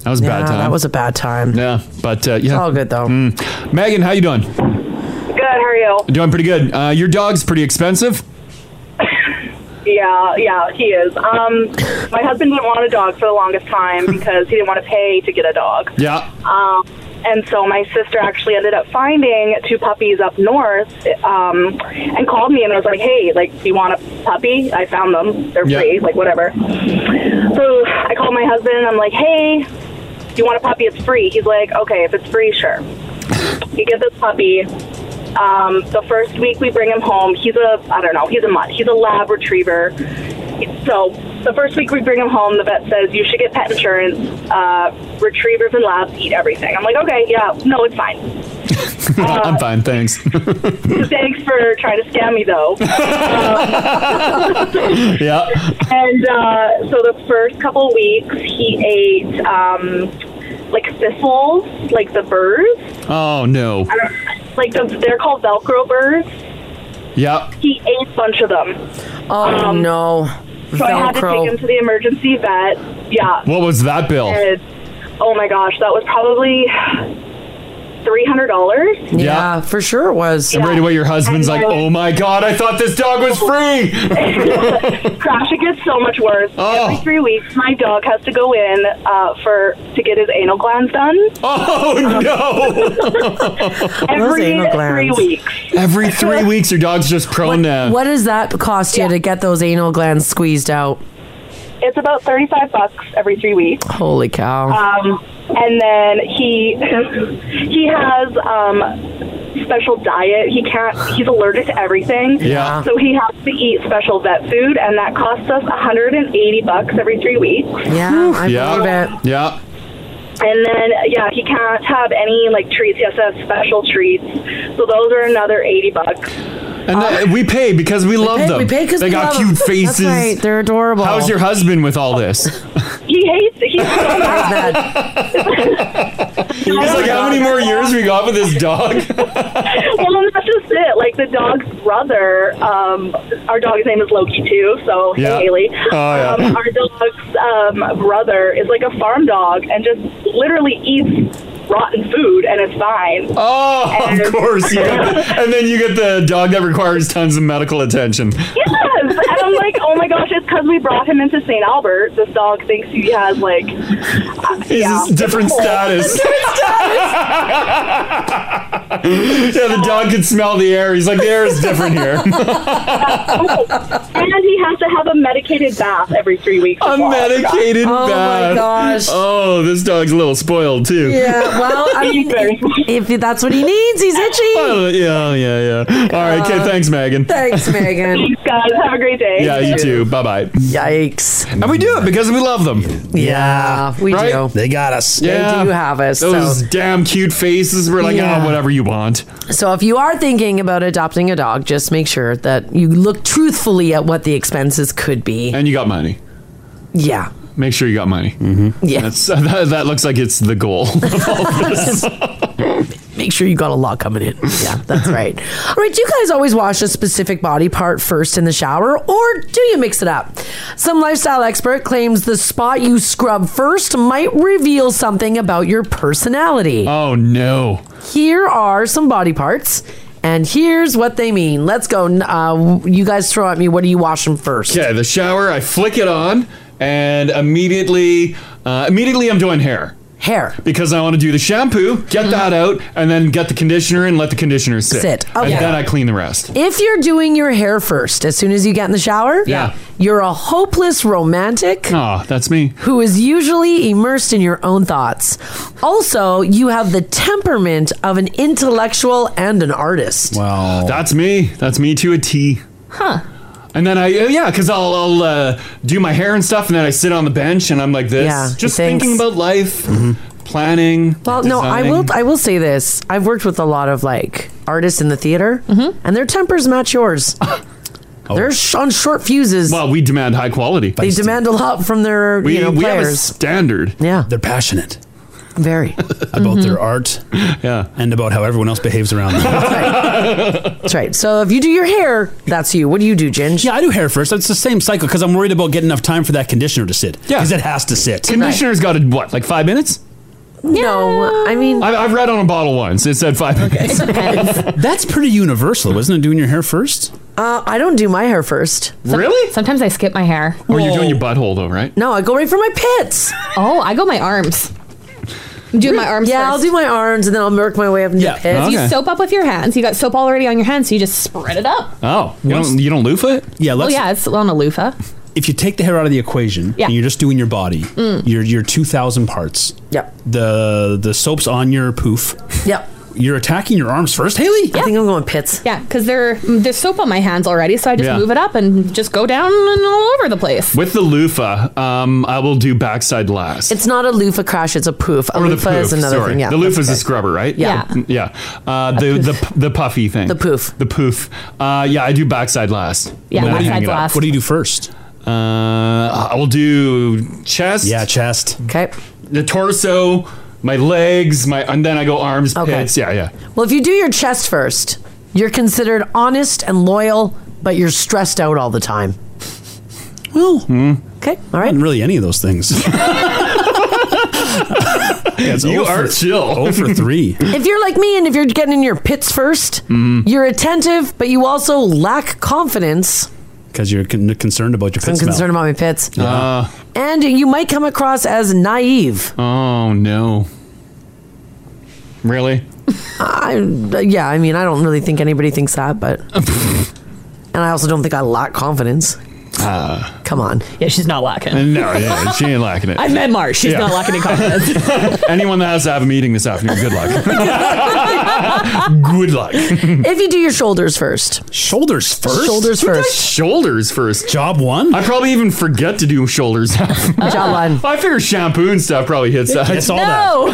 [SPEAKER 3] That was a bad
[SPEAKER 2] Yeah,
[SPEAKER 3] time.
[SPEAKER 2] that was a bad time.
[SPEAKER 3] Yeah, but uh, yeah,
[SPEAKER 2] all good though.
[SPEAKER 3] Mm. Megan, how you doing?
[SPEAKER 12] Good. How are you?
[SPEAKER 3] Doing pretty good. Uh, your dog's pretty expensive.
[SPEAKER 12] Yeah, yeah, he is. Um, my husband didn't want a dog for the longest time because he didn't want to pay to get a dog.
[SPEAKER 3] Yeah.
[SPEAKER 12] Um, and so my sister actually ended up finding two puppies up north um, and called me and was like, hey, like, do you want a puppy? I found them. They're
[SPEAKER 14] Yeah.
[SPEAKER 12] free, like, whatever. So I called my husband and I'm like, hey, do you want a puppy? It's free. He's like, okay, if it's free, sure. You get this puppy. Um, the first week we bring him home, he's a, I don't know, he's a mutt. He's a lab retriever. So the first week we bring him home, the vet says you should get pet insurance. Uh, retrievers and labs eat everything. I'm like, okay, yeah, no, it's fine.
[SPEAKER 3] I'm fine, thanks.
[SPEAKER 12] Thanks for trying to scam me, though. Um,
[SPEAKER 3] yeah.
[SPEAKER 12] and uh, so the first couple of weeks, he ate um, like thistles, like the burrs.
[SPEAKER 3] Oh no.
[SPEAKER 12] I don't, like the, they're called Velcro burrs.
[SPEAKER 3] Yeah.
[SPEAKER 12] He ate a bunch of them. Um,
[SPEAKER 2] Oh no.
[SPEAKER 12] So I had to
[SPEAKER 2] Velcro.
[SPEAKER 12] take him to the emergency vet. Yeah.
[SPEAKER 3] What was that bill?
[SPEAKER 12] And- oh my gosh, that was probably three hundred dollars.
[SPEAKER 3] Yeah,
[SPEAKER 2] for sure it was.
[SPEAKER 3] And right away, your husband's like, "Oh my god, I thought this dog was free."
[SPEAKER 12] Crash, it gets so much worse.
[SPEAKER 3] Oh.
[SPEAKER 12] Every three weeks, my dog has to go in uh, for to get his anal glands done.
[SPEAKER 3] Oh
[SPEAKER 12] no! every three weeks.
[SPEAKER 3] Every three weeks, your dog's just prone to.
[SPEAKER 2] What does that cost you to get those anal glands squeezed out?
[SPEAKER 12] It's about thirty-five bucks every three weeks.
[SPEAKER 2] Holy cow.
[SPEAKER 12] Um, and then he he has um, special diet. He can't. He's allergic to everything.
[SPEAKER 3] Yeah.
[SPEAKER 12] So he has to eat special vet food, and that costs us 180 bucks every three weeks.
[SPEAKER 2] yeah, I
[SPEAKER 3] yeah.
[SPEAKER 2] believe it.
[SPEAKER 3] Yeah.
[SPEAKER 12] And then, yeah, he can't have any like treats. He has to have special treats. So those are another eighty bucks.
[SPEAKER 3] And that- we pay because we, love
[SPEAKER 12] pay-
[SPEAKER 3] them.
[SPEAKER 12] we pay 'cause
[SPEAKER 3] they
[SPEAKER 12] we
[SPEAKER 3] got
[SPEAKER 12] love
[SPEAKER 3] cute
[SPEAKER 12] them. That's
[SPEAKER 3] faces.
[SPEAKER 12] right,
[SPEAKER 2] They're adorable.
[SPEAKER 3] How's your husband with all this?
[SPEAKER 12] He hates. He's so mad.
[SPEAKER 3] He's like, how many more years we got with this dog?
[SPEAKER 12] well, and that's just it. Like the dog's brother, um, our dog's name is Loki too. So hey,
[SPEAKER 3] Yeah.
[SPEAKER 12] Haley,
[SPEAKER 3] Oh, yeah.
[SPEAKER 12] um, our dog's um, brother is like a farm dog and just literally eats rotten food, and it's fine.
[SPEAKER 3] Oh, of course. You get, and then you get the dog that requires tons of medical attention.
[SPEAKER 12] Yes, and I'm like, oh my gosh, it's because we brought him into St. Albert. This dog thinks he has like, uh,
[SPEAKER 3] He's
[SPEAKER 12] yeah,
[SPEAKER 3] different status. yeah, the dog can smell the air. He's like, the air is different here.
[SPEAKER 2] Oh,
[SPEAKER 12] and he has to have a medicated bath every three weeks.
[SPEAKER 3] A medicated bath. Oh, this dog's a little spoiled too.
[SPEAKER 2] Yeah, well, I mean, if, if that's what he needs, he's itchy.
[SPEAKER 3] Oh, yeah, yeah, yeah. All right, okay.
[SPEAKER 2] Uh,
[SPEAKER 3] Thanks, Megan.
[SPEAKER 2] Thanks, Megan.
[SPEAKER 12] Thanks, guys. Have a great day.
[SPEAKER 3] Yeah, you too. Bye bye.
[SPEAKER 2] Yikes.
[SPEAKER 3] And we do it because we love them.
[SPEAKER 2] Yeah, we
[SPEAKER 3] Right?
[SPEAKER 2] do.
[SPEAKER 6] They got us.
[SPEAKER 3] Yeah.
[SPEAKER 2] They do have us.
[SPEAKER 3] Those
[SPEAKER 2] so.
[SPEAKER 3] damn cute faces. We're like,
[SPEAKER 2] Yeah.
[SPEAKER 3] oh, whatever you want.
[SPEAKER 2] So if you are thinking about adopting a dog, just make sure that you look truthfully at what the expenses could be.
[SPEAKER 3] And you got money.
[SPEAKER 2] Yeah.
[SPEAKER 3] Make sure you got money. Mm-hmm.
[SPEAKER 2] Yeah.
[SPEAKER 3] That's, that, that looks like it's the goal.
[SPEAKER 2] make sure you got a lot coming in. Yeah, that's right. All right, do you guys always wash a specific body part first in the shower, or do you mix it up? Some lifestyle expert claims the spot you scrub first might reveal something about your personality.
[SPEAKER 3] Oh, no.
[SPEAKER 2] Here are some body parts. And here's what they mean. Let's go. Uh, you guys throw at me. What do you wash them first?
[SPEAKER 3] Yeah, the shower. I flick it on, and immediately, uh, immediately, I'm doing hair.
[SPEAKER 2] Hair. Mm-hmm.
[SPEAKER 3] Because I want to do the shampoo, get that out, and then get the conditioner and let the conditioner sit.
[SPEAKER 2] Sit.
[SPEAKER 3] And
[SPEAKER 2] Okay.
[SPEAKER 3] then I clean the rest.
[SPEAKER 2] If you're doing your hair first, as soon as you get in the shower,
[SPEAKER 3] Yeah.
[SPEAKER 2] you're a hopeless romantic
[SPEAKER 3] Ah, that's me.
[SPEAKER 2] who is usually immersed in your own thoughts. Also, you have the temperament of an intellectual and an artist.
[SPEAKER 3] Wow. That's me. That's me to a T.
[SPEAKER 2] Huh.
[SPEAKER 3] And then I, uh, yeah, because I'll, I'll uh, do my hair and stuff, and then I sit on the bench and I'm like this,
[SPEAKER 2] Yeah, he
[SPEAKER 3] just
[SPEAKER 2] thinks.
[SPEAKER 3] thinking about life, planning.
[SPEAKER 2] Well, no, I will.
[SPEAKER 3] designing.
[SPEAKER 2] I will say this: I've worked with a lot of like artists in the theater,
[SPEAKER 3] Mm-hmm.
[SPEAKER 2] and their tempers match yours. They're sh- on short fuses.
[SPEAKER 3] Oh. Well, we demand high quality.
[SPEAKER 2] They demand a lot from their
[SPEAKER 3] We,
[SPEAKER 2] you know,
[SPEAKER 3] we have a
[SPEAKER 2] players.
[SPEAKER 3] standard.
[SPEAKER 2] Yeah.
[SPEAKER 6] They're passionate.
[SPEAKER 2] Very.
[SPEAKER 6] about their art.
[SPEAKER 3] Yeah.
[SPEAKER 6] And about how everyone else behaves around them.
[SPEAKER 2] That's right. So if you do your hair, that's you. What do you do, Ginge?
[SPEAKER 6] Yeah, I do hair first. It's the same cycle because I'm worried about getting enough time for that conditioner to sit. Yeah. Because it has to sit.
[SPEAKER 3] Conditioner's got to, what, like five minutes?
[SPEAKER 2] No, I mean,
[SPEAKER 3] I've, I've read on a bottle once. It said five minutes.
[SPEAKER 6] That's pretty universal, isn't it? Doing your hair first?
[SPEAKER 2] Uh, I don't do my hair first.
[SPEAKER 3] Really?
[SPEAKER 5] Sometimes I skip my hair.
[SPEAKER 3] Or Oh, you're doing your butthole, though, right?
[SPEAKER 2] No, Oh, I go right for my pits.
[SPEAKER 5] Oh, I go my arms. Do my arms.
[SPEAKER 2] Yeah, i I'll do my arms and then I'll work my way up into the pits.
[SPEAKER 5] You soap up with your hands. You got soap already on your hands, so you just spread it up.
[SPEAKER 3] Oh, you don't, you don't loofah it?
[SPEAKER 6] Yeah,
[SPEAKER 5] Oh
[SPEAKER 6] let's.
[SPEAKER 5] yeah, it's on a loofah.
[SPEAKER 6] If you take the hair out of the equation
[SPEAKER 5] Yeah.
[SPEAKER 6] and you're just doing your body,
[SPEAKER 5] Mm.
[SPEAKER 6] your your 2,000 parts.
[SPEAKER 2] Yep.
[SPEAKER 6] The the soap's on your poof.
[SPEAKER 2] Yep.
[SPEAKER 6] You're attacking your arms first, Haley.
[SPEAKER 5] I think
[SPEAKER 2] I'm going pits.
[SPEAKER 5] Yeah, because there there's soap on my hands already, so I just
[SPEAKER 3] Yeah.
[SPEAKER 5] move it up and just go down and all over the place.
[SPEAKER 3] With the loofah, um, I will do backside last.
[SPEAKER 2] It's not a loofah crash, it's a poof. A loofah is
[SPEAKER 3] poof,
[SPEAKER 2] another thing. Yeah.
[SPEAKER 3] the loofah is a
[SPEAKER 2] that's
[SPEAKER 3] scrubber, right?
[SPEAKER 2] Yeah.
[SPEAKER 3] yeah. Uh, the the p- the puffy thing. The
[SPEAKER 2] poof.
[SPEAKER 3] The poof. Uh, yeah, I do backside last.
[SPEAKER 5] Yeah,
[SPEAKER 3] And then I
[SPEAKER 5] backside
[SPEAKER 3] hang it up.
[SPEAKER 5] last. What do
[SPEAKER 6] you do first?
[SPEAKER 3] Uh, I will do chest. Yeah,
[SPEAKER 6] chest.
[SPEAKER 2] Okay.
[SPEAKER 3] The torso, my legs, my and then I go arms, pits. Yeah, yeah.
[SPEAKER 2] good. Well, if you do your chest first, you're considered honest and loyal, but you're stressed out all the time.
[SPEAKER 6] Well,
[SPEAKER 3] Hmm?
[SPEAKER 2] okay, all right.
[SPEAKER 6] Not really any of those things. Yeah, it's
[SPEAKER 3] You
[SPEAKER 6] oh for-
[SPEAKER 3] are chill.
[SPEAKER 6] Oh for three.
[SPEAKER 2] If you're like me and if you're getting in your pits 1st you
[SPEAKER 3] Mm-hmm.
[SPEAKER 2] you're attentive, but you also lack confidence.
[SPEAKER 6] Because you're con- concerned about your
[SPEAKER 2] I'm
[SPEAKER 6] pit smell.
[SPEAKER 2] concerned about my pits.
[SPEAKER 3] Uh,
[SPEAKER 2] And you might come across as naive.
[SPEAKER 3] oh no. Really?
[SPEAKER 2] I, yeah, I mean, I don't really think anybody thinks that, but. and I also don't think I lack confidence.
[SPEAKER 3] Uh,
[SPEAKER 2] Come on.
[SPEAKER 5] Yeah, she's not lacking.
[SPEAKER 3] No, yeah, she ain't lacking it.
[SPEAKER 5] I met Marsh. She's
[SPEAKER 3] Yeah.
[SPEAKER 5] not lacking in confidence.
[SPEAKER 3] Anyone that has to have a meeting this afternoon, good luck. good luck.
[SPEAKER 2] if you do your shoulders first.
[SPEAKER 6] Shoulders first?
[SPEAKER 2] Shoulders
[SPEAKER 3] Who does
[SPEAKER 2] first.
[SPEAKER 3] Shoulders first.
[SPEAKER 6] Job one?
[SPEAKER 3] I probably even forget to do shoulders.
[SPEAKER 2] Uh, Job one.
[SPEAKER 3] I figure shampoo and stuff probably hits that.
[SPEAKER 2] It's all No.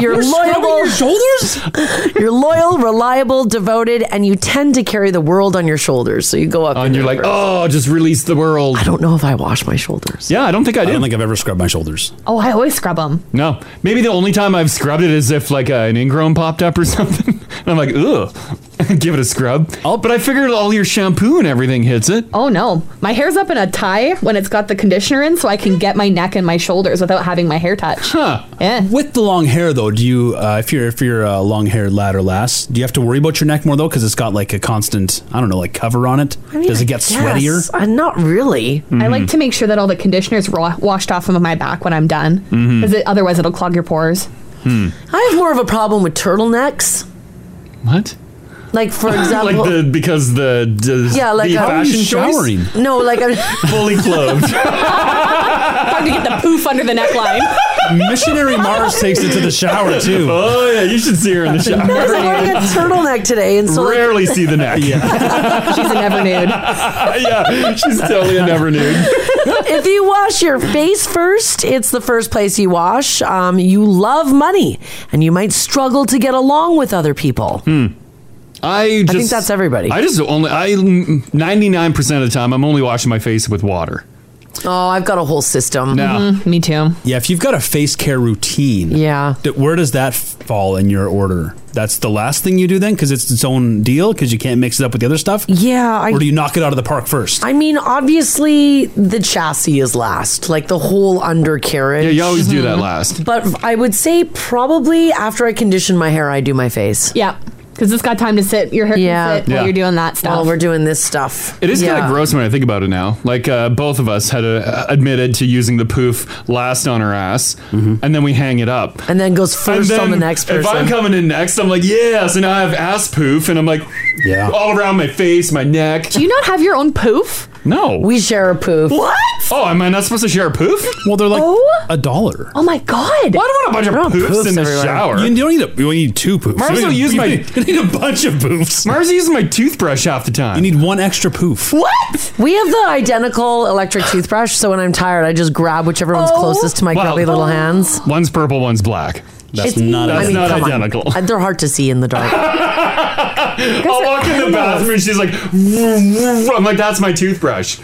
[SPEAKER 4] You're
[SPEAKER 2] loyal.
[SPEAKER 4] scrubbing your
[SPEAKER 2] shoulders? you're loyal, reliable, devoted, and you tend to carry the world on your shoulders. So you go up.
[SPEAKER 3] And you're like, oh, just release the world. I
[SPEAKER 2] don't know if I wash my shoulders.
[SPEAKER 3] Yeah, I don't think I did. I don't
[SPEAKER 6] think I've ever scrubbed my shoulders.
[SPEAKER 5] oh, I always scrub them.
[SPEAKER 3] No, maybe the only time I've scrubbed it is if like uh, an ingrown popped up or something, and I'm like, ugh, give it a scrub. Oh, but I figured all your shampoo and everything hits it.
[SPEAKER 5] Oh no, my hair's up in a tie when it's got the conditioner in, so I can get my neck and my shoulders without having my hair touch.
[SPEAKER 3] Huh.
[SPEAKER 5] Yeah.
[SPEAKER 6] With the long hair though, do you uh, if you're if you're a long haired lad or lass, do you have to worry about your neck more though because it's got like a constant I don't know like cover on it? Does it get sweatier?
[SPEAKER 2] Uh, not really.
[SPEAKER 3] Mm-hmm.
[SPEAKER 5] I like to make sure that all the conditioner is wa- washed off of my back when I'm done,
[SPEAKER 3] Mm-hmm.
[SPEAKER 2] Mhm.
[SPEAKER 5] because otherwise it'll clog your pores.
[SPEAKER 6] Hmm.
[SPEAKER 2] I have more of a problem with turtlenecks.
[SPEAKER 3] What?
[SPEAKER 2] Like, for example.
[SPEAKER 3] like the because the, the
[SPEAKER 2] yeah, like uh,
[SPEAKER 3] the
[SPEAKER 2] a
[SPEAKER 3] fashion showering
[SPEAKER 2] No, like a
[SPEAKER 3] fully clothed.
[SPEAKER 5] Hard to get the poof under the neckline.
[SPEAKER 6] Missionary Mars takes it to the shower too.
[SPEAKER 3] Oh yeah, you should see her in the shower.
[SPEAKER 2] I was wearing a turtleneck today, and so like-
[SPEAKER 3] Rarely see the neck. Yeah,
[SPEAKER 5] she's a never nude.
[SPEAKER 3] yeah, she's totally a never nude.
[SPEAKER 2] if you wash your face first, it's the first place you wash. Um, you love money, and you might struggle to get along with other people.
[SPEAKER 3] Hmm. I
[SPEAKER 2] I
[SPEAKER 3] just
[SPEAKER 2] think that's everybody.
[SPEAKER 3] I just only I ninety nine percent of the time I'm only washing my face with water.
[SPEAKER 2] Oh, I've got a whole system.
[SPEAKER 6] No.
[SPEAKER 5] Mm-hmm. me too.
[SPEAKER 6] Yeah, if you've got a face care routine,
[SPEAKER 2] yeah,
[SPEAKER 6] where does that f- fall in your order? That's the last thing you do then, because it's its own deal, because you can't mix it up with the other stuff.
[SPEAKER 2] Yeah, I-
[SPEAKER 6] or do you knock it out of the park first?
[SPEAKER 2] I mean, obviously, the chassis is last, like the whole undercarriage.
[SPEAKER 3] Yeah, you always do
[SPEAKER 5] Mm-hmm.
[SPEAKER 3] that last.
[SPEAKER 2] But I would say probably after I condition my hair, I do my face.
[SPEAKER 5] Yeah, because it's got time to sit. Your hair
[SPEAKER 2] yeah.
[SPEAKER 5] can sit while
[SPEAKER 3] Yeah.
[SPEAKER 5] you're doing that stuff.
[SPEAKER 2] While we're doing this stuff.
[SPEAKER 3] It is kind
[SPEAKER 2] Yeah.
[SPEAKER 3] of gross when I think about it now. Like uh, both of us had uh, admitted to using the poof last on our ass, and then we hang it up,
[SPEAKER 2] and then goes first on the next
[SPEAKER 3] If I'm
[SPEAKER 2] person.
[SPEAKER 3] coming in next, I'm like, yeah. So now I have ass poof, and I'm like, yeah, all around my face, my neck.
[SPEAKER 5] Do you not have your own poof?
[SPEAKER 3] No, we
[SPEAKER 2] share a poof.
[SPEAKER 3] What? Oh, am I not supposed to share a poof?
[SPEAKER 6] Well, they're like a dollar.
[SPEAKER 5] Oh my god!
[SPEAKER 3] Why do I want a bunch of poofs, in the shower?
[SPEAKER 6] You don't need a, you need two poofs.
[SPEAKER 3] Mars
[SPEAKER 6] you
[SPEAKER 3] will
[SPEAKER 6] need,
[SPEAKER 3] use
[SPEAKER 6] you
[SPEAKER 3] my-
[SPEAKER 6] Need, you need a bunch of poofs.
[SPEAKER 3] Mars uses my toothbrush half the time.
[SPEAKER 6] You need one extra poof.
[SPEAKER 2] What? We have the identical electric toothbrush, so when I'm tired, I just grab whichever one's
[SPEAKER 5] Oh.
[SPEAKER 2] closest to my
[SPEAKER 3] Wow.
[SPEAKER 2] grubby little hands.
[SPEAKER 3] One's purple, one's black. That's
[SPEAKER 2] It's-
[SPEAKER 3] not.
[SPEAKER 2] I
[SPEAKER 3] That's
[SPEAKER 2] mean,
[SPEAKER 3] not
[SPEAKER 2] come on.
[SPEAKER 3] identical.
[SPEAKER 2] Uh, They're hard to see in the dark.
[SPEAKER 3] I'll walk in the bathroom and she's like, "Vroom, vroom, vroom." I'm like, that's my toothbrush.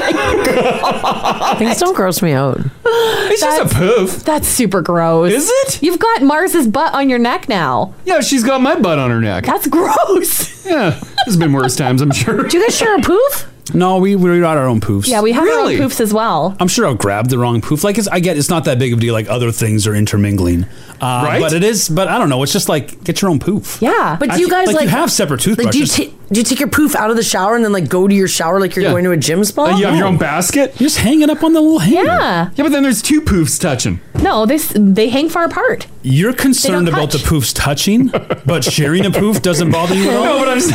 [SPEAKER 3] Oh
[SPEAKER 2] Things don't gross me out.
[SPEAKER 3] It's just a poof.
[SPEAKER 5] That's super gross.
[SPEAKER 3] Is it?
[SPEAKER 5] You've got Mars's butt on your neck now.
[SPEAKER 3] Yeah, she's got my butt on her neck.
[SPEAKER 5] That's gross.
[SPEAKER 3] Yeah, there's been worse times, I'm sure. Do
[SPEAKER 2] you guys share a poof?
[SPEAKER 6] No, we we got our own poofs.
[SPEAKER 5] Yeah, we have our own poofs as well.
[SPEAKER 6] I'm sure I'll grab the wrong poof. Like it's, I get it's not that big of a deal. Like other things are intermingling, uh,
[SPEAKER 2] Right?
[SPEAKER 6] But it is. But I don't know. It's just like get your own poof.
[SPEAKER 5] Yeah,
[SPEAKER 2] But do you guys like,
[SPEAKER 6] you have separate
[SPEAKER 2] Like, do you
[SPEAKER 6] toothbrushes?
[SPEAKER 2] ta- do you take your poof out of the shower and then like go to your shower like you're going to a gym spa? Oh.
[SPEAKER 3] Like, you have your own basket. You're
[SPEAKER 6] just hanging up on the little hanger.
[SPEAKER 5] Yeah.
[SPEAKER 3] Yeah, but then there's two poofs touching.
[SPEAKER 5] No, they s- they hang far apart.
[SPEAKER 6] You're concerned
[SPEAKER 5] They don't
[SPEAKER 6] about the poofs touching, but sharing a poof doesn't bother you at all.
[SPEAKER 3] No, but I'm, s-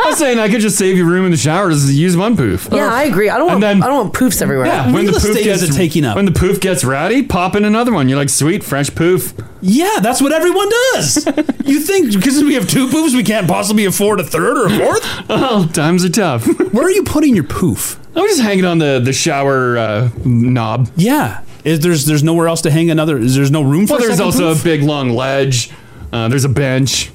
[SPEAKER 3] I'm saying I could just save you room in the shower. Just use one poof.
[SPEAKER 2] Yeah, I agree. I don't want I don't want poofs everywhere.
[SPEAKER 3] Yeah, when the poof gets taking up. When the poof gets ratty, pop in another one. You're like, sweet French poof.
[SPEAKER 6] Yeah, that's what everyone does. you think because we have two poofs, we can't possibly afford a third or a fourth?
[SPEAKER 3] Oh, times are tough.
[SPEAKER 6] Where are you putting your poof?
[SPEAKER 3] I'm just hanging on the the shower uh, knob.
[SPEAKER 6] Yeah, is there's there's nowhere else to hang another. Is there's no room for?
[SPEAKER 3] Well,
[SPEAKER 6] a
[SPEAKER 3] there's
[SPEAKER 6] second
[SPEAKER 3] also
[SPEAKER 6] poof?
[SPEAKER 3] a big long ledge. Uh, there's a bench.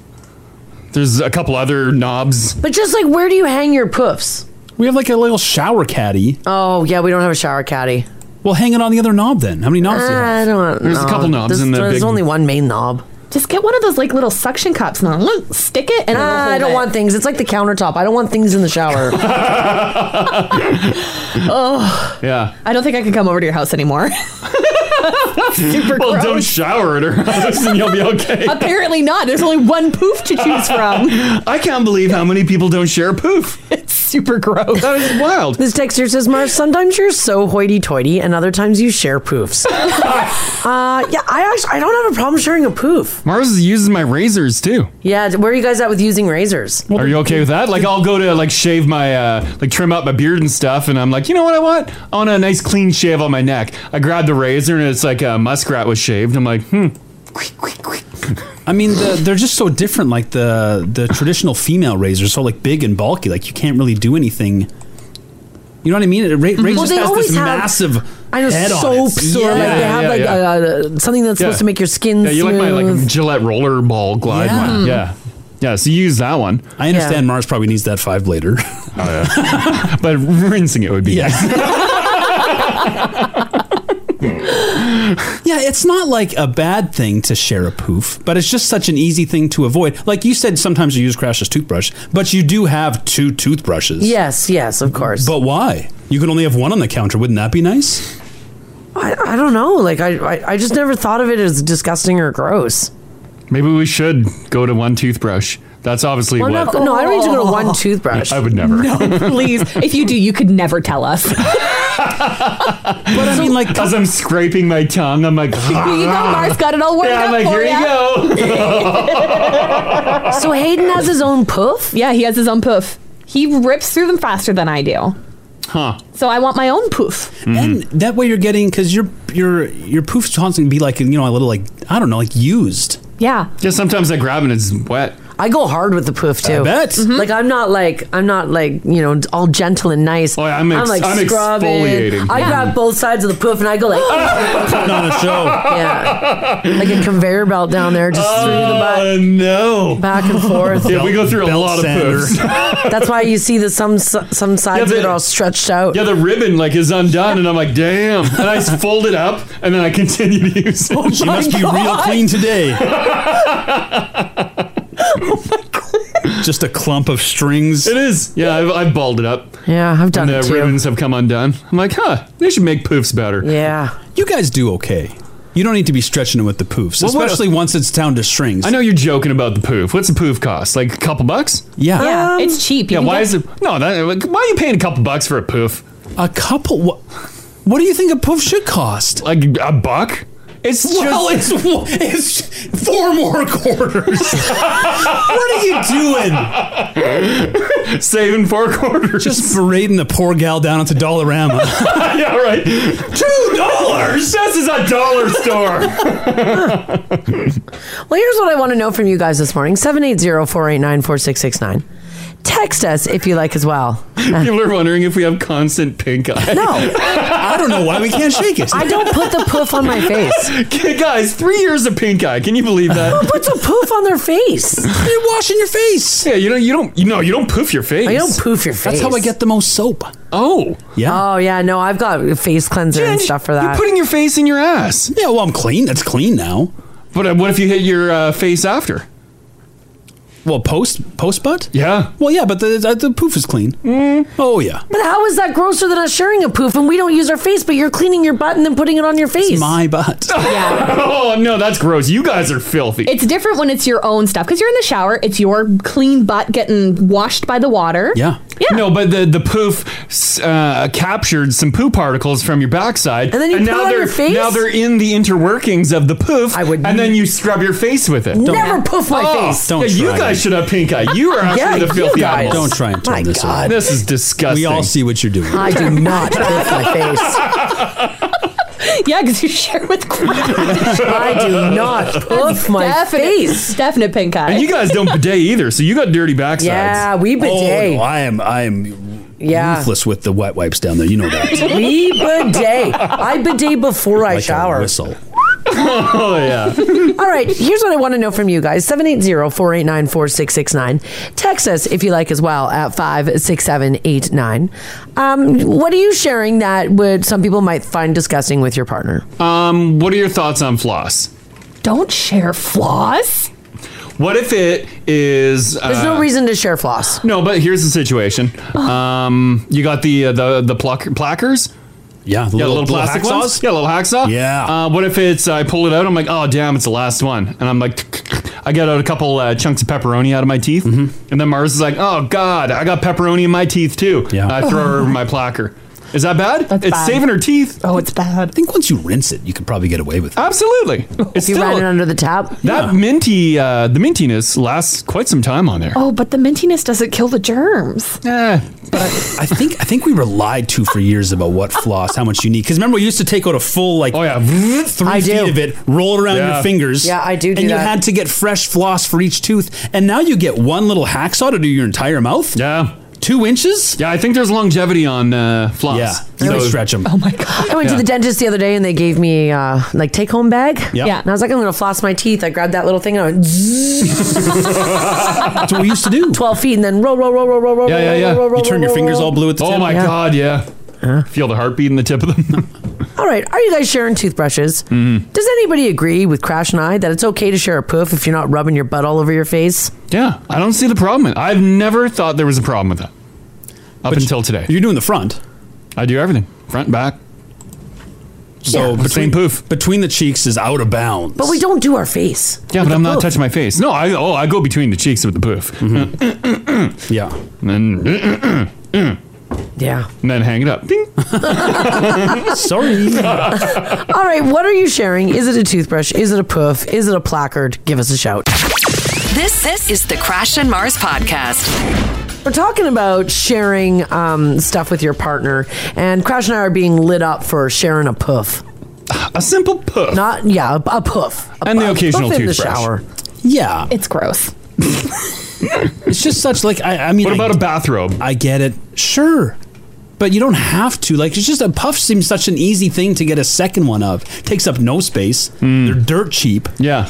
[SPEAKER 3] There's a couple other knobs.
[SPEAKER 2] But just like where do you hang your poofs?
[SPEAKER 6] We have like a little shower caddy.
[SPEAKER 2] Oh yeah, we don't have a shower caddy.
[SPEAKER 6] Well, hang it on the other knob then. How many knobs? do you have?
[SPEAKER 2] Uh, I don't.
[SPEAKER 6] There's a
[SPEAKER 2] know.
[SPEAKER 6] couple knobs
[SPEAKER 2] There's,
[SPEAKER 6] in the
[SPEAKER 2] There's
[SPEAKER 6] big-
[SPEAKER 2] only one main knob.
[SPEAKER 5] Just get one of those like little suction cups and then stick it and
[SPEAKER 2] Nah, I don't want things. It's like the countertop. I don't want things in the shower.
[SPEAKER 5] Oh,
[SPEAKER 3] Yeah.
[SPEAKER 5] I don't think I can come over to your house anymore. Super
[SPEAKER 3] well,
[SPEAKER 5] gross.
[SPEAKER 3] don't shower at her house and you'll be okay.
[SPEAKER 5] Apparently not. There's only one poof to choose from.
[SPEAKER 3] I can't believe how many people don't share poof.
[SPEAKER 5] It's super gross.
[SPEAKER 3] That is wild.
[SPEAKER 2] This texter says, Mars, sometimes you're so hoity-toity, and other times you share poofs. uh, yeah, I actually I don't have a problem sharing a poof.
[SPEAKER 3] Mars uses my razors too.
[SPEAKER 2] Yeah, where are you guys at with using razors?
[SPEAKER 3] Are you okay with that? Like, I'll go to like shave my, uh, like trim out my beard and stuff, and I'm like, you know what I want? I want a nice clean shave on my neck. I grab the razor and it's like a muskrat was shaved. I'm like, hmm.
[SPEAKER 6] I mean, the, they're just so different. Like the the traditional female razors, so like big and bulky. Like you can't really do anything. You know what I mean? A ra- razor
[SPEAKER 2] Mm-hmm. Well,
[SPEAKER 6] just
[SPEAKER 2] they
[SPEAKER 6] has
[SPEAKER 2] always
[SPEAKER 6] this
[SPEAKER 2] have-
[SPEAKER 6] massive.
[SPEAKER 2] I know
[SPEAKER 6] head on
[SPEAKER 2] soaps
[SPEAKER 6] it.
[SPEAKER 2] or like
[SPEAKER 6] Yeah,
[SPEAKER 2] they have
[SPEAKER 6] yeah,
[SPEAKER 2] like
[SPEAKER 6] yeah.
[SPEAKER 2] uh, uh, something that's supposed to make your skin
[SPEAKER 3] Yeah, you
[SPEAKER 2] smooth.
[SPEAKER 3] like my like Gillette roller ball glide
[SPEAKER 2] Yeah.
[SPEAKER 3] one.
[SPEAKER 2] Mm.
[SPEAKER 3] Yeah. Yeah, so you use that one.
[SPEAKER 6] I
[SPEAKER 2] understand
[SPEAKER 6] Mars probably needs that five blader.
[SPEAKER 3] Oh, but rinsing it would be nice.
[SPEAKER 6] Yeah, it's not like a bad thing to share a poof, but it's just such an easy thing to avoid. Like you said, sometimes you use Crash's toothbrush, but you do have two toothbrushes.
[SPEAKER 2] Yes, yes, of course.
[SPEAKER 6] But why? You can only have one on the counter. Wouldn't that be nice?
[SPEAKER 2] I, I don't know. Like I, I I just never thought of it as disgusting or gross.
[SPEAKER 3] Maybe we should go to one toothbrush. That's obviously
[SPEAKER 2] Well,
[SPEAKER 3] what.
[SPEAKER 2] not- no, I don't need to go to
[SPEAKER 6] Oh.
[SPEAKER 2] one toothbrush.
[SPEAKER 3] I would never.
[SPEAKER 5] Please, if you do, you could never tell us.
[SPEAKER 6] But I mean, like,
[SPEAKER 3] as I'm scraping my tongue, I'm like,
[SPEAKER 5] Here you go, Mars got it all worked
[SPEAKER 3] Yeah, I'm
[SPEAKER 5] out
[SPEAKER 3] like,
[SPEAKER 5] for
[SPEAKER 3] here you go.
[SPEAKER 2] so Hayden has his own poof.
[SPEAKER 5] Yeah, he has his own poof. He rips through them faster than I do.
[SPEAKER 3] Huh.
[SPEAKER 5] So I want my own poof.
[SPEAKER 6] And
[SPEAKER 3] Mm-hmm.
[SPEAKER 6] that way you're getting because your your your poof's constantly be like you know a little like I don't know like used.
[SPEAKER 5] Yeah.
[SPEAKER 3] Just sometimes I grab and it's wet.
[SPEAKER 2] I go hard with the poof too. Mm-hmm.
[SPEAKER 3] bet.
[SPEAKER 2] Like I'm not like I'm not like you know all gentle and nice. Oh,
[SPEAKER 3] I'm ex-
[SPEAKER 2] like
[SPEAKER 3] I'm
[SPEAKER 2] scrubbing.
[SPEAKER 3] exfoliating.
[SPEAKER 2] I
[SPEAKER 3] Yeah.
[SPEAKER 2] grab both sides of the poof and I go like
[SPEAKER 3] Putting on a show.
[SPEAKER 2] Yeah, like a conveyor belt down there, just through the back.
[SPEAKER 3] Oh, No,
[SPEAKER 2] back and forth.
[SPEAKER 3] Yeah, we go through a lot of poofs.
[SPEAKER 2] That's why you see the some some sides of it are all stretched out.
[SPEAKER 5] Oh.
[SPEAKER 3] Yeah, the ribbon like is undone, and I'm like, damn. And I just fold it up, and then I continue to use
[SPEAKER 5] Oh
[SPEAKER 3] it.
[SPEAKER 6] She must be real clean today.
[SPEAKER 5] Oh
[SPEAKER 3] Just a clump of strings. It is. Yeah, I've, I've balled it up.
[SPEAKER 2] Yeah, I've
[SPEAKER 3] done and uh,
[SPEAKER 6] it
[SPEAKER 3] The
[SPEAKER 6] too.
[SPEAKER 3] ribbons have come undone. I'm like, huh? They should make poofs better.
[SPEAKER 2] Yeah.
[SPEAKER 6] You guys do okay. You don't need to be stretching it with the poofs,
[SPEAKER 3] Well, what-
[SPEAKER 6] especially once it's down to strings.
[SPEAKER 3] I know you're joking about the poof. What's the poof cost? Like a couple bucks?
[SPEAKER 6] Yeah.
[SPEAKER 5] Yeah, Um, it's cheap. You
[SPEAKER 3] Yeah,
[SPEAKER 5] can
[SPEAKER 3] why
[SPEAKER 5] get-
[SPEAKER 3] is it? No, that, like, why are you paying a couple bucks for a poof?
[SPEAKER 6] A couple? What? What do you think a poof should cost?
[SPEAKER 3] Like a buck? It's
[SPEAKER 6] well,
[SPEAKER 3] just-
[SPEAKER 6] it's it's four more quarters. what are you doing?
[SPEAKER 3] Saving four quarters.
[SPEAKER 6] Just berating the poor gal down at the Dollarama.
[SPEAKER 3] yeah, right.
[SPEAKER 6] Two dollars.
[SPEAKER 3] This is a dollar store.
[SPEAKER 2] Well, here's what I want to know from you guys this morning 780 489 4669. Text us if you like as well.
[SPEAKER 3] People are wondering if we have constant pink eye.
[SPEAKER 2] No.
[SPEAKER 3] I don't know why we can't shake it.
[SPEAKER 2] I don't put the poof on my face.
[SPEAKER 3] Guys, three years of pink eye. Can you believe that?
[SPEAKER 2] Who puts a poof on their face?
[SPEAKER 6] You're washing your face.
[SPEAKER 3] Yeah, you don't. You don't. You know, you don't poof your face.
[SPEAKER 2] Oh, you don't poof your face.
[SPEAKER 6] That's how I get the most soap.
[SPEAKER 3] Oh.
[SPEAKER 6] Yeah.
[SPEAKER 2] Oh, yeah. No, I've got face cleanser and stuff for that.
[SPEAKER 3] You're putting your face in your ass.
[SPEAKER 6] Yeah, well, I'm clean. That's clean now.
[SPEAKER 3] But uh, what if you hit your uh, face after?
[SPEAKER 6] Well, post post butt.
[SPEAKER 3] Yeah.
[SPEAKER 6] Well, yeah, but the the, the poof is clean. Oh yeah.
[SPEAKER 2] Mm. But how is that grosser than us sharing a poof and we don't use our face, but you're cleaning your butt and then putting it on your face?
[SPEAKER 6] my butt.
[SPEAKER 3] oh no, that's gross. You guys are filthy.
[SPEAKER 5] It's different when it's your own stuff because you're in the shower. It's your clean butt getting washed by the water.
[SPEAKER 3] Yeah. No, but the the poof s- uh, captured some poo particles from your backside,
[SPEAKER 5] And then you put it
[SPEAKER 3] now
[SPEAKER 5] on
[SPEAKER 3] they're
[SPEAKER 5] your face?
[SPEAKER 3] now they're in the interworkings of the poof. I would, and then you scrub your face with it.
[SPEAKER 2] Never poof my
[SPEAKER 3] Oh,
[SPEAKER 2] face.
[SPEAKER 3] yeah, you guys should have pink eye. You are actually
[SPEAKER 2] Yeah,
[SPEAKER 3] the
[SPEAKER 2] you
[SPEAKER 3] filthy
[SPEAKER 2] guys.
[SPEAKER 3] animals.
[SPEAKER 2] Don't try and turn My this God. around.
[SPEAKER 3] This is disgusting.
[SPEAKER 6] We all see what you're doing.
[SPEAKER 2] I do not poof my face.
[SPEAKER 5] Yeah, because you share with crap.
[SPEAKER 2] I do not poof my face.
[SPEAKER 5] Definite pink eye.
[SPEAKER 3] And you guys don't bidet either, so you got dirty backsides.
[SPEAKER 2] Yeah, we bidet.
[SPEAKER 6] Oh, no, I am. I am.
[SPEAKER 2] Yeah.
[SPEAKER 6] Ruthless with the wet wipes down there. You know that.
[SPEAKER 2] we bidet. I bidet before I shower.
[SPEAKER 6] whistle.
[SPEAKER 3] oh, yeah.
[SPEAKER 2] All right, here's what I want to know from you guys 780 489 4669. Text us if you like as well at 56789. Um, what are you sharing that would some people might find disgusting with your partner?
[SPEAKER 3] Um, what are your thoughts on floss?
[SPEAKER 5] Don't share floss.
[SPEAKER 3] What if it is? uh,
[SPEAKER 2] There's no reason to share floss.
[SPEAKER 3] No, but here's the situation. Um, you got the uh, the the pluck, plackers.
[SPEAKER 6] Yeah,
[SPEAKER 3] the
[SPEAKER 6] little-
[SPEAKER 3] little,
[SPEAKER 6] little
[SPEAKER 3] plastic
[SPEAKER 6] hacksaws?
[SPEAKER 3] ones. Yeah, little hacksaw. Yeah. Uh, what if it's? I pull it out. I'm like, oh damn, it's the last one, and I'm like. I got out a couple uh, chunks of pepperoni out of my teeth, and then Mars is like, "Oh God, I got pepperoni in my teeth too." Yeah, I throw her my placker. Is that bad? it's
[SPEAKER 6] bad.
[SPEAKER 3] saving her teeth.
[SPEAKER 5] Oh, it's bad. I
[SPEAKER 6] think once you rinse it, you could probably get away with it.
[SPEAKER 3] Absolutely. It's
[SPEAKER 2] If you
[SPEAKER 3] still-
[SPEAKER 2] ran it under the tap.
[SPEAKER 3] That minty, uh, the mintiness lasts quite some time on there.
[SPEAKER 5] Oh, but the mintiness doesn't kill the germs.
[SPEAKER 3] Yeah.
[SPEAKER 6] I think I think we were lied to for years about what floss, how much you need. Because remember, we used to take out a full like oh
[SPEAKER 3] yeah
[SPEAKER 6] three
[SPEAKER 2] I do.
[SPEAKER 6] feet of it, roll it around
[SPEAKER 2] Yeah.
[SPEAKER 6] your fingers.
[SPEAKER 2] Yeah, I do do
[SPEAKER 6] and you
[SPEAKER 2] that.
[SPEAKER 6] had to get fresh floss for each tooth, and now you get one little hacksaw to do your entire mouth.
[SPEAKER 3] Yeah,
[SPEAKER 6] two inches.
[SPEAKER 3] Yeah, I think there's longevity on uh, floss.
[SPEAKER 6] Yeah, you can stretch them.
[SPEAKER 5] Oh my god.
[SPEAKER 2] I went to
[SPEAKER 3] Yeah.
[SPEAKER 2] the dentist the other day and they gave me uh, like take home bag.
[SPEAKER 6] Yeah.
[SPEAKER 2] And I was like, I'm going to floss my teeth. I grabbed that little thing and I went That's
[SPEAKER 6] what we used to do.
[SPEAKER 2] 12 feet and then roll, roll, roll, roll, roll, roll.
[SPEAKER 3] Yeah, yeah,
[SPEAKER 2] roll,
[SPEAKER 3] yeah.
[SPEAKER 2] Roll, roll, roll, roll, roll.
[SPEAKER 3] oh my god, yeah. Feel the heartbeat in the tip of them. Mm-hmm.
[SPEAKER 2] All right. Are you guys sharing toothbrushes? Does anybody agree with Crash and I that it's okay to share a poof if you're not rubbing your butt all over your face?
[SPEAKER 3] yeah, I don't see the problem. I've never thought there was a problem with that up until today.
[SPEAKER 6] You're doing the front.
[SPEAKER 3] I do everything, front, back.
[SPEAKER 6] So
[SPEAKER 3] Yeah.
[SPEAKER 6] between,
[SPEAKER 3] Same poof
[SPEAKER 6] between the cheeks is out of bounds.
[SPEAKER 2] But we don't do our face.
[SPEAKER 3] Yeah,
[SPEAKER 2] with
[SPEAKER 3] but
[SPEAKER 2] the
[SPEAKER 3] I'm not
[SPEAKER 2] poof.
[SPEAKER 3] touching my face. No, I oh I go between the cheeks with the poof.
[SPEAKER 6] Mm-hmm. yeah,
[SPEAKER 3] and then
[SPEAKER 2] yeah,
[SPEAKER 3] and then hang it up. Ding.
[SPEAKER 6] Sorry.
[SPEAKER 2] All right, what are you sharing? Is it a toothbrush? Is it a poof? Is it a placard? Give us a shout.
[SPEAKER 1] This this is the Crash and Mars podcast.
[SPEAKER 2] We're talking about sharing um, stuff with your partner, and Crash and I are being lit up for sharing a poof.
[SPEAKER 3] A simple poof.
[SPEAKER 2] Not yeah, a, a poof. A
[SPEAKER 3] And the
[SPEAKER 2] puff.
[SPEAKER 3] occasional
[SPEAKER 2] Puff in
[SPEAKER 3] toothbrush.
[SPEAKER 2] the shower.
[SPEAKER 6] Yeah,
[SPEAKER 5] it's gross.
[SPEAKER 6] it's just such like I, I mean.
[SPEAKER 3] What about
[SPEAKER 6] a
[SPEAKER 3] bathrobe?
[SPEAKER 6] I get it, sure, but you don't have to. Like it's just a puff seems such an easy thing to get a second one of. Takes up no space. They're dirt cheap.
[SPEAKER 3] Hmm. Yeah.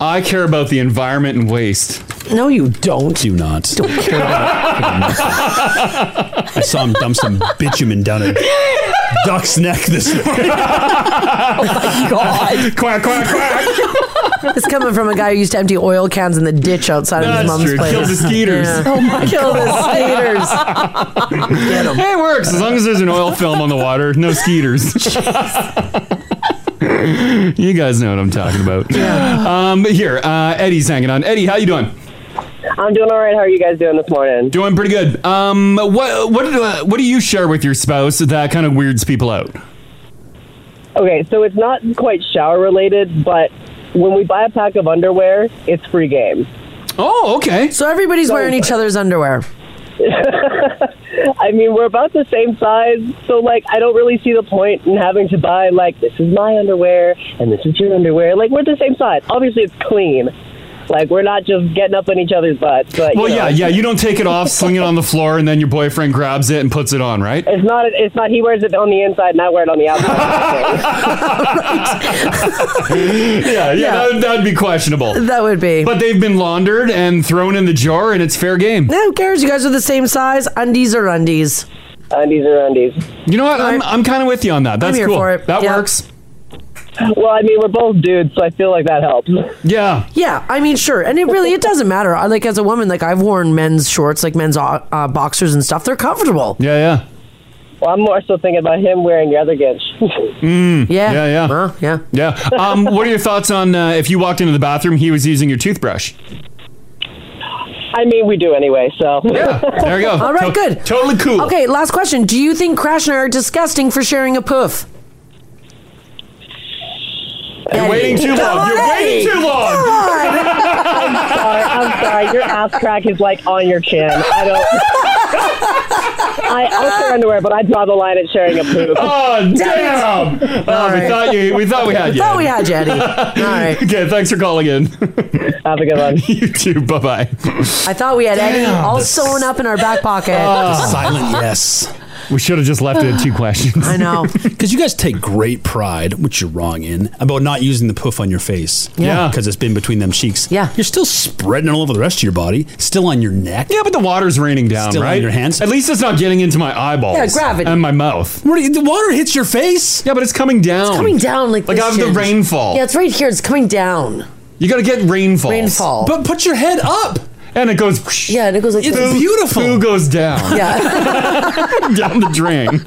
[SPEAKER 3] I care about the environment and waste.
[SPEAKER 2] No, you don't.
[SPEAKER 6] Do not. Don't
[SPEAKER 2] care
[SPEAKER 6] I saw him dump some bitumen down a duck's neck this morning.
[SPEAKER 2] oh my god!
[SPEAKER 3] quack quack
[SPEAKER 2] quack. It's coming from a guy who used to empty oil cans in the ditch outside of his
[SPEAKER 3] That's
[SPEAKER 2] mom's
[SPEAKER 3] true.
[SPEAKER 2] place.
[SPEAKER 3] Kill the skeeters.
[SPEAKER 2] Oh my Kill
[SPEAKER 15] God.
[SPEAKER 2] the skeeters.
[SPEAKER 3] Hey, it works as long as there's an oil film on the water. No skeeters. you guys know what I'm talking about. Um, but here, uh, Eddie's hanging on. Eddie, how you doing?
[SPEAKER 16] I'm doing all right. How are you guys doing this morning?
[SPEAKER 3] Doing pretty good. Um, what what do, uh, what do you share with your spouse that kind of weirds people out?
[SPEAKER 16] Uh, Okay, so it's not quite shower related, but when we buy a pack of underwear, it's free game.
[SPEAKER 3] Oh, okay.
[SPEAKER 2] So everybody's wearing each other's underwear.
[SPEAKER 16] I mean, we're about the same size, so like I don't really see the point in having to buy like this is my underwear and this is your underwear. Like we're the same size. Obviously, it's clean. Like we're not just getting up in each other's butts. But
[SPEAKER 3] Well,
[SPEAKER 16] you know.
[SPEAKER 3] yeah, yeah. You don't take it off, sling it on the floor, and then your boyfriend grabs it and puts it on, right?
[SPEAKER 16] It's not. It's not. He wears it on the inside, and I wear it on the outside.
[SPEAKER 3] yeah, yeah, That, that'd be questionable.
[SPEAKER 2] That would be.
[SPEAKER 3] But they've been laundered and thrown in the jar, and it's fair game.
[SPEAKER 2] No, who cares? You guys are the same size. Undies or undies.
[SPEAKER 16] Undies or undies.
[SPEAKER 3] You know what? I'm, I'm kind of with you on that. That's
[SPEAKER 2] here
[SPEAKER 3] cool.
[SPEAKER 2] for it.
[SPEAKER 3] That
[SPEAKER 2] Yeah.
[SPEAKER 3] works.
[SPEAKER 16] well, I mean, we're both dudes, so I feel like that helps.
[SPEAKER 3] Yeah.
[SPEAKER 2] Yeah, I mean, sure, and it really it doesn't matter. I like as a woman, like I've worn men's shorts, like men's uh, uh, boxers and stuff. They're comfortable.
[SPEAKER 3] Yeah,
[SPEAKER 16] Well, I'm more so thinking about him wearing your other gifts.
[SPEAKER 3] Mm,
[SPEAKER 2] yeah.
[SPEAKER 3] Yeah. Yeah.
[SPEAKER 2] yeah.
[SPEAKER 3] Yeah. Um, what are your thoughts on uh, if you walked into the bathroom, he was using your toothbrush?
[SPEAKER 16] I mean, we do anyway, so.
[SPEAKER 3] Yeah, there you go.
[SPEAKER 2] All right, good.
[SPEAKER 3] Totally cool.
[SPEAKER 2] Okay, last question. Do you think Crash and I are disgusting for sharing a poof?
[SPEAKER 3] You're waiting too long. You're waiting too long.
[SPEAKER 16] I'm sorry. I'm sorry. Your ass crack is like on your chin. I don't. I, I'll share underwear, but I draw the line at sharing a poop.
[SPEAKER 3] Oh damn!
[SPEAKER 16] Damn it.
[SPEAKER 3] Oh,
[SPEAKER 16] All
[SPEAKER 3] We
[SPEAKER 16] right.
[SPEAKER 3] thought you. We thought we had you.
[SPEAKER 16] Thought we had you, Eddie. All
[SPEAKER 3] right. Okay. Thanks for calling in. Have
[SPEAKER 16] a good one.
[SPEAKER 3] you too. Bye bye.
[SPEAKER 2] I thought we had Eddie
[SPEAKER 3] Damn, Oh.
[SPEAKER 2] all
[SPEAKER 3] the
[SPEAKER 2] sewn up in our back pocket.
[SPEAKER 6] yes.
[SPEAKER 3] We should have just left it at two questions.
[SPEAKER 2] I know.
[SPEAKER 6] Because you guys take great pride, which you're wrong in, about not using the poof on your face.
[SPEAKER 3] Yeah.
[SPEAKER 6] Because it's been between them cheeks.
[SPEAKER 2] Yeah.
[SPEAKER 6] You're still spreading it all over the rest of your body, still on your neck.
[SPEAKER 3] Yeah, but the water's raining down,
[SPEAKER 6] Still on
[SPEAKER 3] right?
[SPEAKER 6] your hands.
[SPEAKER 3] At least it's not getting into my eyeballs.
[SPEAKER 6] Yeah, gravity.
[SPEAKER 3] And my mouth.
[SPEAKER 6] What are you- the water hits your face.
[SPEAKER 3] Yeah, but it's coming down.
[SPEAKER 2] It's coming down like
[SPEAKER 3] Like
[SPEAKER 2] this
[SPEAKER 3] out of the
[SPEAKER 2] Jen.
[SPEAKER 3] rainfall.
[SPEAKER 2] Yeah, it's right here. It's coming down.
[SPEAKER 3] You got to get rainfall.
[SPEAKER 2] Rainfall.
[SPEAKER 6] But put your head up.
[SPEAKER 3] And it goes.
[SPEAKER 2] Yeah, and it goes like
[SPEAKER 3] It's
[SPEAKER 2] this.
[SPEAKER 3] beautiful. Poo goes down.
[SPEAKER 2] Yeah.
[SPEAKER 3] down the drain.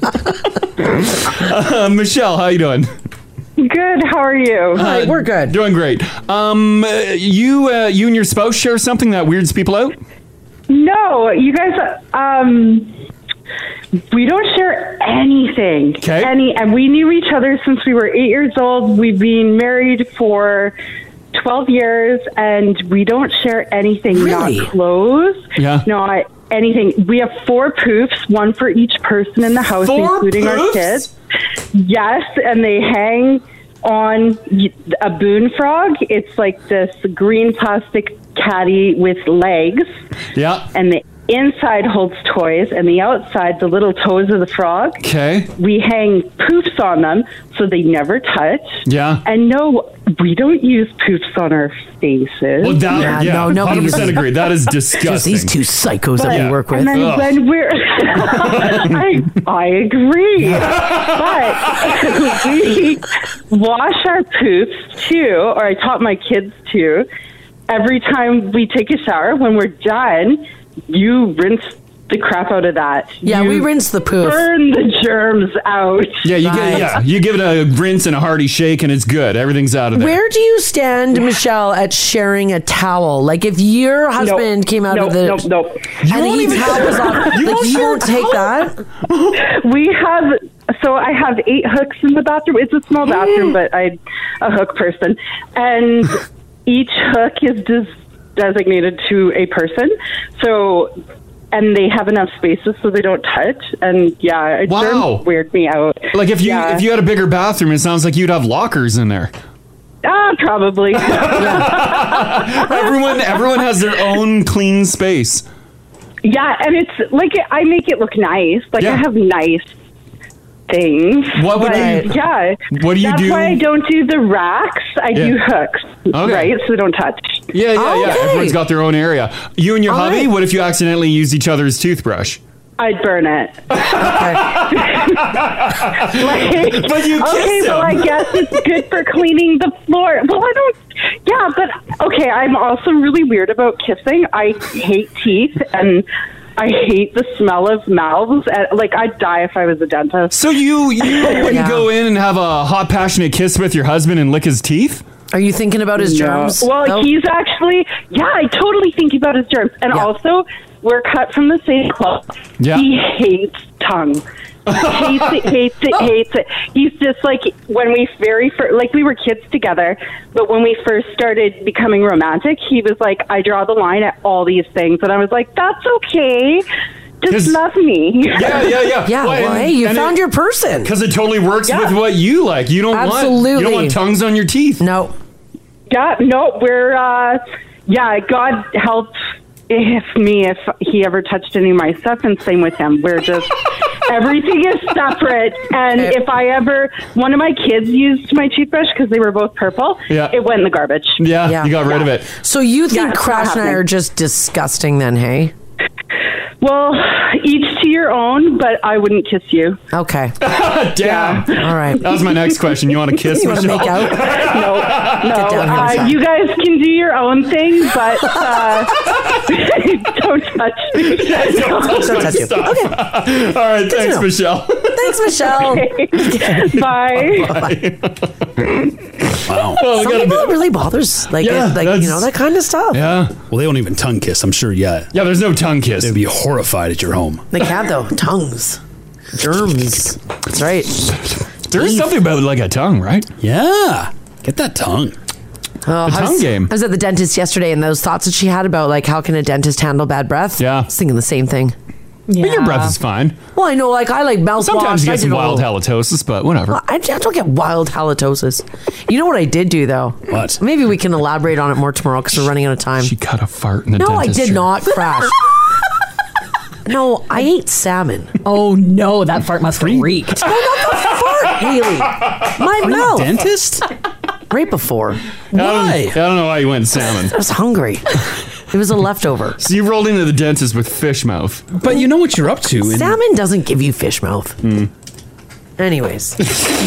[SPEAKER 3] uh, Michelle, how you doing?
[SPEAKER 7] Good. How are you?
[SPEAKER 3] Hi, we're
[SPEAKER 2] good.
[SPEAKER 3] Doing great. Um, uh, you, uh, you and your spouse share something that weirds people out.
[SPEAKER 7] No, you guys. Um, we don't share anything. Okay. Any, and we knew each other since we were eight years old. We've been married for twelve years, and we don't share anything.
[SPEAKER 2] Really?
[SPEAKER 7] Not clothes.
[SPEAKER 3] Yeah.
[SPEAKER 7] Not anything. We have four poofs, one for each person in the house,
[SPEAKER 15] Four
[SPEAKER 7] including
[SPEAKER 15] poofs?
[SPEAKER 7] our kids. Yes, and they hang on y- a boon frog. It's like this green plastic caddy with legs.
[SPEAKER 3] Yeah.
[SPEAKER 7] And the inside holds toys, and the outside, the little toes of the frog.
[SPEAKER 3] Okay.
[SPEAKER 7] We hang poofs on them so they never touch.
[SPEAKER 3] Yeah.
[SPEAKER 7] And no, we don't use poofs on our faces.
[SPEAKER 3] Well, that, Uh, yeah, no, no, hundred percent agree. That is disgusting.
[SPEAKER 2] these two psychos that we
[SPEAKER 3] Yeah.
[SPEAKER 2] work
[SPEAKER 7] And then
[SPEAKER 3] Ugh.
[SPEAKER 7] when we're, I, I agree, but we wash our poops too, or I taught my kids to. Every time we take a shower, when we're done, you rinse the crap out of that.
[SPEAKER 2] Yeah,
[SPEAKER 7] You
[SPEAKER 2] we rinse the poof.
[SPEAKER 7] Burn the germs out.
[SPEAKER 3] Yeah, you get, yeah, you give it a rinse and a hearty shake, and it's good. Everything's out of there.
[SPEAKER 2] Where do you stand, Michelle, at sharing a towel? Like if your husband came out of the
[SPEAKER 7] nope, nope.
[SPEAKER 2] You and the towel was on, you, like, you won't take that.
[SPEAKER 7] we have so I have eight hooks in the bathroom. It's a small bathroom, but I'm a hook person, and each hook is des- designated to a person. So. And they have enough spaces so they don't touch. And yeah, it
[SPEAKER 3] Wow.
[SPEAKER 7] germs weird me out.
[SPEAKER 3] Like if you
[SPEAKER 7] Yeah.
[SPEAKER 3] if you had a bigger bathroom, it sounds like you'd have lockers in there.
[SPEAKER 7] Ah, probably.
[SPEAKER 3] everyone, everyone has their own clean space.
[SPEAKER 7] Yeah, and it's like I make it look nice. Like I have nice things.
[SPEAKER 3] What would
[SPEAKER 7] but,
[SPEAKER 3] you-
[SPEAKER 7] Yeah.
[SPEAKER 3] what do you
[SPEAKER 7] That's
[SPEAKER 3] do-
[SPEAKER 7] why I don't do the racks. I
[SPEAKER 3] Yeah.
[SPEAKER 7] do hooks.
[SPEAKER 3] Okay.
[SPEAKER 7] Right, so don't touch.
[SPEAKER 3] Yeah, yeah, yeah.
[SPEAKER 7] Okay.
[SPEAKER 3] Everyone's got their own area. You and your
[SPEAKER 7] All
[SPEAKER 3] hubby.
[SPEAKER 7] right.
[SPEAKER 3] What if you accidentally used each other's toothbrush?
[SPEAKER 7] I'd burn it. Like-
[SPEAKER 3] But you
[SPEAKER 7] okay,
[SPEAKER 3] kissed
[SPEAKER 7] well,
[SPEAKER 3] him.
[SPEAKER 7] I guess it's good for cleaning the floor. Well, I don't. Yeah, but okay, I'm also really weird about kissing. I hate teeth and. I hate the smell of mouths. And, like I'd die if I was a dentist.
[SPEAKER 3] So you you Wouldn't you go in and have a hot, passionate kiss with your husband and lick his teeth?
[SPEAKER 2] Are you thinking about his
[SPEAKER 7] No.
[SPEAKER 2] germs?
[SPEAKER 7] Well, he's actually, yeah, I totally think about his germs. And also, we're cut from the same cloth.
[SPEAKER 3] Yeah.
[SPEAKER 7] He hates tongue. hates it, hates it,
[SPEAKER 2] Oh.
[SPEAKER 7] hates it. He's just like when we very first, like we were kids together, but when we first started becoming romantic, he was like, "I draw the line at all these things," and I was like, "That's okay, just love me."
[SPEAKER 3] Yeah, yeah, yeah. your
[SPEAKER 2] person.
[SPEAKER 3] Because it totally works
[SPEAKER 7] Yeah.
[SPEAKER 3] with what you like. You don't want you
[SPEAKER 7] Absolutely.
[SPEAKER 3] don't want tongues on your teeth.
[SPEAKER 2] No.
[SPEAKER 7] Yeah, no, we're uh yeah, God help if me if he ever touched any of my stuff and same with him. We're just everything is separate and if I ever one of my kids used my toothbrush because they were both purple,
[SPEAKER 2] Yeah.
[SPEAKER 7] it went in the garbage.
[SPEAKER 3] Yeah,
[SPEAKER 2] you got
[SPEAKER 3] rid of it.
[SPEAKER 2] So you
[SPEAKER 7] Yeah,
[SPEAKER 2] think
[SPEAKER 7] it's not
[SPEAKER 2] Crash and I
[SPEAKER 7] happening.
[SPEAKER 2] are just disgusting then, hey?
[SPEAKER 7] Well, each to your own, but I wouldn't kiss you.
[SPEAKER 2] Okay.
[SPEAKER 3] Damn.
[SPEAKER 2] All right.
[SPEAKER 3] That was my next question. You want to kiss?
[SPEAKER 7] You wanna
[SPEAKER 3] Michelle?
[SPEAKER 7] make out? No, no.
[SPEAKER 3] down here,
[SPEAKER 7] uh,
[SPEAKER 3] Michelle.
[SPEAKER 7] you guys can do your own thing, but uh, don't touch me.
[SPEAKER 3] Yeah, don't touch my stuff. All right,
[SPEAKER 7] to
[SPEAKER 3] thanks,
[SPEAKER 7] know.
[SPEAKER 3] Michelle.
[SPEAKER 2] Thanks, Michelle.
[SPEAKER 7] Bye.
[SPEAKER 6] Wow.
[SPEAKER 2] Some people it really bothers. Like,
[SPEAKER 6] Yeah,
[SPEAKER 2] it- like you
[SPEAKER 6] that's-
[SPEAKER 2] know, that kind of stuff.
[SPEAKER 3] Yeah.
[SPEAKER 6] Well, they don't even tongue kiss. I'm sure. Yeah.
[SPEAKER 3] Yeah. There's no tongue kiss.
[SPEAKER 6] They'd be horrified at your home.
[SPEAKER 2] They have, though, tongues, germs. That's right.
[SPEAKER 3] There is something about like a tongue, right?
[SPEAKER 6] Yeah. Get that tongue.
[SPEAKER 2] Oh,
[SPEAKER 6] The
[SPEAKER 2] I was-
[SPEAKER 6] tongue game.
[SPEAKER 2] I was at the dentist yesterday, and those thoughts that she had about like how can a dentist handle bad breath? Yeah, I was thinking the same thing.
[SPEAKER 3] But your breath is fine.
[SPEAKER 2] Well, I know, like I like mouthwash.
[SPEAKER 3] Sometimes you
[SPEAKER 2] I
[SPEAKER 3] get some
[SPEAKER 2] did all-
[SPEAKER 3] wild halitosis, but whatever.
[SPEAKER 2] I, I don't get wild halitosis. You know what I did do though? What? Maybe we can elaborate on it more tomorrow because we're running out of time. She
[SPEAKER 3] cut a fart in the
[SPEAKER 2] No,
[SPEAKER 3] dentist
[SPEAKER 2] I did
[SPEAKER 3] chair.
[SPEAKER 2] not crash. no, I ate salmon.
[SPEAKER 5] Oh no, that fart must have reeked.
[SPEAKER 2] No, not the fart, Haley. My
[SPEAKER 5] Are you a
[SPEAKER 2] mouth.
[SPEAKER 5] dentist?
[SPEAKER 2] Right before.
[SPEAKER 3] I don't, I don't know why you went salmon.
[SPEAKER 2] I was hungry. It was a leftover.
[SPEAKER 3] So you rolled into the dentist with fish mouth.
[SPEAKER 6] But you know what you're up to. Hmm.
[SPEAKER 2] Salmon doesn't give you fish mouth. Anyways,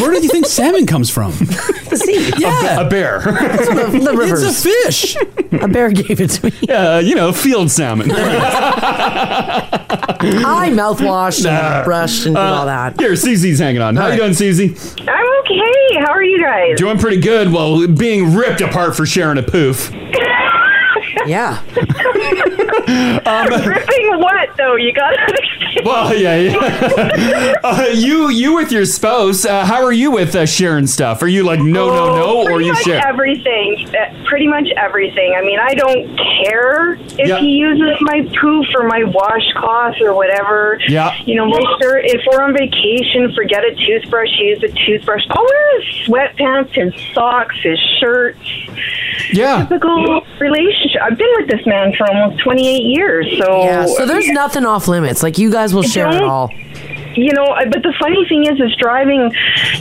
[SPEAKER 6] where did you think salmon comes from?
[SPEAKER 2] See,
[SPEAKER 6] yeah,
[SPEAKER 3] a, bear.
[SPEAKER 2] It's one of the rivers.
[SPEAKER 6] It's a fish.
[SPEAKER 2] a bear gave it to me.
[SPEAKER 3] Yeah, uh, you know, field salmon.
[SPEAKER 2] I mouthwashed and brushed and did all that.
[SPEAKER 3] Uh, Here, Susie's hanging on. How you doing, Susie?
[SPEAKER 17] I'm okay. How are you guys?
[SPEAKER 3] Doing pretty good while being ripped apart for sharing a poof.
[SPEAKER 2] Yeah.
[SPEAKER 3] Um,
[SPEAKER 17] Ripping what though? You gotta.
[SPEAKER 3] Well, yeah, yeah. uh, you you with your spouse, uh, how are you with uh, sharing stuff? Are you like no, no, no,
[SPEAKER 2] Oh,
[SPEAKER 3] or
[SPEAKER 17] Oh, pretty
[SPEAKER 3] you
[SPEAKER 17] much
[SPEAKER 3] share?
[SPEAKER 17] everything. Uh, Pretty much everything. I mean, I don't care if
[SPEAKER 3] Yeah.
[SPEAKER 17] he uses my poof or my washcloth or whatever.
[SPEAKER 3] Yeah.
[SPEAKER 17] You know, my shirt. If we're on vacation, forget a toothbrush. He uses a toothbrush. I'll wear his sweatpants, his socks, his shirts.
[SPEAKER 3] Yeah.
[SPEAKER 17] Typical relationship. I've been with this man for almost 28 years. So
[SPEAKER 2] Yeah, so there's nothing off limits. Like you guys will share it
[SPEAKER 17] Don't-
[SPEAKER 2] all.
[SPEAKER 17] You know, I- but the funny thing is, is driving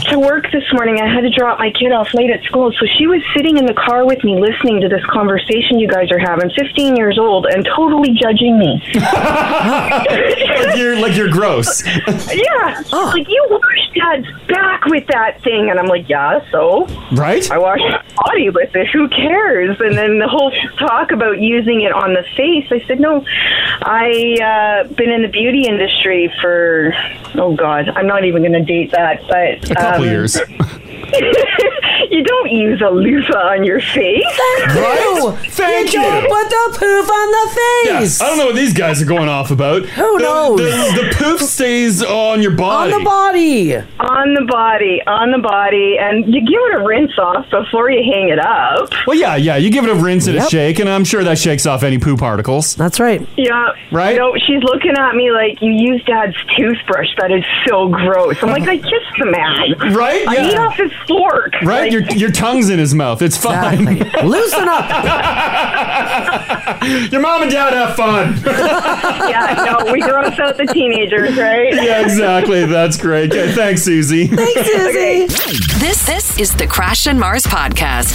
[SPEAKER 17] to work this morning, I had to drop my kid off late at school. So she was sitting in the car with me listening to this conversation you guys are having, 15 years old, and totally judging me.
[SPEAKER 3] like you're like you're gross.
[SPEAKER 17] yeah. she's Like, you washed dad's back with that thing. And I'm like, yeah, so?
[SPEAKER 3] Right?
[SPEAKER 17] I washed his body with it. Who cares? And then the whole talk about using it on the face, I said, no, I uh, been in the beauty industry for, oh, God, I'm not even going to date that. But
[SPEAKER 3] A couple
[SPEAKER 17] um,
[SPEAKER 3] years.
[SPEAKER 17] you don't use a loofah on your face.
[SPEAKER 3] Right? Thank you.
[SPEAKER 17] don't
[SPEAKER 2] put the poof on the
[SPEAKER 3] Yeah, I don't know what these guys are going off about. Who
[SPEAKER 2] knows?
[SPEAKER 3] The, the poof stays on your body.
[SPEAKER 2] body.
[SPEAKER 17] On the body, on the body, and you give it a rinse off before you hang it up.
[SPEAKER 3] Well, yeah, yeah. You give it a rinse and a
[SPEAKER 17] Yep.
[SPEAKER 3] shake, and I'm sure that shakes off any poo particles.
[SPEAKER 2] That's right.
[SPEAKER 17] Yeah.
[SPEAKER 3] Right?
[SPEAKER 17] No, she's looking at me like you use dad's toothbrush. That is so gross. I'm like, I kissed the man.
[SPEAKER 3] Right?
[SPEAKER 17] I
[SPEAKER 3] Yeah.
[SPEAKER 17] eat off his fork. Like,
[SPEAKER 3] Right? You're your tongue's in his mouth. It's fine.
[SPEAKER 2] Loosen up.
[SPEAKER 3] Your mom and dad have fun.
[SPEAKER 17] yeah, no, we gross out the teenagers, right?
[SPEAKER 3] yeah, exactly. That's great. Okay, thanks, Susie.
[SPEAKER 1] This this is the Crash and Mars podcast.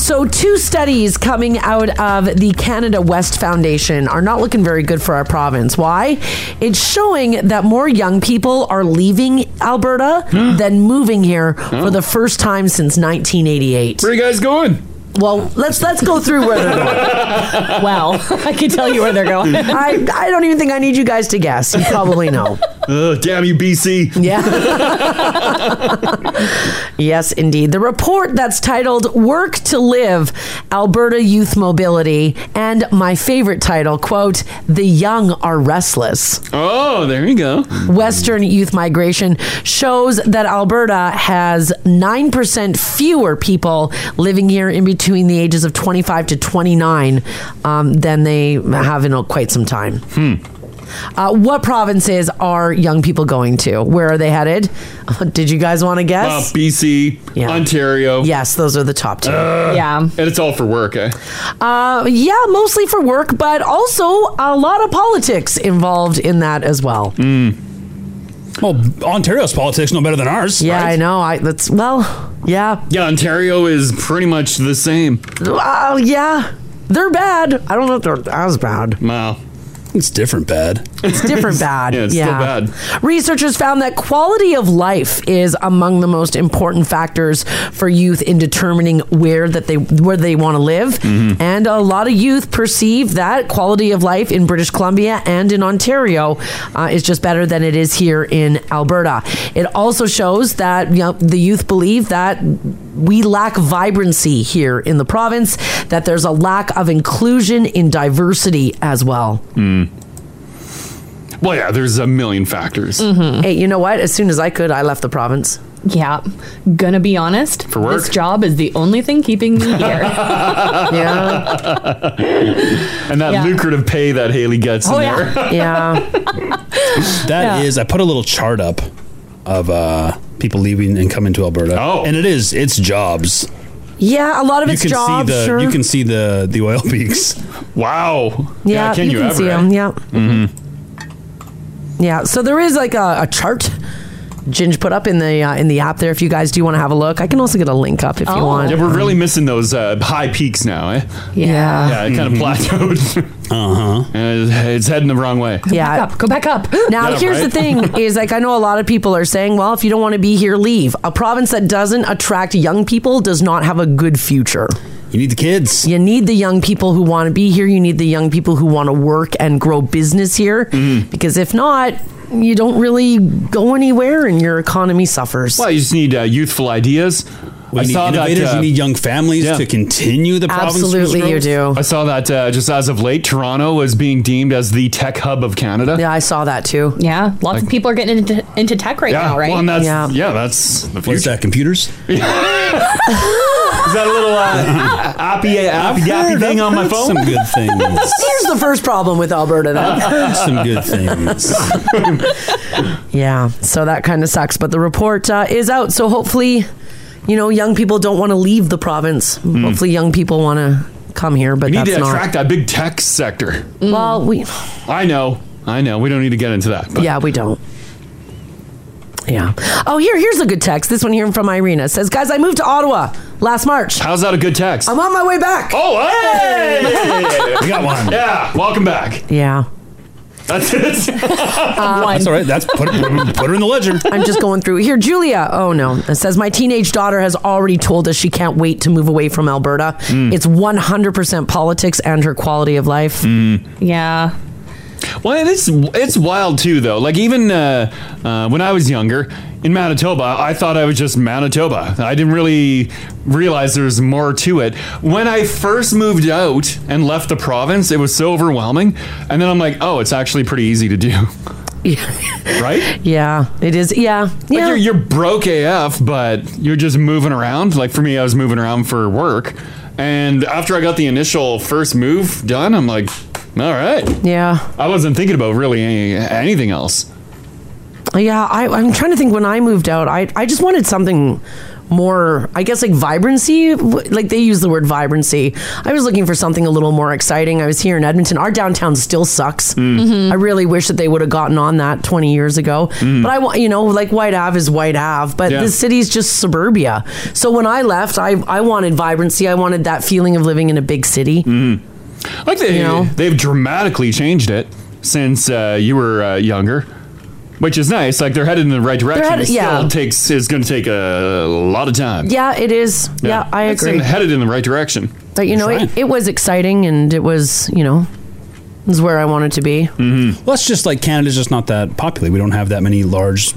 [SPEAKER 2] So, two studies coming out of the Canada West Foundation are not looking very good for our province. Why? It's showing that more young people are leaving Alberta than moving here
[SPEAKER 6] Oh.
[SPEAKER 2] for the first time since 1988. Where
[SPEAKER 3] are you guys going?
[SPEAKER 2] Well, let's let's go through where they're going.
[SPEAKER 5] well, I can tell you where they're going.
[SPEAKER 2] I, I don't even think I need you guys to guess. You probably know.
[SPEAKER 3] Ugh, Uh, damn you, BC.
[SPEAKER 2] Yes, indeed. The report that's titled Work to Live Alberta Youth Mobility and my favorite title, quote, The Young Are Restless.
[SPEAKER 3] Oh, there you go.
[SPEAKER 2] Western youth migration shows that Alberta has 9% fewer people living here in between the ages of 25 to 29 um, than they have in quite some time.
[SPEAKER 3] Hmm.
[SPEAKER 2] Uh, what provinces are young people going to? Where are they headed? Did you guys want to guess?
[SPEAKER 3] Uh, BC, Ontario.
[SPEAKER 2] Yes, those are the top two.
[SPEAKER 3] Ugh.
[SPEAKER 2] Yeah.
[SPEAKER 3] uh, And it's all for work, eh?
[SPEAKER 2] Uh, yeah, mostly for work, but also a lot of politics involved in that as well.
[SPEAKER 6] Hmm. Well, Ontario's politics no better than ours.
[SPEAKER 2] Yeah, I know. I that's well, yeah.
[SPEAKER 3] Yeah, Ontario is pretty much the same.
[SPEAKER 2] Wow, yeah, they're bad. I don't know if they're as bad.
[SPEAKER 3] Wow.
[SPEAKER 6] It's different bad.
[SPEAKER 2] It's different bad.
[SPEAKER 6] Yeah, it's still bad.
[SPEAKER 2] Researchers found that quality of life is among the most important factors for youth in determining where that they where they want to live. And a lot of youth perceive that quality of life in British Columbia and in Ontario uh, is just better than it is here in Alberta. It also shows that you know, the youth believe that we lack vibrancy here in the province. That there's a lack of inclusion in diversity as well.
[SPEAKER 3] Hmm. Well, yeah, there's a million factors.
[SPEAKER 2] Hey, you know what? As soon as I could, I left the province.
[SPEAKER 5] Mm-hmm. Yeah. Gonna be honest. For
[SPEAKER 3] work?
[SPEAKER 5] This job is the only thing keeping me here.
[SPEAKER 2] yeah.
[SPEAKER 3] And that
[SPEAKER 5] Yeah.
[SPEAKER 3] lucrative pay that Haley gets
[SPEAKER 5] Oh,
[SPEAKER 3] in
[SPEAKER 5] yeah.
[SPEAKER 3] there.
[SPEAKER 2] yeah.
[SPEAKER 6] That is, I put a little chart up of uh, people leaving and coming to Alberta. Oh, and it is, it's jobs.
[SPEAKER 2] Yeah, a lot of
[SPEAKER 6] you
[SPEAKER 2] it's
[SPEAKER 6] can
[SPEAKER 2] jobs,
[SPEAKER 6] see the
[SPEAKER 2] sure.
[SPEAKER 6] you can see the the oil peaks.
[SPEAKER 3] Wow.
[SPEAKER 2] Yeah, Yeah, can you you can ever, see eh? 'em, yeah.
[SPEAKER 3] Mm-hmm.
[SPEAKER 2] yeah, so there is like a, a chart Ginge put up in the uh, in the app there if you guys do want to have a look. I can also get a link up if
[SPEAKER 5] Oh.
[SPEAKER 2] you want.
[SPEAKER 3] Yeah, we're really missing those uh, high peaks now, eh?
[SPEAKER 2] Oh. Yeah.
[SPEAKER 3] Yeah, it kind
[SPEAKER 6] Mm-hmm.
[SPEAKER 3] of plateaued.
[SPEAKER 6] uh huh.
[SPEAKER 3] It's heading the wrong way.
[SPEAKER 2] yeah.
[SPEAKER 5] Go back up.
[SPEAKER 2] Now,
[SPEAKER 3] Yeah,
[SPEAKER 2] here's the
[SPEAKER 3] right?
[SPEAKER 2] thing is like, I know a lot of people are saying, well, if you don't want to be here, leave. A province that doesn't attract young people does not have a good future.
[SPEAKER 6] You need the kids.
[SPEAKER 2] You need the young people who want to be here. You need the young people who want to work and grow business here. Because if not, you don't really go anywhere and your economy suffers.
[SPEAKER 3] Well, you just need uh, youthful ideas.
[SPEAKER 6] you need innovators,
[SPEAKER 3] uh,
[SPEAKER 6] you need young families to continue the province's Absolutely, you growth.
[SPEAKER 3] do. I saw that uh, just as of late, Toronto was being deemed as the tech hub of Canada.
[SPEAKER 2] Yeah, I saw that too.
[SPEAKER 5] Yeah. Lots of people are getting into, into tech right
[SPEAKER 3] yeah,
[SPEAKER 5] now, right?
[SPEAKER 3] Well, and that's, yeah. that's the future. What's
[SPEAKER 6] that, computers?
[SPEAKER 3] Is that a little uh, appy, appy, appy thing on my phone?
[SPEAKER 6] Some good things.
[SPEAKER 2] Here's the first problem with Alberta.
[SPEAKER 6] I've
[SPEAKER 2] Though.
[SPEAKER 6] heard some good things.
[SPEAKER 2] Yeah, so that kind of sucks. But the report uh, is out, so hopefully, you know, young people don't want to leave the province. Hopefully, young people want to come here, but
[SPEAKER 3] Mm. We need
[SPEAKER 2] that's
[SPEAKER 3] to
[SPEAKER 2] not.
[SPEAKER 3] attract that big tech sector.
[SPEAKER 2] Well, we
[SPEAKER 3] I know, I know. We don't need to get into that.
[SPEAKER 2] yeah, we don't. Yeah. Oh, here, here's a good text. This one here from Irina says, "Guys, I moved to Ottawa last March.
[SPEAKER 3] How's that a good text?
[SPEAKER 2] I'm on my way back.
[SPEAKER 3] Oh, hey!
[SPEAKER 6] we got one.
[SPEAKER 3] Yeah, welcome back.
[SPEAKER 2] Yeah. Uh,
[SPEAKER 3] That's it.
[SPEAKER 6] That's all right. That's put, put, put her in the ledger.
[SPEAKER 2] I'm just going through here. Julia, oh no, it says my teenage daughter has already told us she can't wait to move away from Alberta.
[SPEAKER 6] Hmm.
[SPEAKER 2] It's 100% politics and her quality of life.
[SPEAKER 6] Hmm.
[SPEAKER 5] Yeah.
[SPEAKER 3] Well, and it's it's wild too, though. Like even uh, uh, when I was younger in Manitoba, I thought I was just Manitoba. I didn't really realize there was more to it. When I first moved out and left the province, it was so overwhelming. And then I'm like, oh, it's actually pretty easy to do, right?
[SPEAKER 2] Yeah, it is. Yeah,
[SPEAKER 3] Like you're, you're broke AF, but you're just moving around. Like for me, I was moving around for work, and after I got the initial first move done, I'm like, all right.
[SPEAKER 2] Yeah.
[SPEAKER 3] I wasn't thinking about really any, anything else.
[SPEAKER 2] Yeah, I, I'm trying to think. When I moved out, I I just wanted something more. I guess like vibrancy. w- Like they use the word vibrancy. I was looking for something a little more exciting. I was here in Edmonton. Our downtown still sucks. I really wish that they would have gotten on that 20 years ago. But I want you know like White Ave is White Ave, but
[SPEAKER 4] Yeah.
[SPEAKER 2] the city's just suburbia. So when I left, I I wanted vibrancy. I wanted that feeling of living in a big city.
[SPEAKER 3] Like they,
[SPEAKER 2] You know?
[SPEAKER 3] they've dramatically changed it since uh, you were uh, younger, which is nice. Like they're headed in the right direction.
[SPEAKER 2] headed-
[SPEAKER 3] it still
[SPEAKER 2] yeah.
[SPEAKER 3] takes is going to take a lot of time.
[SPEAKER 2] Yeah, it is. Yeah, I
[SPEAKER 3] It's
[SPEAKER 2] agree.
[SPEAKER 3] in- headed in the right direction.
[SPEAKER 2] But you know, it, it was exciting and it was, you know, it was where I wanted to be.
[SPEAKER 6] Mm-hmm. Well, it's just like Canada's just not that popular. We don't have that many large,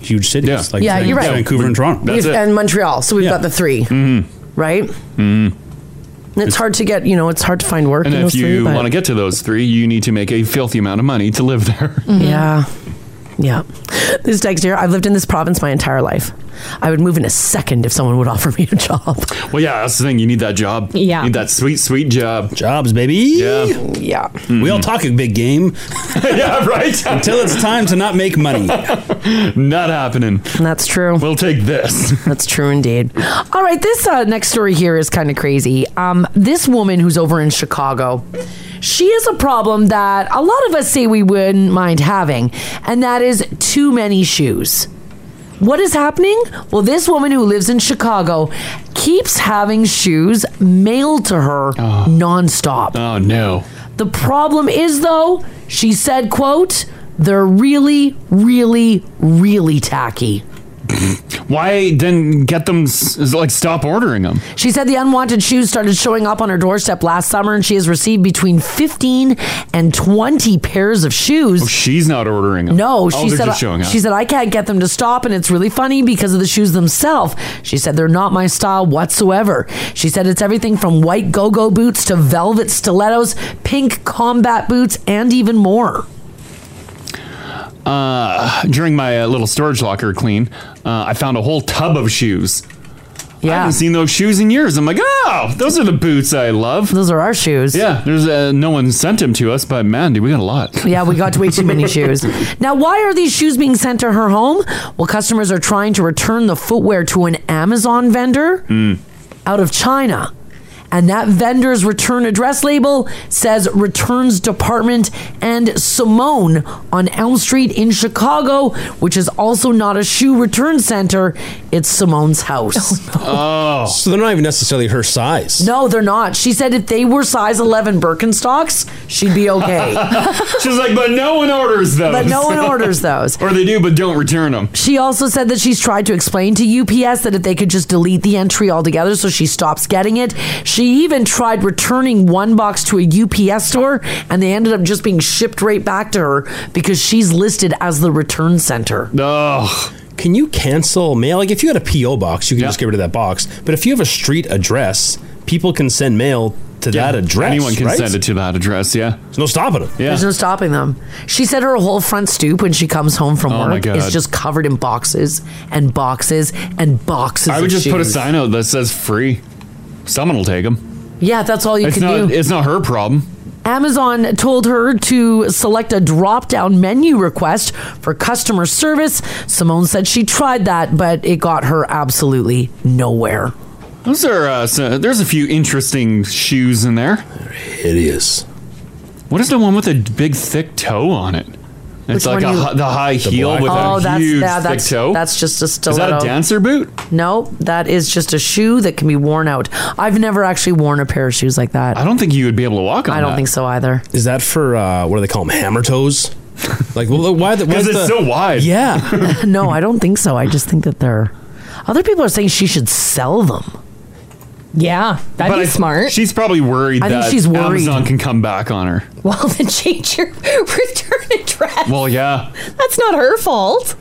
[SPEAKER 6] huge cities. Yeah, like
[SPEAKER 2] yeah,
[SPEAKER 6] Van-
[SPEAKER 2] you're right.
[SPEAKER 6] Vancouver and Toronto.
[SPEAKER 2] We've- And Montreal. So we've got the 3
[SPEAKER 6] Mm-hmm.
[SPEAKER 2] right?
[SPEAKER 3] Mm.
[SPEAKER 2] And it's hard to get, you know, it's hard to find work
[SPEAKER 3] And
[SPEAKER 2] in
[SPEAKER 3] if
[SPEAKER 2] those
[SPEAKER 3] you
[SPEAKER 2] three. but-
[SPEAKER 3] want to get to those three, you need to make a filthy amount of money to live there.
[SPEAKER 2] Yeah. Mm-hmm. Yeah. This text here, I've lived in this province my entire life. I would move in a second if someone would offer me a job.
[SPEAKER 3] Well, yeah, that's the thing. You need that job.
[SPEAKER 2] Yeah.
[SPEAKER 3] Need that sweet, sweet job.
[SPEAKER 6] Jobs, baby.
[SPEAKER 3] Yeah.
[SPEAKER 2] Yeah.
[SPEAKER 6] Mm-hmm. We all talk a big game.
[SPEAKER 3] yeah, right.
[SPEAKER 6] Until it's time to not make money.
[SPEAKER 3] not happening.
[SPEAKER 2] That's true.
[SPEAKER 3] We'll take this.
[SPEAKER 2] That's true indeed. All right, this uh, next story here is kind of crazy. Um, this woman who's over in Chicago, she has a problem that a lot of us say we wouldn't mind having, and that is too many shoes. What is happening? Well, this woman who lives in Chicago keeps having shoes mailed to her nonstop.
[SPEAKER 3] Oh no.
[SPEAKER 2] The problem is though, she said, quote, they're really, really, really tacky.
[SPEAKER 3] Why then get them? s- is it Like stop ordering them.
[SPEAKER 2] She said the unwanted shoes started showing up on her doorstep last summer, and she has received between 15 and 20 pairs of shoes.
[SPEAKER 3] Oh, She's not ordering them.
[SPEAKER 2] no,
[SPEAKER 3] Oh,
[SPEAKER 2] she
[SPEAKER 3] they're
[SPEAKER 2] said.
[SPEAKER 3] just showing up.
[SPEAKER 2] She said I can't get them to stop, and it's really funny because of the shoes themselves. She said they're not my style whatsoever. She said it's everything from white go-go boots to velvet stilettos, pink combat boots, and even more.
[SPEAKER 3] uh, during my uh, little storage locker clean, uh, I found a whole tub of shoes.
[SPEAKER 2] Yeah.
[SPEAKER 3] I haven't seen those shoes in years. I'm like, oh, those are the boots I love.
[SPEAKER 2] Those are our shoes.
[SPEAKER 3] Yeah, there's uh, no one sent them to us, but man, dude, we got a lot.
[SPEAKER 2] Yeah, we got way too many shoes. Now, why are these shoes being sent to her home? Well, customers are trying to return the footwear to an Amazon vendor
[SPEAKER 4] Mm.
[SPEAKER 2] out of China. And that vendor's return address label says Returns Department and Simone on Elm Street in Chicago, which is also not a shoe return center. It's Simone's house.
[SPEAKER 6] Oh. So they're not even necessarily her size.
[SPEAKER 2] No, they're not. She said if they were size 11 Birkenstocks, she'd be okay.
[SPEAKER 3] She's like, but no one orders those.
[SPEAKER 2] But no one orders those.
[SPEAKER 3] or they do, but don't return them.
[SPEAKER 2] She also said that she's tried to explain to UPS that if they could just delete the entry altogether so she stops getting it. She even tried returning one box to a UPS store and they ended up just being shipped right back to her because she's listed as the return center.
[SPEAKER 3] No.
[SPEAKER 6] Can you cancel mail? Like if you had a PO box, you can just get rid of that box. But if you have a street address, people can send mail to that address.
[SPEAKER 3] Anyone can
[SPEAKER 6] right?
[SPEAKER 3] send it to that address. Yeah.
[SPEAKER 6] There's no stopping them.
[SPEAKER 3] Yeah.
[SPEAKER 2] There's no stopping them. She said her whole front stoop when she comes home from
[SPEAKER 3] Oh my
[SPEAKER 2] work
[SPEAKER 3] God.
[SPEAKER 2] is just covered in boxes and boxes and boxes.
[SPEAKER 3] I would
[SPEAKER 2] of
[SPEAKER 3] just put a
[SPEAKER 2] shoes.
[SPEAKER 3] sign out that says free. Someone will take them.
[SPEAKER 2] Yeah, that's all you
[SPEAKER 3] it's
[SPEAKER 2] can
[SPEAKER 3] not.
[SPEAKER 2] do.
[SPEAKER 3] It's not her problem.
[SPEAKER 2] Amazon told her to select a drop down menu request for customer service. Simone said she tried that, but it got her absolutely nowhere.
[SPEAKER 3] Those are. Uh, so, there's a few interesting shoes in there.
[SPEAKER 6] Hideous.
[SPEAKER 3] What is the one with a big thick toe on it? It's like
[SPEAKER 2] Which
[SPEAKER 3] a,
[SPEAKER 2] one you- Oh,
[SPEAKER 3] hi- the high heel with a huge thick
[SPEAKER 2] that's,
[SPEAKER 3] toe.
[SPEAKER 2] that's just a
[SPEAKER 3] that a
[SPEAKER 2] stiletto.
[SPEAKER 3] dancer boot?
[SPEAKER 2] No, that is just a shoe that can be worn out. I've never actually worn a pair of shoes like that. I
[SPEAKER 3] don't think you would be able to walk
[SPEAKER 2] I don't think so either.
[SPEAKER 6] Is that for uh, what do they call them? Hammer toes? like well, why? the- why
[SPEAKER 2] 'Cause
[SPEAKER 6] is
[SPEAKER 2] it's
[SPEAKER 6] the-
[SPEAKER 2] so wide.
[SPEAKER 6] Yeah.
[SPEAKER 2] no, I don't think so. I just think that they're. Other people are saying she should sell them.
[SPEAKER 5] Yeah, that'd
[SPEAKER 3] But
[SPEAKER 5] be
[SPEAKER 3] I-
[SPEAKER 5] smart.
[SPEAKER 3] She's probably worried
[SPEAKER 5] I think
[SPEAKER 3] that
[SPEAKER 5] she's worried.
[SPEAKER 3] Amazon can come back on her.
[SPEAKER 5] well, then change your return address.
[SPEAKER 3] Well, yeah.
[SPEAKER 5] That's not her fault.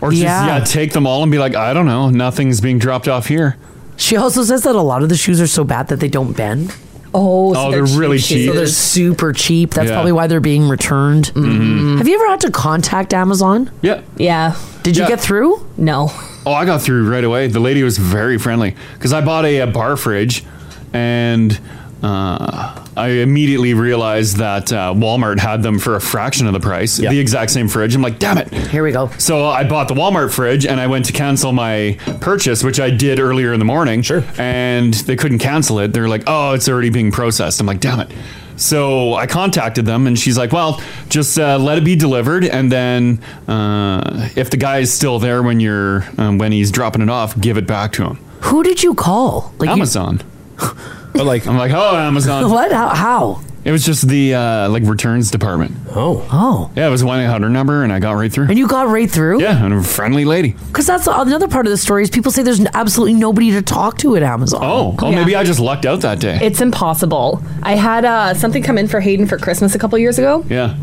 [SPEAKER 3] Or just
[SPEAKER 5] Yeah.
[SPEAKER 3] yeah. take them all and be like, I don't know, nothing's being dropped off here.
[SPEAKER 2] She also says that a lot of the shoes are so bad that they don't bend.
[SPEAKER 5] Oh,
[SPEAKER 3] so Oh, they're they're really cheap cheap.
[SPEAKER 2] So they're
[SPEAKER 3] shoes.
[SPEAKER 2] super cheap. That's
[SPEAKER 3] Yeah.
[SPEAKER 2] probably why they're being returned.
[SPEAKER 6] Mm-hmm.
[SPEAKER 3] Mm-hmm.
[SPEAKER 2] Have you ever had to contact Amazon?
[SPEAKER 3] Yeah.
[SPEAKER 5] Yeah.
[SPEAKER 2] Did you get through?
[SPEAKER 5] No.
[SPEAKER 3] Oh, I got through right away. The lady was very friendly because I bought a, a bar fridge and Uh, I immediately realized that uh, Walmart had them for a fraction of the price, the exact same fridge. I'm like, damn it. Here
[SPEAKER 2] we go.
[SPEAKER 3] So I bought the Walmart fridge and I went to cancel my purchase, which I did earlier in the morning. Sure. And they couldn't cancel it. They're like, oh, it's already being processed. I'm like, damn it. So I contacted them and she's like, well, just uh, let it be delivered. And then uh, if the guy is still there when you're, um, when he's dropping it off, give it back to him.
[SPEAKER 2] Who did you call? Like you-
[SPEAKER 3] Amazon. But like I'm like, oh Amazon.
[SPEAKER 2] What? How? how?
[SPEAKER 3] It was just the uh, like returns department.
[SPEAKER 6] Oh.
[SPEAKER 2] Oh.
[SPEAKER 3] Yeah, it was one eight hundred number and I got right through. And
[SPEAKER 2] you got right through?
[SPEAKER 3] Yeah, and a friendly lady.
[SPEAKER 2] Because that's another part of the story is people say there's absolutely nobody to talk to at Amazon.
[SPEAKER 3] Oh, oh
[SPEAKER 5] Yeah.
[SPEAKER 3] maybe I just lucked out that day.
[SPEAKER 5] It's impossible. I had uh, something come in for Hayden for Christmas a couple years ago.
[SPEAKER 3] yeah.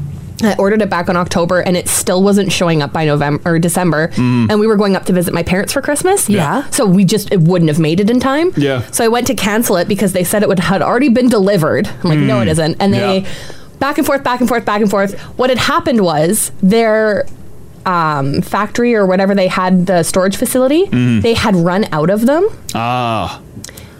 [SPEAKER 5] I ordered it back in October and it still wasn't showing up by November or December.
[SPEAKER 3] Mm.
[SPEAKER 5] And we were going up to visit my parents for Christmas. Yeah. So we just, it wouldn't have made it in time.
[SPEAKER 3] Yeah.
[SPEAKER 5] So I went to cancel it because they said it would had already been delivered. I'm like, no,
[SPEAKER 4] Mm.
[SPEAKER 5] it isn't. And they
[SPEAKER 4] Yeah.
[SPEAKER 5] back and forth, back and forth, back and forth. What had happened was their um, factory or whatever they had the storage facility,
[SPEAKER 3] Mhm.
[SPEAKER 5] they had run out of them
[SPEAKER 3] Ah.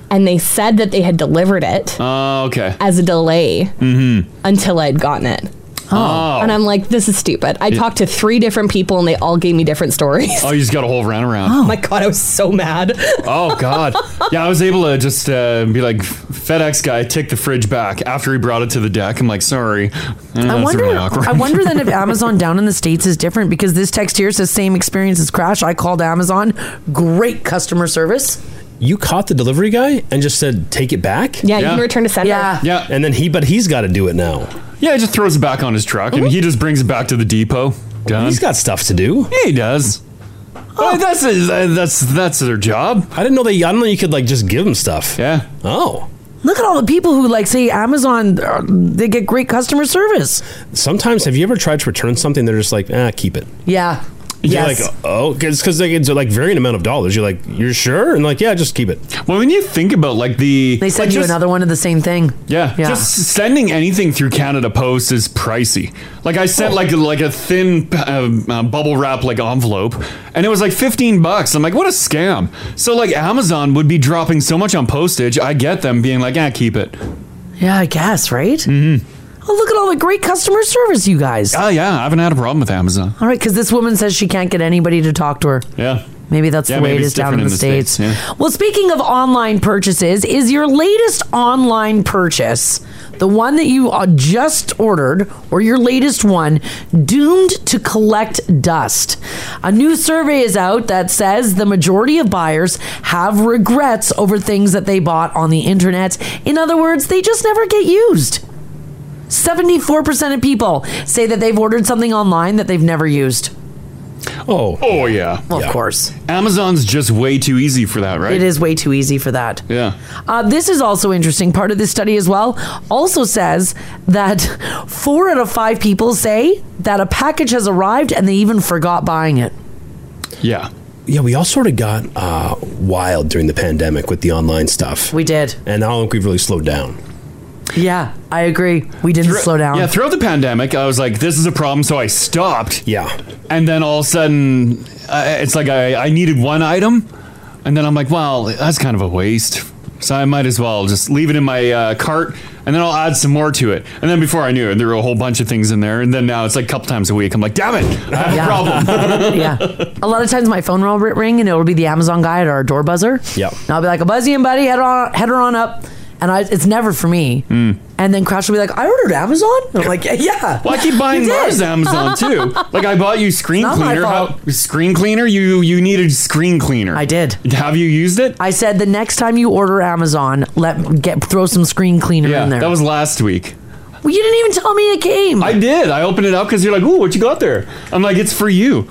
[SPEAKER 5] and they said that they had delivered it
[SPEAKER 3] Oh, okay.
[SPEAKER 5] as a delay
[SPEAKER 3] Mm-hmm.
[SPEAKER 5] until I'd gotten it.
[SPEAKER 3] Oh.
[SPEAKER 5] And I'm like, this is stupid. I
[SPEAKER 3] Yeah.
[SPEAKER 5] talked to three different people and they all gave me different stories.
[SPEAKER 3] Oh, you just got a whole runaround.
[SPEAKER 5] Oh my God, I was so mad.
[SPEAKER 3] Oh God! Yeah, I was able to just uh, be like FedEx guy, take the fridge back after he brought it to the deck. I'm like, sorry. Mm,
[SPEAKER 6] Mm,
[SPEAKER 2] I
[SPEAKER 3] That's
[SPEAKER 2] wonder.
[SPEAKER 3] really awkward.
[SPEAKER 2] I wonder then if Amazon down in the states is different because this text here says same experience as Crash. I called Amazon. Great customer service.
[SPEAKER 6] You caught the delivery guy and just said, "Take it back."
[SPEAKER 5] Yeah, you can return to sender.
[SPEAKER 2] Yeah.
[SPEAKER 3] Yeah.
[SPEAKER 6] And then he, but he's got to do it now.
[SPEAKER 3] Yeah, he just throws it back on his truck and he just brings it back to the depot. Done. He's
[SPEAKER 6] got stuff to do.
[SPEAKER 3] Yeah, he does. Oh, that's that's that's their job.
[SPEAKER 6] I didn't know they. I didn't know you could like just give them stuff.
[SPEAKER 3] Yeah.
[SPEAKER 6] Oh.
[SPEAKER 2] Look at all the people who like say Amazon. uh, They get great customer service.
[SPEAKER 6] Sometimes, have you ever tried to return something? They're just like, ah, keep it.
[SPEAKER 2] Yeah.
[SPEAKER 6] You're
[SPEAKER 2] yes.
[SPEAKER 6] like, oh, because like, it's like varying amount of dollars. You're like, you're sure? And like, yeah, just keep it.
[SPEAKER 3] Well, when you think about like the
[SPEAKER 2] they send
[SPEAKER 3] like,
[SPEAKER 2] you
[SPEAKER 3] just-
[SPEAKER 2] another one of the same thing.
[SPEAKER 3] Yeah,
[SPEAKER 2] Yeah.
[SPEAKER 3] just sending anything through Canada Post is pricey. Like I sent like like a thin uh, uh, bubble wrap like envelope, and it was like fifteen bucks. I'm like, what a scam! So like Amazon would be dropping so much on postage. I get them being like, ah, keep it.
[SPEAKER 2] Yeah, I guess right. Mm-hmm. Oh, look at all the great customer service, you guys.
[SPEAKER 3] Oh yeah, I haven't had a problem with Amazon.
[SPEAKER 2] All right, because this woman says she can't get anybody to talk to her.
[SPEAKER 3] Yeah,
[SPEAKER 2] Maybe that's
[SPEAKER 3] Yeah,
[SPEAKER 2] the way
[SPEAKER 3] maybe
[SPEAKER 2] it
[SPEAKER 3] it's
[SPEAKER 2] is down
[SPEAKER 3] different
[SPEAKER 2] in the, states. Well, speaking of online purchases, is your latest online purchase the one that you uh, just ordered or your latest one doomed to collect dust? A new survey is out that says the majority of buyers have regrets over things that they bought on the internet. In other words, they just never get used. 74% of people say that they've ordered something online that they've never used.
[SPEAKER 6] Oh.
[SPEAKER 3] Oh yeah.
[SPEAKER 2] Well, of course.
[SPEAKER 3] Amazon's just way too easy for that, right?
[SPEAKER 2] It is way too easy for that.
[SPEAKER 3] Yeah.
[SPEAKER 2] Uh, this is also interesting. Part of this study as well also says that four out of five people say that a package has arrived and they even forgot buying it.
[SPEAKER 3] Yeah.
[SPEAKER 6] Yeah, we all sort of got uh, wild during the pandemic with the online stuff.
[SPEAKER 2] We did.
[SPEAKER 6] And I don't think we've really slowed down.
[SPEAKER 2] Yeah, I agree. We didn't slow down.
[SPEAKER 3] Yeah, throughout the pandemic, I was like, this is a problem, so I stopped.
[SPEAKER 6] Yeah.
[SPEAKER 3] And then all of a sudden, uh, it's like I, I needed one item, and then I'm like, well, that's kind of a waste. So I might as well just leave it in my uh, cart, and then I'll add some more to it. And then before I knew it, there were a whole bunch of things in there. And then now it's like a couple times a week. I'm like, damn it, I have
[SPEAKER 2] Yeah.
[SPEAKER 3] a problem.
[SPEAKER 2] yeah. A lot of times my phone will ri- ring and it'll be the Amazon guy at our door buzzer.
[SPEAKER 6] Yeah.
[SPEAKER 2] And I'll be like, a buzzy and buddy, head on, head her on up. And I, it's never for me. And then Crash will be like, I ordered Amazon. And I'm like, yeah.
[SPEAKER 3] Mm. Well, I keep buying
[SPEAKER 2] You did.
[SPEAKER 3] Mars Amazon too. Like I bought you screen
[SPEAKER 2] Not my
[SPEAKER 3] cleaner.
[SPEAKER 2] fault.
[SPEAKER 3] How, screen cleaner? You you needed screen cleaner. I
[SPEAKER 2] did.
[SPEAKER 3] Have you used it?
[SPEAKER 2] I said the next time you order Amazon, let get throw some screen cleaner
[SPEAKER 3] Yeah,
[SPEAKER 2] in there.
[SPEAKER 3] that was last week.
[SPEAKER 2] Well, you didn't even tell me it came.
[SPEAKER 3] I did. I opened it up because you're like, "Ooh, what you got there?" I'm like, "It's for you,"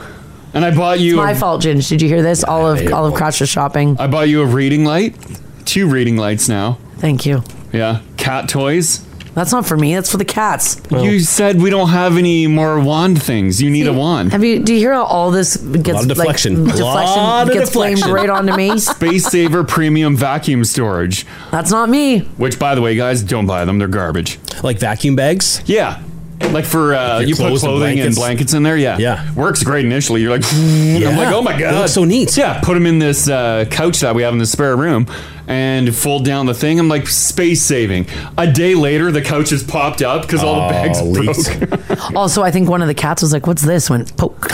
[SPEAKER 3] and I bought you.
[SPEAKER 2] It's my fault, Ginge. Did you hear this? all of
[SPEAKER 3] your
[SPEAKER 2] all of Crash's shopping.
[SPEAKER 3] I bought you a reading light, two reading lights now.
[SPEAKER 2] Thank you.
[SPEAKER 3] Yeah, cat toys.
[SPEAKER 2] That's not for me. That's for the cats.
[SPEAKER 3] you said we don't have any more wand things. You need a wand.
[SPEAKER 2] Have you? Do you hear how all this gets
[SPEAKER 3] lot of deflection.
[SPEAKER 2] Like, deflection
[SPEAKER 3] Lot of
[SPEAKER 2] gets
[SPEAKER 3] deflection.
[SPEAKER 2] blamed right onto me.
[SPEAKER 3] Space Saver Premium Vacuum Storage.
[SPEAKER 2] That's not me.
[SPEAKER 3] Which, by the way, guys, don't buy them. They're garbage.
[SPEAKER 6] Like vacuum bags?
[SPEAKER 3] Yeah. Like for uh,
[SPEAKER 6] Like your
[SPEAKER 3] you
[SPEAKER 6] clothes
[SPEAKER 3] put
[SPEAKER 6] and
[SPEAKER 3] clothing and blankets.
[SPEAKER 6] blankets.
[SPEAKER 3] in there. Yeah. Yeah. Works great initially. You're like, and I'm like, oh my
[SPEAKER 6] They
[SPEAKER 3] god,
[SPEAKER 6] look
[SPEAKER 3] so neat. Yeah. Put them in this uh, couch that we have in the spare room, and fold down the thing. I'm like, space saving. A day later, the couch has popped up because all the bags broke.
[SPEAKER 2] also, I think one of the cats was like, "What's this?" When poke.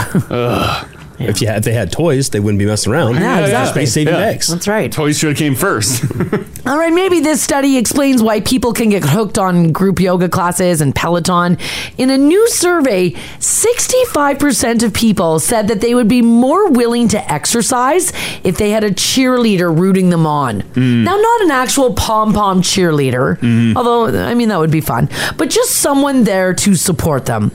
[SPEAKER 6] If you had, if they had toys, they wouldn't be messing around.
[SPEAKER 2] Yeah,
[SPEAKER 6] They're
[SPEAKER 2] exactly.
[SPEAKER 6] Space saving
[SPEAKER 2] Yeah.
[SPEAKER 6] bags.
[SPEAKER 2] That's right.
[SPEAKER 3] Toys should have came first.
[SPEAKER 2] All right, maybe this study explains why people can get hooked on group yoga classes and Peloton. In a new survey, 65% of people said that they would be more willing to exercise if they had a cheerleader rooting them on.
[SPEAKER 3] Hmm.
[SPEAKER 2] Now, not an actual pom pom cheerleader, although, I mean, that would be fun, but just someone there to support them.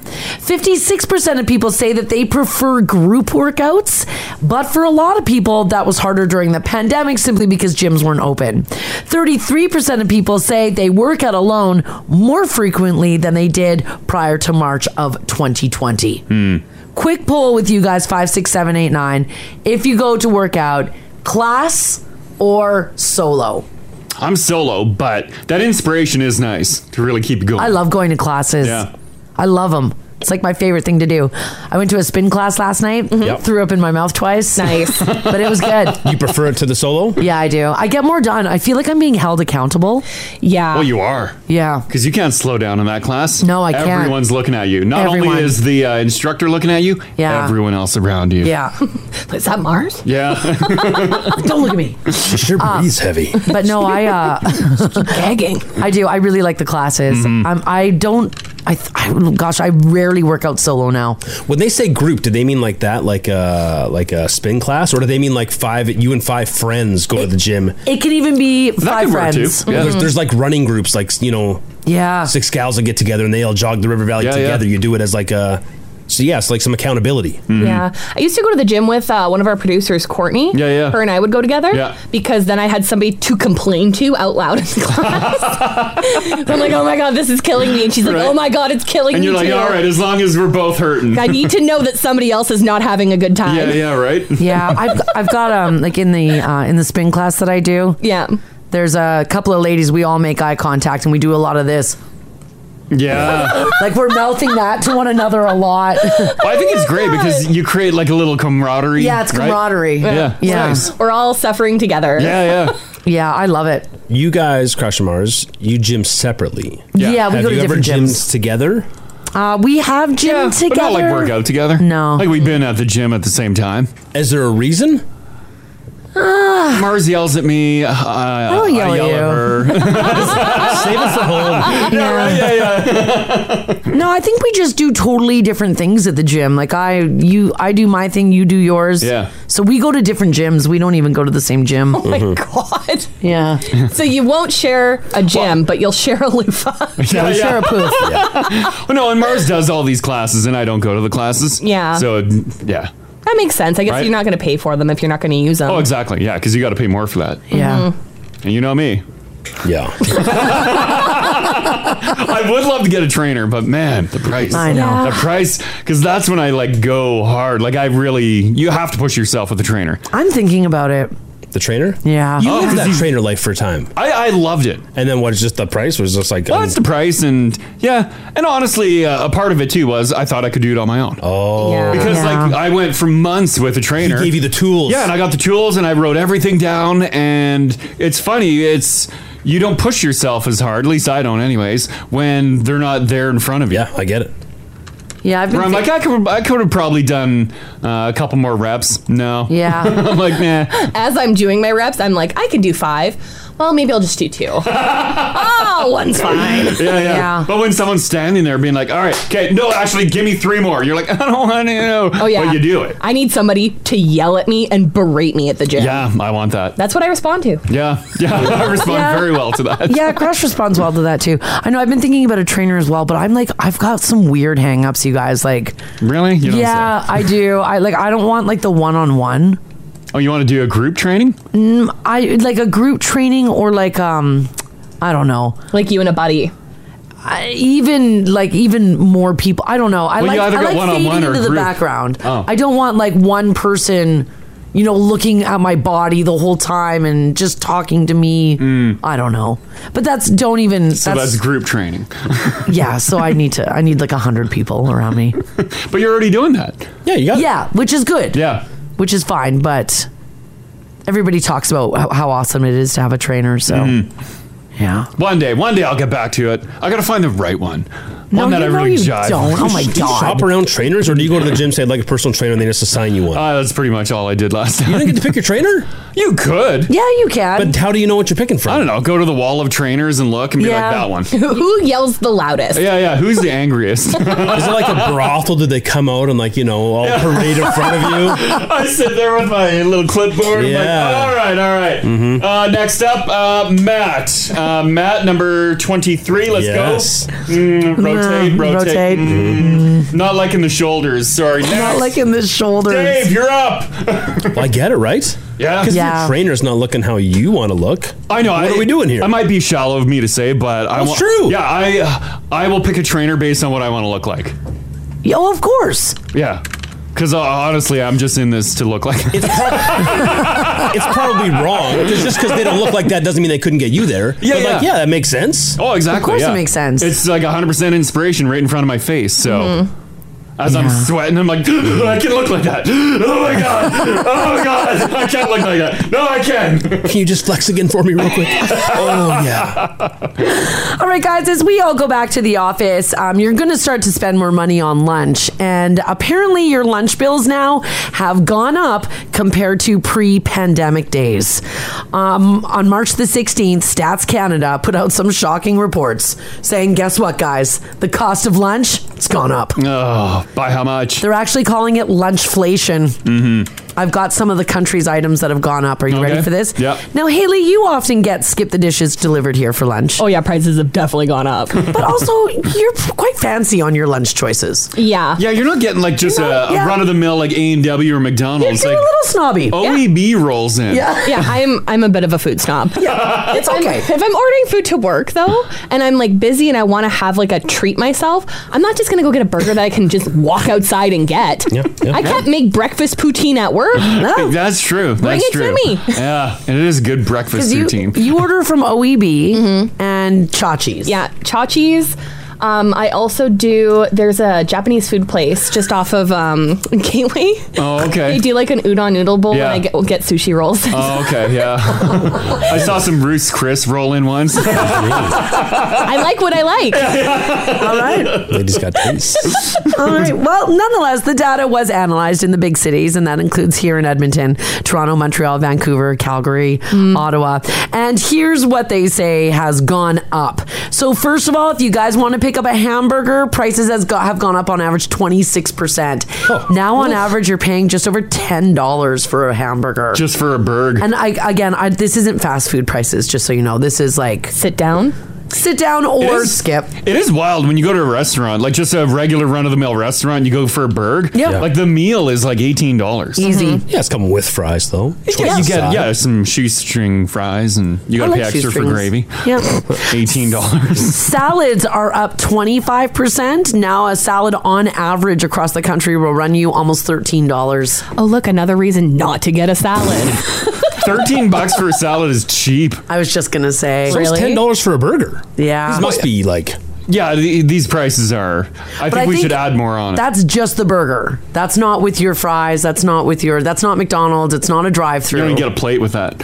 [SPEAKER 2] 56% of people say that they prefer group workouts, but for a lot of people, that was harder during the pandemic simply because gyms weren't open. 33% of people say they work out alone more frequently than they did prior to March of 2020.
[SPEAKER 3] Hmm.
[SPEAKER 2] Quick poll with you guys 56789. If you go to workout, class or solo?
[SPEAKER 3] I'm solo, but that inspiration is nice to really keep going.
[SPEAKER 2] I love going to classes.
[SPEAKER 3] Yeah.
[SPEAKER 2] I love them. It's like my favorite thing to do. I went to a spin class last night,
[SPEAKER 6] Yep.
[SPEAKER 2] threw up in my mouth twice. Mm-hmm. Nice. but it was good.
[SPEAKER 6] You prefer it to the solo?
[SPEAKER 2] Yeah, I do. I get more done. I feel like I'm being held accountable. Yeah.
[SPEAKER 3] Well, you are.
[SPEAKER 2] Yeah.
[SPEAKER 3] Because you can't slow down in that class. No, I
[SPEAKER 2] can't.
[SPEAKER 3] Everyone's looking at you. Not
[SPEAKER 2] Everyone.
[SPEAKER 3] only is the uh, instructor looking at you,
[SPEAKER 2] Yeah.
[SPEAKER 3] everyone else around you.
[SPEAKER 2] Yeah. Is that Mars?
[SPEAKER 3] Yeah.
[SPEAKER 2] Oh, Don't look at me.
[SPEAKER 3] Mm-hmm.
[SPEAKER 6] Sure
[SPEAKER 2] Uh,
[SPEAKER 6] breathes heavy.
[SPEAKER 2] But no, I uh gagging. I do. I really like the classes.
[SPEAKER 6] Mm-hmm.
[SPEAKER 2] Um, I don't I, th- I gosh, I rarely work out solo now.
[SPEAKER 6] When they say group, do they mean like that, like a like a spin class, or do they mean like five you and five friends go to the gym?
[SPEAKER 2] It can even be five friends. Mm-hmm.
[SPEAKER 6] There's, there's like running groups, like you know,
[SPEAKER 2] yeah,
[SPEAKER 6] six gals will get together and they all jog the river valley
[SPEAKER 5] Yeah, yeah.
[SPEAKER 6] together. You do it as like a, so yes, like some accountability.
[SPEAKER 3] Mm-hmm.
[SPEAKER 5] Yeah. I used to go to the gym with uh, one of our producers, Courtney.
[SPEAKER 6] Yeah, yeah.
[SPEAKER 5] Her and I would go together
[SPEAKER 6] Yeah.
[SPEAKER 5] because then I had somebody to complain to out loud in the class. I'm like, oh my God, this is killing me. And she's like,
[SPEAKER 3] Right.
[SPEAKER 5] oh my God, it's killing
[SPEAKER 3] and
[SPEAKER 5] me.
[SPEAKER 3] you're like,
[SPEAKER 5] too."
[SPEAKER 3] all right, as long as we're both hurting.
[SPEAKER 5] I need to know that somebody else is not having a good time.
[SPEAKER 3] Yeah, yeah, right?
[SPEAKER 2] Yeah, I've I've got um like in the uh, in the spin class that I do.
[SPEAKER 5] Yeah.
[SPEAKER 2] There's a couple of ladies we all make eye contact and we do a lot of this.
[SPEAKER 3] Yeah.
[SPEAKER 2] like we're mouthing that to one another a lot.
[SPEAKER 3] Well, I think it's great because you create like a little camaraderie. right? Yeah.
[SPEAKER 2] Yeah.
[SPEAKER 5] We're all suffering together.
[SPEAKER 3] yeah.
[SPEAKER 2] yeah, I love it.
[SPEAKER 6] You guys, Crash and Mars, you gym separately.
[SPEAKER 2] Yeah. Yeah, we
[SPEAKER 6] Have
[SPEAKER 2] go to
[SPEAKER 6] you ever
[SPEAKER 2] different gyms.
[SPEAKER 6] gymmed together.
[SPEAKER 2] Uh, we have gym together.
[SPEAKER 3] But not like work out together. No. Like we've been at the gym at the same time.
[SPEAKER 6] Is there a reason?
[SPEAKER 3] Mars yells at me. Uh, I
[SPEAKER 2] Ah. don't yell at
[SPEAKER 3] at,
[SPEAKER 2] you.
[SPEAKER 3] her. Save us the home. Yeah, right, yeah, yeah.
[SPEAKER 2] No, I think we just do totally different things at the gym. Like I you I do my thing, you do yours.
[SPEAKER 5] Yeah.
[SPEAKER 2] So we go to different gyms. We don't even go to the same gym. Oh
[SPEAKER 5] my
[SPEAKER 3] Mm-hmm.
[SPEAKER 5] God.
[SPEAKER 2] Yeah.
[SPEAKER 5] So you won't share a gym, but you'll share a loofah.
[SPEAKER 3] Yeah, we share a poof.
[SPEAKER 5] yeah.
[SPEAKER 3] Well, no, and Mars does all these classes, and I don't go to the classes.
[SPEAKER 5] Yeah.
[SPEAKER 3] So, yeah.
[SPEAKER 5] That makes sense. I guess
[SPEAKER 3] Right?
[SPEAKER 5] you're not going to pay for them if you're not going to use them.
[SPEAKER 3] Oh, exactly. Yeah, because you got to pay more for that.
[SPEAKER 5] Yeah.
[SPEAKER 2] Mm-hmm.
[SPEAKER 3] And you know me.
[SPEAKER 6] Yeah.
[SPEAKER 3] I would love to get a trainer, but man, the price.
[SPEAKER 2] I know.
[SPEAKER 3] The price, because that's when I like go hard. Like, I really, you have to push yourself with a trainer.
[SPEAKER 2] I'm thinking about it.
[SPEAKER 6] The trainer?
[SPEAKER 2] Yeah.
[SPEAKER 6] You
[SPEAKER 3] Oh,
[SPEAKER 6] lived that trainer life for a time.
[SPEAKER 3] Uh-huh. I, I loved it.
[SPEAKER 6] And then what? Just the price was just like. um,
[SPEAKER 3] Well, that's the price, and yeah, and honestly, uh, a part of it too was I thought I could do it on my own.
[SPEAKER 6] Oh,
[SPEAKER 2] Yeah.
[SPEAKER 3] because
[SPEAKER 2] Yeah.
[SPEAKER 3] like I went for months with a trainer.
[SPEAKER 6] He gave you the tools.
[SPEAKER 3] Yeah, and I got the tools, and I wrote everything down. And it's funny, it's you don't push yourself as hard. At least I don't, anyways. When they're not there in front of you. Yeah,
[SPEAKER 6] I get it.
[SPEAKER 2] Yeah, I've been
[SPEAKER 3] Where I'm like, I could, I could have probably done uh, a couple more reps. No.
[SPEAKER 5] Yeah.
[SPEAKER 3] I'm like, nah.
[SPEAKER 5] As I'm doing my reps, I'm like, I could do five. Well, maybe I'll just do two. oh, one's fine.
[SPEAKER 3] Yeah, yeah, But when someone's standing there being like, all right, okay, no, actually, give me three more. You're like, I don't want to know.
[SPEAKER 5] Oh yeah.
[SPEAKER 3] But you do it.
[SPEAKER 5] I need somebody to yell at me and berate me at the gym.
[SPEAKER 3] Yeah, I want that.
[SPEAKER 5] That's what I respond to.
[SPEAKER 3] Yeah, yeah, I respond
[SPEAKER 2] Yeah.
[SPEAKER 3] very well to that.
[SPEAKER 2] yeah, Crash responds well to that too. I know I've been thinking about a trainer as well, but I'm like I've got some weird hangups, you guys. Like
[SPEAKER 3] Really? You don't
[SPEAKER 2] Yeah, I do. I like I don't want like the one on one.
[SPEAKER 3] Oh, you want to do a group training?
[SPEAKER 2] Mm, I like a group training or like um I don't know.
[SPEAKER 5] Like you and a buddy.
[SPEAKER 2] I, even like even more people. I don't know. I
[SPEAKER 3] Well, you
[SPEAKER 2] like
[SPEAKER 3] either
[SPEAKER 2] I
[SPEAKER 3] go
[SPEAKER 2] like
[SPEAKER 3] one-on-one
[SPEAKER 2] fading
[SPEAKER 3] or
[SPEAKER 2] into the
[SPEAKER 3] group.
[SPEAKER 2] background.
[SPEAKER 3] Oh.
[SPEAKER 2] I don't want like one person, you know, looking at my body the whole time and just talking to me. I don't know. But that's don't even
[SPEAKER 3] Mm. So that's, group training.
[SPEAKER 2] yeah so i need to i need like 100 people around me
[SPEAKER 3] But you're already doing that.
[SPEAKER 6] yeah you got
[SPEAKER 2] yeah which is good
[SPEAKER 3] yeah
[SPEAKER 2] which is fine but everybody talks about how, how awesome it is to have a trainer. So
[SPEAKER 3] Mm-hmm.
[SPEAKER 2] yeah.
[SPEAKER 3] One day, one day I'll get back to it. I gotta find the right one.
[SPEAKER 2] No,
[SPEAKER 3] one that
[SPEAKER 2] you
[SPEAKER 3] I
[SPEAKER 2] know
[SPEAKER 3] really
[SPEAKER 2] you
[SPEAKER 3] jive.
[SPEAKER 2] don't. Oh my
[SPEAKER 6] Do you
[SPEAKER 2] God.
[SPEAKER 6] shop around trainers, or do you go to the gym, say like a personal trainer, and they just assign you one?
[SPEAKER 3] Uh, that's pretty much all I did last time.
[SPEAKER 6] You didn't get to pick your trainer.
[SPEAKER 3] You could.
[SPEAKER 2] Yeah, you can.
[SPEAKER 6] But how do you know what you're picking from?
[SPEAKER 3] I don't know. Go to the wall of trainers and look and be like that one.
[SPEAKER 5] Who yells the loudest?
[SPEAKER 3] Yeah, yeah. Who's the angriest? Is it
[SPEAKER 6] like a brothel? Did they come out and like you know all parade in front of you?
[SPEAKER 3] I sit there with my little clipboard. I'm
[SPEAKER 6] Yeah.
[SPEAKER 3] like, all right, all right.
[SPEAKER 6] Mhm.
[SPEAKER 3] Uh, next up, uh, Matt. Uh, Matt, number 23. Let's
[SPEAKER 6] Yes.
[SPEAKER 3] go. Mm, rotate,
[SPEAKER 2] Mm,
[SPEAKER 3] rotate.
[SPEAKER 2] rotate.
[SPEAKER 3] Mm. Not liking the shoulders. Sorry.
[SPEAKER 2] Not
[SPEAKER 3] Next.
[SPEAKER 2] liking the shoulders.
[SPEAKER 3] Dave, you're up.
[SPEAKER 6] Well, I get it, right?
[SPEAKER 3] Yeah.
[SPEAKER 6] Because
[SPEAKER 2] Yeah.
[SPEAKER 6] your trainer's not looking how you want to look.
[SPEAKER 3] I know.
[SPEAKER 6] What
[SPEAKER 3] I,
[SPEAKER 6] are we doing here?
[SPEAKER 3] I might be shallow of me to say, but I
[SPEAKER 6] That's
[SPEAKER 3] want.
[SPEAKER 6] true.
[SPEAKER 3] Yeah, I uh, I will pick a trainer based on what I want to look like.
[SPEAKER 2] Yeah, well, of course.
[SPEAKER 3] Yeah, because uh, honestly, I'm just in this to look like. It's
[SPEAKER 6] it's probably wrong. 'cause just because they don't look like that doesn't mean they couldn't get you there.
[SPEAKER 3] Oh, Yeah,
[SPEAKER 6] But, like,
[SPEAKER 3] yeah.
[SPEAKER 6] yeah, that makes sense.
[SPEAKER 3] Oh, exactly.
[SPEAKER 2] Of course it
[SPEAKER 3] yeah.
[SPEAKER 2] makes sense. Mm-hmm.
[SPEAKER 3] It's like 100% inspiration right in front of my face. So as I'm sweating, I'm like, I can look like that. Oh my God. Oh my God. I can't look like that. No, I can.
[SPEAKER 6] Can you just flex again for me real quick? oh, yeah.
[SPEAKER 2] All right, guys, as we all go back to the office, um, you're going to start to spend more money on lunch. And apparently, your lunch bills now have gone up compared to pre pandemic days. Um, on March the 16th, Stats Canada put out some shocking reports saying, guess what, guys? The cost of lunch, it's gone up.
[SPEAKER 3] Oh, by how much?
[SPEAKER 2] They're actually calling it lunchflation.
[SPEAKER 3] Mm-hmm.
[SPEAKER 2] I've got some of the country's items that have gone up. Are you ready
[SPEAKER 3] Okay.
[SPEAKER 2] for this?
[SPEAKER 3] Yeah.
[SPEAKER 2] Now, Haley, you often get skip the dishes delivered here for lunch. Oh
[SPEAKER 5] yeah, prices have definitely gone up.
[SPEAKER 2] but also, you're quite fancy on your lunch choices.
[SPEAKER 5] Yeah.
[SPEAKER 3] Yeah, you're not getting like just a,
[SPEAKER 2] yeah.
[SPEAKER 3] a run of the mill like A and W or McDonald's.
[SPEAKER 5] You're
[SPEAKER 3] like
[SPEAKER 5] getting a
[SPEAKER 2] little snobby.
[SPEAKER 3] OEB rolls in.
[SPEAKER 5] yeah. I'm I'm a bit of a food snob. Yeah, it's okay. if I'm ordering food to work though, and I'm like busy and I want to have like a treat myself, I'm not just gonna go get a burger that I can just walk outside and get.
[SPEAKER 3] yeah.
[SPEAKER 5] I can't make breakfast poutine at work. No.
[SPEAKER 3] That's true.
[SPEAKER 5] Bring
[SPEAKER 3] That's
[SPEAKER 5] it to
[SPEAKER 3] true.
[SPEAKER 5] me.
[SPEAKER 3] Yeah, and it is good breakfast
[SPEAKER 2] you,
[SPEAKER 3] routine.
[SPEAKER 2] you order from OEB and Chachi's.
[SPEAKER 5] Mm-hmm. Yeah, Chachi's. Um, I also do. There's a Japanese food place just off of um, Gateway.
[SPEAKER 3] Oh, okay.
[SPEAKER 5] They do like an udon noodle bowl,
[SPEAKER 3] Yeah.
[SPEAKER 5] and I get, will get sushi rolls.
[SPEAKER 3] Oh, okay, yeah. I saw some Bruce Chris roll in once.
[SPEAKER 5] I like what I like.
[SPEAKER 2] All right.
[SPEAKER 6] Ladies got taste.
[SPEAKER 2] All right. Well, nonetheless, the data was analyzed in the big cities, and that includes here in Edmonton, Toronto, Montreal, Vancouver, Calgary,
[SPEAKER 3] Hmm.
[SPEAKER 2] Ottawa. And here's what they say has gone up. So, first of all, if you guys want to pick up a hamburger, prices has go- have gone up on average 26%.
[SPEAKER 3] Oh,
[SPEAKER 2] Now, on average, you're paying just over $10 for a hamburger.
[SPEAKER 3] Just for a burger.
[SPEAKER 2] And I, again, I, this isn't fast food prices, just so you know. This is like
[SPEAKER 5] sit down.
[SPEAKER 2] Sit down
[SPEAKER 3] It
[SPEAKER 2] or
[SPEAKER 3] is-
[SPEAKER 2] skip.
[SPEAKER 3] It is wild when you go to a restaurant, like just a regular run of the mill restaurant, you go for a burger. Yeah. Like the meal is like eighteen dollars.
[SPEAKER 2] Easy.
[SPEAKER 6] Yeah, it's coming with fries, though.
[SPEAKER 3] Yeah, you
[SPEAKER 6] Choices
[SPEAKER 3] get
[SPEAKER 6] aside.
[SPEAKER 3] yeah, some shoestring fries and you
[SPEAKER 2] I
[SPEAKER 3] gotta pay
[SPEAKER 2] like
[SPEAKER 3] extra for
[SPEAKER 2] shoestrings.
[SPEAKER 3] gravy.
[SPEAKER 2] Yeah.
[SPEAKER 3] Eighteen dollars.
[SPEAKER 2] Salads are up 25%. Now, a salad on average across the country will run you almost $13.
[SPEAKER 5] Oh, look, another reason not to get a salad.
[SPEAKER 3] Thirteen bucks for a salad is cheap.
[SPEAKER 2] I was just gonna say
[SPEAKER 6] So it's ten dollars for a burger.
[SPEAKER 2] Yeah.
[SPEAKER 6] These must be like
[SPEAKER 3] Yeah, th- these prices are I think
[SPEAKER 2] But I
[SPEAKER 3] we
[SPEAKER 2] think
[SPEAKER 3] should add more on it.
[SPEAKER 2] That's just the burger. That's not with your fries. That's not with your, that's not McDonald's. It's not a drive
[SPEAKER 3] you
[SPEAKER 2] through.
[SPEAKER 3] don't even get a plate with that.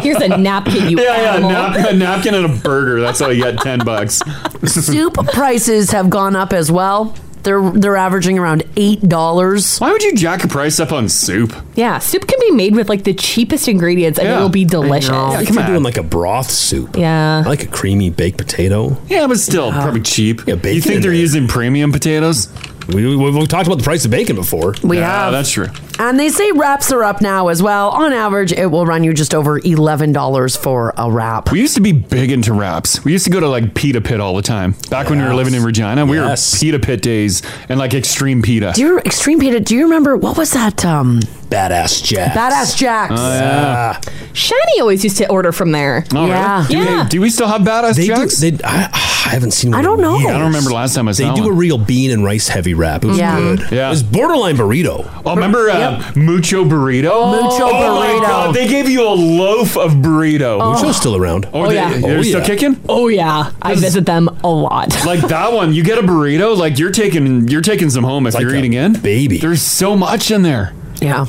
[SPEAKER 5] Here's a napkin, you
[SPEAKER 3] yeah, yeah,
[SPEAKER 5] animal.
[SPEAKER 3] nap- a napkin and a burger. That's how you get ten bucks.
[SPEAKER 2] Soup prices have gone up as well. They're, they're averaging around $8.
[SPEAKER 3] Why would you jack a price up on soup?
[SPEAKER 5] Yeah, soup can be made with like the cheapest ingredients and
[SPEAKER 3] Yeah.
[SPEAKER 5] it will be delicious. Uh.
[SPEAKER 6] Yeah, if you're doing like a broth soup.
[SPEAKER 5] Yeah.
[SPEAKER 6] I like a creamy baked potato.
[SPEAKER 3] Yeah, but still probably cheap. Yeah,
[SPEAKER 6] bacon
[SPEAKER 3] you think
[SPEAKER 6] in
[SPEAKER 3] they're
[SPEAKER 6] there.
[SPEAKER 3] using premium potatoes?
[SPEAKER 6] We, we, have talked about the price of bacon before.
[SPEAKER 2] We have.
[SPEAKER 3] That's true.
[SPEAKER 2] And they say wraps are up now as well. On average, it will run you just over $11 for a wrap.
[SPEAKER 3] We used to be big into wraps. We used to go to like Pita Pit all the time. Back when we were living in Regina, we were Pita Pit days and like extreme pita.
[SPEAKER 2] Do you extreme pita? Do you remember what was that? Um,
[SPEAKER 6] Badass Jack.
[SPEAKER 2] Badass Ah. Jacks.
[SPEAKER 3] Oh, yeah.
[SPEAKER 5] Shani always used to order from there.
[SPEAKER 3] Oh, really? Do,
[SPEAKER 5] yeah.
[SPEAKER 3] They, do we still have badass
[SPEAKER 6] They do-
[SPEAKER 3] jacks?
[SPEAKER 6] they- I, I haven't seen. One
[SPEAKER 3] I don't
[SPEAKER 6] in
[SPEAKER 3] know.
[SPEAKER 6] years.
[SPEAKER 3] I don't remember last time I
[SPEAKER 6] They
[SPEAKER 3] saw
[SPEAKER 6] do
[SPEAKER 3] one.
[SPEAKER 6] a real bean and rice heavy wrap. It was
[SPEAKER 2] Yeah.
[SPEAKER 6] good.
[SPEAKER 3] Yeah.
[SPEAKER 6] It was borderline burrito.
[SPEAKER 3] Oh, remember uh, Mucho Burrito?
[SPEAKER 2] Mucho
[SPEAKER 3] oh
[SPEAKER 2] burrito.
[SPEAKER 3] My God. They gave you a loaf of burrito.
[SPEAKER 5] Oh. Mucho's
[SPEAKER 6] still around.
[SPEAKER 3] Oh,
[SPEAKER 5] Oh,
[SPEAKER 3] they,
[SPEAKER 5] yeah.
[SPEAKER 3] They're
[SPEAKER 5] Oh,
[SPEAKER 3] still
[SPEAKER 5] yeah.
[SPEAKER 3] kicking?
[SPEAKER 5] Oh yeah, I visit them a lot.
[SPEAKER 3] like that one, you get a burrito, like you're taking you're taking some home if you're eating in.
[SPEAKER 6] Baby.
[SPEAKER 3] There's so much in there.
[SPEAKER 2] Yeah.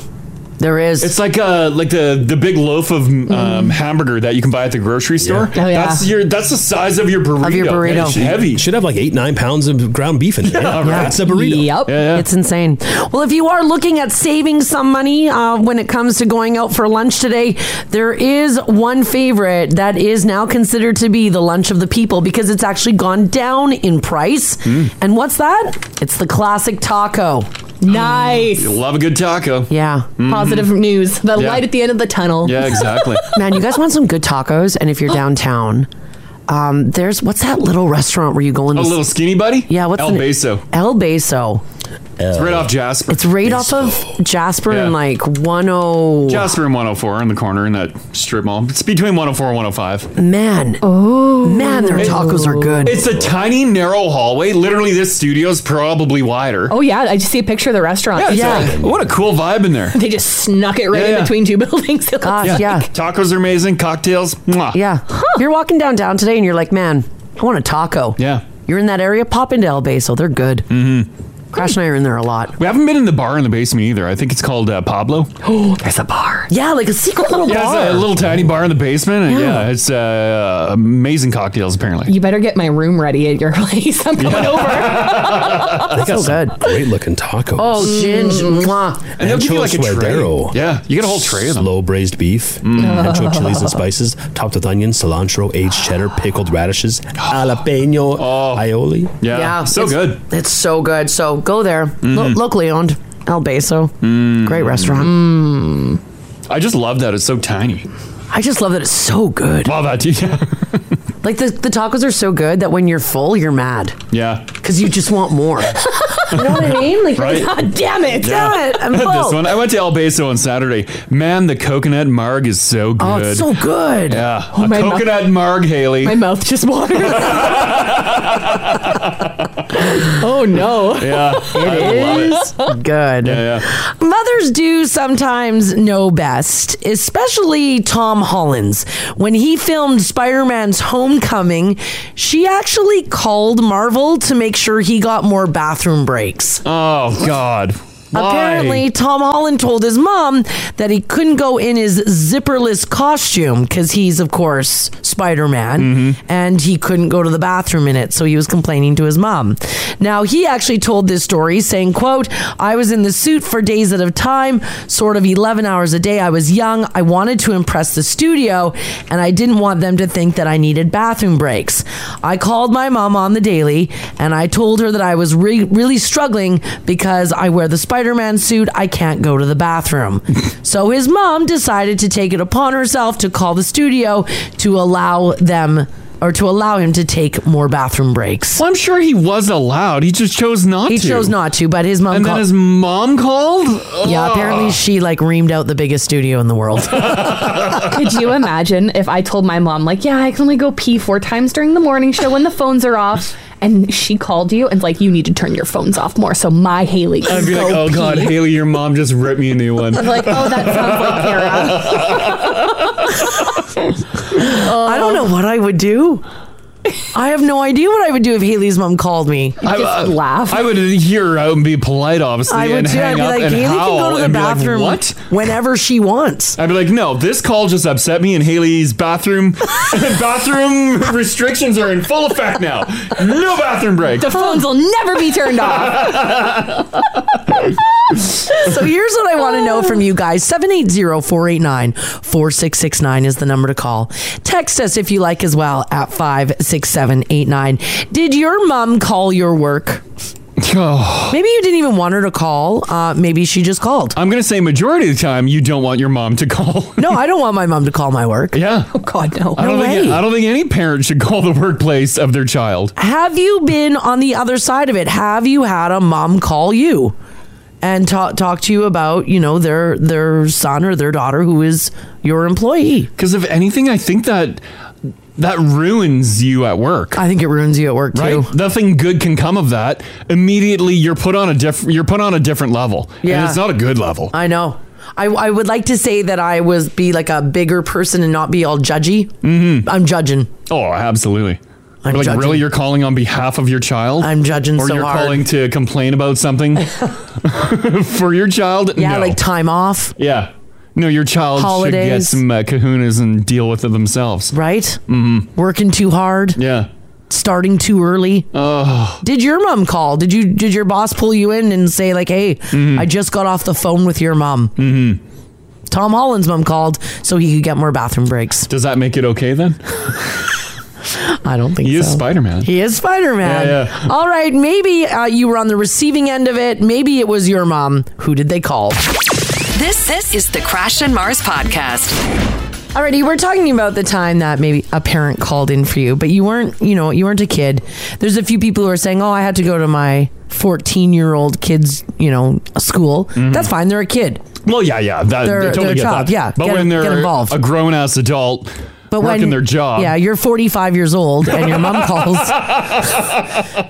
[SPEAKER 2] There is. Mm-hmm.
[SPEAKER 3] It's like uh like the the big loaf of um, hamburger that you can buy at the grocery store.
[SPEAKER 2] Oh, yeah.
[SPEAKER 3] That's your that's the size of your burrito. It's heavy.
[SPEAKER 6] Should have like eight nine pounds of ground beef in it.
[SPEAKER 3] Yeah,
[SPEAKER 6] Yeah,
[SPEAKER 3] right.
[SPEAKER 6] That's a burrito.
[SPEAKER 2] Yep. It's insane. Well, if you are looking at saving some money uh, when it comes to going out for lunch today, there is one favorite that is now considered to be the lunch of the people because it's actually gone down in price.
[SPEAKER 3] Hmm.
[SPEAKER 2] And what's that? It's the classic taco.
[SPEAKER 5] Nice.
[SPEAKER 3] You love a good taco. Mm-hmm.
[SPEAKER 2] Yeah.
[SPEAKER 3] Mm.
[SPEAKER 5] Positive news. The
[SPEAKER 2] Yeah.
[SPEAKER 5] light at the end of the tunnel. Oh.
[SPEAKER 2] Man, you guys want some good tacos? And if you're downtown, um, there's what's that little restaurant where you go in?
[SPEAKER 3] A
[SPEAKER 2] this-
[SPEAKER 3] little skinny buddy.
[SPEAKER 2] Yeah, what's
[SPEAKER 3] El
[SPEAKER 2] the-
[SPEAKER 3] Beso?
[SPEAKER 2] El Beso.
[SPEAKER 3] It's right off Jasper.
[SPEAKER 2] It's right off of Jasper
[SPEAKER 3] Yeah.
[SPEAKER 2] and like 10.
[SPEAKER 3] Jasper and 104 in the corner in that strip mall. It's between 104 and 105.
[SPEAKER 2] Man. Oh. Man, their tacos are good.
[SPEAKER 3] It's a tiny, narrow hallway. Literally, this studio is probably wider.
[SPEAKER 5] Oh yeah, I just see a picture of the restaurant.
[SPEAKER 3] yeah.
[SPEAKER 5] It's
[SPEAKER 3] it's like, what a cool vibe in there.
[SPEAKER 5] like- they just snuck it right
[SPEAKER 3] Yeah, yeah.
[SPEAKER 5] in between two buildings. It looks like.
[SPEAKER 3] Tacos are amazing. Cocktails. Mwah.
[SPEAKER 2] Yeah. You're walking downtown today and you're like, man, I want a taco.
[SPEAKER 3] Yeah.
[SPEAKER 2] You're in that area, pop into El Beso. They're good. Mm-hmm. Crash and I are in there a lot.
[SPEAKER 3] We haven't been in the bar in the basement either. I think it's called uh, Pablo.
[SPEAKER 2] Oh,
[SPEAKER 5] there's a bar.
[SPEAKER 2] Yeah, like a secret little
[SPEAKER 3] yeah,
[SPEAKER 2] bar.
[SPEAKER 3] It's a little tiny bar in the basement. And
[SPEAKER 5] Yeah.
[SPEAKER 3] yeah. it's uh, amazing cocktails apparently.
[SPEAKER 5] You better get my room ready at your place. I'm coming
[SPEAKER 6] They got
[SPEAKER 5] over.
[SPEAKER 6] some Great looking tacos.
[SPEAKER 5] Oh,
[SPEAKER 2] Mm-hmm.
[SPEAKER 5] ginger. Mm. Mwah.
[SPEAKER 3] And they'll give you like a tray.
[SPEAKER 6] Yeah, you get a whole tray of them. Slow braised beef,
[SPEAKER 3] Mm.
[SPEAKER 6] nacho chilies and spices, topped with onion, cilantro, aged cheddar, pickled radishes, jalapeno, aioli.
[SPEAKER 2] it's- It's so good. So go there. Lo-
[SPEAKER 3] Mhm.
[SPEAKER 2] locally owned. El Beso.
[SPEAKER 3] Mm-hmm.
[SPEAKER 2] Great restaurant.
[SPEAKER 3] Mm. I just love that. It's so tiny.
[SPEAKER 2] I just love that it's so good.
[SPEAKER 3] Wow, that yeah.
[SPEAKER 2] Like the, the tacos are so good that when you're full, you're mad.
[SPEAKER 3] yeah.
[SPEAKER 2] Because you just want more. you know what I mean? Like,
[SPEAKER 3] Right.
[SPEAKER 2] God damn it. Damn it. I'm full.
[SPEAKER 3] this one. I went to El Beso on Saturday. Man, the coconut marg is so good.
[SPEAKER 2] Oh, it's so good.
[SPEAKER 3] Yeah.
[SPEAKER 2] Oh,
[SPEAKER 3] a
[SPEAKER 2] my mouth-
[SPEAKER 3] coconut marg, Haley.
[SPEAKER 5] My mouth just watered. oh no.
[SPEAKER 3] Yeah.
[SPEAKER 2] It is good.
[SPEAKER 3] Yeah,
[SPEAKER 2] Mothers do sometimes know best, especially Tom Hollins. When he filmed Spider Man's Homecoming, she actually called Marvel to make sure he got more bathroom breaks.
[SPEAKER 3] Oh, God. Why?
[SPEAKER 2] Apparently, Tom Holland told his mom that he couldn't go in his zipperless costume because he's, of course, Spider Man, and he couldn't go to the bathroom in it. So he was complaining to his mom. Now, he actually told this story saying, quote, I was in the suit for days at a time, sort of 11 hours a day. I was young. I wanted to impress the studio, and I didn't want them to think that I needed bathroom breaks. I called my mom on the daily, and I told her that I was re- really struggling because I wear the Spider Man suit. I can't go to the bathroom. so his mom decided to take it upon herself to call the studio to allow them or to allow him to take more bathroom breaks.
[SPEAKER 3] Well, I'm sure he was allowed. He just chose not
[SPEAKER 2] He
[SPEAKER 3] to.
[SPEAKER 2] chose not to, but his mom
[SPEAKER 3] And then his mom called?
[SPEAKER 2] Yeah, apparently
[SPEAKER 5] Ugh.
[SPEAKER 2] she like reamed out the biggest studio in the world.
[SPEAKER 5] Could you imagine if I told my mom, like, yeah, I can only go pee four times during the morning show when the phones are off, and she called you and like, you need to turn your phones off more so my Haley can
[SPEAKER 3] I'd be
[SPEAKER 5] go
[SPEAKER 3] like, oh,
[SPEAKER 5] pee.
[SPEAKER 3] God, Haley, your mom just ripped me a new one.
[SPEAKER 5] I'm like, oh, that sounds like Kara.
[SPEAKER 2] I don't know what I would do. I have no idea what I would do if Haley's mom called me.
[SPEAKER 3] uh, I would hear her out and be polite, obviously,
[SPEAKER 2] I would
[SPEAKER 3] and
[SPEAKER 2] too. I'd
[SPEAKER 3] hang
[SPEAKER 2] be
[SPEAKER 3] up
[SPEAKER 2] like,
[SPEAKER 3] and
[SPEAKER 2] "Haley can go
[SPEAKER 3] howl
[SPEAKER 2] to the
[SPEAKER 3] and be like,
[SPEAKER 2] bathroom
[SPEAKER 3] what?
[SPEAKER 2] Whenever she wants.
[SPEAKER 3] I'd be like, no, this call just upset me, and Haley's bathroom bathroom restrictions are in full effect now. No bathroom break.
[SPEAKER 5] The phones will never be turned off.
[SPEAKER 2] so here's what I want to know from you guys 780 489 4669 is the number to call. Text us if you like as well at 56789. Did your mom call your work? Maybe you didn't even want her to call. Uh, maybe she just called.
[SPEAKER 3] Oh. I'm gonna say majority of the time you don't want your mom to call.
[SPEAKER 2] No, I don't want my mom to call my work.
[SPEAKER 3] Yeah.
[SPEAKER 2] Oh, God, no.
[SPEAKER 3] I don't think I don't think any parent should call the workplace of their child.
[SPEAKER 2] Have you been on the other side of it? Have you had a mom call you and talk talk to you about you know their their son or their daughter who is your employee?
[SPEAKER 3] Because if anything, I think that that ruins you at work.
[SPEAKER 2] I think it ruins you at work
[SPEAKER 3] right?
[SPEAKER 2] too.
[SPEAKER 3] Nothing good can come of that. Immediately, you're put on a different you're put on a different level.
[SPEAKER 2] Yeah.
[SPEAKER 3] and it's not a good level.
[SPEAKER 2] I know. I, I would like to say that I was be like a bigger person and not be all judgy. Mm-hmm. I'm judging.
[SPEAKER 3] Oh, absolutely. You're like,
[SPEAKER 2] judging-
[SPEAKER 3] really, you're calling on behalf of your child?
[SPEAKER 2] I'm judging
[SPEAKER 3] Or
[SPEAKER 2] so
[SPEAKER 3] you're
[SPEAKER 2] hard.
[SPEAKER 3] calling to complain about something for your child?
[SPEAKER 2] Yeah,
[SPEAKER 3] No.
[SPEAKER 2] like time off.
[SPEAKER 3] yeah. No, your child should get
[SPEAKER 2] Holidays.
[SPEAKER 3] some uh, kahunas and deal with it themselves.
[SPEAKER 2] Right?
[SPEAKER 3] Mm-hmm.
[SPEAKER 2] Working too hard.
[SPEAKER 3] Yeah.
[SPEAKER 2] Starting too early.
[SPEAKER 3] Oh.
[SPEAKER 2] Did your mom call? Did you did your boss pull you in and say like, "Hey,
[SPEAKER 3] Mm-hmm.
[SPEAKER 2] I just got off the phone with your mom." Mm-hmm. Tom Holland's mom called so he could get more bathroom breaks.
[SPEAKER 3] Does that make it okay then?
[SPEAKER 2] I don't think
[SPEAKER 3] he is
[SPEAKER 2] so.
[SPEAKER 3] Spider Man.
[SPEAKER 2] He is Spider Man.
[SPEAKER 3] Yeah, yeah.
[SPEAKER 2] All right, maybe uh, you were on the receiving end of it. Maybe it was your mom. Who did they call?
[SPEAKER 1] This this is the Crash and Mars podcast.
[SPEAKER 2] Alrighty, we're talking about the time that maybe a parent called in for you, but you weren't, you know, you weren't a kid. There's a few people who are saying, "Oh, I had to go to my 14 year old kid's, you know, school."
[SPEAKER 3] Mm-hmm.
[SPEAKER 2] That's fine. They're a kid.
[SPEAKER 3] Well, yeah, yeah. That,
[SPEAKER 2] Their-
[SPEAKER 3] they totally
[SPEAKER 2] their
[SPEAKER 3] get
[SPEAKER 2] job,
[SPEAKER 3] that.
[SPEAKER 2] yeah.
[SPEAKER 3] But
[SPEAKER 2] Get-
[SPEAKER 3] when they're
[SPEAKER 2] get involved.
[SPEAKER 3] a grown ass adult
[SPEAKER 2] But
[SPEAKER 3] working
[SPEAKER 2] when
[SPEAKER 3] their job.
[SPEAKER 2] yeah, you're 45 years old and your mom calls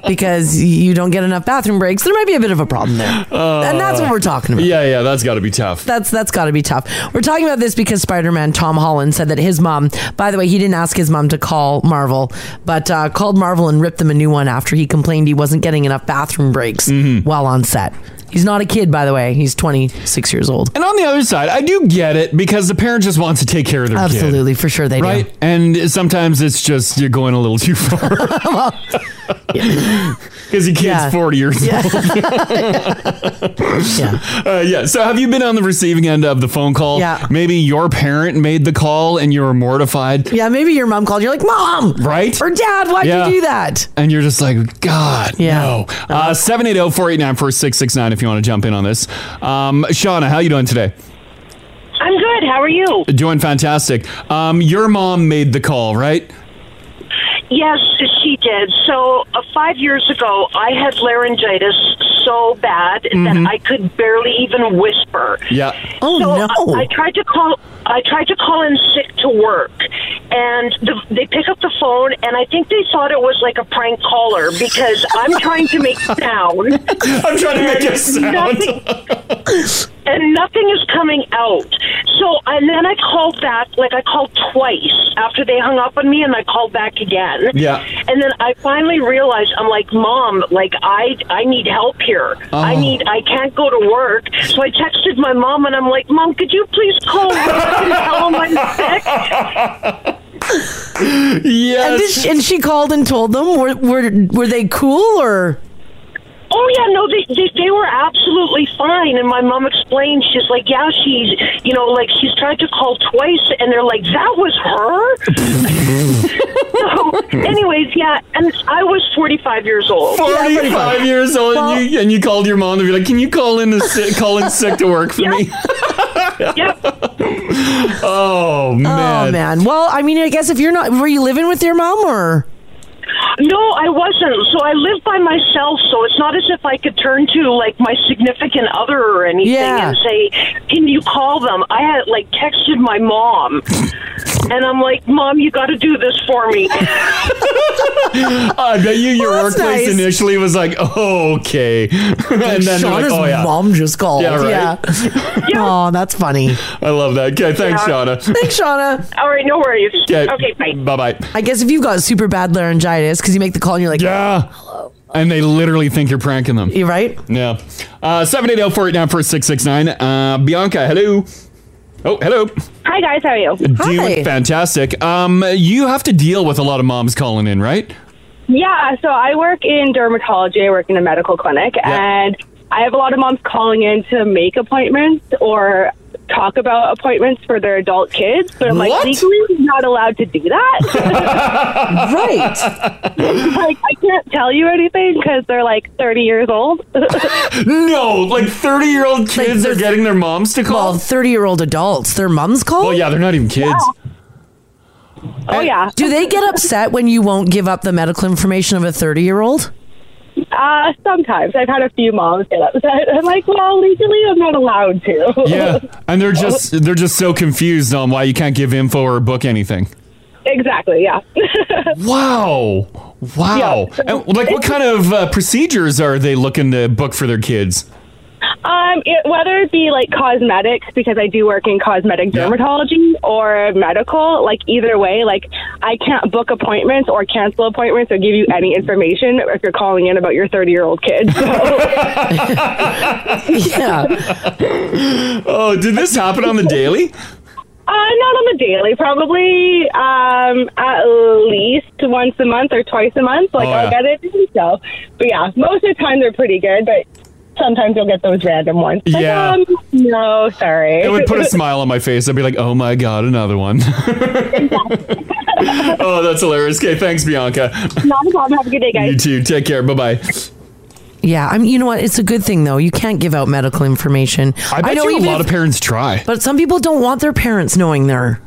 [SPEAKER 2] because you don't get enough bathroom breaks, there might be a bit of a problem there. and that's what we're talking about.
[SPEAKER 3] Yeah, yeah, that's got to be tough.
[SPEAKER 2] That's that's got to be tough. We're talking about this because Spider-Man Tom Holland said that his mom. By the way, he didn't ask his mom to call Marvel, but uh, called Marvel and ripped them a new one after he complained he wasn't getting enough bathroom breaks
[SPEAKER 3] Mm-hmm.
[SPEAKER 2] while on set. He's not a kid, by the way. He's 26 years old. Oh
[SPEAKER 3] And on the other side, I do get it because the parent just wants to take care of their kid.
[SPEAKER 2] Absolutely, for sure they do.
[SPEAKER 3] right? And sometimes it's just you're going a little too far. Because your kid's 40 years
[SPEAKER 2] Yeah.
[SPEAKER 3] old. yeah. Uh, yeah. So have you been on the receiving end of the phone call?
[SPEAKER 2] Yeah.
[SPEAKER 3] Maybe your parent made the call and you were mortified.
[SPEAKER 2] Yeah, maybe your mom called. You're like, Mom!
[SPEAKER 3] Right?
[SPEAKER 2] Or Dad, why'd
[SPEAKER 3] Yeah.
[SPEAKER 2] you do that?
[SPEAKER 3] And you're just like, God,
[SPEAKER 2] Yeah.
[SPEAKER 3] no. Uh, 780-489-4669 if you want to jump in on this. Um, Shauna, how you doing today?
[SPEAKER 16] I'm good. How are you?
[SPEAKER 3] Doing fantastic. Um, your mom made the call, right?
[SPEAKER 16] Yes, she did. So, uh, five years ago, I had laryngitis so bad
[SPEAKER 3] Mhm.
[SPEAKER 16] that I could barely even whisper.
[SPEAKER 3] Yeah.
[SPEAKER 2] Oh
[SPEAKER 16] no! I, I tried to call. I tried to call in sick to work, and the, they pick up the phone, and I think they thought it was like a prank caller because I'm trying to make sound.
[SPEAKER 3] I'm trying to make a sound.
[SPEAKER 16] Nothing, and nothing is coming out. So, and then I called back. Like I called twice after they hung up on me, and I called back again.
[SPEAKER 3] Yeah.
[SPEAKER 16] And then I finally realized I'm like, Mom, like I I need help here. I
[SPEAKER 3] Oh.
[SPEAKER 16] need I can't go to work. So I texted my mom and I'm like, Mom, could you please call work and tell them I'm sick?
[SPEAKER 3] Yes.
[SPEAKER 2] And, did she, and she called and told them. Were were were they cool or?
[SPEAKER 16] Oh yeah, no, they, they they were absolutely fine. And my mom explained, she's like, yeah, she's you know like she's tried to call twice, and they're like, that was her. so, anyways, yeah, and I was 45 years old.
[SPEAKER 3] 45 years old
[SPEAKER 16] Well-
[SPEAKER 3] and, you, and you called your mom to be like, can you call in, to si- call in sick to work for me? oh, man.
[SPEAKER 2] Oh man. Well, I mean, I guess if you're not, were you living with your mom or?
[SPEAKER 16] No, I wasn't. So I live by myself, so it's not as if I could turn to like my significant other or anything
[SPEAKER 2] Yeah.
[SPEAKER 16] and say, "Can you call them?" I had like texted my mom, and I'm like, "Mom, you got to do this for me."
[SPEAKER 3] I bet you your
[SPEAKER 16] that's
[SPEAKER 3] workplace
[SPEAKER 16] nice.
[SPEAKER 3] initially was like, oh, okay. and then they're like,
[SPEAKER 2] Shauna's
[SPEAKER 3] oh, yeah.
[SPEAKER 2] mom just called.
[SPEAKER 3] Yeah, right.
[SPEAKER 2] Oh, that's funny.
[SPEAKER 3] I love that. Okay, thanks,
[SPEAKER 2] Yeah.
[SPEAKER 3] Shauna.
[SPEAKER 2] Thanks, Shauna.
[SPEAKER 16] All right, no worries.
[SPEAKER 3] Okay,
[SPEAKER 16] bye.
[SPEAKER 3] Bye bye.
[SPEAKER 2] I guess if you've got super bad laryngitis because you make the call and you're like,
[SPEAKER 3] yeah, And they literally think you're pranking them.
[SPEAKER 2] You right?
[SPEAKER 3] Yeah. Uh, 780-489-4669. Uh, Bianca, hello. Oh, hello.
[SPEAKER 18] Hi guys, how are you?
[SPEAKER 3] Doing fantastic. Um, you have to deal with a lot of moms calling in, right?
[SPEAKER 18] Yeah, so I work in dermatology. I work in a medical clinic, and I have a lot of moms calling in to make appointments or talk about appointments for their adult kids. But I'm
[SPEAKER 4] What?
[SPEAKER 18] like, legally, you're not allowed to do that.
[SPEAKER 2] right.
[SPEAKER 18] like, I can't tell you anything because they're like 30 years old.
[SPEAKER 3] no, like 30 year old kids are getting their moms to call.
[SPEAKER 2] Well, 30 year old adults, their moms call? Well,
[SPEAKER 3] yeah, they're not even kids.
[SPEAKER 18] Oh, yeah.
[SPEAKER 2] Uh, Do they get upset when you won't give up the medical information of a 30 year old?
[SPEAKER 18] Uh, sometimes I've had a few moms get upset. I'm like, well, legally, I'm not allowed to.
[SPEAKER 3] Yeah. And they're just they're just so confused on why you can't give info or book anything.
[SPEAKER 18] exactly. Yeah.
[SPEAKER 3] Wow. Wow. And, like what kind of uh, procedures are they looking to book for their kids?
[SPEAKER 12] Um, it, whether it be like cosmetics, because I do work in cosmetic dermatology, or medical, like either way, like I can't book appointments or cancel appointments or give you any information if you're calling in about your 30 year old kid.
[SPEAKER 2] yeah.
[SPEAKER 3] Oh, did this happen on the daily?
[SPEAKER 12] Uh, not on the daily, probably um, at least once a month or twice a month. Like
[SPEAKER 3] Oh,
[SPEAKER 12] I'll
[SPEAKER 3] yeah.
[SPEAKER 12] get it to myself. But yeah, most of the time they're pretty good, but sometimes you'll get those random ones. Like,
[SPEAKER 3] Yeah.
[SPEAKER 12] Um, no, sorry.
[SPEAKER 3] It would put a smile on my face. I'd be like, oh my God, another one. oh, that's hilarious. Okay, thanks, Bianca.
[SPEAKER 12] Not a problem. Have a good day,
[SPEAKER 3] You too. Take care. Bye bye.
[SPEAKER 2] Yeah, I mean, you know what? It's a good thing though. You can't give out medical information.
[SPEAKER 3] I bet
[SPEAKER 2] know
[SPEAKER 3] you a
[SPEAKER 2] even
[SPEAKER 3] lot
[SPEAKER 2] if-
[SPEAKER 3] of parents try.
[SPEAKER 2] but some people don't want their parents knowing they're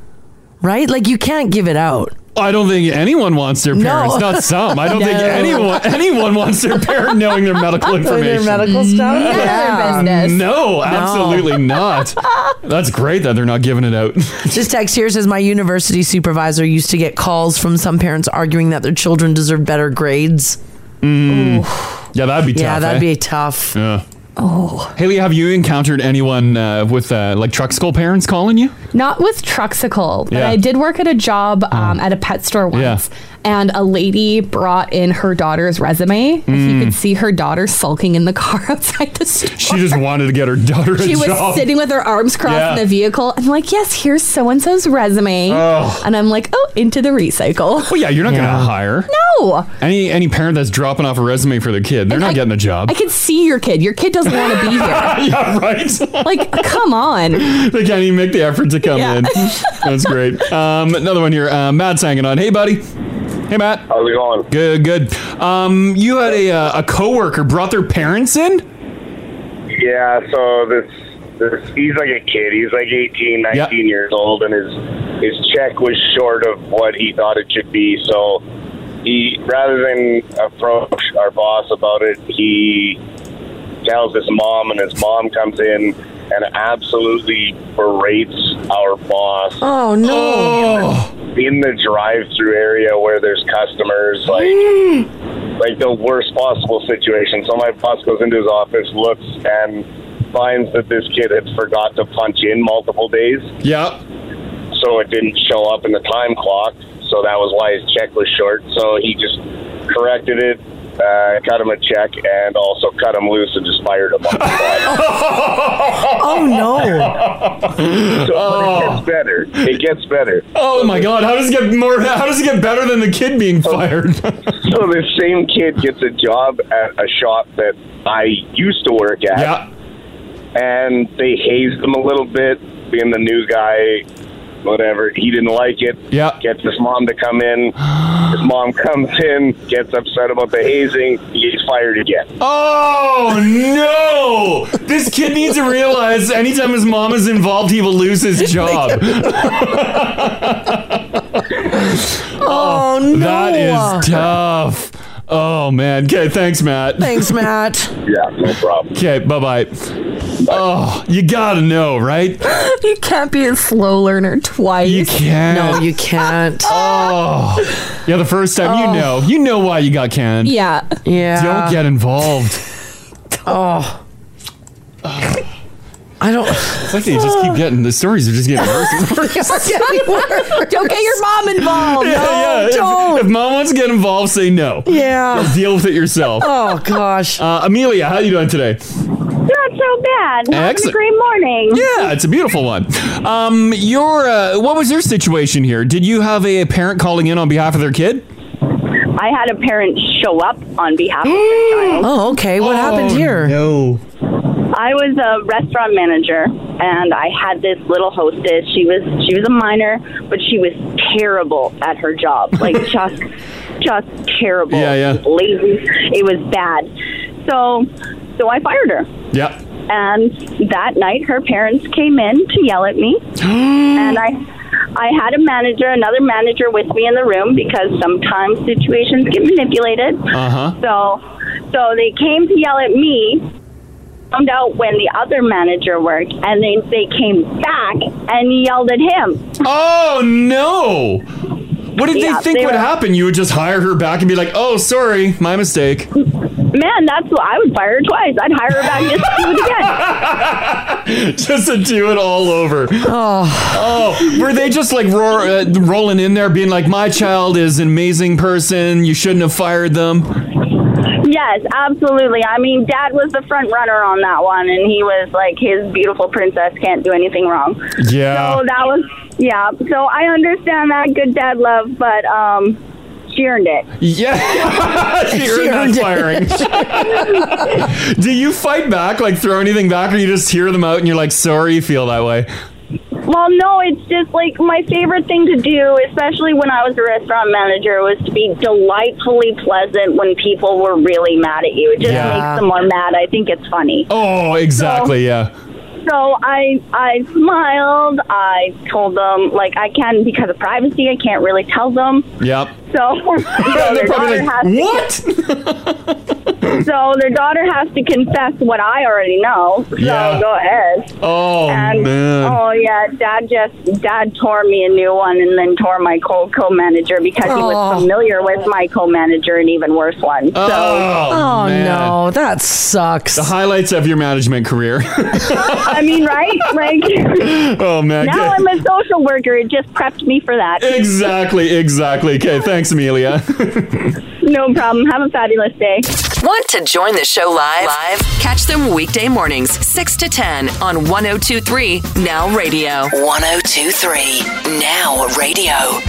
[SPEAKER 2] right. Like you can't give it out.
[SPEAKER 3] I don't think anyone wants their parents. Not some. I don't think
[SPEAKER 2] No.
[SPEAKER 3] anyone anyone wants their parent knowing their medical
[SPEAKER 2] Knowing their
[SPEAKER 3] information.
[SPEAKER 2] medical stuff? None of their Yeah. business.
[SPEAKER 3] No,
[SPEAKER 2] No.
[SPEAKER 3] absolutely not. That's great that they're not giving it out.
[SPEAKER 2] This text here says my university supervisor used to get calls from some parents arguing that their children deserve better grades.
[SPEAKER 3] Mm. Yeah, that'd be tough.
[SPEAKER 2] Yeah, that'd
[SPEAKER 3] eh?
[SPEAKER 2] be tough.
[SPEAKER 3] Yeah. Oh. Haley, have you encountered anyone uh, with uh, like truck school parents calling you?
[SPEAKER 5] Not with Truxicle, but
[SPEAKER 3] Yeah. Oh.
[SPEAKER 5] I did work at a job um, at a pet store once, and a lady brought in her daughter's resume. If you
[SPEAKER 3] Mm.
[SPEAKER 5] could see her daughter sulking in the car outside the store.
[SPEAKER 3] She just wanted to get her daughter a
[SPEAKER 5] She was
[SPEAKER 3] job.
[SPEAKER 5] sitting with her arms crossed
[SPEAKER 3] Yeah.
[SPEAKER 5] in the vehicle. I'm like, yes, here's so and so's resume.
[SPEAKER 3] Oh.
[SPEAKER 5] And I'm like, oh, into the recycle.
[SPEAKER 3] Well, Oh, yeah, you're not gonna hire
[SPEAKER 5] No.
[SPEAKER 3] any any parent that's dropping off a resume for their kid. They're not getting a job.
[SPEAKER 5] I can see your kid. Your kid doesn't want to be here.
[SPEAKER 3] yeah, right.
[SPEAKER 5] like, come on.
[SPEAKER 3] they can't even make the effort to come in. That's great. Um, another one here. Uh, Matt's hanging on. Hey, buddy. Hey, Matt. How's
[SPEAKER 18] it going?
[SPEAKER 3] Good, good. Um, you had a uh, a coworker brought their parents in.
[SPEAKER 18] Yeah, so this this he's like a kid. He's like 18, 19 years old and his his check was short of what he thought it should be. So he rather than approach our boss about it, he tells his mom and his mom comes in and absolutely berates our boss
[SPEAKER 2] Oh no.
[SPEAKER 18] in the drive-through area where there's customers like Hmm. like the worst possible situation. So my boss goes into his office, looks, and finds that this kid had forgot to punch in multiple days,
[SPEAKER 3] Yeah.
[SPEAKER 18] so it didn't show up in the time clock. So that was why his check was short. So he just corrected it, uh, cut him a check, and also cut him loose and just fired him. On the
[SPEAKER 2] oh no!
[SPEAKER 18] so but it gets better. It gets better.
[SPEAKER 3] Oh my God! How does it get more? How does it get better than the kid being
[SPEAKER 18] Oh.
[SPEAKER 3] fired?
[SPEAKER 18] So this same kid gets a job at a shop that I used to work at. And they hazed him a little bit, being the new guy, whatever. He didn't like it.
[SPEAKER 3] Yeah.
[SPEAKER 18] Gets his mom to come in. His mom comes in, gets upset about the hazing, he gets fired again.
[SPEAKER 3] Oh no! This kid needs to realize anytime his mom is involved, he will lose his job.
[SPEAKER 2] Oh no!
[SPEAKER 3] That is tough. Oh man. Okay, thanks, Matt.
[SPEAKER 2] Thanks, Matt.
[SPEAKER 18] yeah, no problem.
[SPEAKER 3] Okay, bye bye. Oh, you gotta know, right?
[SPEAKER 5] you can't be a slow learner twice. You
[SPEAKER 3] can't.
[SPEAKER 2] No, you can't.
[SPEAKER 3] oh. Yeah, the first time you know. You know why you got canned.
[SPEAKER 5] Yeah.
[SPEAKER 2] Yeah.
[SPEAKER 3] Don't get involved.
[SPEAKER 2] Oh. I don't. It's
[SPEAKER 3] like they just keep getting the stories are just getting worse. and worse.
[SPEAKER 5] Don't get your mom
[SPEAKER 2] Oh,
[SPEAKER 5] involved.
[SPEAKER 3] Yeah, yeah. If- If, mom wants to get involved, say no.
[SPEAKER 2] Yeah.
[SPEAKER 3] deal with it yourself.
[SPEAKER 2] Oh gosh.
[SPEAKER 3] Uh, Amelia, how you doing today?
[SPEAKER 19] Not so bad. Having
[SPEAKER 3] Excellent.
[SPEAKER 19] a great morning.
[SPEAKER 3] Yeah, it's a beautiful one. Um, your uh, what was your situation here? Did you have a parent calling in on behalf of their kid?
[SPEAKER 19] I had a parent show up on behalf of their child.
[SPEAKER 2] Oh, okay. What happened here?
[SPEAKER 3] No.
[SPEAKER 19] I was a restaurant manager, and I had this little hostess. She was she was a minor, but she was terrible at her job. Like just just terrible.
[SPEAKER 3] Yeah, yeah.
[SPEAKER 19] Lazy. It was bad. So so I fired her.
[SPEAKER 3] Yeah.
[SPEAKER 19] And that night, her parents came in to yell at me, and I, I had a manager, another manager with me in the room because sometimes situations get manipulated.
[SPEAKER 3] Uh-huh.
[SPEAKER 19] So, so they came to yell at me. Found out when the other manager worked, and then they came back and yelled at him.
[SPEAKER 3] Oh no! What did
[SPEAKER 19] Yeah,
[SPEAKER 3] they think
[SPEAKER 19] they
[SPEAKER 3] would
[SPEAKER 19] were-
[SPEAKER 3] happen? You would just hire her back and be like, "Oh, sorry, my mistake."
[SPEAKER 19] Man, that's what I would fire her twice. I'd hire her back just to do it again.
[SPEAKER 3] just to do it all over. Oh, were they just like roar, uh, rolling in there, being like, "My child is an amazing person. You shouldn't have fired them."
[SPEAKER 19] Yes, absolutely. I mean, Dad was the front runner on that one, and he was like, his beautiful princess can't do anything wrong.
[SPEAKER 3] Yeah.
[SPEAKER 19] So that was, yeah. So I understand that good dad love, but um, she earned it.
[SPEAKER 3] Yeah, she earned her firing. do you fight back, like throw anything back, or you just hear them out and you're like, "Sorry, you feel that way."
[SPEAKER 19] Well, no, it's just like my favorite thing to do, especially when I was a restaurant manager, was to be delightfully pleasant when people were really mad at you. It just
[SPEAKER 3] Yeah.
[SPEAKER 19] makes them more mad. I think it's funny.
[SPEAKER 3] Oh, exactly. Yeah.
[SPEAKER 19] So I I smiled. I told them like I can because of privacy. I can't really tell them.
[SPEAKER 3] Yep.
[SPEAKER 19] So, so
[SPEAKER 3] They're
[SPEAKER 19] their
[SPEAKER 3] probably
[SPEAKER 19] daughter
[SPEAKER 3] like,
[SPEAKER 19] has To, so their daughter has to confess what I already know. So
[SPEAKER 3] Yeah.
[SPEAKER 19] go ahead.
[SPEAKER 3] Oh
[SPEAKER 19] and,
[SPEAKER 3] man.
[SPEAKER 19] Oh yeah, dad just dad tore me a new one and then tore my co co manager because he
[SPEAKER 2] Oh.
[SPEAKER 19] was familiar with my co manager an even worse one. So
[SPEAKER 2] Oh, no, that sucks.
[SPEAKER 3] The highlights of your management career.
[SPEAKER 19] I mean, right? Like
[SPEAKER 3] oh man.
[SPEAKER 19] Now I'm a social worker. It just prepped me for that.
[SPEAKER 3] Exactly, exactly. Okay, thanks, Amelia.
[SPEAKER 19] No problem. Have a fabulous day.
[SPEAKER 1] Want to join the show live? Live? Catch them weekday mornings, 6 to 10 on 1023 Now Radio. 1023 Now Radio.